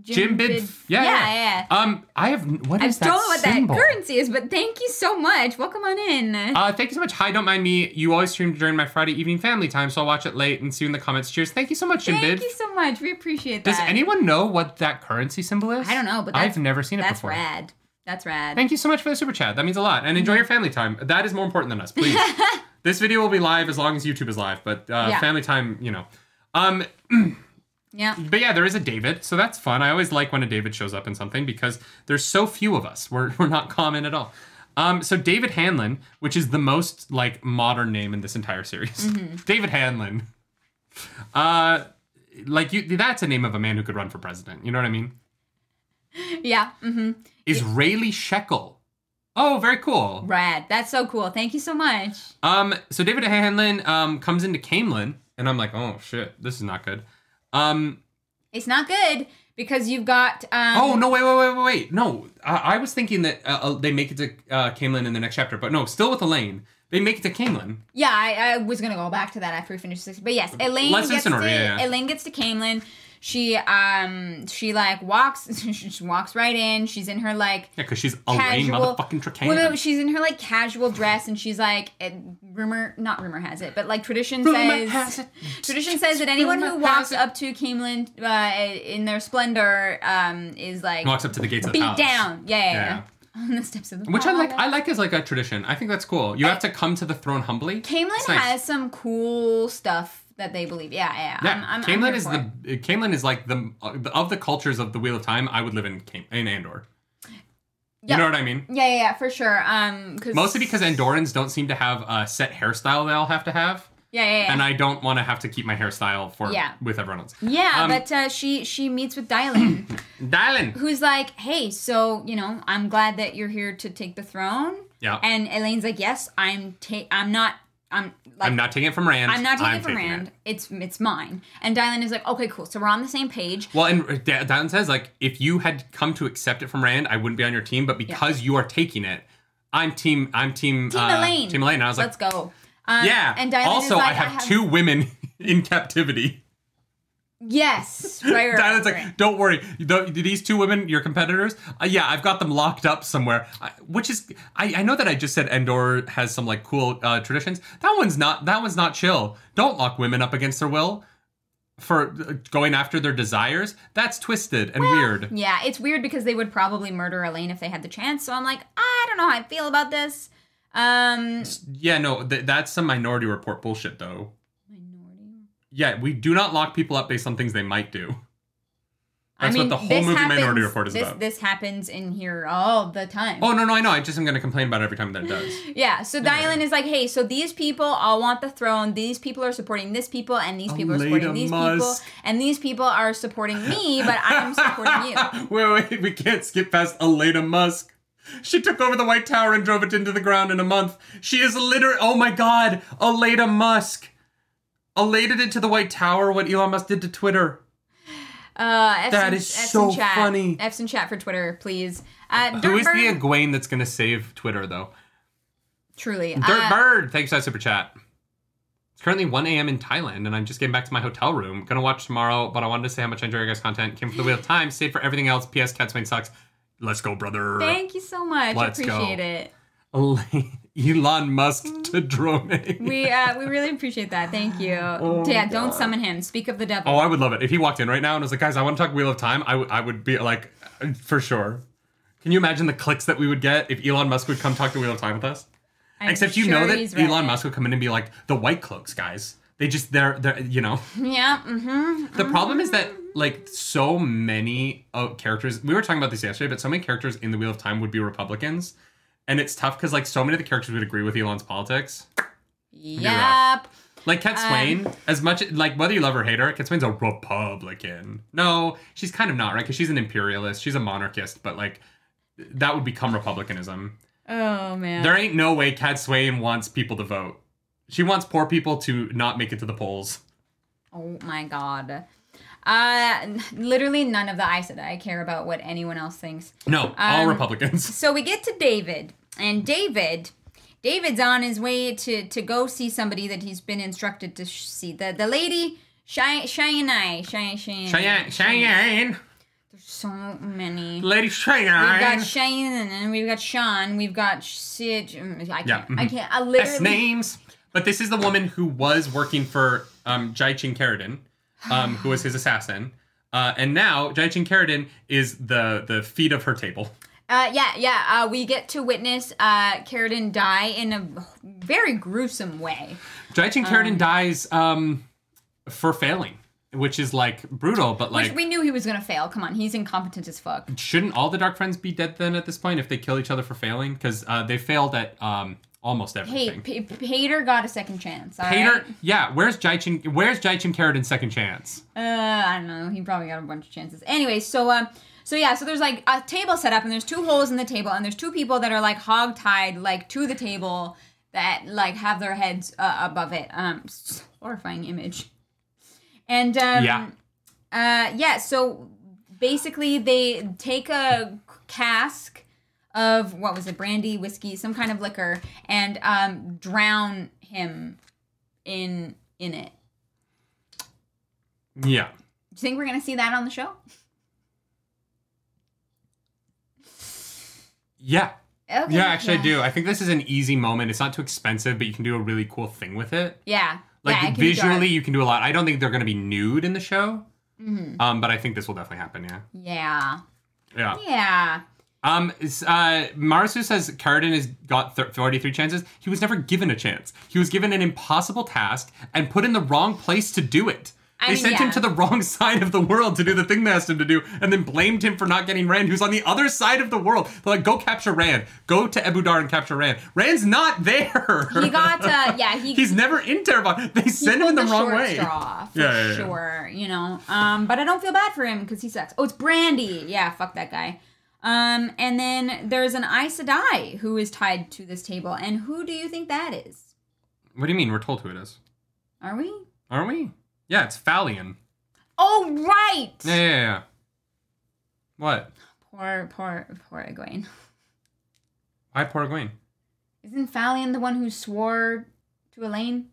Speaker 2: Jim Bid.
Speaker 1: Yeah,
Speaker 2: Yeah,
Speaker 1: yeah.
Speaker 2: Um, I have. What
Speaker 1: I
Speaker 2: is
Speaker 1: don't know
Speaker 2: that
Speaker 1: what
Speaker 2: symbol?
Speaker 1: that currency is, but thank you so much. Welcome on in.
Speaker 2: Uh, thank you so much. Hi, don't mind me. You always stream during my Friday evening family time, so I'll watch it late and see you in the comments. Cheers. Thank you so much, Jim
Speaker 1: thank
Speaker 2: Bib.
Speaker 1: you so much. We appreciate that.
Speaker 2: Does anyone know what that currency symbol is?
Speaker 1: I don't know, but that's,
Speaker 2: I've never seen it
Speaker 1: that's
Speaker 2: before.
Speaker 1: rad. Mm-hmm. That's rad.
Speaker 2: Thank you so much for the super chat. That means a lot. And enjoy your family time. That is more important than us, please. this video will be live as long as YouTube is live, but uh,
Speaker 1: Yeah.
Speaker 2: family time, you know. Um,
Speaker 1: yeah.
Speaker 2: but yeah, there is a David, so that's fun. I always like when a David shows up in something because there's so few of us. We're, we're not common at all. Um, so David Hanlon, which is the most like modern name in this entire series, David Hanlon. Uh, like you, that's a name of a man who could run for president. You know what I mean?
Speaker 1: Yeah. hmm
Speaker 2: Israeli shekel. Oh, very cool.
Speaker 1: Rad. That's so cool. Thank you so much.
Speaker 2: Um, so David Hanlon um comes into Camelin, and I'm like, oh shit, this is not good. Um,
Speaker 1: It's not good because you've got. Um,
Speaker 2: Oh no! Wait, wait, wait, wait, wait! No, I, I was thinking that uh, uh, they make it to uh, Camelin in the next chapter, but no, still with Elaine, they make it to Camelin.
Speaker 1: Yeah, I, I was gonna go back to that after we finish this, but yes, Elaine
Speaker 2: Let's
Speaker 1: gets
Speaker 2: listen
Speaker 1: to
Speaker 2: to her, yeah, yeah.
Speaker 1: Elaine gets to Camelin. She um she like walks she she walks right in. She's in her like
Speaker 2: Yeah, because she's Elaine
Speaker 1: casual
Speaker 2: motherfucking Tracan.
Speaker 1: Well, no, she's in her like casual dress, and she's like eh, rumor not rumor has it, but like tradition says tradition says that anyone who
Speaker 2: Rumor
Speaker 1: walks
Speaker 2: has it.
Speaker 1: up to Camelin uh, in their splendor um is like
Speaker 2: walks up to the gates of the
Speaker 1: beat
Speaker 2: palace.
Speaker 1: down. Oh. Yeah, yeah, yeah.
Speaker 2: Yeah.
Speaker 1: on the steps of the
Speaker 2: Which I like. I
Speaker 1: palace.
Speaker 2: like as like a tradition. I think that's cool. You have to come to the throne humbly.
Speaker 1: Camelin
Speaker 2: It's nice.
Speaker 1: has some cool stuff that they believe. Yeah, yeah.
Speaker 2: Yeah,
Speaker 1: I'm, I'm, I'm
Speaker 2: Camelin
Speaker 1: here
Speaker 2: is
Speaker 1: for
Speaker 2: the uh, Camelin is like the uh, of the cultures of the Wheel of Time. I would live in Cam- in Andor.
Speaker 1: Yeah.
Speaker 2: You know what I mean?
Speaker 1: it. Yeah, yeah, yeah, for sure. Um, cause,
Speaker 2: Mostly because Andorans don't seem to have a set hairstyle they all have to have,
Speaker 1: yeah, yeah, yeah.
Speaker 2: and I don't want to have to keep my hairstyle for
Speaker 1: Yeah.
Speaker 2: with everyone else.
Speaker 1: yeah,
Speaker 2: um,
Speaker 1: but uh, she she meets with Dylan,
Speaker 2: Dylan.
Speaker 1: who's like, "Hey, so you know, I'm glad that you're here to take the throne."
Speaker 2: Yeah.
Speaker 1: And Elaine's like, "Yes, I'm take. I'm not. I'm like.
Speaker 2: I'm not taking it from Rand.
Speaker 1: I'm not taking it from
Speaker 2: taking
Speaker 1: Rand. It's it's mine." And Dylan is like, "Okay, cool. So we're on the same page."
Speaker 2: Well, and uh, D- Dylan says like if you had come to accept it from Rand, I wouldn't be on your team. But because you are taking it, I'm team. I'm team.
Speaker 1: Team
Speaker 2: uh,
Speaker 1: Elaine.
Speaker 2: Team Elaine. And I was like,
Speaker 1: Let's go. Um,
Speaker 2: yeah.
Speaker 1: And Dylan
Speaker 2: also,
Speaker 1: is like,
Speaker 2: I, have two women in captivity.
Speaker 1: Yes. Right. right,
Speaker 2: Dylan's
Speaker 1: right, right.
Speaker 2: like, don't worry. Th- These two women, your competitors, uh, yeah, I've got them locked up somewhere. I, which is, I, I know that I just said Endor has some like cool uh, traditions. That one's not. That one's not chill. Don't lock women up against their will for uh, going after their desires. That's twisted and weird.
Speaker 1: Yeah, it's weird because they would probably murder Elaine if they had the chance. So I'm like, I don't know how I feel about this. Um,
Speaker 2: Yeah, no, th- that's some Minority Report bullshit, though.
Speaker 1: minority.
Speaker 2: Yeah, we do not lock people up based on things they might do. That's what the whole
Speaker 1: this
Speaker 2: movie Minority Report is
Speaker 1: this,
Speaker 2: about.
Speaker 1: This happens in here all the time.
Speaker 2: Oh no, no, I know. I just am going to complain about it every time that it does.
Speaker 1: Yeah, so Dylan is like, hey, so these people all want the throne. These people are supporting this people, and these people are supporting
Speaker 2: Elena
Speaker 1: these
Speaker 2: Musk.
Speaker 1: people, and these people are supporting me, but I'm supporting you.
Speaker 2: wait, wait, we can't skip past Elena Musk. She took over the White Tower and drove it into the ground in a month. She is literally, oh my god, Elena Musk. Elated into the White Tower what Elon Musk did to Twitter.
Speaker 1: Uh, F's
Speaker 2: That
Speaker 1: in-
Speaker 2: is
Speaker 1: F's in
Speaker 2: so
Speaker 1: chat.
Speaker 2: funny.
Speaker 1: F's in chat for Twitter, please. Uh,
Speaker 2: Who is the
Speaker 1: Dirtbird-
Speaker 2: Egwene that's going to save Twitter, though?
Speaker 1: truly
Speaker 2: Dirt
Speaker 1: uh,
Speaker 2: Bird, thanks for that super chat. It's currently 1 a.m. in Thailand, and I'm just getting back to my hotel room. Gonna watch tomorrow, but I wanted to say how much I enjoy your guys' content. Came for the Wheel of Time, stayed for everything else. P.S. Cat Swing sucks. Let's go, brother.
Speaker 1: Thank you so much.
Speaker 2: Let's go.
Speaker 1: appreciate it.
Speaker 2: Elon Musk to drone.
Speaker 1: We uh, we really appreciate that. Thank you. yeah, don't summon him. Speak of the devil.
Speaker 2: Oh, I would love it if he walked in right now and was like, "Guys, I want to talk Wheel of Time." I would- I would be like, uh, for sure. Can you imagine the clicks that we would get if Elon Musk would come talk to Wheel of Time with us?
Speaker 1: I'm
Speaker 2: Oh, Except you
Speaker 1: sure
Speaker 2: know
Speaker 1: he's
Speaker 2: that
Speaker 1: read
Speaker 2: Elon
Speaker 1: it.
Speaker 2: Musk would come in and be like, "The white cloaks, guys. They just they're they're you know."
Speaker 1: Yeah. Mm-hmm.
Speaker 2: The problem is that like so many uh, characters, we were talking about this yesterday, but so many characters in the Wheel of Time would be Republicans, and it's tough because like so many of the characters would agree with Elon's politics.
Speaker 1: Yep.
Speaker 2: Like Kat
Speaker 1: Um,
Speaker 2: Swain, as much like whether you love her or hate her, Kat Swain's a Republican. No, she's kind of not right because she's an imperialist, she's a monarchist, but like that would become republicanism.
Speaker 1: Oh man.
Speaker 2: There ain't no way Kat Swain wants people to vote. She wants poor people to not make it to the polls.
Speaker 1: oh my god. Uh, literally none of the Aes Sedai care about what anyone else thinks.
Speaker 2: No, all
Speaker 1: Um,
Speaker 2: Republicans.
Speaker 1: So we get to David, and David, David's on his way to to go see somebody that he's been instructed to sh- see. The the lady, Cheyenne, Cheyenne, Cheyenne,
Speaker 2: Cheyenne, Cheyenne,
Speaker 1: So many.
Speaker 2: Lady
Speaker 1: We've
Speaker 2: Cheyenne.
Speaker 1: got Shane, and then we've got Sean. We've got Sid. mm, I can't.
Speaker 2: Yeah, mhm.
Speaker 1: I can't. I
Speaker 2: S
Speaker 1: literally.
Speaker 2: names. But this is the woman who was working for um, Jai Ching Karadan, um, who was his assassin. Uh, and now Jai Ching Karadan is the the feet of her table.
Speaker 1: Uh, yeah, yeah. Uh, we get to witness uh, Carradine die in a very gruesome way.
Speaker 2: Jai Ching Karadan dies um, for failing, which is like brutal, but
Speaker 1: Which
Speaker 2: like
Speaker 1: we knew he was gonna fail. Come on, he's incompetent as fuck.
Speaker 2: shouldn't all the Dark Friends be dead then at this point if they kill each other for failing? Because uh, they failed at um, almost
Speaker 1: Hey,
Speaker 2: everything.
Speaker 1: P- Pater got a second chance. all
Speaker 2: Hater,
Speaker 1: right?
Speaker 2: yeah. Where's Jai Ching? Where's Jai Ching Karadan's second chance?
Speaker 1: Uh, I don't know. He probably got a bunch of chances. Anyway, so um, so yeah, so there's like a table set up, and there's two holes in the table, and there's two people that are like hogtied like to the table that like have their heads uh, above it. Um, it's a horrifying image. And um,
Speaker 2: Yeah.
Speaker 1: uh, yeah. So basically, they take a cask of what was it, brandy, whiskey, some kind of liquor, and um, drown him in in it.
Speaker 2: Yeah.
Speaker 1: Do you think we're gonna see that on the show?
Speaker 2: Yeah.
Speaker 1: Okay.
Speaker 2: Yeah, actually, I do. I think this is an easy moment. It's not too expensive, but you can do a really cool thing with it.
Speaker 1: Yeah.
Speaker 2: Like
Speaker 1: yeah, it can be dark.
Speaker 2: visually, you can do a lot. I don't think they're going to be nude in the
Speaker 1: Mm-hmm.
Speaker 2: show, um, but I think this will definitely happen. Yeah,
Speaker 1: Yeah.
Speaker 2: yeah.
Speaker 1: Yeah.
Speaker 2: Um, s- uh, Marasu says Carradine has got th- 33 chances. He was never given a chance. He was given an impossible task and put in the wrong place to do it.
Speaker 1: I
Speaker 2: they
Speaker 1: mean,
Speaker 2: sent him
Speaker 1: yeah.
Speaker 2: to the wrong side of the world to do the thing they asked him to do, and then blamed him for not getting Rand, who's on the other side of the world. They're like, go capture Rand. Go to Ebudar and capture Rand. Rand's not there.
Speaker 1: He got, uh, yeah, he,
Speaker 2: He's never in Terabon. They
Speaker 1: he
Speaker 2: send him in
Speaker 1: pulled
Speaker 2: the, wrong
Speaker 1: short
Speaker 2: way.
Speaker 1: Straw, for
Speaker 2: Yeah, yeah, yeah.
Speaker 1: sure, you know. Um, but I don't feel bad for him because he sucks. Oh, it's Brandy. Yeah, fuck that guy. Um, and then there's an Aes Sedai who is tied to this table, and who do you think that is?
Speaker 2: What do you mean? We're told who it is.
Speaker 1: Are we?
Speaker 2: Aren't we? Yeah, it's Fallion.
Speaker 1: Oh, right.
Speaker 2: Yeah, yeah, yeah, yeah. What?
Speaker 1: Poor, poor, poor Egwene.
Speaker 2: Why poor Egwene?
Speaker 1: Isn't Falion the one who swore to Elaine?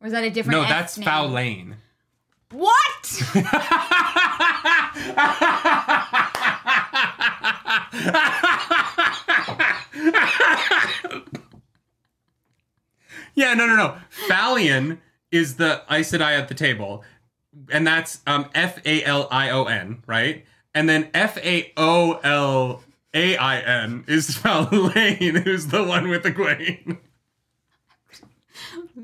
Speaker 1: Or is that a different?
Speaker 2: No,
Speaker 1: X
Speaker 2: that's
Speaker 1: name?
Speaker 2: Foul Lane.
Speaker 1: What?
Speaker 2: yeah, no, no, no. Fallion is the Aes Sedai at the table, and that's um, F A L I O N, right? And then F A O L A I N is Foul Lane, who's the one with the Egwene.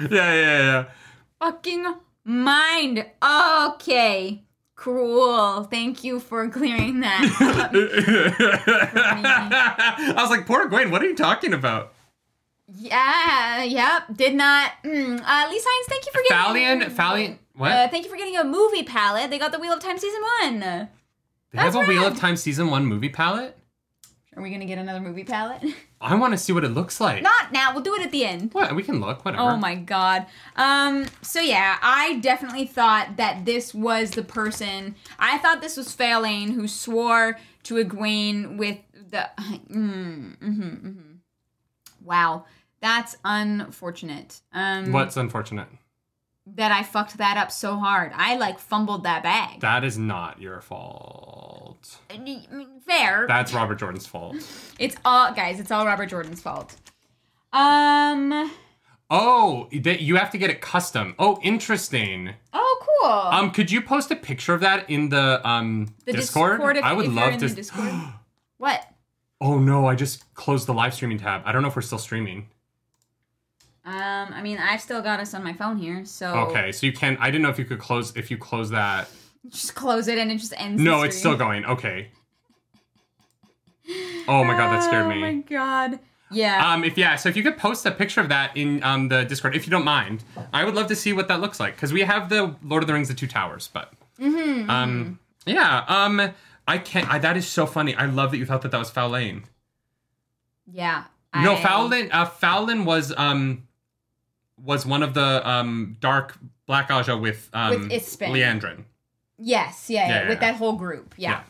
Speaker 2: yeah, yeah, yeah.
Speaker 1: Fucking mind. Okay. Cool. Thank you for clearing that. up.
Speaker 2: I was like, poor Gwen, what are you talking about?
Speaker 1: yeah. Yep. Did not. Mm. Uh, Lee Science, thank you for getting.
Speaker 2: Fallion, Fallion, what?
Speaker 1: Uh, thank you for getting a movie palette. They got the Wheel of Time season one. Are
Speaker 2: they have a
Speaker 1: that's
Speaker 2: Wheel
Speaker 1: rad.
Speaker 2: of Time season one movie palette.
Speaker 1: we gonna get another movie palette?
Speaker 2: I want to see what it looks like.
Speaker 1: Not now. We'll do it at the end.
Speaker 2: What? We can look. Whatever.
Speaker 1: Oh my god. Um so yeah, I definitely thought that this was the person. I thought this was Faelane who swore to Egwene with the mm, mhm, mhm. Wow. That's unfortunate. Um
Speaker 2: What's unfortunate?
Speaker 1: that I fucked that up so hard. I like fumbled that bag.
Speaker 2: That is not your fault.
Speaker 1: I mean, Fair.
Speaker 2: That's Robert Jordan's fault.
Speaker 1: it's all guys, it's all Robert Jordan's fault. Um
Speaker 2: Oh, that you have to get it custom. Oh, interesting.
Speaker 1: oh cool.
Speaker 2: Um, could you post a picture of that in the um
Speaker 1: the
Speaker 2: Discord?
Speaker 1: if-
Speaker 2: I would
Speaker 1: if you're
Speaker 2: love
Speaker 1: in
Speaker 2: to.
Speaker 1: the Discord. what?
Speaker 2: oh no, I just closed the live streaming tab. I don't know if we're still streaming.
Speaker 1: Um, I mean, I've still got us on my phone here, so
Speaker 2: Okay, so you can. I didn't know if you could close. If you close that,
Speaker 1: just close it and it just ends.
Speaker 2: no,
Speaker 1: the
Speaker 2: it's still
Speaker 1: stream.
Speaker 2: going. Okay. Oh my god, that scared
Speaker 1: Oh my
Speaker 2: me.
Speaker 1: god. Yeah.
Speaker 2: Um, if yeah, so if you could post a picture of that in um the Discord, if you don't mind, I would love to see what that looks like because we have the Lord of the Rings, the Two Towers, but
Speaker 1: Mm-hmm,
Speaker 2: um, yeah, um, I can't. I, that is so funny. I love that you thought that that was Foul Lane.
Speaker 1: yeah.
Speaker 2: No,
Speaker 1: I-
Speaker 2: Fowlin. Uh, Fowlin was um was one of the um dark Black Aja with um
Speaker 1: With Ispin.
Speaker 2: Leandrin.
Speaker 1: Yes. Yeah. yeah,
Speaker 2: Yeah,
Speaker 1: With
Speaker 2: yeah.
Speaker 1: that whole group. Yeah.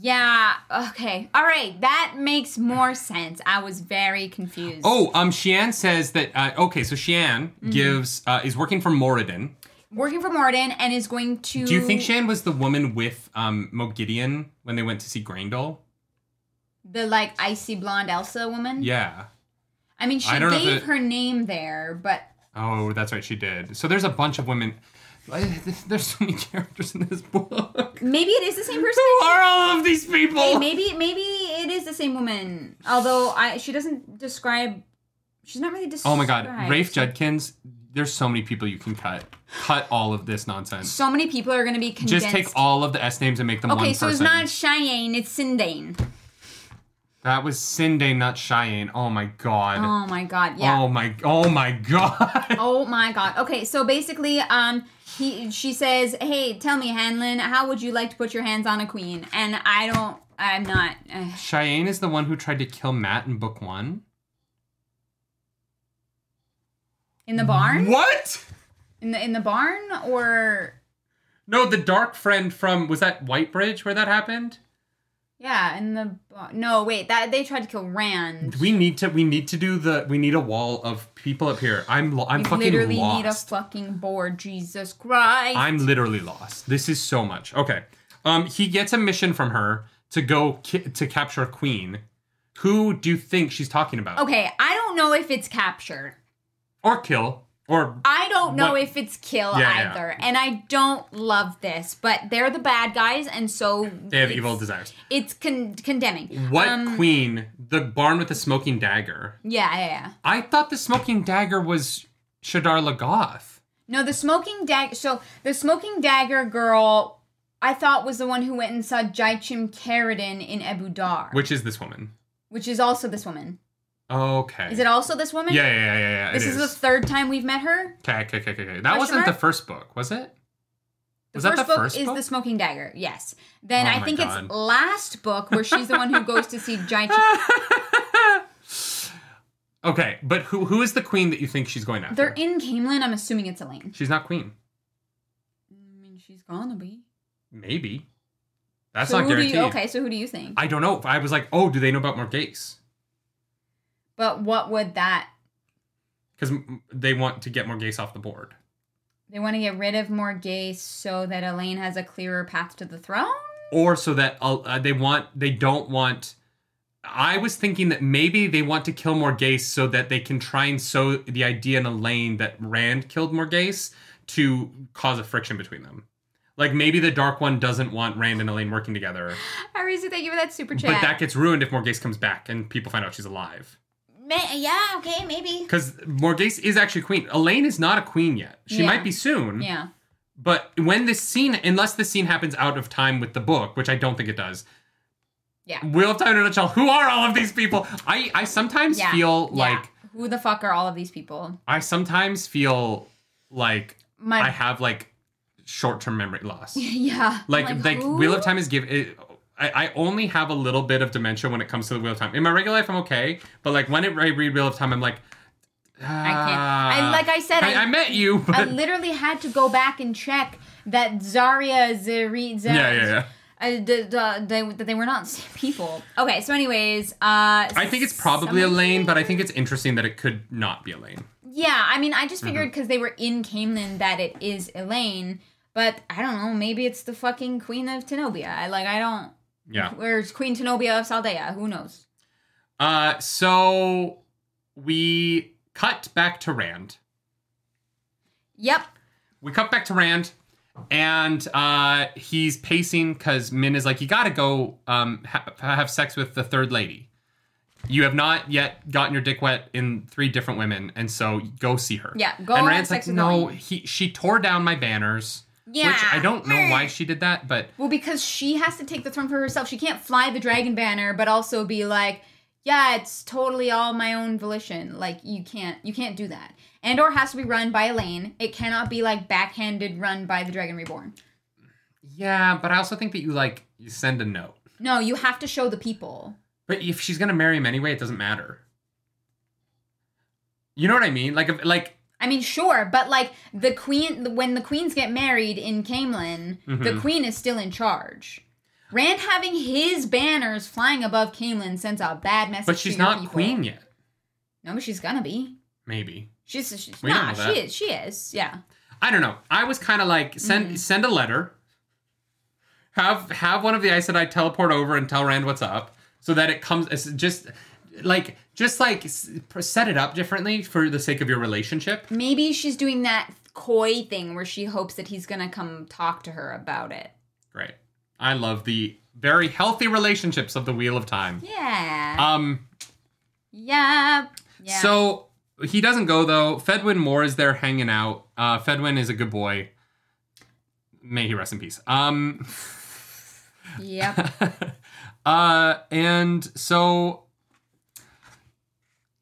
Speaker 1: yeah. Okay. All right. That makes more sense. I was very confused.
Speaker 2: Oh, um, Shian says that. Uh, okay, so Shian
Speaker 1: Mm-hmm.
Speaker 2: gives uh, is working for Moradin.
Speaker 1: Working for Morden and is going to.
Speaker 2: Do you think Shian was the woman with um Mo Gideon when they went to see Grendel?
Speaker 1: the like icy blonde Elsa woman?
Speaker 2: Yeah.
Speaker 1: I mean, she
Speaker 2: I don't know if
Speaker 1: gave
Speaker 2: it-
Speaker 1: her name there, but
Speaker 2: Oh, that's right, she did. So there's a bunch of women. There's so many characters in this book.
Speaker 1: maybe it is the same person.
Speaker 2: Who are all of these people?
Speaker 1: Hey, maybe maybe it is the same woman. Although I she doesn't describe she's not really described.
Speaker 2: Oh my god, Rafe Judkins, there's so many people you can cut. Cut all of this nonsense.
Speaker 1: So many people are gonna be condensed.
Speaker 2: Just take all of the S names and make them one
Speaker 1: Okay, so
Speaker 2: person.
Speaker 1: it's not Cheyenne, it's Sindane.
Speaker 2: that was Sinde, not Cheyenne. Oh my god.
Speaker 1: Oh my god, yeah.
Speaker 2: Oh my oh my god.
Speaker 1: Oh my god. Okay, so basically, um he she says, Hey, tell me, Hanlon, how would you like to put your hands on a queen? And I don't I'm not uh,
Speaker 2: Cheyenne is the one who tried to kill Matt in book one.
Speaker 1: in the barn?
Speaker 2: What?
Speaker 1: In the in the barn or
Speaker 2: No, the dark friend from was that Whitebridge where that happened?
Speaker 1: yeah, in the bar- no, wait, that they tried to kill Rand.
Speaker 2: We need to we need to do the we need a wall of people up here. I'm lo- I'm
Speaker 1: You
Speaker 2: fucking
Speaker 1: literally
Speaker 2: lost.
Speaker 1: need a fucking board, Jesus Christ.
Speaker 2: I'm literally lost. This is so much. Okay. Um, he gets a mission from her to go ki- to capture a queen. Who do you think she's talking about?
Speaker 1: okay, I don't know if it's capture.
Speaker 2: Or kill. Or
Speaker 1: I don't know
Speaker 2: What-
Speaker 1: if it's kill
Speaker 2: Yeah, yeah.
Speaker 1: either, and I don't love this, but they're the bad guys, and so
Speaker 2: they have
Speaker 1: it's-
Speaker 2: evil desires.
Speaker 1: It's con- condemning.
Speaker 2: What
Speaker 1: Um,
Speaker 2: queen? The barn with the smoking dagger.
Speaker 1: yeah, yeah, yeah.
Speaker 2: I thought the smoking dagger was Shadar Lagoth.
Speaker 1: No, the smoking dagger. So the smoking dagger girl, I thought was the one who went and saw Jaichim Carradine in Abu Dar, which,
Speaker 2: Which is this woman?
Speaker 1: is also this woman.
Speaker 2: Okay.
Speaker 1: Is it also this woman?
Speaker 2: Yeah, yeah, yeah, yeah. yeah,
Speaker 1: This
Speaker 2: it
Speaker 1: is.
Speaker 2: is.
Speaker 1: the third time we've met her.
Speaker 2: okay, okay, okay, okay, okay. That
Speaker 1: Question
Speaker 2: wasn't the
Speaker 1: mark?
Speaker 2: first book, was it?
Speaker 1: The
Speaker 2: Was that
Speaker 1: first
Speaker 2: the
Speaker 1: book
Speaker 2: first
Speaker 1: is
Speaker 2: book?
Speaker 1: the smoking dagger. Yes. Then
Speaker 2: Oh
Speaker 1: I
Speaker 2: my
Speaker 1: think
Speaker 2: God.
Speaker 1: it's last book where she's the one who goes to see Jaichim.
Speaker 2: Okay, but who who is the queen that you think she's going after?
Speaker 1: They're in Camelin. I'm assuming it's Elaine.
Speaker 2: she's not queen.
Speaker 1: I mean, she's gonna be.
Speaker 2: Maybe. That's
Speaker 1: so
Speaker 2: not
Speaker 1: who do
Speaker 2: guaranteed.
Speaker 1: you, okay, so who do you think?
Speaker 2: I don't know. I was like, oh, do they know about Morgase?
Speaker 1: but what would that?
Speaker 2: Because they want to get Morgase off the board.
Speaker 1: They want to get rid of Morgase so that Elaine has a clearer path to the throne.
Speaker 2: or so that uh, uh, they want they don't want i was thinking that maybe they want to kill morgase so that they can try and sow the idea in a lane that rand killed morgase to cause a friction between them like maybe the dark one doesn't want rand and elaine working together
Speaker 1: Arisa, thank you for that super
Speaker 2: but
Speaker 1: chat.
Speaker 2: that gets ruined if morgase comes back and people find out she's alive
Speaker 1: Ma- yeah, okay, maybe.
Speaker 2: because morgase is actually queen elaine is not a queen yet she
Speaker 1: Yeah.
Speaker 2: might be soon
Speaker 1: Yeah.
Speaker 2: but when this scene unless this scene happens out of time with the book which i don't think it does
Speaker 1: Yeah.
Speaker 2: Wheel of Time in a nutshell. Who are all of these people? I I sometimes
Speaker 1: Yeah.
Speaker 2: feel
Speaker 1: yeah.
Speaker 2: like
Speaker 1: who the fuck are all of these people?
Speaker 2: I sometimes feel like
Speaker 1: My
Speaker 2: I have like short term memory loss.
Speaker 1: yeah.
Speaker 2: Like
Speaker 1: I'm
Speaker 2: like
Speaker 1: who?
Speaker 2: Wheel of Time is give. It, I, I only have a little bit of dementia when it comes to the Wheel of Time. In my regular life, I'm okay, but like when it, I read Wheel of Time, I'm like,
Speaker 1: I-
Speaker 2: ah,
Speaker 1: like I said,
Speaker 2: I,
Speaker 1: I-
Speaker 2: met you, but
Speaker 1: I literally had to go back and check that Zarya Zari Zari.
Speaker 2: yeah, yeah, yeah.
Speaker 1: Uh, d- d- uh, they, that they were not s- people. Okay, so anyways, uh, I
Speaker 2: I think it's probably Elaine, but I think it's interesting that it could not be Elaine.
Speaker 1: yeah. I mean, I
Speaker 2: Uh-huh.
Speaker 1: just figured because they were in Camelin that it is Elaine, but I don't know. Maybe it's the fucking Queen of Tenobia. I like. I don't.
Speaker 2: Yeah.
Speaker 1: Where's Queen Tenobia of Saldea? Who knows?
Speaker 2: Uh, so we cut back to Rand.
Speaker 1: Yep.
Speaker 2: we cut back to Rand, and uh, he's pacing because Min is like, "You gotta go um, ha- have sex with the third lady. You have not yet gotten your dick wet in three different women, and so go see her."
Speaker 1: Yeah, go
Speaker 2: and
Speaker 1: have
Speaker 2: Rand's
Speaker 1: sex
Speaker 2: like,
Speaker 1: with
Speaker 2: "No,
Speaker 1: Elaine."
Speaker 2: he she tore down my banners."
Speaker 1: Yeah.
Speaker 2: Which I don't know why she did that, but
Speaker 1: Well, because she has to take the throne for herself. She can't fly the dragon banner, but also be like, yeah, it's totally all my own volition. Like you can't you can't do that. Andor has to be run by Elaine. It cannot be like backhanded run by the Dragon Reborn.
Speaker 2: yeah. But I also think that you like you send a note.
Speaker 1: No, you have to show the people.
Speaker 2: But if she's gonna marry him anyway, it doesn't matter. You know what I mean? Like, if, like
Speaker 1: I mean, sure, but like the queen, when the queens get married in Camelin,
Speaker 2: Mm-hmm.
Speaker 1: the queen is still in charge. Rand having his banners flying above Camelin sends a bad message.
Speaker 2: but
Speaker 1: to
Speaker 2: she's
Speaker 1: your
Speaker 2: not
Speaker 1: people.
Speaker 2: queen yet.
Speaker 1: No, but she's gonna be.
Speaker 2: Maybe.
Speaker 1: She's, she's
Speaker 2: We don't
Speaker 1: nah,
Speaker 2: know that.
Speaker 1: she is. She is. Yeah.
Speaker 2: I don't know. I was kind of like send send a letter. Have have one of the Aes Sedai teleport over and tell Rand what's up, so that it comes it's just like just like s- set it up differently for the sake of your relationship.
Speaker 1: Maybe she's doing that coy thing where she hopes that he's gonna come talk to her about it.
Speaker 2: Great. I love the very healthy relationships of the Wheel of Time.
Speaker 1: Yeah.
Speaker 2: Um.
Speaker 1: yeah. Yeah.
Speaker 2: So he doesn't go though. Fedwin Moore is there hanging out. Uh, Fedwin is a good boy. May he rest in peace. Um.
Speaker 1: Yep.
Speaker 2: uh. And so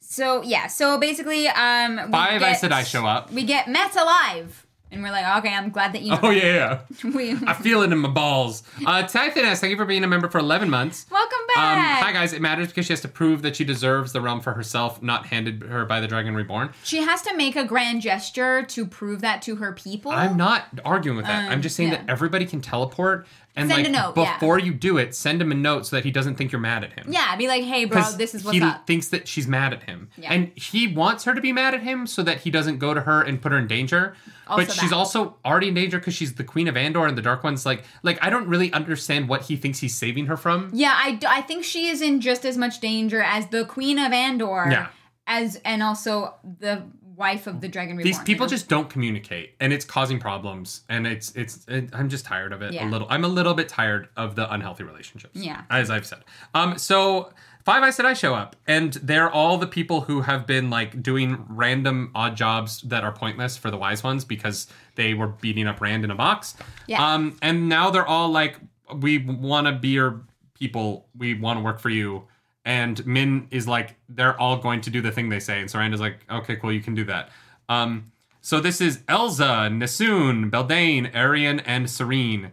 Speaker 1: So yeah. So basically, um, we
Speaker 2: Five
Speaker 1: get,
Speaker 2: Aes Sedai show up.
Speaker 1: We get Matt's alive, and we're like, okay, I'm glad that you.
Speaker 2: Oh yeah,
Speaker 1: we,
Speaker 2: I feel it in my balls. Uh, Typhon S, thank you for being a member for 11 months.
Speaker 1: welcome
Speaker 2: Um,
Speaker 1: back.
Speaker 2: hi guys, it matters because she has to prove that she deserves the realm for herself, not handed her by the Dragon Reborn.
Speaker 1: she has to make a grand gesture to prove that to her people.
Speaker 2: I'm not arguing with that.
Speaker 1: Um,
Speaker 2: I'm just saying
Speaker 1: yeah.
Speaker 2: that everybody can teleport and
Speaker 1: Send
Speaker 2: like
Speaker 1: a note, yeah.
Speaker 2: before you do it, send him a note so that he doesn't think you're mad at him.
Speaker 1: yeah. Be like, hey, bro,
Speaker 2: 'Cause
Speaker 1: this is what's
Speaker 2: he
Speaker 1: up.
Speaker 2: thinks that she's mad at him,
Speaker 1: Yeah.
Speaker 2: and he wants her to be mad at him so that he doesn't go to her and put her in danger.
Speaker 1: Also
Speaker 2: but she's
Speaker 1: that.
Speaker 2: also already in danger because she's the queen of Andor, and the Dark One's like, like I don't really understand what he thinks he's saving her from.
Speaker 1: Yeah, I, d- I think she is in just as much danger as the Queen of Andor.
Speaker 2: Yeah.
Speaker 1: As and also the wife of the dragon reborn.
Speaker 2: These people
Speaker 1: you know?
Speaker 2: just don't communicate, and it's causing problems. And it's it's it, I'm just tired of it a
Speaker 1: Yeah.
Speaker 2: little. I'm a little bit tired of the unhealthy relationships.
Speaker 1: Yeah.
Speaker 2: as I've said. Um, so Five Eyes said I show up, and they're all the people who have been like doing random odd jobs that are pointless for the wise ones because they were beating up Rand in a box.
Speaker 1: Yeah.
Speaker 2: Um, and now they're all like, we want to be your people. We want to work for you. And Min is like, they're all going to do the thing they say. And Saranda's like, okay, cool, you can do that. Um, so this is Elza, Nassoon, Beldane, Arian, and Serene.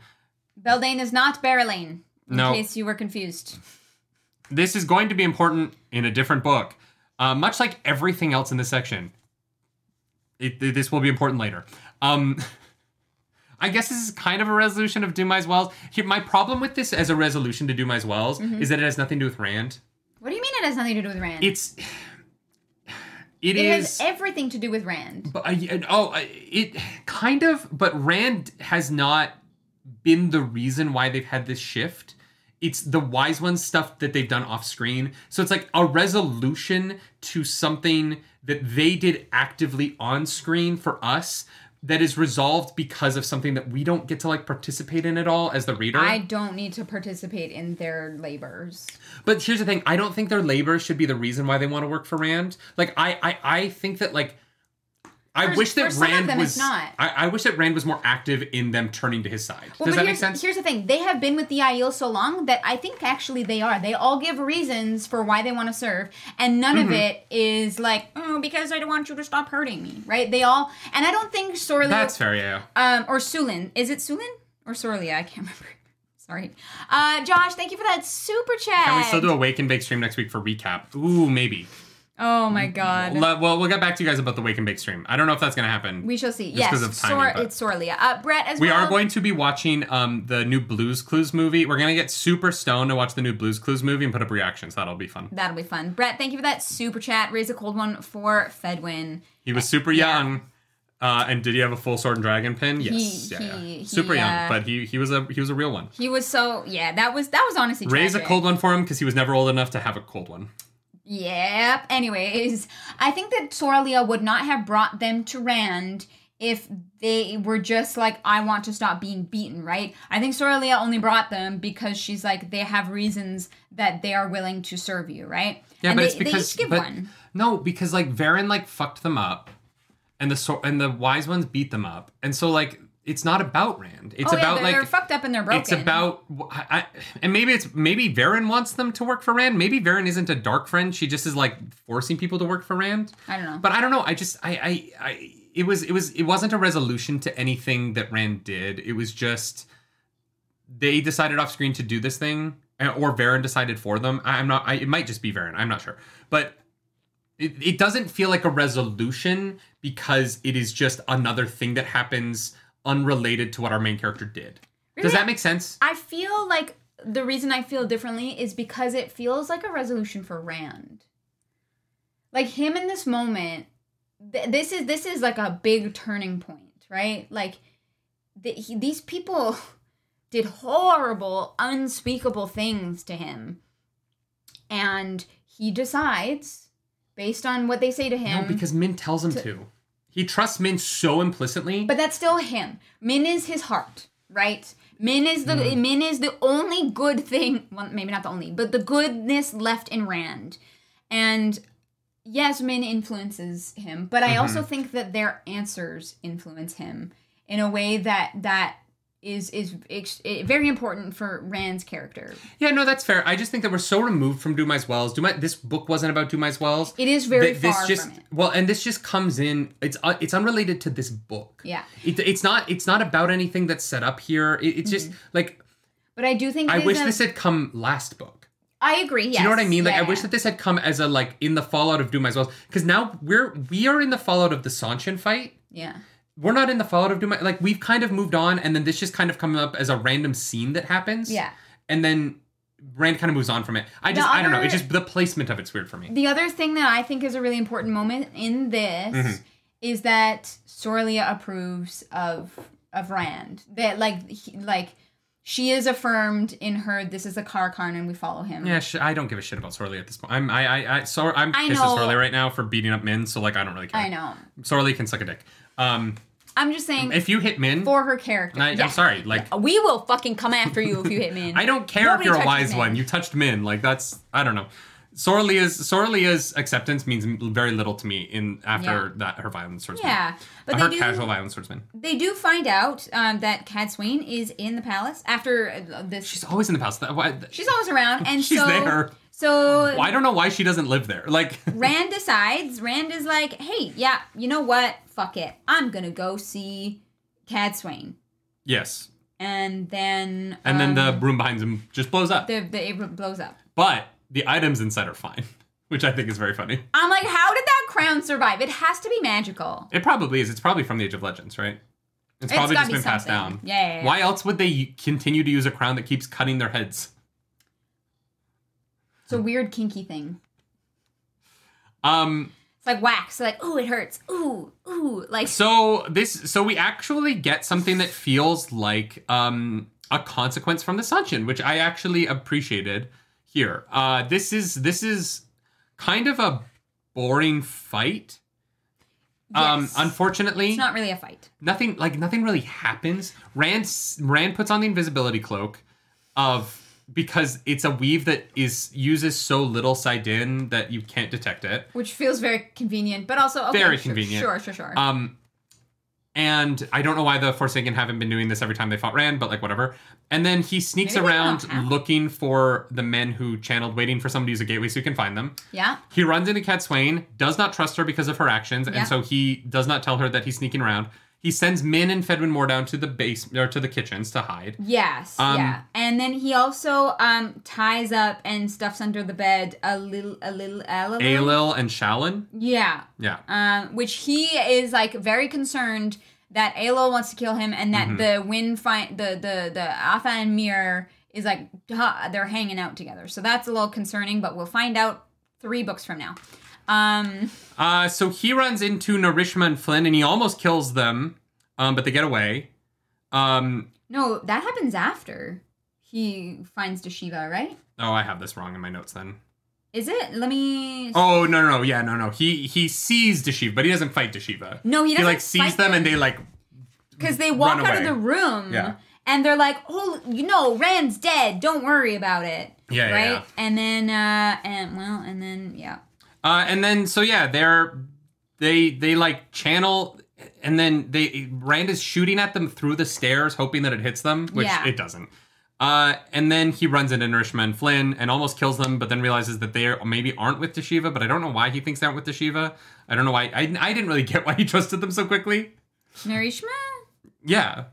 Speaker 1: Beldane is not Barrelane. In
Speaker 2: No.
Speaker 1: case you were confused.
Speaker 2: This is going to be important in a different book, uh, much like everything else in this section. It, th- this will be important later. Um, I guess this is kind of a resolution of Doom Eyes Wells. Here, my problem with this as a resolution to Doom Eyes Wells
Speaker 1: Mm-hmm.
Speaker 2: is that it has nothing to do with Rand.
Speaker 1: What do you mean it has nothing to do with Rand?
Speaker 2: It's
Speaker 1: it
Speaker 2: is
Speaker 1: has everything to do with Rand.
Speaker 2: But I, and- oh, I- it kind of. But Rand has not been the reason why they've had this shift. It's the wise ones stuff that they've done off screen. So it's like a resolution to something that they did actively on screen for us that is resolved because of something that we don't get to like participate in at all as the reader.
Speaker 1: I don't need to participate in their labors.
Speaker 2: But here's the thing: I don't think their labor should be the reason why they want to work for Rand. Like I, I, I think that like I
Speaker 1: For-
Speaker 2: wish that
Speaker 1: for some of
Speaker 2: Rand
Speaker 1: them, it's
Speaker 2: was
Speaker 1: not.
Speaker 2: I, I wish that Rand was more active in them turning to his side.
Speaker 1: Well,
Speaker 2: Does that
Speaker 1: but
Speaker 2: make
Speaker 1: here's,
Speaker 2: sense?
Speaker 1: Here's the thing: they have been with the IEL so long that I think actually they are. They all give reasons for why they want to serve, and none
Speaker 2: Mm-hmm.
Speaker 1: of it is like oh, because I don't want you to stop hurting me, right? They all, and I don't think Sorley
Speaker 2: That's fair, yeah.
Speaker 1: um, or Sulin. Is it Sulin or Sorlia? I can't remember. Sorry, uh, Josh. Thank you for that super chat.
Speaker 2: Can we still do a wake and bake stream next week for recap? Ooh, maybe.
Speaker 1: oh my god.
Speaker 2: Le- well, we'll get back to you guys about the wake and bake stream. I don't know if that's gonna happen.
Speaker 1: we shall see.
Speaker 2: Just
Speaker 1: yes,
Speaker 2: 'cause of timing,
Speaker 1: Sor-
Speaker 2: but-
Speaker 1: it's Sorlia. Uh, Brett as
Speaker 2: We
Speaker 1: well.
Speaker 2: are going to be watching um, the new Blues Clues movie. We're gonna get super stoned to watch the new Blues Clues movie and put up reactions. That'll be fun.
Speaker 1: That'll be fun. Brett, thank you for that super chat. Raise a cold one for Fedwin.
Speaker 2: He was super young. Uh, and did he have a full sword and dragon pin? Yes. yeah, yeah.
Speaker 1: he-
Speaker 2: Super
Speaker 1: he,
Speaker 2: young,
Speaker 1: uh,
Speaker 2: but he he was a he was a real one.
Speaker 1: He was so yeah. That was that was honestly
Speaker 2: Raise a
Speaker 1: tragic.
Speaker 2: cold one for him because he was never old enough to have a cold one.
Speaker 1: Yep. Anyways, I think that Soralia would not have brought them to Rand if they were just like, I want to stop being beaten, right? I think Soralia only brought them because she's like, they have reasons that they are willing to serve you, right?
Speaker 2: Yeah,
Speaker 1: and
Speaker 2: but
Speaker 1: they,
Speaker 2: it's because
Speaker 1: they each give
Speaker 2: but-
Speaker 1: one.
Speaker 2: No, because like Varen like fucked them up, and the sor- and the wise ones beat them up, and so like it's not about Rand. It's
Speaker 1: Oh yeah,
Speaker 2: about
Speaker 1: they're,
Speaker 2: like
Speaker 1: they're fucked up and they're broken.
Speaker 2: It's about, I, I- and maybe it's maybe Varen wants them to work for Rand. Maybe Varen isn't a dark friend. She just is like forcing people to work for Rand.
Speaker 1: I don't know.
Speaker 2: But I don't know. I just I I, I it was it was it wasn't a resolution to anything that Rand did. It was just they decided off screen to do this thing, and- or Varen decided for them. I, I'm not. I, it might just be Varen. I'm not sure, but. It, it doesn't feel like a resolution because it is just another thing that happens unrelated to what our main character did. Does
Speaker 1: Really?
Speaker 2: that make sense?
Speaker 1: I feel like the reason I feel differently is because it feels like a resolution for Rand. Like him in this moment, th- this is this is like a big turning point, right? Like th- he, these people did horrible, unspeakable things to him, and he decides based on what they say to him.
Speaker 2: No, because Min tells him to. He trusts Min so implicitly.
Speaker 1: But that's still him. Min is his heart, right? Min is the
Speaker 2: Mm.
Speaker 1: Min is the only good thing. Well, maybe not the only, but the goodness left in Rand. And yes, Min influences him, but I also
Speaker 2: Mm-hmm.
Speaker 1: think that their answers influence him in a way that that is is ex- eh, very important for Rand's character.
Speaker 2: yeah, no, that's fair. I just think that we're so removed from Dumais Wells. Dumais, this book wasn't about Dumais Wells.
Speaker 1: It is very
Speaker 2: Th-
Speaker 1: far
Speaker 2: just,
Speaker 1: from it.
Speaker 2: Well, and this just comes in. It's uh, it's unrelated to this book.
Speaker 1: Yeah.
Speaker 2: It, it's not it's not about anything that's set up here. It, it's just like
Speaker 1: But I do think
Speaker 2: I
Speaker 1: it Mm-hmm. is
Speaker 2: wish
Speaker 1: a-
Speaker 2: this had come last book.
Speaker 1: I agree. Yes.
Speaker 2: Do you know what I mean? Like
Speaker 1: Yeah,
Speaker 2: I wish
Speaker 1: yeah.
Speaker 2: that this had come as a like in the fallout of Doom as well. Because now we're we are in the fallout of the Sanchin fight.
Speaker 1: yeah.
Speaker 2: we're not in the fallout of Doom. Like we've kind of moved on, and then this just kind of come up as a random scene that happens.
Speaker 1: Yeah.
Speaker 2: and then Rand kind of moves on from it. I just, I don't know. It's
Speaker 1: other-
Speaker 2: just the placement of it's weird for me.
Speaker 1: The other thing that I think is a really important moment in this
Speaker 2: Mm-hmm.
Speaker 1: is that Sorlia approves of of Rand. That like he, like she is affirmed in her. This is the car Karn, and we follow him.
Speaker 2: Yeah, sh- I don't give a shit about Sorley at this point. I'm I I, I so I'm
Speaker 1: I
Speaker 2: pissed at
Speaker 1: know.
Speaker 2: Sorley right now for beating up Min, so like I don't really care.
Speaker 1: I know.
Speaker 2: Sorley can suck a dick. Um,
Speaker 1: I'm just saying
Speaker 2: if you hit Min,
Speaker 1: for her character.
Speaker 2: I,
Speaker 1: Yeah.
Speaker 2: I'm sorry, like
Speaker 3: We will fucking come after you if you hit me.
Speaker 2: I don't care
Speaker 1: Nobody
Speaker 2: if you're a
Speaker 1: touches
Speaker 2: wise
Speaker 1: Min.
Speaker 2: one. You touched Min, like that's I don't know. Sorlia's Sorlia's acceptance means very little to me in after
Speaker 1: Yeah.
Speaker 2: that her violent swordsman.
Speaker 1: Yeah, but
Speaker 2: her
Speaker 1: they do.
Speaker 2: casual violent swordsman.
Speaker 1: They do find out um, that Cad Swain is in the palace after uh, this.
Speaker 2: She's
Speaker 1: She's,
Speaker 2: always in the palace. That, why,
Speaker 1: always around, and
Speaker 2: She's
Speaker 1: so
Speaker 2: there.
Speaker 1: so
Speaker 2: I don't know why she doesn't live there. Like
Speaker 1: Rand decides. Rand is like, "Hey, yeah, you know what? Fuck it. I'm gonna go see Cad Swain."
Speaker 2: yes,
Speaker 1: And then
Speaker 2: and then
Speaker 1: um,
Speaker 2: the room behind him just blows up.
Speaker 1: the the apron blows up.
Speaker 2: but the items inside are fine, which I think is very funny.
Speaker 1: I'm like, how did that crown survive? It has to be magical.
Speaker 2: It probably is. It's probably from the Age of Legends, right? It's probably just
Speaker 1: gotta be
Speaker 2: been passed
Speaker 1: something.
Speaker 2: down.
Speaker 1: Yeah, yeah, yeah.
Speaker 2: Why else would they continue to use a crown that keeps cutting their heads?
Speaker 1: It's a weird kinky thing.
Speaker 2: Um.
Speaker 1: It's like wax. Like, ooh, it hurts. Ooh, ooh. Like,
Speaker 2: So this. So we actually get something that feels like um a consequence from the Sunshin, which I actually appreciated here. Uh, this is this is kind of a boring fight. Um,
Speaker 1: Yes.
Speaker 2: unfortunately,
Speaker 1: it's not really a fight.
Speaker 2: nothing like nothing really happens. Rand s- Rand puts on the invisibility cloak of because it's a weave that is uses so little sidin that you can't detect it.
Speaker 1: Which feels very convenient, but also okay,
Speaker 2: Very
Speaker 1: sure,
Speaker 2: convenient.
Speaker 1: Sure, sure, sure.
Speaker 2: Um, and I don't know why the Forsaken haven't been doing this every time they fought Rand, but like whatever. And then he sneaks
Speaker 1: Maybe they
Speaker 2: around
Speaker 1: don't have.
Speaker 2: looking for the men who channeled, waiting for somebody who's a gateway so he can find them.
Speaker 1: yeah.
Speaker 2: He runs into Cat Swain, does not trust her because of her actions,
Speaker 1: Yeah.
Speaker 2: and so he does not tell her that he's sneaking around. He sends Min and Fedwin Moore down to the base or to the kitchens to hide.
Speaker 1: Yes.
Speaker 2: Um,
Speaker 1: yeah. And then he also um ties up and stuffs under the bed a little, a little, a little.
Speaker 2: Alil and Shalin.
Speaker 1: yeah.
Speaker 2: Yeah.
Speaker 1: Um, which he is like very concerned that Alo wants to kill him and
Speaker 2: Mm-hmm.
Speaker 1: that the wind find the the the Alpha and Mir is like duh, they're hanging out together. So that's a little concerning, but we'll find out three books from now. Um,
Speaker 2: Uh, so he runs into Narishma and Flynn and he almost kills them, um, but they get away. Um,
Speaker 1: no, that happens after he finds Dashiva, right?
Speaker 2: oh, I have this wrong in my notes then.
Speaker 1: Is it? Let me.
Speaker 2: Oh no no no yeah no no he he sees Deshiva but he doesn't fight Deshiva.
Speaker 1: No, he
Speaker 2: he
Speaker 1: doesn't.
Speaker 2: like sees
Speaker 1: fight
Speaker 2: them and they like
Speaker 1: because they walk out of
Speaker 2: away.
Speaker 1: the room
Speaker 2: Yeah.
Speaker 1: and they're like, "Oh, you know, Rand's dead. Don't worry about it."
Speaker 2: Yeah, yeah,
Speaker 1: right.
Speaker 2: yeah.
Speaker 1: And then, uh, and well, and then, yeah,
Speaker 2: uh, and then so yeah they're they they like channel and then they Rand is shooting at them through the stairs hoping that it hits them which
Speaker 1: Yeah.
Speaker 2: it doesn't. Uh, and then he runs into Nourishma and Flynn and almost kills them, but then realizes that they are, maybe aren't with Deshiva. But I don't know why he thinks they aren't with Deshiva. I don't know why. I, I didn't really get why he trusted them so quickly.
Speaker 1: Narishma.
Speaker 2: Yeah,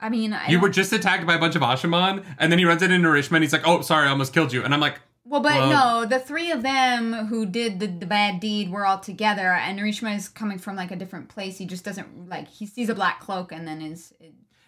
Speaker 1: I mean, I
Speaker 2: You were
Speaker 1: don't-
Speaker 2: just attacked by a bunch of Ashaman, and then he runs into Nourishma and he's like, oh, sorry, I almost killed you. And I'm like,
Speaker 1: well, but
Speaker 2: well-
Speaker 1: no, the three of them who did the, the bad deed were all together, and Narishma is coming from like a different place. He just doesn't like he sees a black cloak and then is.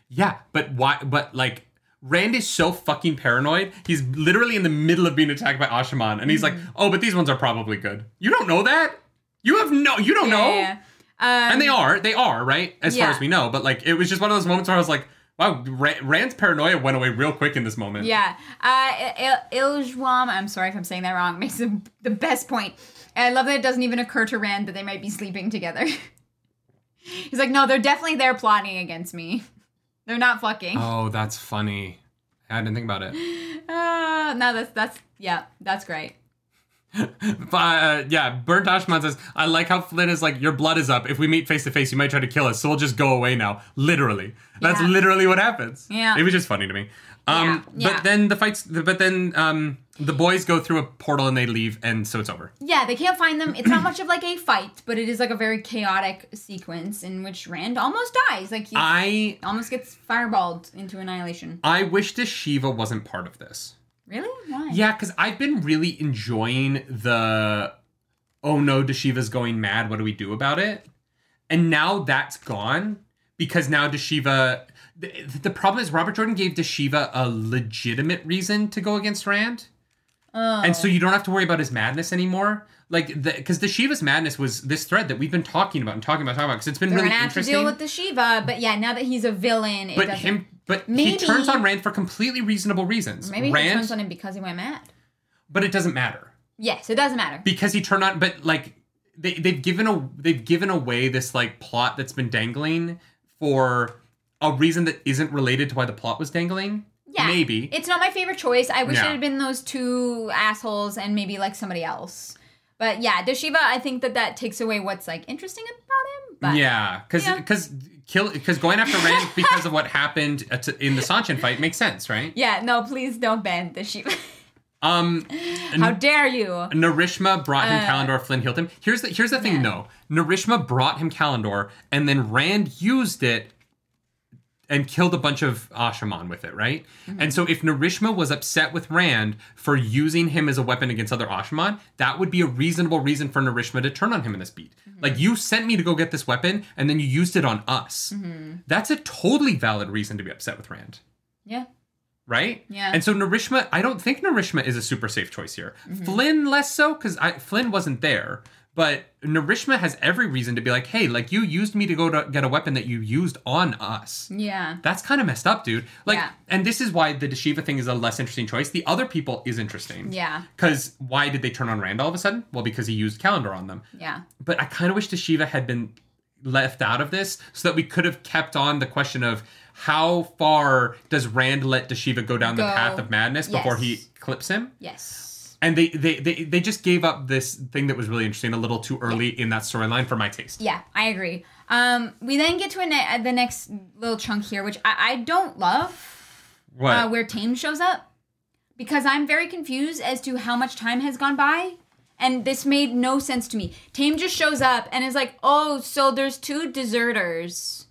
Speaker 2: yeah, but why? But like, Rand is so fucking paranoid. He's literally in the middle of being attacked by Ashaman, and he's like,
Speaker 1: Mm-hmm.
Speaker 2: oh, but these ones are probably good. You don't know that? You have no, you don't know?
Speaker 1: Yeah. Um,
Speaker 2: And they are, they are, right? As
Speaker 1: Yeah.
Speaker 2: far as we know. But like, it was just one of those moments where I was like, wow, Ra- Rand's paranoia went away real quick in this moment.
Speaker 1: Yeah. Uh, Il- Iljwam, I'm sorry if I'm saying that wrong, makes the the best point. And I love that it doesn't even occur to Rand that they might be sleeping together. He's like, no, they're definitely there plotting against me. They're not fucking.
Speaker 2: Oh, that's funny. I didn't think about it.
Speaker 1: Uh, no, that's, that's, yeah, that's great.
Speaker 2: Uh, yeah, Burnt Ashman says, I like how Flynn is like, Your blood is up. If we meet face to face, you might try to kill us, so we'll just go away now. Literally. That's
Speaker 1: Yeah.
Speaker 2: literally what happens.
Speaker 1: Yeah.
Speaker 2: It was just funny to me. Um,
Speaker 1: Yeah, yeah.
Speaker 2: But then the fights, but then um, the boys go through a portal and they leave, and so it's over.
Speaker 1: Yeah, they can't find them. It's not much of like a fight, but it is like a very chaotic sequence in which Rand almost dies. Like he
Speaker 2: I
Speaker 1: almost gets fireballed into annihilation.
Speaker 2: I wish this Shiva wasn't part of this.
Speaker 1: Really? Why?
Speaker 2: Yeah, because I've been really enjoying the oh no, Deshiva's going mad. What do we do about it? And now that's gone because now Deshiva. The, the problem is Robert Jordan gave Deshiva a legitimate reason to go against Rand. And so you don't have to worry about his madness anymore. Like, because the, Deshiva's madness was this thread that we've been talking about and talking about, talking about, because it's been
Speaker 1: They're
Speaker 2: really
Speaker 1: gonna have to
Speaker 2: interesting
Speaker 1: deal with the Shiva, but yeah, now that he's a villain, it
Speaker 2: but
Speaker 1: doesn't.
Speaker 2: him But he
Speaker 1: Maybe-
Speaker 2: turns on Rand for completely reasonable reasons.
Speaker 1: Maybe
Speaker 2: Rand,
Speaker 1: he turns on him because he went mad.
Speaker 2: but it doesn't matter
Speaker 1: Yes, it doesn't matter.
Speaker 2: because he turned on. But like they they've given a they've given away this like plot that's been dangling for a reason that isn't related to why the plot was dangling.
Speaker 1: Yeah.
Speaker 2: maybe
Speaker 1: It's not my favorite choice. I wish
Speaker 2: Yeah.
Speaker 1: it had been those two assholes and maybe like somebody else. But yeah, Dashiva, I think that that takes away what's like interesting about him. But
Speaker 2: yeah, because
Speaker 1: Yeah.
Speaker 2: because kill because going after Rand because of what happened at- in the Sanchin fight makes sense, right?
Speaker 1: Yeah, no, please don't ban Dashiva.
Speaker 2: Um,
Speaker 1: How dare you?
Speaker 2: Narishma brought him Kalendor, Flynn healed him. Here's the here's the thing though. Narishma brought him Kalendor, and then Rand used it and killed a bunch of Ashaman with it, right? And so if Narishma was upset with Rand for using him as a weapon against other Ashaman, that would be a reasonable reason for Narishma to turn on him in this beat. Like you sent me to go get this weapon and then you used it on us. That's a totally valid reason to be upset with Rand
Speaker 1: Yeah.
Speaker 2: right?
Speaker 1: Yeah.
Speaker 2: And so Narishma, I don't think Narishma is a super safe choice here.
Speaker 1: Mm-hmm.
Speaker 2: Flynn less so because Flynn wasn't there, but Narishma has every reason to be like, hey, like you used me to go to get a weapon that you used on us.
Speaker 1: Yeah.
Speaker 2: That's kind of messed up, dude. Like,
Speaker 1: Yeah.
Speaker 2: and this is why the Deshiva thing is a less interesting choice. The other people is interesting.
Speaker 1: Yeah.
Speaker 2: Because why did they turn on Rand all of a sudden? Well, because he used Calendar on them
Speaker 1: Yeah.
Speaker 2: but I kind of wish Shiva had been left out of this so that we could have kept on the question of how far does Rand let Deshiva go down the
Speaker 1: Go.
Speaker 2: path of madness before he
Speaker 1: Yes.
Speaker 2: clips him?
Speaker 1: Yes.
Speaker 2: And they, they they they just gave up this thing that was really interesting a little too early in that storyline for my taste.
Speaker 1: Yeah, I agree. Um, we then get to a ne- uh, the next little chunk here, which I, I don't love,
Speaker 2: What?
Speaker 1: uh, where Tame shows up, because I'm very confused as to how much time has gone by, and this made no sense to me. Tame just shows up and is like, "Oh, so there's two deserters,"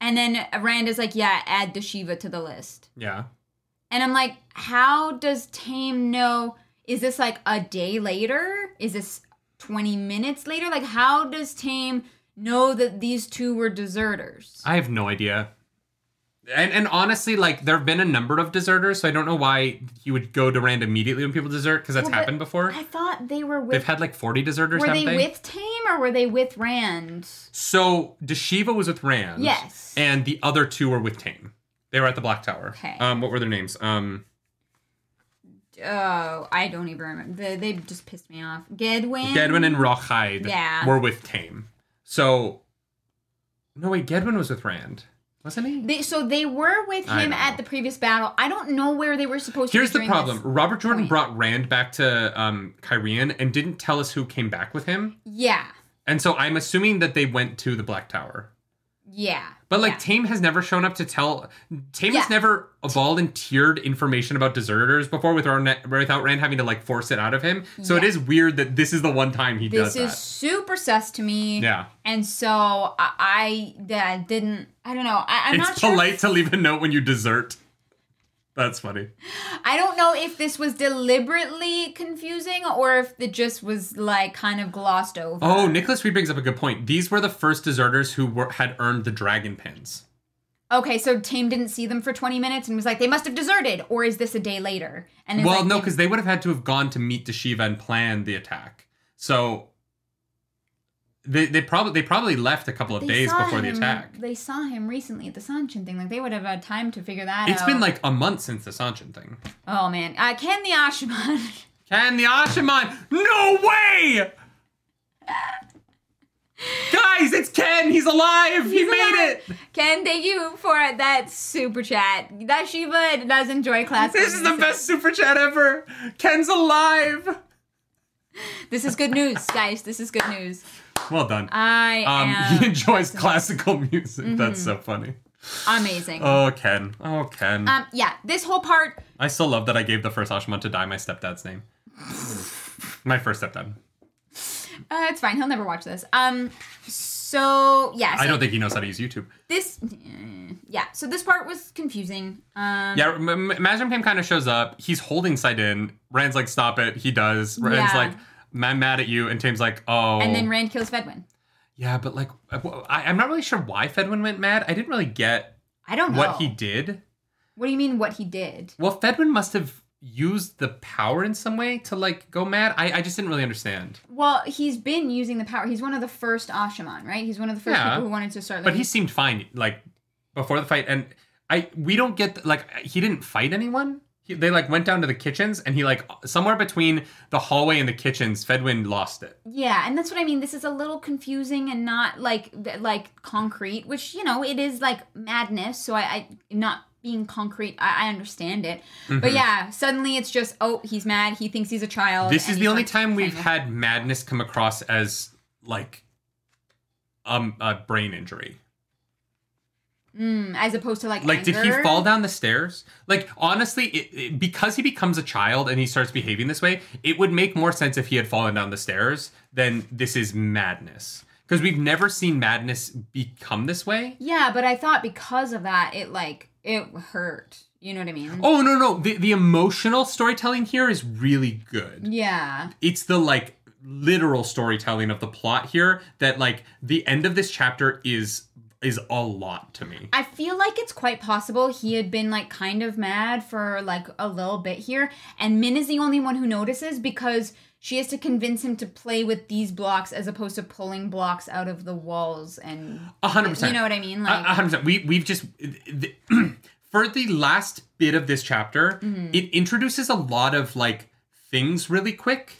Speaker 1: and then Rand is like, "Yeah, add the Shiva to the list."
Speaker 2: yeah.
Speaker 1: And I'm like, how does Tame know? Is this like a day later? Is this 20 minutes later? Like, how does Tame know that these two were deserters?
Speaker 2: I have no idea. And and honestly, like there have been a number of deserters, so I don't know why he would go to Rand immediately when people desert because that's
Speaker 1: Well, but
Speaker 2: happened before.
Speaker 1: I thought they were
Speaker 2: They've
Speaker 1: with.
Speaker 2: had like forty deserters,
Speaker 1: Were
Speaker 2: haven't
Speaker 1: they with Tame or were they with Rand?
Speaker 2: So Deshiva was with Rand.
Speaker 1: Yes.
Speaker 2: And the other two were with Tame. They were at the Black Tower.
Speaker 1: Okay.
Speaker 2: Um, what were their names? Um,
Speaker 1: Oh, I don't even remember. They, they just pissed me off. Gedwin.
Speaker 2: Gedwin and Rawhide
Speaker 1: Yeah.
Speaker 2: were with Tame. So, no wait, Gedwin was with Rand, wasn't he?
Speaker 1: They, so they were with
Speaker 2: I
Speaker 1: him
Speaker 2: don't
Speaker 1: at
Speaker 2: know.
Speaker 1: the previous battle. I don't know where they were supposed
Speaker 2: Here's
Speaker 1: to
Speaker 2: the
Speaker 1: be. during
Speaker 2: problem.
Speaker 1: this.
Speaker 2: Robert Jordan
Speaker 1: point.
Speaker 2: brought Rand back to um, Kyrian and didn't tell us who came back with him.
Speaker 1: Yeah.
Speaker 2: And so I'm assuming that they went to the Black Tower.
Speaker 1: Yeah.
Speaker 2: But like
Speaker 1: yeah.
Speaker 2: Tame has never shown up to tell. Tame
Speaker 1: Yeah.
Speaker 2: has never volunteered information about deserters before with Ron, without Rand having to like force it out of him. So it
Speaker 1: Yeah.
Speaker 2: is weird that this is the one time he
Speaker 1: this
Speaker 2: does
Speaker 1: is super sus to me.
Speaker 2: that. Yeah,
Speaker 1: And so I, I that didn't. I don't know. I, I'm not
Speaker 2: it's polite to leave a note when you desert. That's funny.
Speaker 1: sure. I don't know if this was deliberately confusing or if it just was like kind of glossed over.
Speaker 2: Oh, Nicholas Reed brings up a good point. These were the first deserters who were, had earned the dragon pins.
Speaker 1: Okay, so Tame didn't see them for 20 minutes and was like, they must have deserted, or is this a day later? And it's
Speaker 2: Well,
Speaker 1: like,
Speaker 2: no,
Speaker 1: they-
Speaker 2: because they would have had to have gone to meet Deshiva and plan the attack. So they they probably they probably left a couple of
Speaker 1: they
Speaker 2: days
Speaker 1: saw
Speaker 2: before the
Speaker 1: him-
Speaker 2: attack.
Speaker 1: They saw him recently at the Sanchin thing. Like they would have had time to figure that
Speaker 2: It's
Speaker 1: out.
Speaker 2: been like a month since the Sanchin thing.
Speaker 1: oh man, uh, can the Ashiman?
Speaker 2: Can the Ashaman? No way! Guys, it's Ken! He's alive! he made it!
Speaker 1: Ken, thank you for that super chat. That Shiva does enjoy class.
Speaker 2: This is the best super chat ever! Ken's alive!
Speaker 1: This is good news, guys. This is good news.
Speaker 2: Well done.
Speaker 1: I
Speaker 2: Um,
Speaker 1: am
Speaker 2: he enjoys classical music. That's so funny.
Speaker 1: amazing.
Speaker 2: Oh, Ken. Oh, Ken.
Speaker 1: um, yeah, this whole part,
Speaker 2: I still love that I gave the first Ashaman to die my stepdad's name. my first stepdad.
Speaker 1: uh, it's fine. He'll never watch this. Um, so yeah, so
Speaker 2: I don't think he knows how to use YouTube.
Speaker 1: this, eh, yeah, so this part was confusing. Um,
Speaker 2: Yeah, M- M- Mazrim Pam kind of shows up. He's holding Sight in. Rand's like, stop it. He does. Rand's
Speaker 1: Yeah.
Speaker 2: like, I'm mad at you. And Tame's like, oh.
Speaker 1: and then Rand kills Fedwin.
Speaker 2: yeah, but like, uh, I, am not really sure why Fedwin went mad. I didn't really get
Speaker 1: I don't know
Speaker 2: what he did.
Speaker 1: What do you mean? What he did?
Speaker 2: Well, Fedwin must have used the power in some way to like go mad. I, I just didn't really understand.
Speaker 1: Well, he's been using the power. He's one of the first Ashaman, right? He's one of the first
Speaker 2: Yeah.
Speaker 1: people who wanted to start.
Speaker 2: But
Speaker 1: like,
Speaker 2: he seemed fine, like, before the fight. And I we don't get th- like uh, he didn't fight anyone. He, they like went down to the kitchens and he like somewhere between the hallway and the kitchens, Fedwin lost it.
Speaker 1: Yeah, and that's what I mean. This is a little confusing and not like th- like concrete, which you know it is like madness. So I, I not being concrete, I, I understand it.
Speaker 2: Mm-hmm.
Speaker 1: But yeah, suddenly it's just oh, he's mad. He thinks he's a child.
Speaker 2: This
Speaker 1: and
Speaker 2: is
Speaker 1: he
Speaker 2: the only
Speaker 1: starts
Speaker 2: time we've
Speaker 1: playing
Speaker 2: had madness come across as like um a brain injury.
Speaker 1: with- Hmm, as opposed to like
Speaker 2: Like, did he
Speaker 1: anger.
Speaker 2: fall down the stairs? Like, honestly, it, it- because he becomes a child and he starts behaving this way, it would make more sense if he had fallen down the stairs than this is madness. Because we've never seen madness become this way.
Speaker 1: Yeah, but I thought because of that, it like it hurt. You know what I mean?
Speaker 2: Oh, no, no. The, the emotional storytelling here is really good.
Speaker 1: Yeah.
Speaker 2: It's the, like, literal storytelling of the plot here that, like, the end of this chapter is is a lot to me.
Speaker 1: I feel like it's quite possible he had been like kind of mad for like a little bit here, and Min is the only one who notices because she has to convince him to play with these blocks as opposed to pulling blocks out of the walls and
Speaker 2: A hundred percent.
Speaker 1: You know what I mean?
Speaker 2: A-
Speaker 1: Like
Speaker 2: a hundred percent. We we've just the, for the last bit of this chapter,
Speaker 1: Mm-hmm.
Speaker 2: it introduces a lot of like things really quick.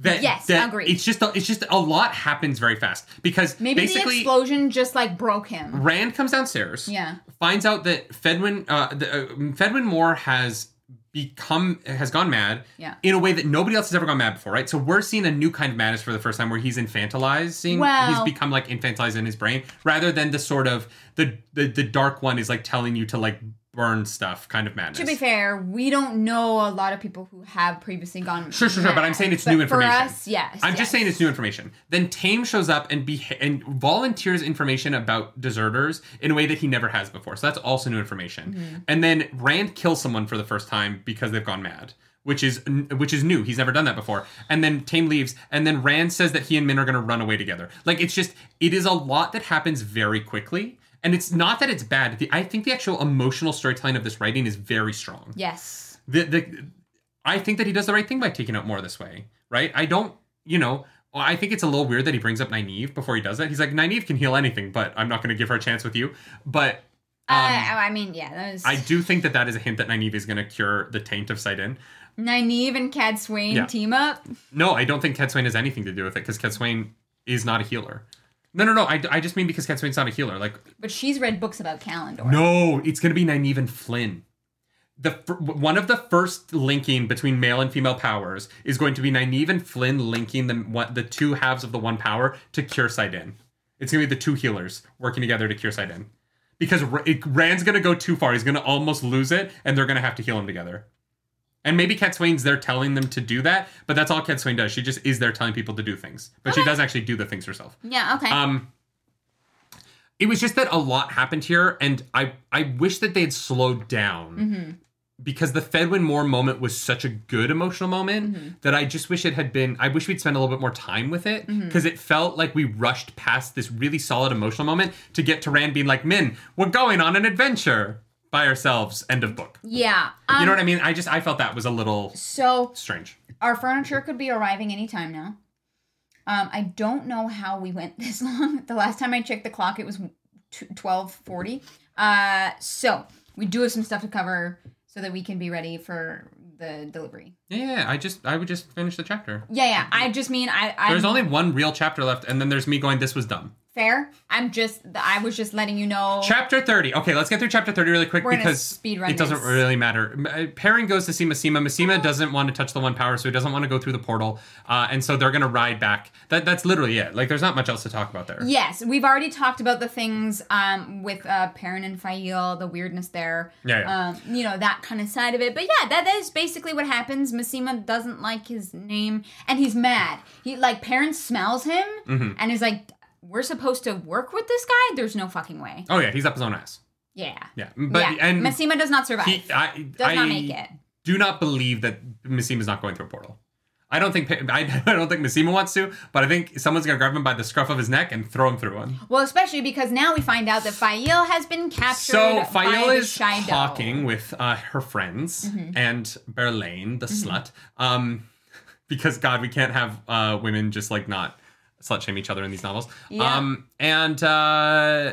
Speaker 2: That
Speaker 1: Yes,
Speaker 2: that
Speaker 1: agreed.
Speaker 2: It's just a, it's just a lot happens very fast because
Speaker 1: maybe the
Speaker 2: basically
Speaker 1: explosion just like broke him.
Speaker 2: Rand comes downstairs.
Speaker 1: Yeah.
Speaker 2: Finds out that Fedwin uh, the, uh, Fedwin Moore has become has gone mad
Speaker 1: Yeah.
Speaker 2: in a way that nobody else has ever gone mad before right so we're seeing a new kind of madness for the first time where he's infantilizing he's
Speaker 1: Well-
Speaker 2: become like infantilized in his brain rather than the sort of the the, the dark one is like telling you to like burn stuff kind of madness
Speaker 1: To be fair, we don't know a lot of people who have previously gone.
Speaker 2: Sure, sure, sure. But I'm
Speaker 1: mad.
Speaker 2: saying it's
Speaker 1: But
Speaker 2: new information.
Speaker 1: For us, yes.
Speaker 2: I'm just
Speaker 1: yes.
Speaker 2: saying it's new information. Then Tame shows up and be and volunteers information about deserters in a way that he never has before. So that's also new information.
Speaker 1: Mm-hmm.
Speaker 2: And then Rand kills someone for the first time because they've gone mad, which is which is new. He's never done that before. And then Tame leaves, and then Rand says that he and Min are going to run away together. Like it's just it is a lot that happens very quickly. And it's not that it's bad. The, I think the actual emotional storytelling of this writing is very strong
Speaker 1: Yes.
Speaker 2: the, the I think that he does the right thing by taking out more this way, right? I don't, you know, I think it's a little weird that he brings up Nynaeve before he does that. He's like, Nynaeve can heal anything, but I'm not going to give her a chance with you. But um,
Speaker 1: I, Uh, oh, I mean, yeah. That was,
Speaker 2: I do think that that is a hint that Nynaeve is going to cure the taint of Sidon.
Speaker 1: Nynaeve and Cad Swain
Speaker 2: Yeah.
Speaker 1: team up.
Speaker 2: No, I don't think Catswain has anything to do with it because Catswain is not a healer. No, no, no. I, I just mean because Catswain's not a healer. Like,
Speaker 1: But she's read books about Calendar.
Speaker 2: No, it's going to be Nynaeve and Flynn. The fir- one of the first linking between male and female powers is going to be Nynaeve and Flynn linking the one, the two halves of the one power to cure Sidon. It's going to be the two healers working together to cure Sidon. Because R- it, Rand's going to go too far. He's going to almost lose it, and they're going to have to heal him together. And maybe Cat Swain's there telling them to do that, but that's all Cat Swain does. She just is there telling people to do things, but she doesn't actually do the things herself.
Speaker 1: Yeah, okay.
Speaker 2: Um, it was just that a lot happened here, and I I wish that they had slowed down because the Fedwin Moore moment was such a good emotional moment that I just wish it had been. I wish we'd spent a little bit more time with it because it felt like we rushed past this really solid emotional moment to get to Rand being like, "Min, we're going on an adventure by ourselves." End of book.
Speaker 1: yeah. Um,
Speaker 2: you know what I mean? I just I felt that was a little
Speaker 1: so
Speaker 2: strange.
Speaker 1: our furniture could be arriving anytime now. Um, I don't know how we went this long. The last time I checked the clock, it was twelve forty. Uh, so we do have some stuff to cover so that we can be ready for the delivery.
Speaker 2: Yeah, I just I would just finish the chapter.
Speaker 1: Yeah, yeah. I just mean I. I
Speaker 2: There's only one real chapter left, and then there's me going, "This was dumb."
Speaker 1: fair. I'm just. I was just letting you know.
Speaker 2: Chapter 30. Okay, let's get through chapter 30 really quick
Speaker 1: We're gonna
Speaker 2: because
Speaker 1: speed run
Speaker 2: it doesn't
Speaker 1: this.
Speaker 2: really matter. M- uh, Perrin goes to see Massima. Massima doesn't want to touch the one power, so he doesn't want to go through the portal. Uh, and so they're going to ride back. That That's literally it. Like, there's not much else to talk about there.
Speaker 1: Yes, we've already talked about the things um, with uh, Perrin and Fael, the weirdness there.
Speaker 2: Yeah, yeah.
Speaker 1: Um, you know, that kind of side of it. But yeah, that, that is basically what happens. Massima doesn't like his name and he's mad. He Like, Perrin smells him
Speaker 2: Mm-hmm.
Speaker 1: and is like, we're supposed to work with this guy? There's no fucking way.
Speaker 2: Oh, yeah, he's up his own ass.
Speaker 1: Yeah.
Speaker 2: Yeah. But,
Speaker 1: yeah.
Speaker 2: and
Speaker 1: Massima does not survive.
Speaker 2: he, I,
Speaker 1: does
Speaker 2: I
Speaker 1: not make it.
Speaker 2: do not believe that Massima's not going through a portal. I don't think Pa- I, I don't think Massima wants to, but I think someone's gonna grab him by the scruff of his neck and throw him through one.
Speaker 1: Well, especially because now we find out that Fael has been captured.
Speaker 2: So
Speaker 1: by
Speaker 2: Fael
Speaker 1: the
Speaker 2: is
Speaker 1: Shido.
Speaker 2: talking with uh, her friends
Speaker 1: Mm-hmm.
Speaker 2: and Berlaine, the slut, um, because God, we can't have uh, women just like not slut shame each other in these novels.
Speaker 1: Yeah.
Speaker 2: Um, and Um, uh,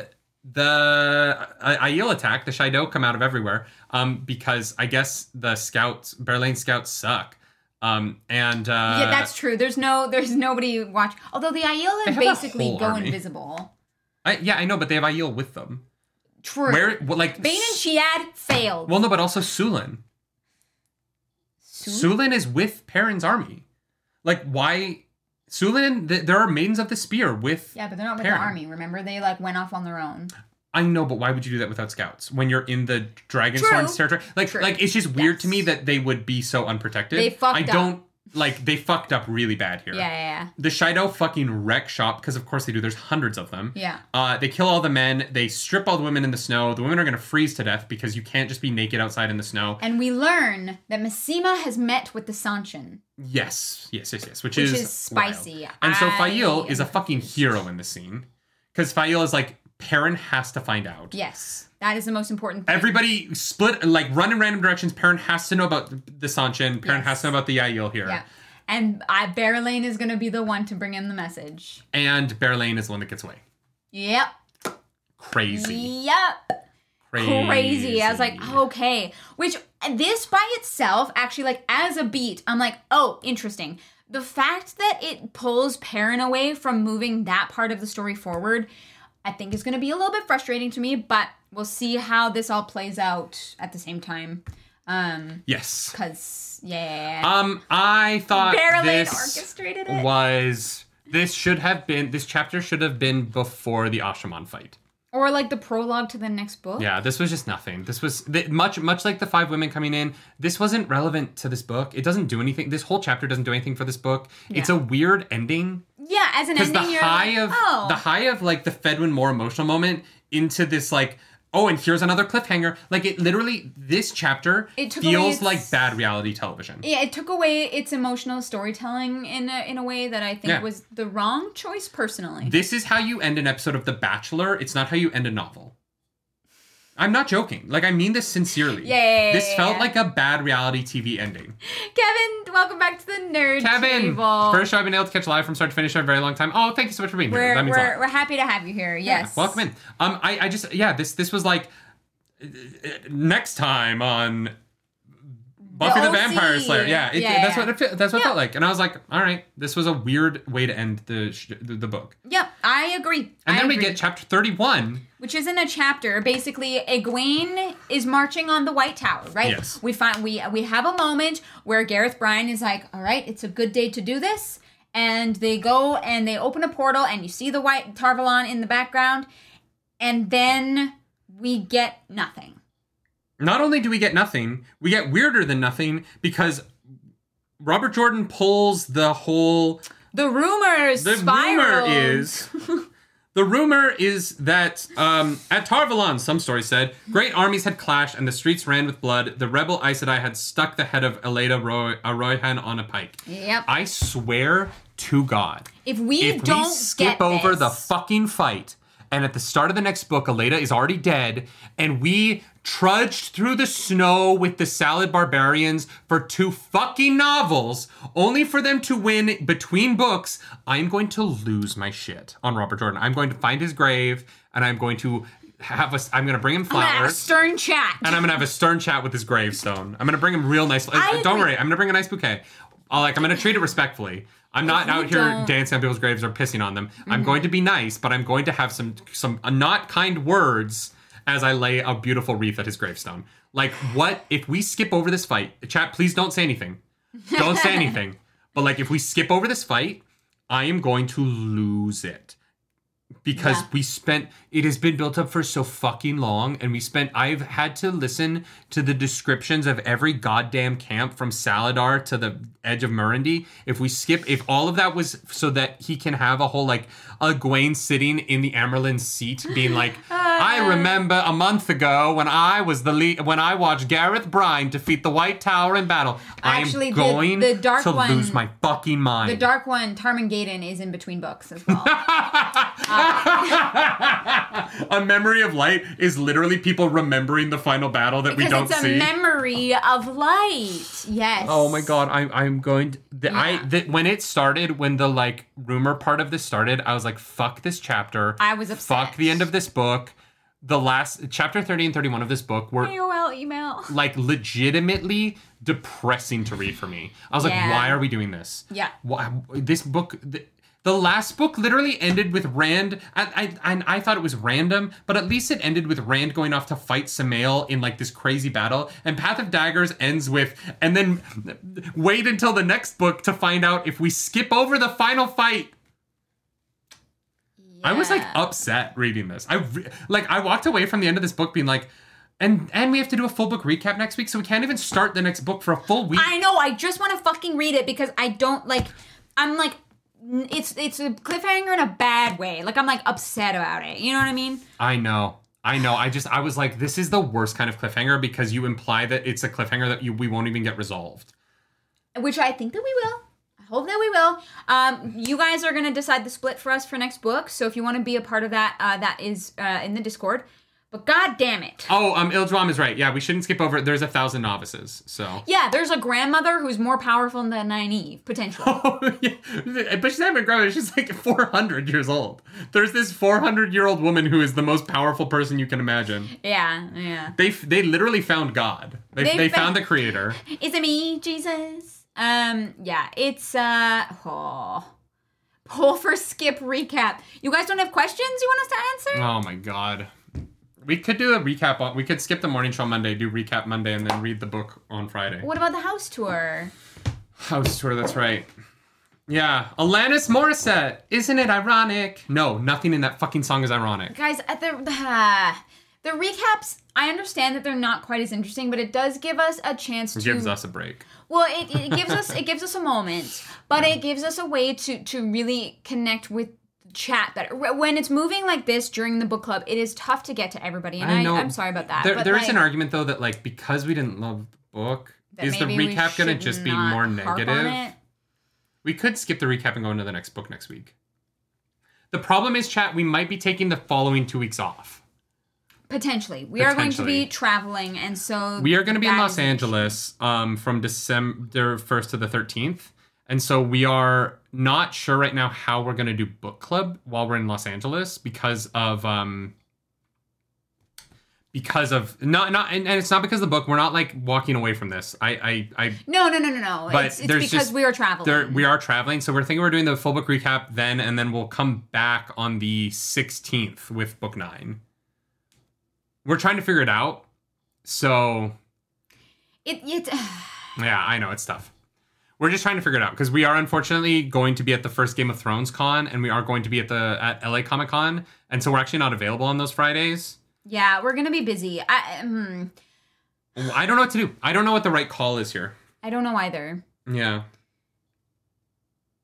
Speaker 2: the I- Aiel attack, the Shido come out of everywhere um, because I guess the scouts, Berlane scouts suck. Um, and uh,
Speaker 1: yeah, that's true. There's no, there's nobody watch. Although the Aielin
Speaker 2: have a
Speaker 1: basically
Speaker 2: whole
Speaker 1: go
Speaker 2: army.
Speaker 1: invisible.
Speaker 2: I, yeah, I know, but they have Aiel with them.
Speaker 1: True.
Speaker 2: Where, well, like,
Speaker 1: Bane and Shiad failed.
Speaker 2: well, no, but also Sulin. Sulin is with Perrin's army. Like, why? Sulin, th- there are maidens of the spear with.
Speaker 1: yeah, but they're not with
Speaker 2: Perrin.
Speaker 1: the army. Remember, they like went off on their own.
Speaker 2: I know, but why would you do that without scouts when you're in the dragon
Speaker 1: True.
Speaker 2: swords territory? Like,
Speaker 1: True.
Speaker 2: like it's just weird to
Speaker 1: Yes.
Speaker 2: me that they would be so unprotected.
Speaker 1: They fucked
Speaker 2: I
Speaker 1: up.
Speaker 2: don't like they fucked up really bad here.
Speaker 1: Yeah, yeah,
Speaker 2: The Shido fucking wreck shop because of course they do. There's hundreds of them.
Speaker 1: yeah.
Speaker 2: Uh, they kill all the men. They strip all the women in the snow. The women are gonna freeze to death because you can't just be naked outside in the snow.
Speaker 1: And we learn that Massima has met with the Sanchin.
Speaker 2: Yes, yes, yes, yes. Which,
Speaker 1: Which
Speaker 2: is,
Speaker 1: is spicy.
Speaker 2: wild. And so
Speaker 1: I
Speaker 2: Fail is a
Speaker 1: am
Speaker 2: fucking hero in this scene because Fail is like Perrin has to find out.
Speaker 1: Yes, that is the most important thing.
Speaker 2: Everybody split, like run in random directions. Parent has to know about the- the Sanchin. Parent
Speaker 1: Yes.
Speaker 2: has to know about the Yael here.
Speaker 1: Yeah. And I Barrelane is gonna be the one to bring in the message.
Speaker 2: And Berlane is the one that gets away.
Speaker 1: Yep.
Speaker 2: Crazy.
Speaker 1: Yep.
Speaker 2: Crazy.
Speaker 1: Crazy. I was like, oh. okay. Which this by itself, actually, like as a beat, I'm like, oh, interesting. The fact that it pulls Perrin away from moving that part of the story forward, I think is gonna be a little bit frustrating to me, but we'll see how this all plays out at the same time. Um,
Speaker 2: Yes.
Speaker 1: cause yeah.
Speaker 2: Um, I thought
Speaker 1: Barrelane
Speaker 2: this
Speaker 1: orchestrated it.
Speaker 2: was this should have been this chapter should have been before the Ashaman fight.
Speaker 1: Or like the prologue to the next book.
Speaker 2: Yeah, this was just nothing. This was th- much much like the five women coming in. This wasn't relevant to this book. It doesn't do anything. This whole chapter doesn't do anything for this book. It's a weird ending.
Speaker 1: Yeah, as an
Speaker 2: because
Speaker 1: ending,
Speaker 2: the
Speaker 1: you're
Speaker 2: high
Speaker 1: like,
Speaker 2: of
Speaker 1: oh,
Speaker 2: the high of like the Fedwin more emotional moment into this like oh and here's another cliffhanger like it literally this chapter
Speaker 1: It took away
Speaker 2: feels
Speaker 1: its-
Speaker 2: like bad reality television
Speaker 1: yeah, it took away its emotional storytelling in a, in a way that I think
Speaker 2: Yeah.
Speaker 1: was the wrong choice personally.
Speaker 2: this is how you end an episode of The Bachelor it's not how you end a novel I'm not joking like I mean this sincerely
Speaker 1: Yeah, yeah, yeah,
Speaker 2: this
Speaker 1: yeah,
Speaker 2: felt
Speaker 1: yeah.
Speaker 2: like a bad reality TV ending
Speaker 1: Kevin, welcome back to the nerd
Speaker 2: Kevin
Speaker 1: table.
Speaker 2: first show I've been able to catch live from start to finish in a very long time oh thank you so much for being here
Speaker 1: we're
Speaker 2: that means a lot
Speaker 1: we're, we're happy to have you here. Yes,
Speaker 2: Welcome in. Um, I, I just yeah, this this was like uh, uh, next time on Buffy the,
Speaker 1: OC.
Speaker 2: Vampire Slayer. Yeah, it,
Speaker 1: Yeah,
Speaker 2: that's
Speaker 1: yeah.
Speaker 2: what it, fe- that's what it felt like, and I was like, all right, this was a weird way to end the sh- the, the book.
Speaker 1: Yep, I agree.
Speaker 2: And
Speaker 1: I
Speaker 2: then we
Speaker 1: agree.
Speaker 2: get chapter thirty one.
Speaker 1: which isn't a chapter. Basically, Egwene is marching on the White Tower, right?
Speaker 2: Yes.
Speaker 1: We find we we have a moment where Gareth Bryan is like, "All right, it's a good day to do this," and they go and they open a portal, and you see the White Tarvalon in the background, and then we get nothing.
Speaker 2: Not only do we get nothing, we get weirder than nothing because Robert Jordan pulls the whole
Speaker 1: The rumors
Speaker 2: The
Speaker 1: spiral.
Speaker 2: rumor is the rumor is that um, at Tarvalon, some story said, great armies had clashed and the streets ran with blood. The rebel Aes Sedai had stuck the head of Eleda Roy- Royhan on a pike.
Speaker 1: Yep.
Speaker 2: I swear to God,
Speaker 1: if we
Speaker 2: if we
Speaker 1: don't
Speaker 2: skip
Speaker 1: get
Speaker 2: over
Speaker 1: this,
Speaker 2: the fucking fight, and at the start of the next book, Eleda is already dead, and we trudged through the snow with the Salad Barbarians for two fucking novels, only for them to win between books, I'm going to lose my shit on Robert Jordan. I'm going to find his grave, and I'm going to have a. I'm going to bring him
Speaker 1: I'm gonna have a
Speaker 2: flowers.
Speaker 1: stern chat.
Speaker 2: and I'm gonna have a stern chat with his gravestone. I'm gonna bring him real nice. uh,
Speaker 1: I
Speaker 2: don't
Speaker 1: agree.
Speaker 2: worry, I'm gonna bring a nice bouquet. i like I'm gonna treat it respectfully. I'm not
Speaker 1: you
Speaker 2: out here
Speaker 1: don't- Mm-hmm.
Speaker 2: dancing on people's graves or pissing on them. I'm going to be nice, but I'm going to have some some uh, not kind words as I lay a beautiful wreath at his gravestone. Like what if we skip over this fight? Chat, please don't say anything. Don't say anything. But like if we skip over this fight, I am going to lose it because
Speaker 1: Yeah.
Speaker 2: we spent it has been built up for so fucking long and we spent I've had to listen to the descriptions of every goddamn camp from Saladar to the edge of Murindy. If we skip if all of that was so that he can have a whole like a Gawain sitting in the Amerlin seat being like I remember a month ago when I was the lead when I watched Gareth Bryan defeat the White Tower in battle. I
Speaker 1: Actually,
Speaker 2: am
Speaker 1: the-
Speaker 2: going
Speaker 1: the dark
Speaker 2: to
Speaker 1: one-
Speaker 2: lose my fucking mind.
Speaker 1: The dark one, Tarman Gaiden, is in between books as well.
Speaker 2: A memory of light is literally people remembering the final battle that we
Speaker 1: because
Speaker 2: don't
Speaker 1: it's a
Speaker 2: see.
Speaker 1: memory of light. Yes.
Speaker 2: oh my god, I, I'm going. To, the, I
Speaker 1: Yeah.
Speaker 2: the, when it started, when the like rumor part of this started, I was like, "Fuck this chapter."
Speaker 1: I was upset.
Speaker 2: Fuck the end of this book. the last chapter 30 and 31 of this book were
Speaker 1: AOL email.
Speaker 2: like legitimately depressing to read for me. I was
Speaker 1: Yeah.
Speaker 2: like, why are we doing this?
Speaker 1: Yeah.
Speaker 2: Why, this book. The, the last book literally ended with Rand, I, I, and I thought it was random, but at least it ended with Rand going off to fight Samael in like this crazy battle. And Path of Daggers ends with, and then wait until the next book to find out if we skip over the final fight. I was like
Speaker 1: Yeah.
Speaker 2: upset reading this. I re- like I walked away from the end of this book being like, and and we have to do a full book recap next week, so we can't even start the next book for a full week.
Speaker 1: I know. I just want to fucking read it because I don't like. I'm like, n- it's it's a cliffhanger in a bad way. Like I'm like upset about it. You know what I mean?
Speaker 2: I know. I know. I just I was like, this is the worst kind of cliffhanger because you imply that it's a cliffhanger that you we won't even get resolved.
Speaker 1: Which I think that we will. I hope that we will. Um, you guys are gonna decide the split for us for next book. So if you want to be a part of that, uh, that is uh, in the Discord. But god damn it.
Speaker 2: Oh, um, Ildram is right. Yeah, we shouldn't skip over. it. There's a thousand novices, so.
Speaker 1: Yeah, there's a grandmother who's more powerful than Nynaeve, potentially.
Speaker 2: Oh, yeah. But she's not even growing. She's like 400 years old. There's this 400 year old woman who is the most powerful person you can imagine.
Speaker 1: yeah, yeah.
Speaker 2: They they literally found God. They,
Speaker 1: They
Speaker 2: they,
Speaker 1: found-
Speaker 2: found the creator.
Speaker 1: Is it me, Jesus? Um, yeah, it's uh oh. Pull for skip recap. You guys don't have questions you want us to answer?
Speaker 2: Oh my god. We could do a recap on we could skip the morning show on Monday, do recap Monday and then read the book on Friday.
Speaker 1: What about the house tour?
Speaker 2: House tour, that's right. Yeah, Alanis Morissette. Isn't it ironic? No, nothing in that fucking song is ironic.
Speaker 1: Guys, at the the recaps, I understand that they're not quite as interesting, but it does give us a chance to
Speaker 2: It gives us a break.
Speaker 1: Well, it, it gives us it gives us a moment, but it gives us a way to to really connect with chat better. When it's moving like this during the book club, it is tough to get to everybody, and I
Speaker 2: I know.
Speaker 1: I'm sorry about that.
Speaker 2: There,
Speaker 1: but
Speaker 2: there is
Speaker 1: like,
Speaker 2: an argument though that like because we didn't love the book,
Speaker 1: that
Speaker 2: is the
Speaker 1: maybe we
Speaker 2: recap gonna
Speaker 1: should
Speaker 2: just be
Speaker 1: not
Speaker 2: more
Speaker 1: harp on
Speaker 2: negative?
Speaker 1: it.
Speaker 2: We could skip the recap and go into the next book next week. The problem is, chat, we might be taking the following two weeks off.
Speaker 1: Potentially, we are going to
Speaker 2: Potentially.
Speaker 1: be traveling, and so
Speaker 2: We are going to be in
Speaker 1: that
Speaker 2: Los
Speaker 1: is an issue.
Speaker 2: Angeles um, from December 1st to the 13th. And so we are not sure right now how we're going to do book club while we're in Los Angeles because of. Um, because of not not and, and it's not because of the book we're not like walking away from this i i, I
Speaker 1: No, no, no, no, no.
Speaker 2: But
Speaker 1: it's it's
Speaker 2: there's
Speaker 1: because
Speaker 2: just-
Speaker 1: we are traveling.
Speaker 2: there we are traveling so we're thinking we're doing the full book recap then and then we'll come back on the 16th with book 9 we're trying to figure it out so
Speaker 1: It, it,
Speaker 2: Yeah, I know it's tough. We're just trying to figure it out because we are unfortunately going to be at the first Game of Thrones con, and we are going to be at the at LA Comic Con, and so we're actually not available on those Fridays.
Speaker 1: yeah, we're gonna be busy. I mm,
Speaker 2: I don't know what to do. I don't know what the right call is here.
Speaker 1: I don't know either.
Speaker 2: Yeah,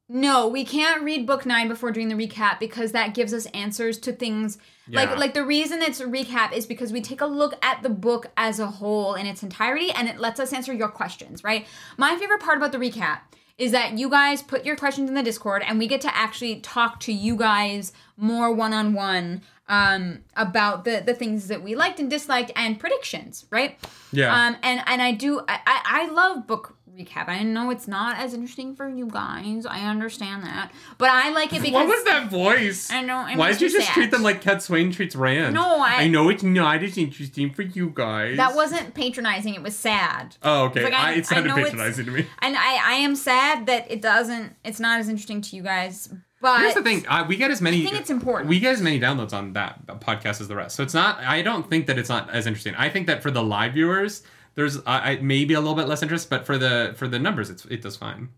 Speaker 1: No, we can't read book nine before doing the recap because that gives us answers to things
Speaker 2: Yeah.
Speaker 1: like like the reason it's a recap is because we take a look at the book as a whole in its entirety and it lets us answer your questions, right? My favorite part about the recap is that you guys put your questions in the Discord and we get to actually talk to you guys more one on one um about the the things that we liked and disliked and predictions, right?
Speaker 2: yeah.
Speaker 1: Um, and and I do I, I I love book recap. I know it's not as interesting for you guys. I understand that, but I like it
Speaker 2: what
Speaker 1: because
Speaker 2: was that voice?
Speaker 1: I know, it
Speaker 2: Why
Speaker 1: makes
Speaker 2: did you
Speaker 1: me
Speaker 2: just
Speaker 1: sad.
Speaker 2: treat them like Cat Swain treats Rand?
Speaker 1: No, I-
Speaker 2: I know it's not as interesting for you guys.
Speaker 1: that wasn't patronizing. It was sad.
Speaker 2: Oh, okay.
Speaker 1: It's like, I-
Speaker 2: I, it
Speaker 1: I
Speaker 2: sounded
Speaker 1: know it's-
Speaker 2: patronizing to me.
Speaker 1: And I I am sad that it doesn't. It's not as interesting to you guys. But
Speaker 2: Here's the thing: uh, we get as many.
Speaker 1: I think it's important.
Speaker 2: We get as many downloads on that podcast as the rest. So it's not. I don't think that it's not as interesting. I think that for the live viewers, there's I, I maybe a little bit less interest, but for the for the numbers, it's it does fine.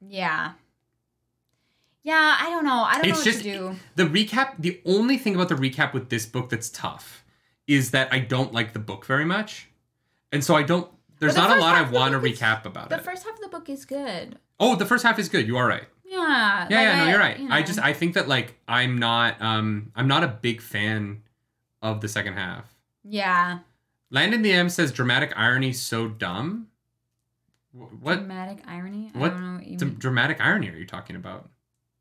Speaker 1: Yeah. Yeah, I don't know. I don't know
Speaker 2: it's
Speaker 1: what
Speaker 2: just
Speaker 1: to do.
Speaker 2: the recap. The only thing about the recap with this book that's tough is that I don't like the book very much, and so I don't. There's
Speaker 1: the
Speaker 2: not a
Speaker 1: first
Speaker 2: lot
Speaker 1: half
Speaker 2: I
Speaker 1: of the
Speaker 2: want to
Speaker 1: book is-
Speaker 2: recap about
Speaker 1: The
Speaker 2: it.
Speaker 1: first half of the book is good.
Speaker 2: oh, the first half is good. You are right.
Speaker 1: Yeah.
Speaker 2: yeah,
Speaker 1: like
Speaker 2: yeah, no,
Speaker 1: I-
Speaker 2: you're right.
Speaker 1: you
Speaker 2: I
Speaker 1: know.
Speaker 2: just I think that like I'm not um I'm not a big fan of the second half.
Speaker 1: yeah.
Speaker 2: Landon the M says dramatic irony so dumb. Wh- What
Speaker 1: Dramatic irony. I
Speaker 2: what
Speaker 1: don't know what you
Speaker 2: d-
Speaker 1: mean.
Speaker 2: dramatic irony are you talking about?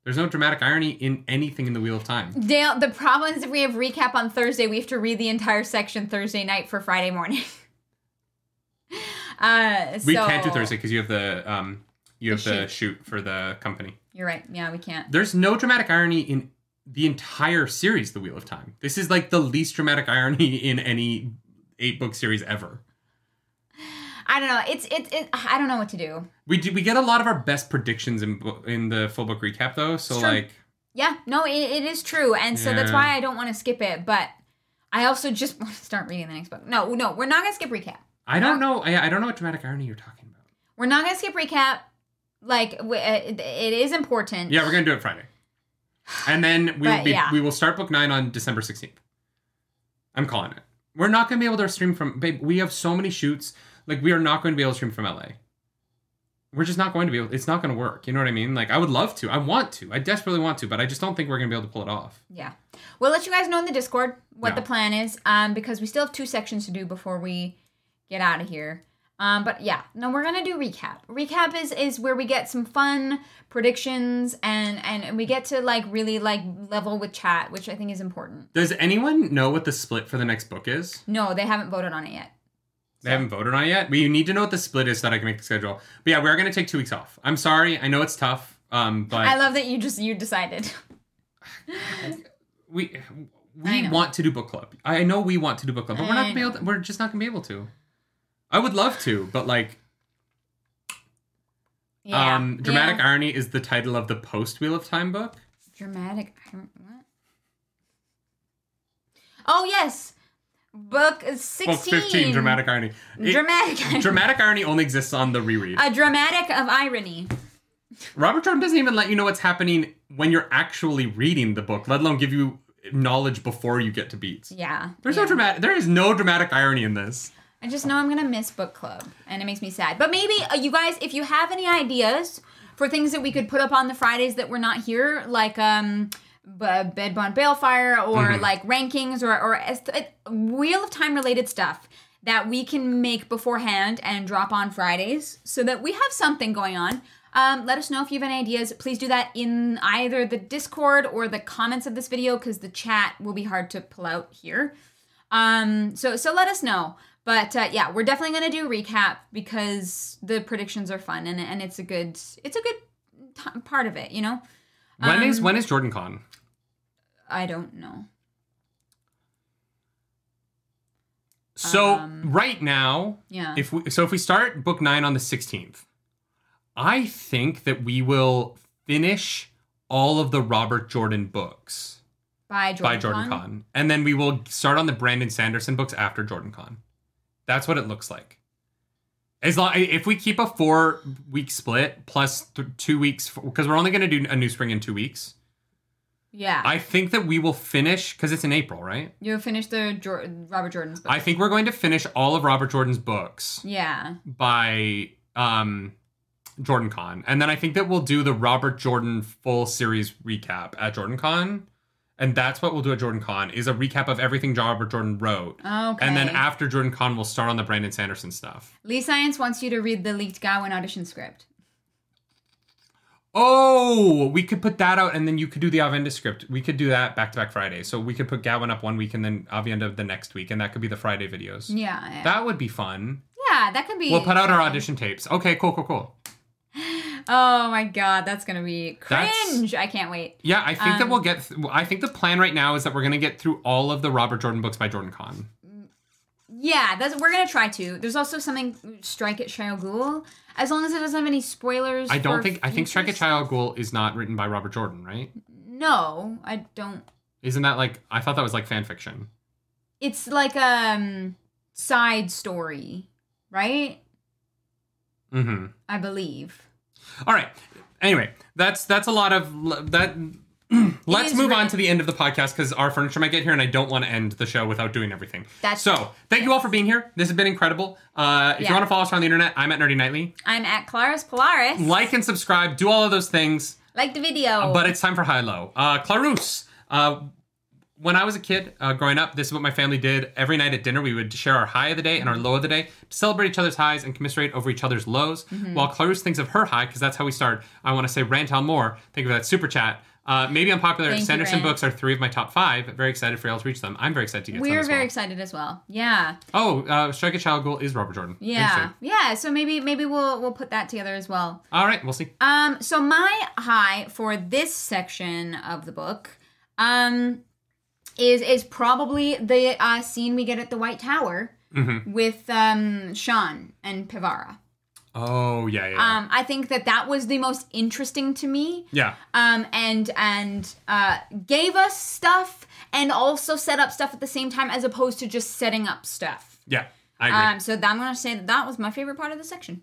Speaker 2: There's no dramatic irony in anything in the Wheel of Time.
Speaker 1: Dale, the problem is if we have recap on Thursday, we have to read the entire section Thursday night for Friday morning. uh,
Speaker 2: We
Speaker 1: so-
Speaker 2: can't do Thursday because you have the um you have
Speaker 1: The
Speaker 2: the shoot for the company.
Speaker 1: You're right. Yeah, we can't.
Speaker 2: There's no dramatic irony in the entire series, The Wheel of Time. This is like the least dramatic irony in any eight book series ever.
Speaker 1: I don't know. It's it's it, I don't know what to do.
Speaker 2: We do, we get a lot of our best predictions in bo- in the full book recap though. So
Speaker 1: It's true.
Speaker 2: like
Speaker 1: Yeah, no, it, it is true, and so that's
Speaker 2: Yeah.
Speaker 1: why I don't want to skip it. But I also just want to start reading the next book. No, no, we're not gonna skip recap.
Speaker 2: I don't know I, I don't know what dramatic irony you're talking about.
Speaker 1: We're not gonna skip recap. Like w- uh, it, it is important.
Speaker 2: Yeah, we're gonna do it Friday, and then we will
Speaker 1: But,
Speaker 2: be,
Speaker 1: yeah.
Speaker 2: we will start book nine on December sixteenth. I'm calling it. We're not gonna be able to stream from. Babe, we have so many shoots. Like we are not going to be able to stream from LA. We're just not going to be able. It's not going to work. You know what I mean? Like I would love to. I want to. I desperately want to, but I just don't think we're going to be able to pull it off.
Speaker 1: Yeah. We'll let you guys know in the Discord what
Speaker 2: Yeah.
Speaker 1: the plan is, um, because we still have two sections to do before we get out of here. Um, but yeah, no, we're gonna do recap. Recap is is where we get some fun predictions and and we get to like really like level with chat, which I think is important.
Speaker 2: Does anyone know what the split for the next book is?
Speaker 1: No, they haven't voted on it yet.
Speaker 2: They haven't voted on it yet. We need to know what the split is so that I can make the schedule. But yeah, we're going to take two weeks off. I'm sorry. I know it's tough. Um, but
Speaker 1: I love that you just you decided.
Speaker 2: we
Speaker 1: I
Speaker 2: we
Speaker 1: know.
Speaker 2: want to do book club. I know we want to do book club, but we're not
Speaker 1: I
Speaker 2: gonna be able. To, we're just not gonna be able to. I would love to, but like,
Speaker 1: Yeah.
Speaker 2: um, dramatic
Speaker 1: Yeah.
Speaker 2: irony is the title of the post Wheel of Time book.
Speaker 1: Dramatic. I don't, what? Oh yes, book sixteen.
Speaker 2: Book fifteen, dramatic irony. It-
Speaker 1: Dramatic.
Speaker 2: dramatic irony only exists on the reread.
Speaker 1: A dramatic of irony.
Speaker 2: Robert Jordan doesn't even let you know what's happening when you're actually reading the book, let alone give you knowledge before you get to beats.
Speaker 1: Yeah.
Speaker 2: There's
Speaker 1: yeah.
Speaker 2: no dramatic. There is no dramatic irony in this.
Speaker 1: I just know I'm gonna miss book club, and it makes me sad. But maybe uh, you guys, if you have any ideas for things that we could put up on the Fridays that we're not here, like um, b- bed bond balefire or
Speaker 2: Mm-hmm.
Speaker 1: like rankings or or as- uh, wheel of time related stuff that we can make beforehand and drop on Fridays, so that we have something going on. Um, let us know if you have any ideas. Please do that in either the Discord or the comments of this video, because the chat will be hard to pull out here. Um, so so let us know. But uh, yeah, we're definitely gonna do recap because the predictions are fun and and it's a good it's a good t- part of it. You know,
Speaker 2: When
Speaker 1: Um,
Speaker 2: is when is Jordan Con?
Speaker 1: I don't know.
Speaker 2: So
Speaker 1: um,
Speaker 2: right now,
Speaker 1: Yeah.
Speaker 2: If we so if we start book nine on the sixteenth, I think that we will finish all of the Robert Jordan books
Speaker 1: by Jordan,
Speaker 2: by Jordan
Speaker 1: Kahn.
Speaker 2: Kahn, and then we will start on the Brandon Sanderson books after Jordan Kahn. That's what it looks like. As long if we keep a four week split plus th- two weeks because we're only going to do a new spring in two weeks.
Speaker 1: Yeah,
Speaker 2: I think that we will finish because it's in April, right?
Speaker 1: you finished the Jor- Robert Jordan's book.
Speaker 2: I think we're going to finish all of Robert Jordan's books
Speaker 1: yeah,
Speaker 2: by um Jordan Con. And then I think that we'll do the Robert Jordan full series recap at Jordan Con. And that's what we'll do at Jordan Con is a recap of everything Robert Jordan wrote.
Speaker 1: okay.
Speaker 2: And then after Jordan Con we'll start on the Brandon Sanderson stuff.
Speaker 1: Lee Science wants you to read the leaked Gowan audition script.
Speaker 2: Oh, we could put that out and then you could do the Avenda script. We could do that back to back Friday. So we could put Gowan up one week and then Avenda the next week, and that could be the Friday videos.
Speaker 1: Yeah, yeah,
Speaker 2: That would be fun.
Speaker 1: yeah that could be.
Speaker 2: We'll put out our audition tapes. Okay, cool, cool, cool.
Speaker 1: Oh my god, that's gonna be
Speaker 2: That's-
Speaker 1: cringe. I can't wait.
Speaker 2: Yeah, I think that
Speaker 1: Um,
Speaker 2: we'll get. Th- I think the plan right now is that we're going to get through all of the Robert Jordan books by Jordan Kahn.
Speaker 1: Yeah, that's we're gonna try to. There's also something Strike at Shia Ghoul. As long as it doesn't have any spoilers.
Speaker 2: I don't
Speaker 1: for
Speaker 2: think. I think
Speaker 1: future
Speaker 2: Strike a
Speaker 1: stuff.
Speaker 2: Child Ghoul is not written by Robert Jordan, right?
Speaker 1: No, I don't.
Speaker 2: Isn't that like? I thought that was like fan fiction.
Speaker 1: It's like um side story, right?
Speaker 2: hmm
Speaker 1: I believe.
Speaker 2: All right. Anyway, that's that's a lot of l- that. Let's
Speaker 1: is
Speaker 2: move
Speaker 1: written-
Speaker 2: on to the end of the podcast because our furniture might get here, and I don't want to end the show without doing everything.
Speaker 1: That's-
Speaker 2: so. Thank you all for being here. This has been incredible. Uh, if
Speaker 1: Yeah.
Speaker 2: you want to follow us on the internet, I'm at Nerdy Nightly.
Speaker 1: I'm at Claris Polaris.
Speaker 2: Like and subscribe. Do all of those things.
Speaker 1: Like the video.
Speaker 2: But it's time for high low. Uh, Clarus. Uh, when I was a kid uh, growing up, this is what my family did. Every night at dinner, we would share our high of the day and our low of the day to celebrate each other's highs and commiserate over each other's lows.
Speaker 1: Mm-hmm.
Speaker 2: While Clarus thinks of her high, because that's how we start, I want to say Rantel Moore. Thank you for that super chat. Uh, maybe unpopular.
Speaker 1: Thank you,
Speaker 2: Sanderson
Speaker 1: Rand.
Speaker 2: books are three of my top five. Very excited for y'all to reach them. I'm very excited to get
Speaker 1: we're
Speaker 2: some as
Speaker 1: very
Speaker 2: well.
Speaker 1: excited as well. Yeah.
Speaker 2: Oh, uh, Strike a Child Goal is Robert Jordan.
Speaker 1: Yeah.
Speaker 2: Interesting.
Speaker 1: Yeah. So maybe maybe we'll we'll put that together as well.
Speaker 2: All right, we'll see.
Speaker 1: Um, so my high for this section of the book um, is is probably the uh, scene we get at the White Tower with um, Sean and Pivara.
Speaker 2: Oh yeah, yeah, yeah.
Speaker 1: Um, I think that that was the most interesting to me
Speaker 2: yeah.
Speaker 1: um, and and uh, gave us stuff and also set up stuff at the same time as opposed to just setting up stuff.
Speaker 2: Yeah, I agree.
Speaker 1: Um, so that, I'm gonna say that that was my favorite part of the section.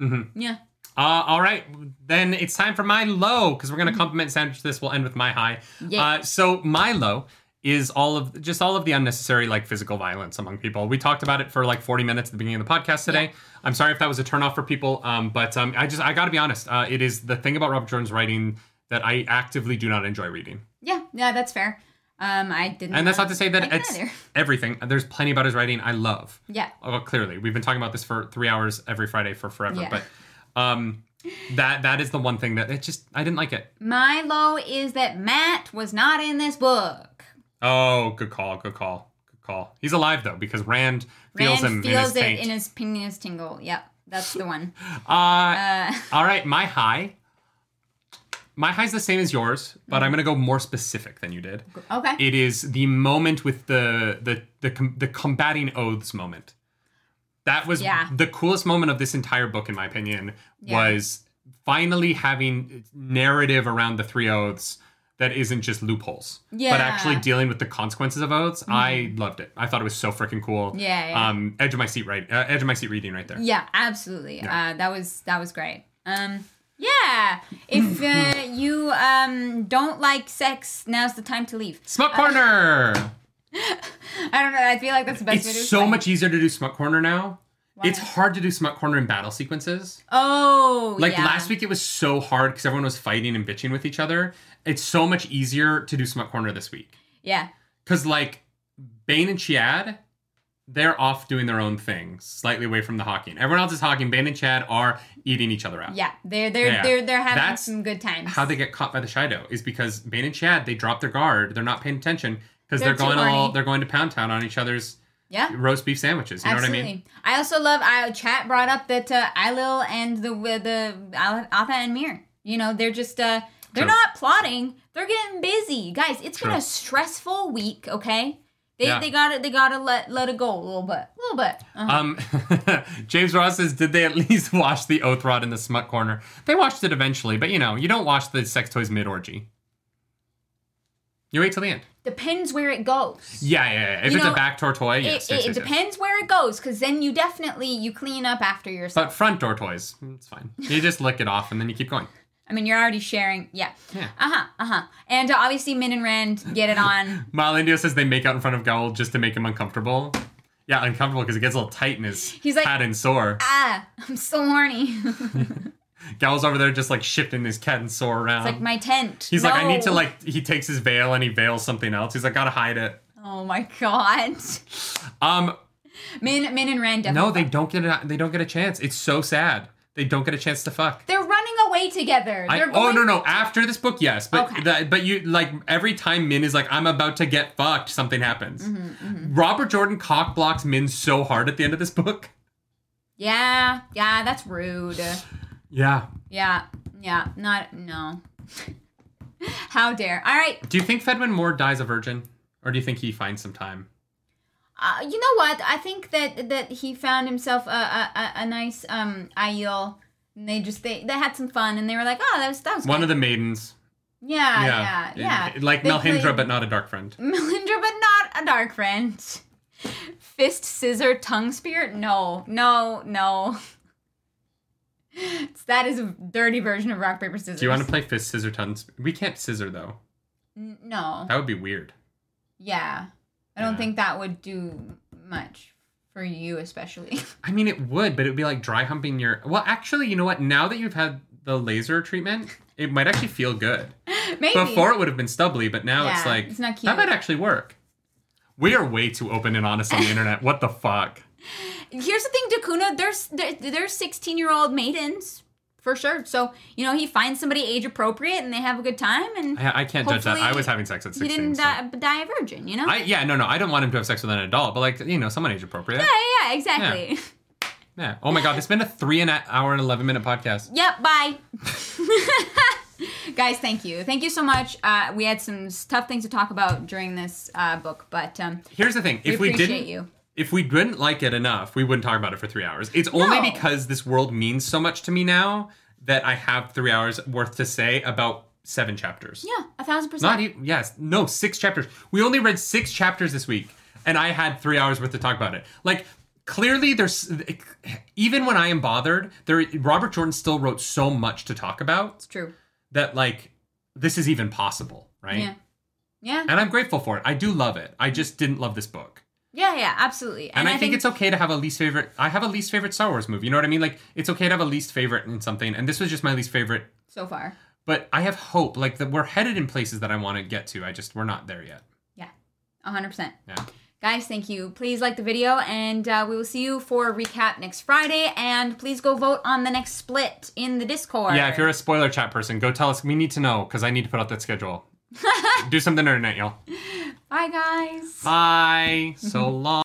Speaker 1: Mm-hmm. Yeah.
Speaker 2: Uh, all right, then it's time for my low because we're gonna
Speaker 1: Mm-hmm.
Speaker 2: compliment sandwich this. We'll end with my high.
Speaker 1: Yeah.
Speaker 2: Uh, so my low is all of just all of the unnecessary like physical violence among people. We talked about it for like 40 minutes at the beginning of the podcast today. I'm sorry if that was a turnoff for people, um, but um, I just I gotta be honest. Uh, it is the thing about Robert Jordan's writing that I actively do not enjoy reading.
Speaker 1: Yeah. Yeah. That's fair. Um, I didn't.
Speaker 2: And that's not to say
Speaker 1: like
Speaker 2: that it's
Speaker 1: either.
Speaker 2: everything. There's plenty about his writing I love.
Speaker 1: Yeah.
Speaker 2: Oh, clearly, we've been talking about this for three hours every Friday for forever.
Speaker 1: Yeah.
Speaker 2: But um, that that is the one thing that it just I didn't like it.
Speaker 1: My low is that Matt was not in this book.
Speaker 2: Oh, good call, good call, good call. He's alive though because Rand feels
Speaker 1: Rand
Speaker 2: him in
Speaker 1: feels
Speaker 2: his
Speaker 1: it
Speaker 2: taint.
Speaker 1: in his penis tingle. Yep. That's the one.
Speaker 2: uh, all right, my high. My high's the same as yours,
Speaker 1: Mm-hmm.
Speaker 2: but I'm gonna go more specific than you did.
Speaker 1: Okay.
Speaker 2: It is the moment with the the the com- the combating oaths moment. That was
Speaker 1: Yeah.
Speaker 2: the coolest moment of this entire book, in my opinion.
Speaker 1: Yeah.
Speaker 2: Was finally having narrative around the three oaths that isn't just loopholes,
Speaker 1: Yeah. Mm-hmm.
Speaker 2: but actually dealing with the consequences of oaths. I loved it. I thought it was so freaking cool.
Speaker 1: Yeah, yeah.
Speaker 2: Um, edge of my seat, right? Uh, edge of my seat reading, right there.
Speaker 1: Yeah, absolutely. Uh, that was that was great. Um, yeah, if uh, you um, don't like sex, now's the time to leave.
Speaker 2: Smut corner.
Speaker 1: I don't know. I feel like that's the best way to.
Speaker 2: it's so
Speaker 1: explain.
Speaker 2: much easier to do smut corner now. It's hard to do smut corner in battle sequences.
Speaker 1: Oh,
Speaker 2: Like
Speaker 1: yeah.
Speaker 2: last week, it was so hard because everyone was fighting and bitching with each other. It's so much easier to do Smut Corner this week
Speaker 1: Yeah,
Speaker 2: because like Bane and Chiad, they're off doing their own thing, slightly away from the hawking. Everyone else is hawking. Bane and Chad are eating each other out.
Speaker 1: yeah. They're they're
Speaker 2: Yeah.
Speaker 1: they're they're having
Speaker 2: That's
Speaker 1: some good times.
Speaker 2: How they get caught by the Shido is because Bane and Chad they drop their guard. They're not paying attention because they're,
Speaker 1: They're too
Speaker 2: going all
Speaker 1: horny.
Speaker 2: they're going to Pound Town on each other's
Speaker 1: yeah.
Speaker 2: roast beef sandwiches. You
Speaker 1: Absolutely.
Speaker 2: know what I mean?
Speaker 1: I also love. I chat brought up that uh, Ilil and the with the Al- Alpha and Mir. You know, they're just uh, they're
Speaker 2: True.
Speaker 1: not plotting. They're getting busy, guys. It's been
Speaker 2: True.
Speaker 1: a stressful week. Okay, they
Speaker 2: Yeah.
Speaker 1: they got to They gotta let let it go a little bit, a little bit. Uh-huh.
Speaker 2: Um, James Ross says, did they at least wash the oath rod in the smut corner? They washed it eventually, but you know, you don't wash the sex toys mid orgy. You wait till the end.
Speaker 1: Depends where it goes.
Speaker 2: Yeah, yeah, yeah. If
Speaker 1: You
Speaker 2: it's
Speaker 1: know,
Speaker 2: a backdoor toy, yes. yes,
Speaker 1: it, it
Speaker 2: yes, yes.
Speaker 1: depends where it goes, because then you definitely you clean up after yourself.
Speaker 2: But front door toys, it's fine. You just lick it off and then you keep going.
Speaker 1: I mean, you're already sharing. Yeah.
Speaker 2: Yeah.
Speaker 1: Uh huh. Uh huh. And uh, obviously, Min and Rand get it on.
Speaker 2: Mile Indio says they make out in front of Gowl just to make him uncomfortable. Yeah, uncomfortable because it gets a little tight in his
Speaker 1: He's like,
Speaker 2: hat and sore.
Speaker 1: ah, I'm so horny.
Speaker 2: Gowl's over there just like shifting his cat and sore around.
Speaker 1: like my tent.
Speaker 2: Um, He's like, I need to
Speaker 1: No.
Speaker 2: like. He takes his veil and he veils something else. He's like, gotta hide it.
Speaker 1: Oh my god.
Speaker 2: Um,
Speaker 1: Min Min and Rand
Speaker 2: No,
Speaker 1: definitely.
Speaker 2: they don't get a, they don't get a chance. It's so sad. They don't get a chance to fuck.
Speaker 1: They're running away together.
Speaker 2: I,
Speaker 1: They're
Speaker 2: oh
Speaker 1: going-
Speaker 2: no no! After this book, yes, but
Speaker 1: Okay.
Speaker 2: that- but you like every time Min is like, "I'm about to get fucked," something happens.
Speaker 1: Mm-hmm,
Speaker 2: Robert Jordan cock blocks Min so hard at the end of this book.
Speaker 1: Yeah, yeah, that's rude.
Speaker 2: Yeah.
Speaker 1: Yeah, yeah, not no. How dare. Alright.
Speaker 2: Do you think Fedwin Moore dies a virgin, or do you think he finds some time?
Speaker 1: Uh, you know what? I think that that he found himself a a, a, a nice um Aiel. And they just they they had some fun and they were like, Oh, that was that was
Speaker 2: One
Speaker 1: good."
Speaker 2: of the maidens.
Speaker 1: Yeah, Uh, yeah, yeah.
Speaker 2: Like
Speaker 1: They
Speaker 2: Melhindra,
Speaker 1: played-
Speaker 2: but not a dark friend.
Speaker 1: Melindra, but not a dark friend. Fist, scissor, tongue spear? No, no, no. It's- that is a dirty version of rock, paper, scissors.
Speaker 2: Do you want to play fist scissor tons? We can't scissor though.
Speaker 1: N- No.
Speaker 2: That would be weird.
Speaker 1: Yeah. I don't
Speaker 2: Yeah.
Speaker 1: think that would do much for you, especially.
Speaker 2: I mean, it would, but it would be like dry humping your. Well, actually, you know what? Now that you've had the laser treatment, it might actually feel good.
Speaker 1: Maybe.
Speaker 2: Before it would have been stubbly, but now it's
Speaker 1: Yeah,
Speaker 2: like
Speaker 1: it's not cute.
Speaker 2: that might actually work. We are way too open and honest on the internet. What the fuck?
Speaker 1: Here's the thing, Dakuna. There's there, there's 16 year old maidens for sure. So you know he finds somebody age appropriate and they have a good time and
Speaker 2: I, I can't judge that. I
Speaker 1: Hopefully
Speaker 2: was having sex at
Speaker 1: he
Speaker 2: sixteen.
Speaker 1: didn't
Speaker 2: so-
Speaker 1: die, die a virgin. You know.
Speaker 2: I yeah no no I don't want him to have sex with an adult, but like you know someone age appropriate.
Speaker 1: yeah, yeah, yeah, exactly.
Speaker 2: Yeah. Oh my god, it's been a three and a hour and eleven minute podcast.
Speaker 1: Yep, bye. guys thank you thank you so much uh, we had some tough things to talk about during this uh, book but um,
Speaker 2: Here's the thing: if we
Speaker 1: appreciate
Speaker 2: didn't,
Speaker 1: you.
Speaker 2: if we didn't like it enough, we wouldn't talk about it for three hours. It's only
Speaker 1: No.
Speaker 2: because this world means so much to me now that I have three hours worth to say about seven chapters.
Speaker 1: yeah a thousand percent
Speaker 2: Not e- even yes, no, six chapters. We only read six chapters this week, and I had three hours worth to talk about it. Like clearly, there's even when I am bothered, there Robert Jordan still wrote so much to talk about
Speaker 1: it's true
Speaker 2: that like this is even possible, right?
Speaker 1: yeah yeah
Speaker 2: And I'm grateful for it. I do love it. I just didn't love this book.
Speaker 1: yeah yeah absolutely
Speaker 2: And, I, think, it's okay to have a least favorite. I have a least favorite Star Wars movie. You know what I mean? Like it's okay to have a least favorite in something. And this was just my least favorite.
Speaker 1: so far
Speaker 2: But I have hope. Like that we're headed in places that I want to get to. I just we're not there yet.
Speaker 1: yeah 100%
Speaker 2: Yeah.
Speaker 1: Guys, thank you. Please like the video, and uh, we will see you for a recap next Friday. And please go vote on the next split in the Discord.
Speaker 2: Yeah, if you're a spoiler chat person, go tell us. We need to know because I need to put out that schedule. Do something on the internet, y'all.
Speaker 1: Bye, guys.
Speaker 2: Bye. So long.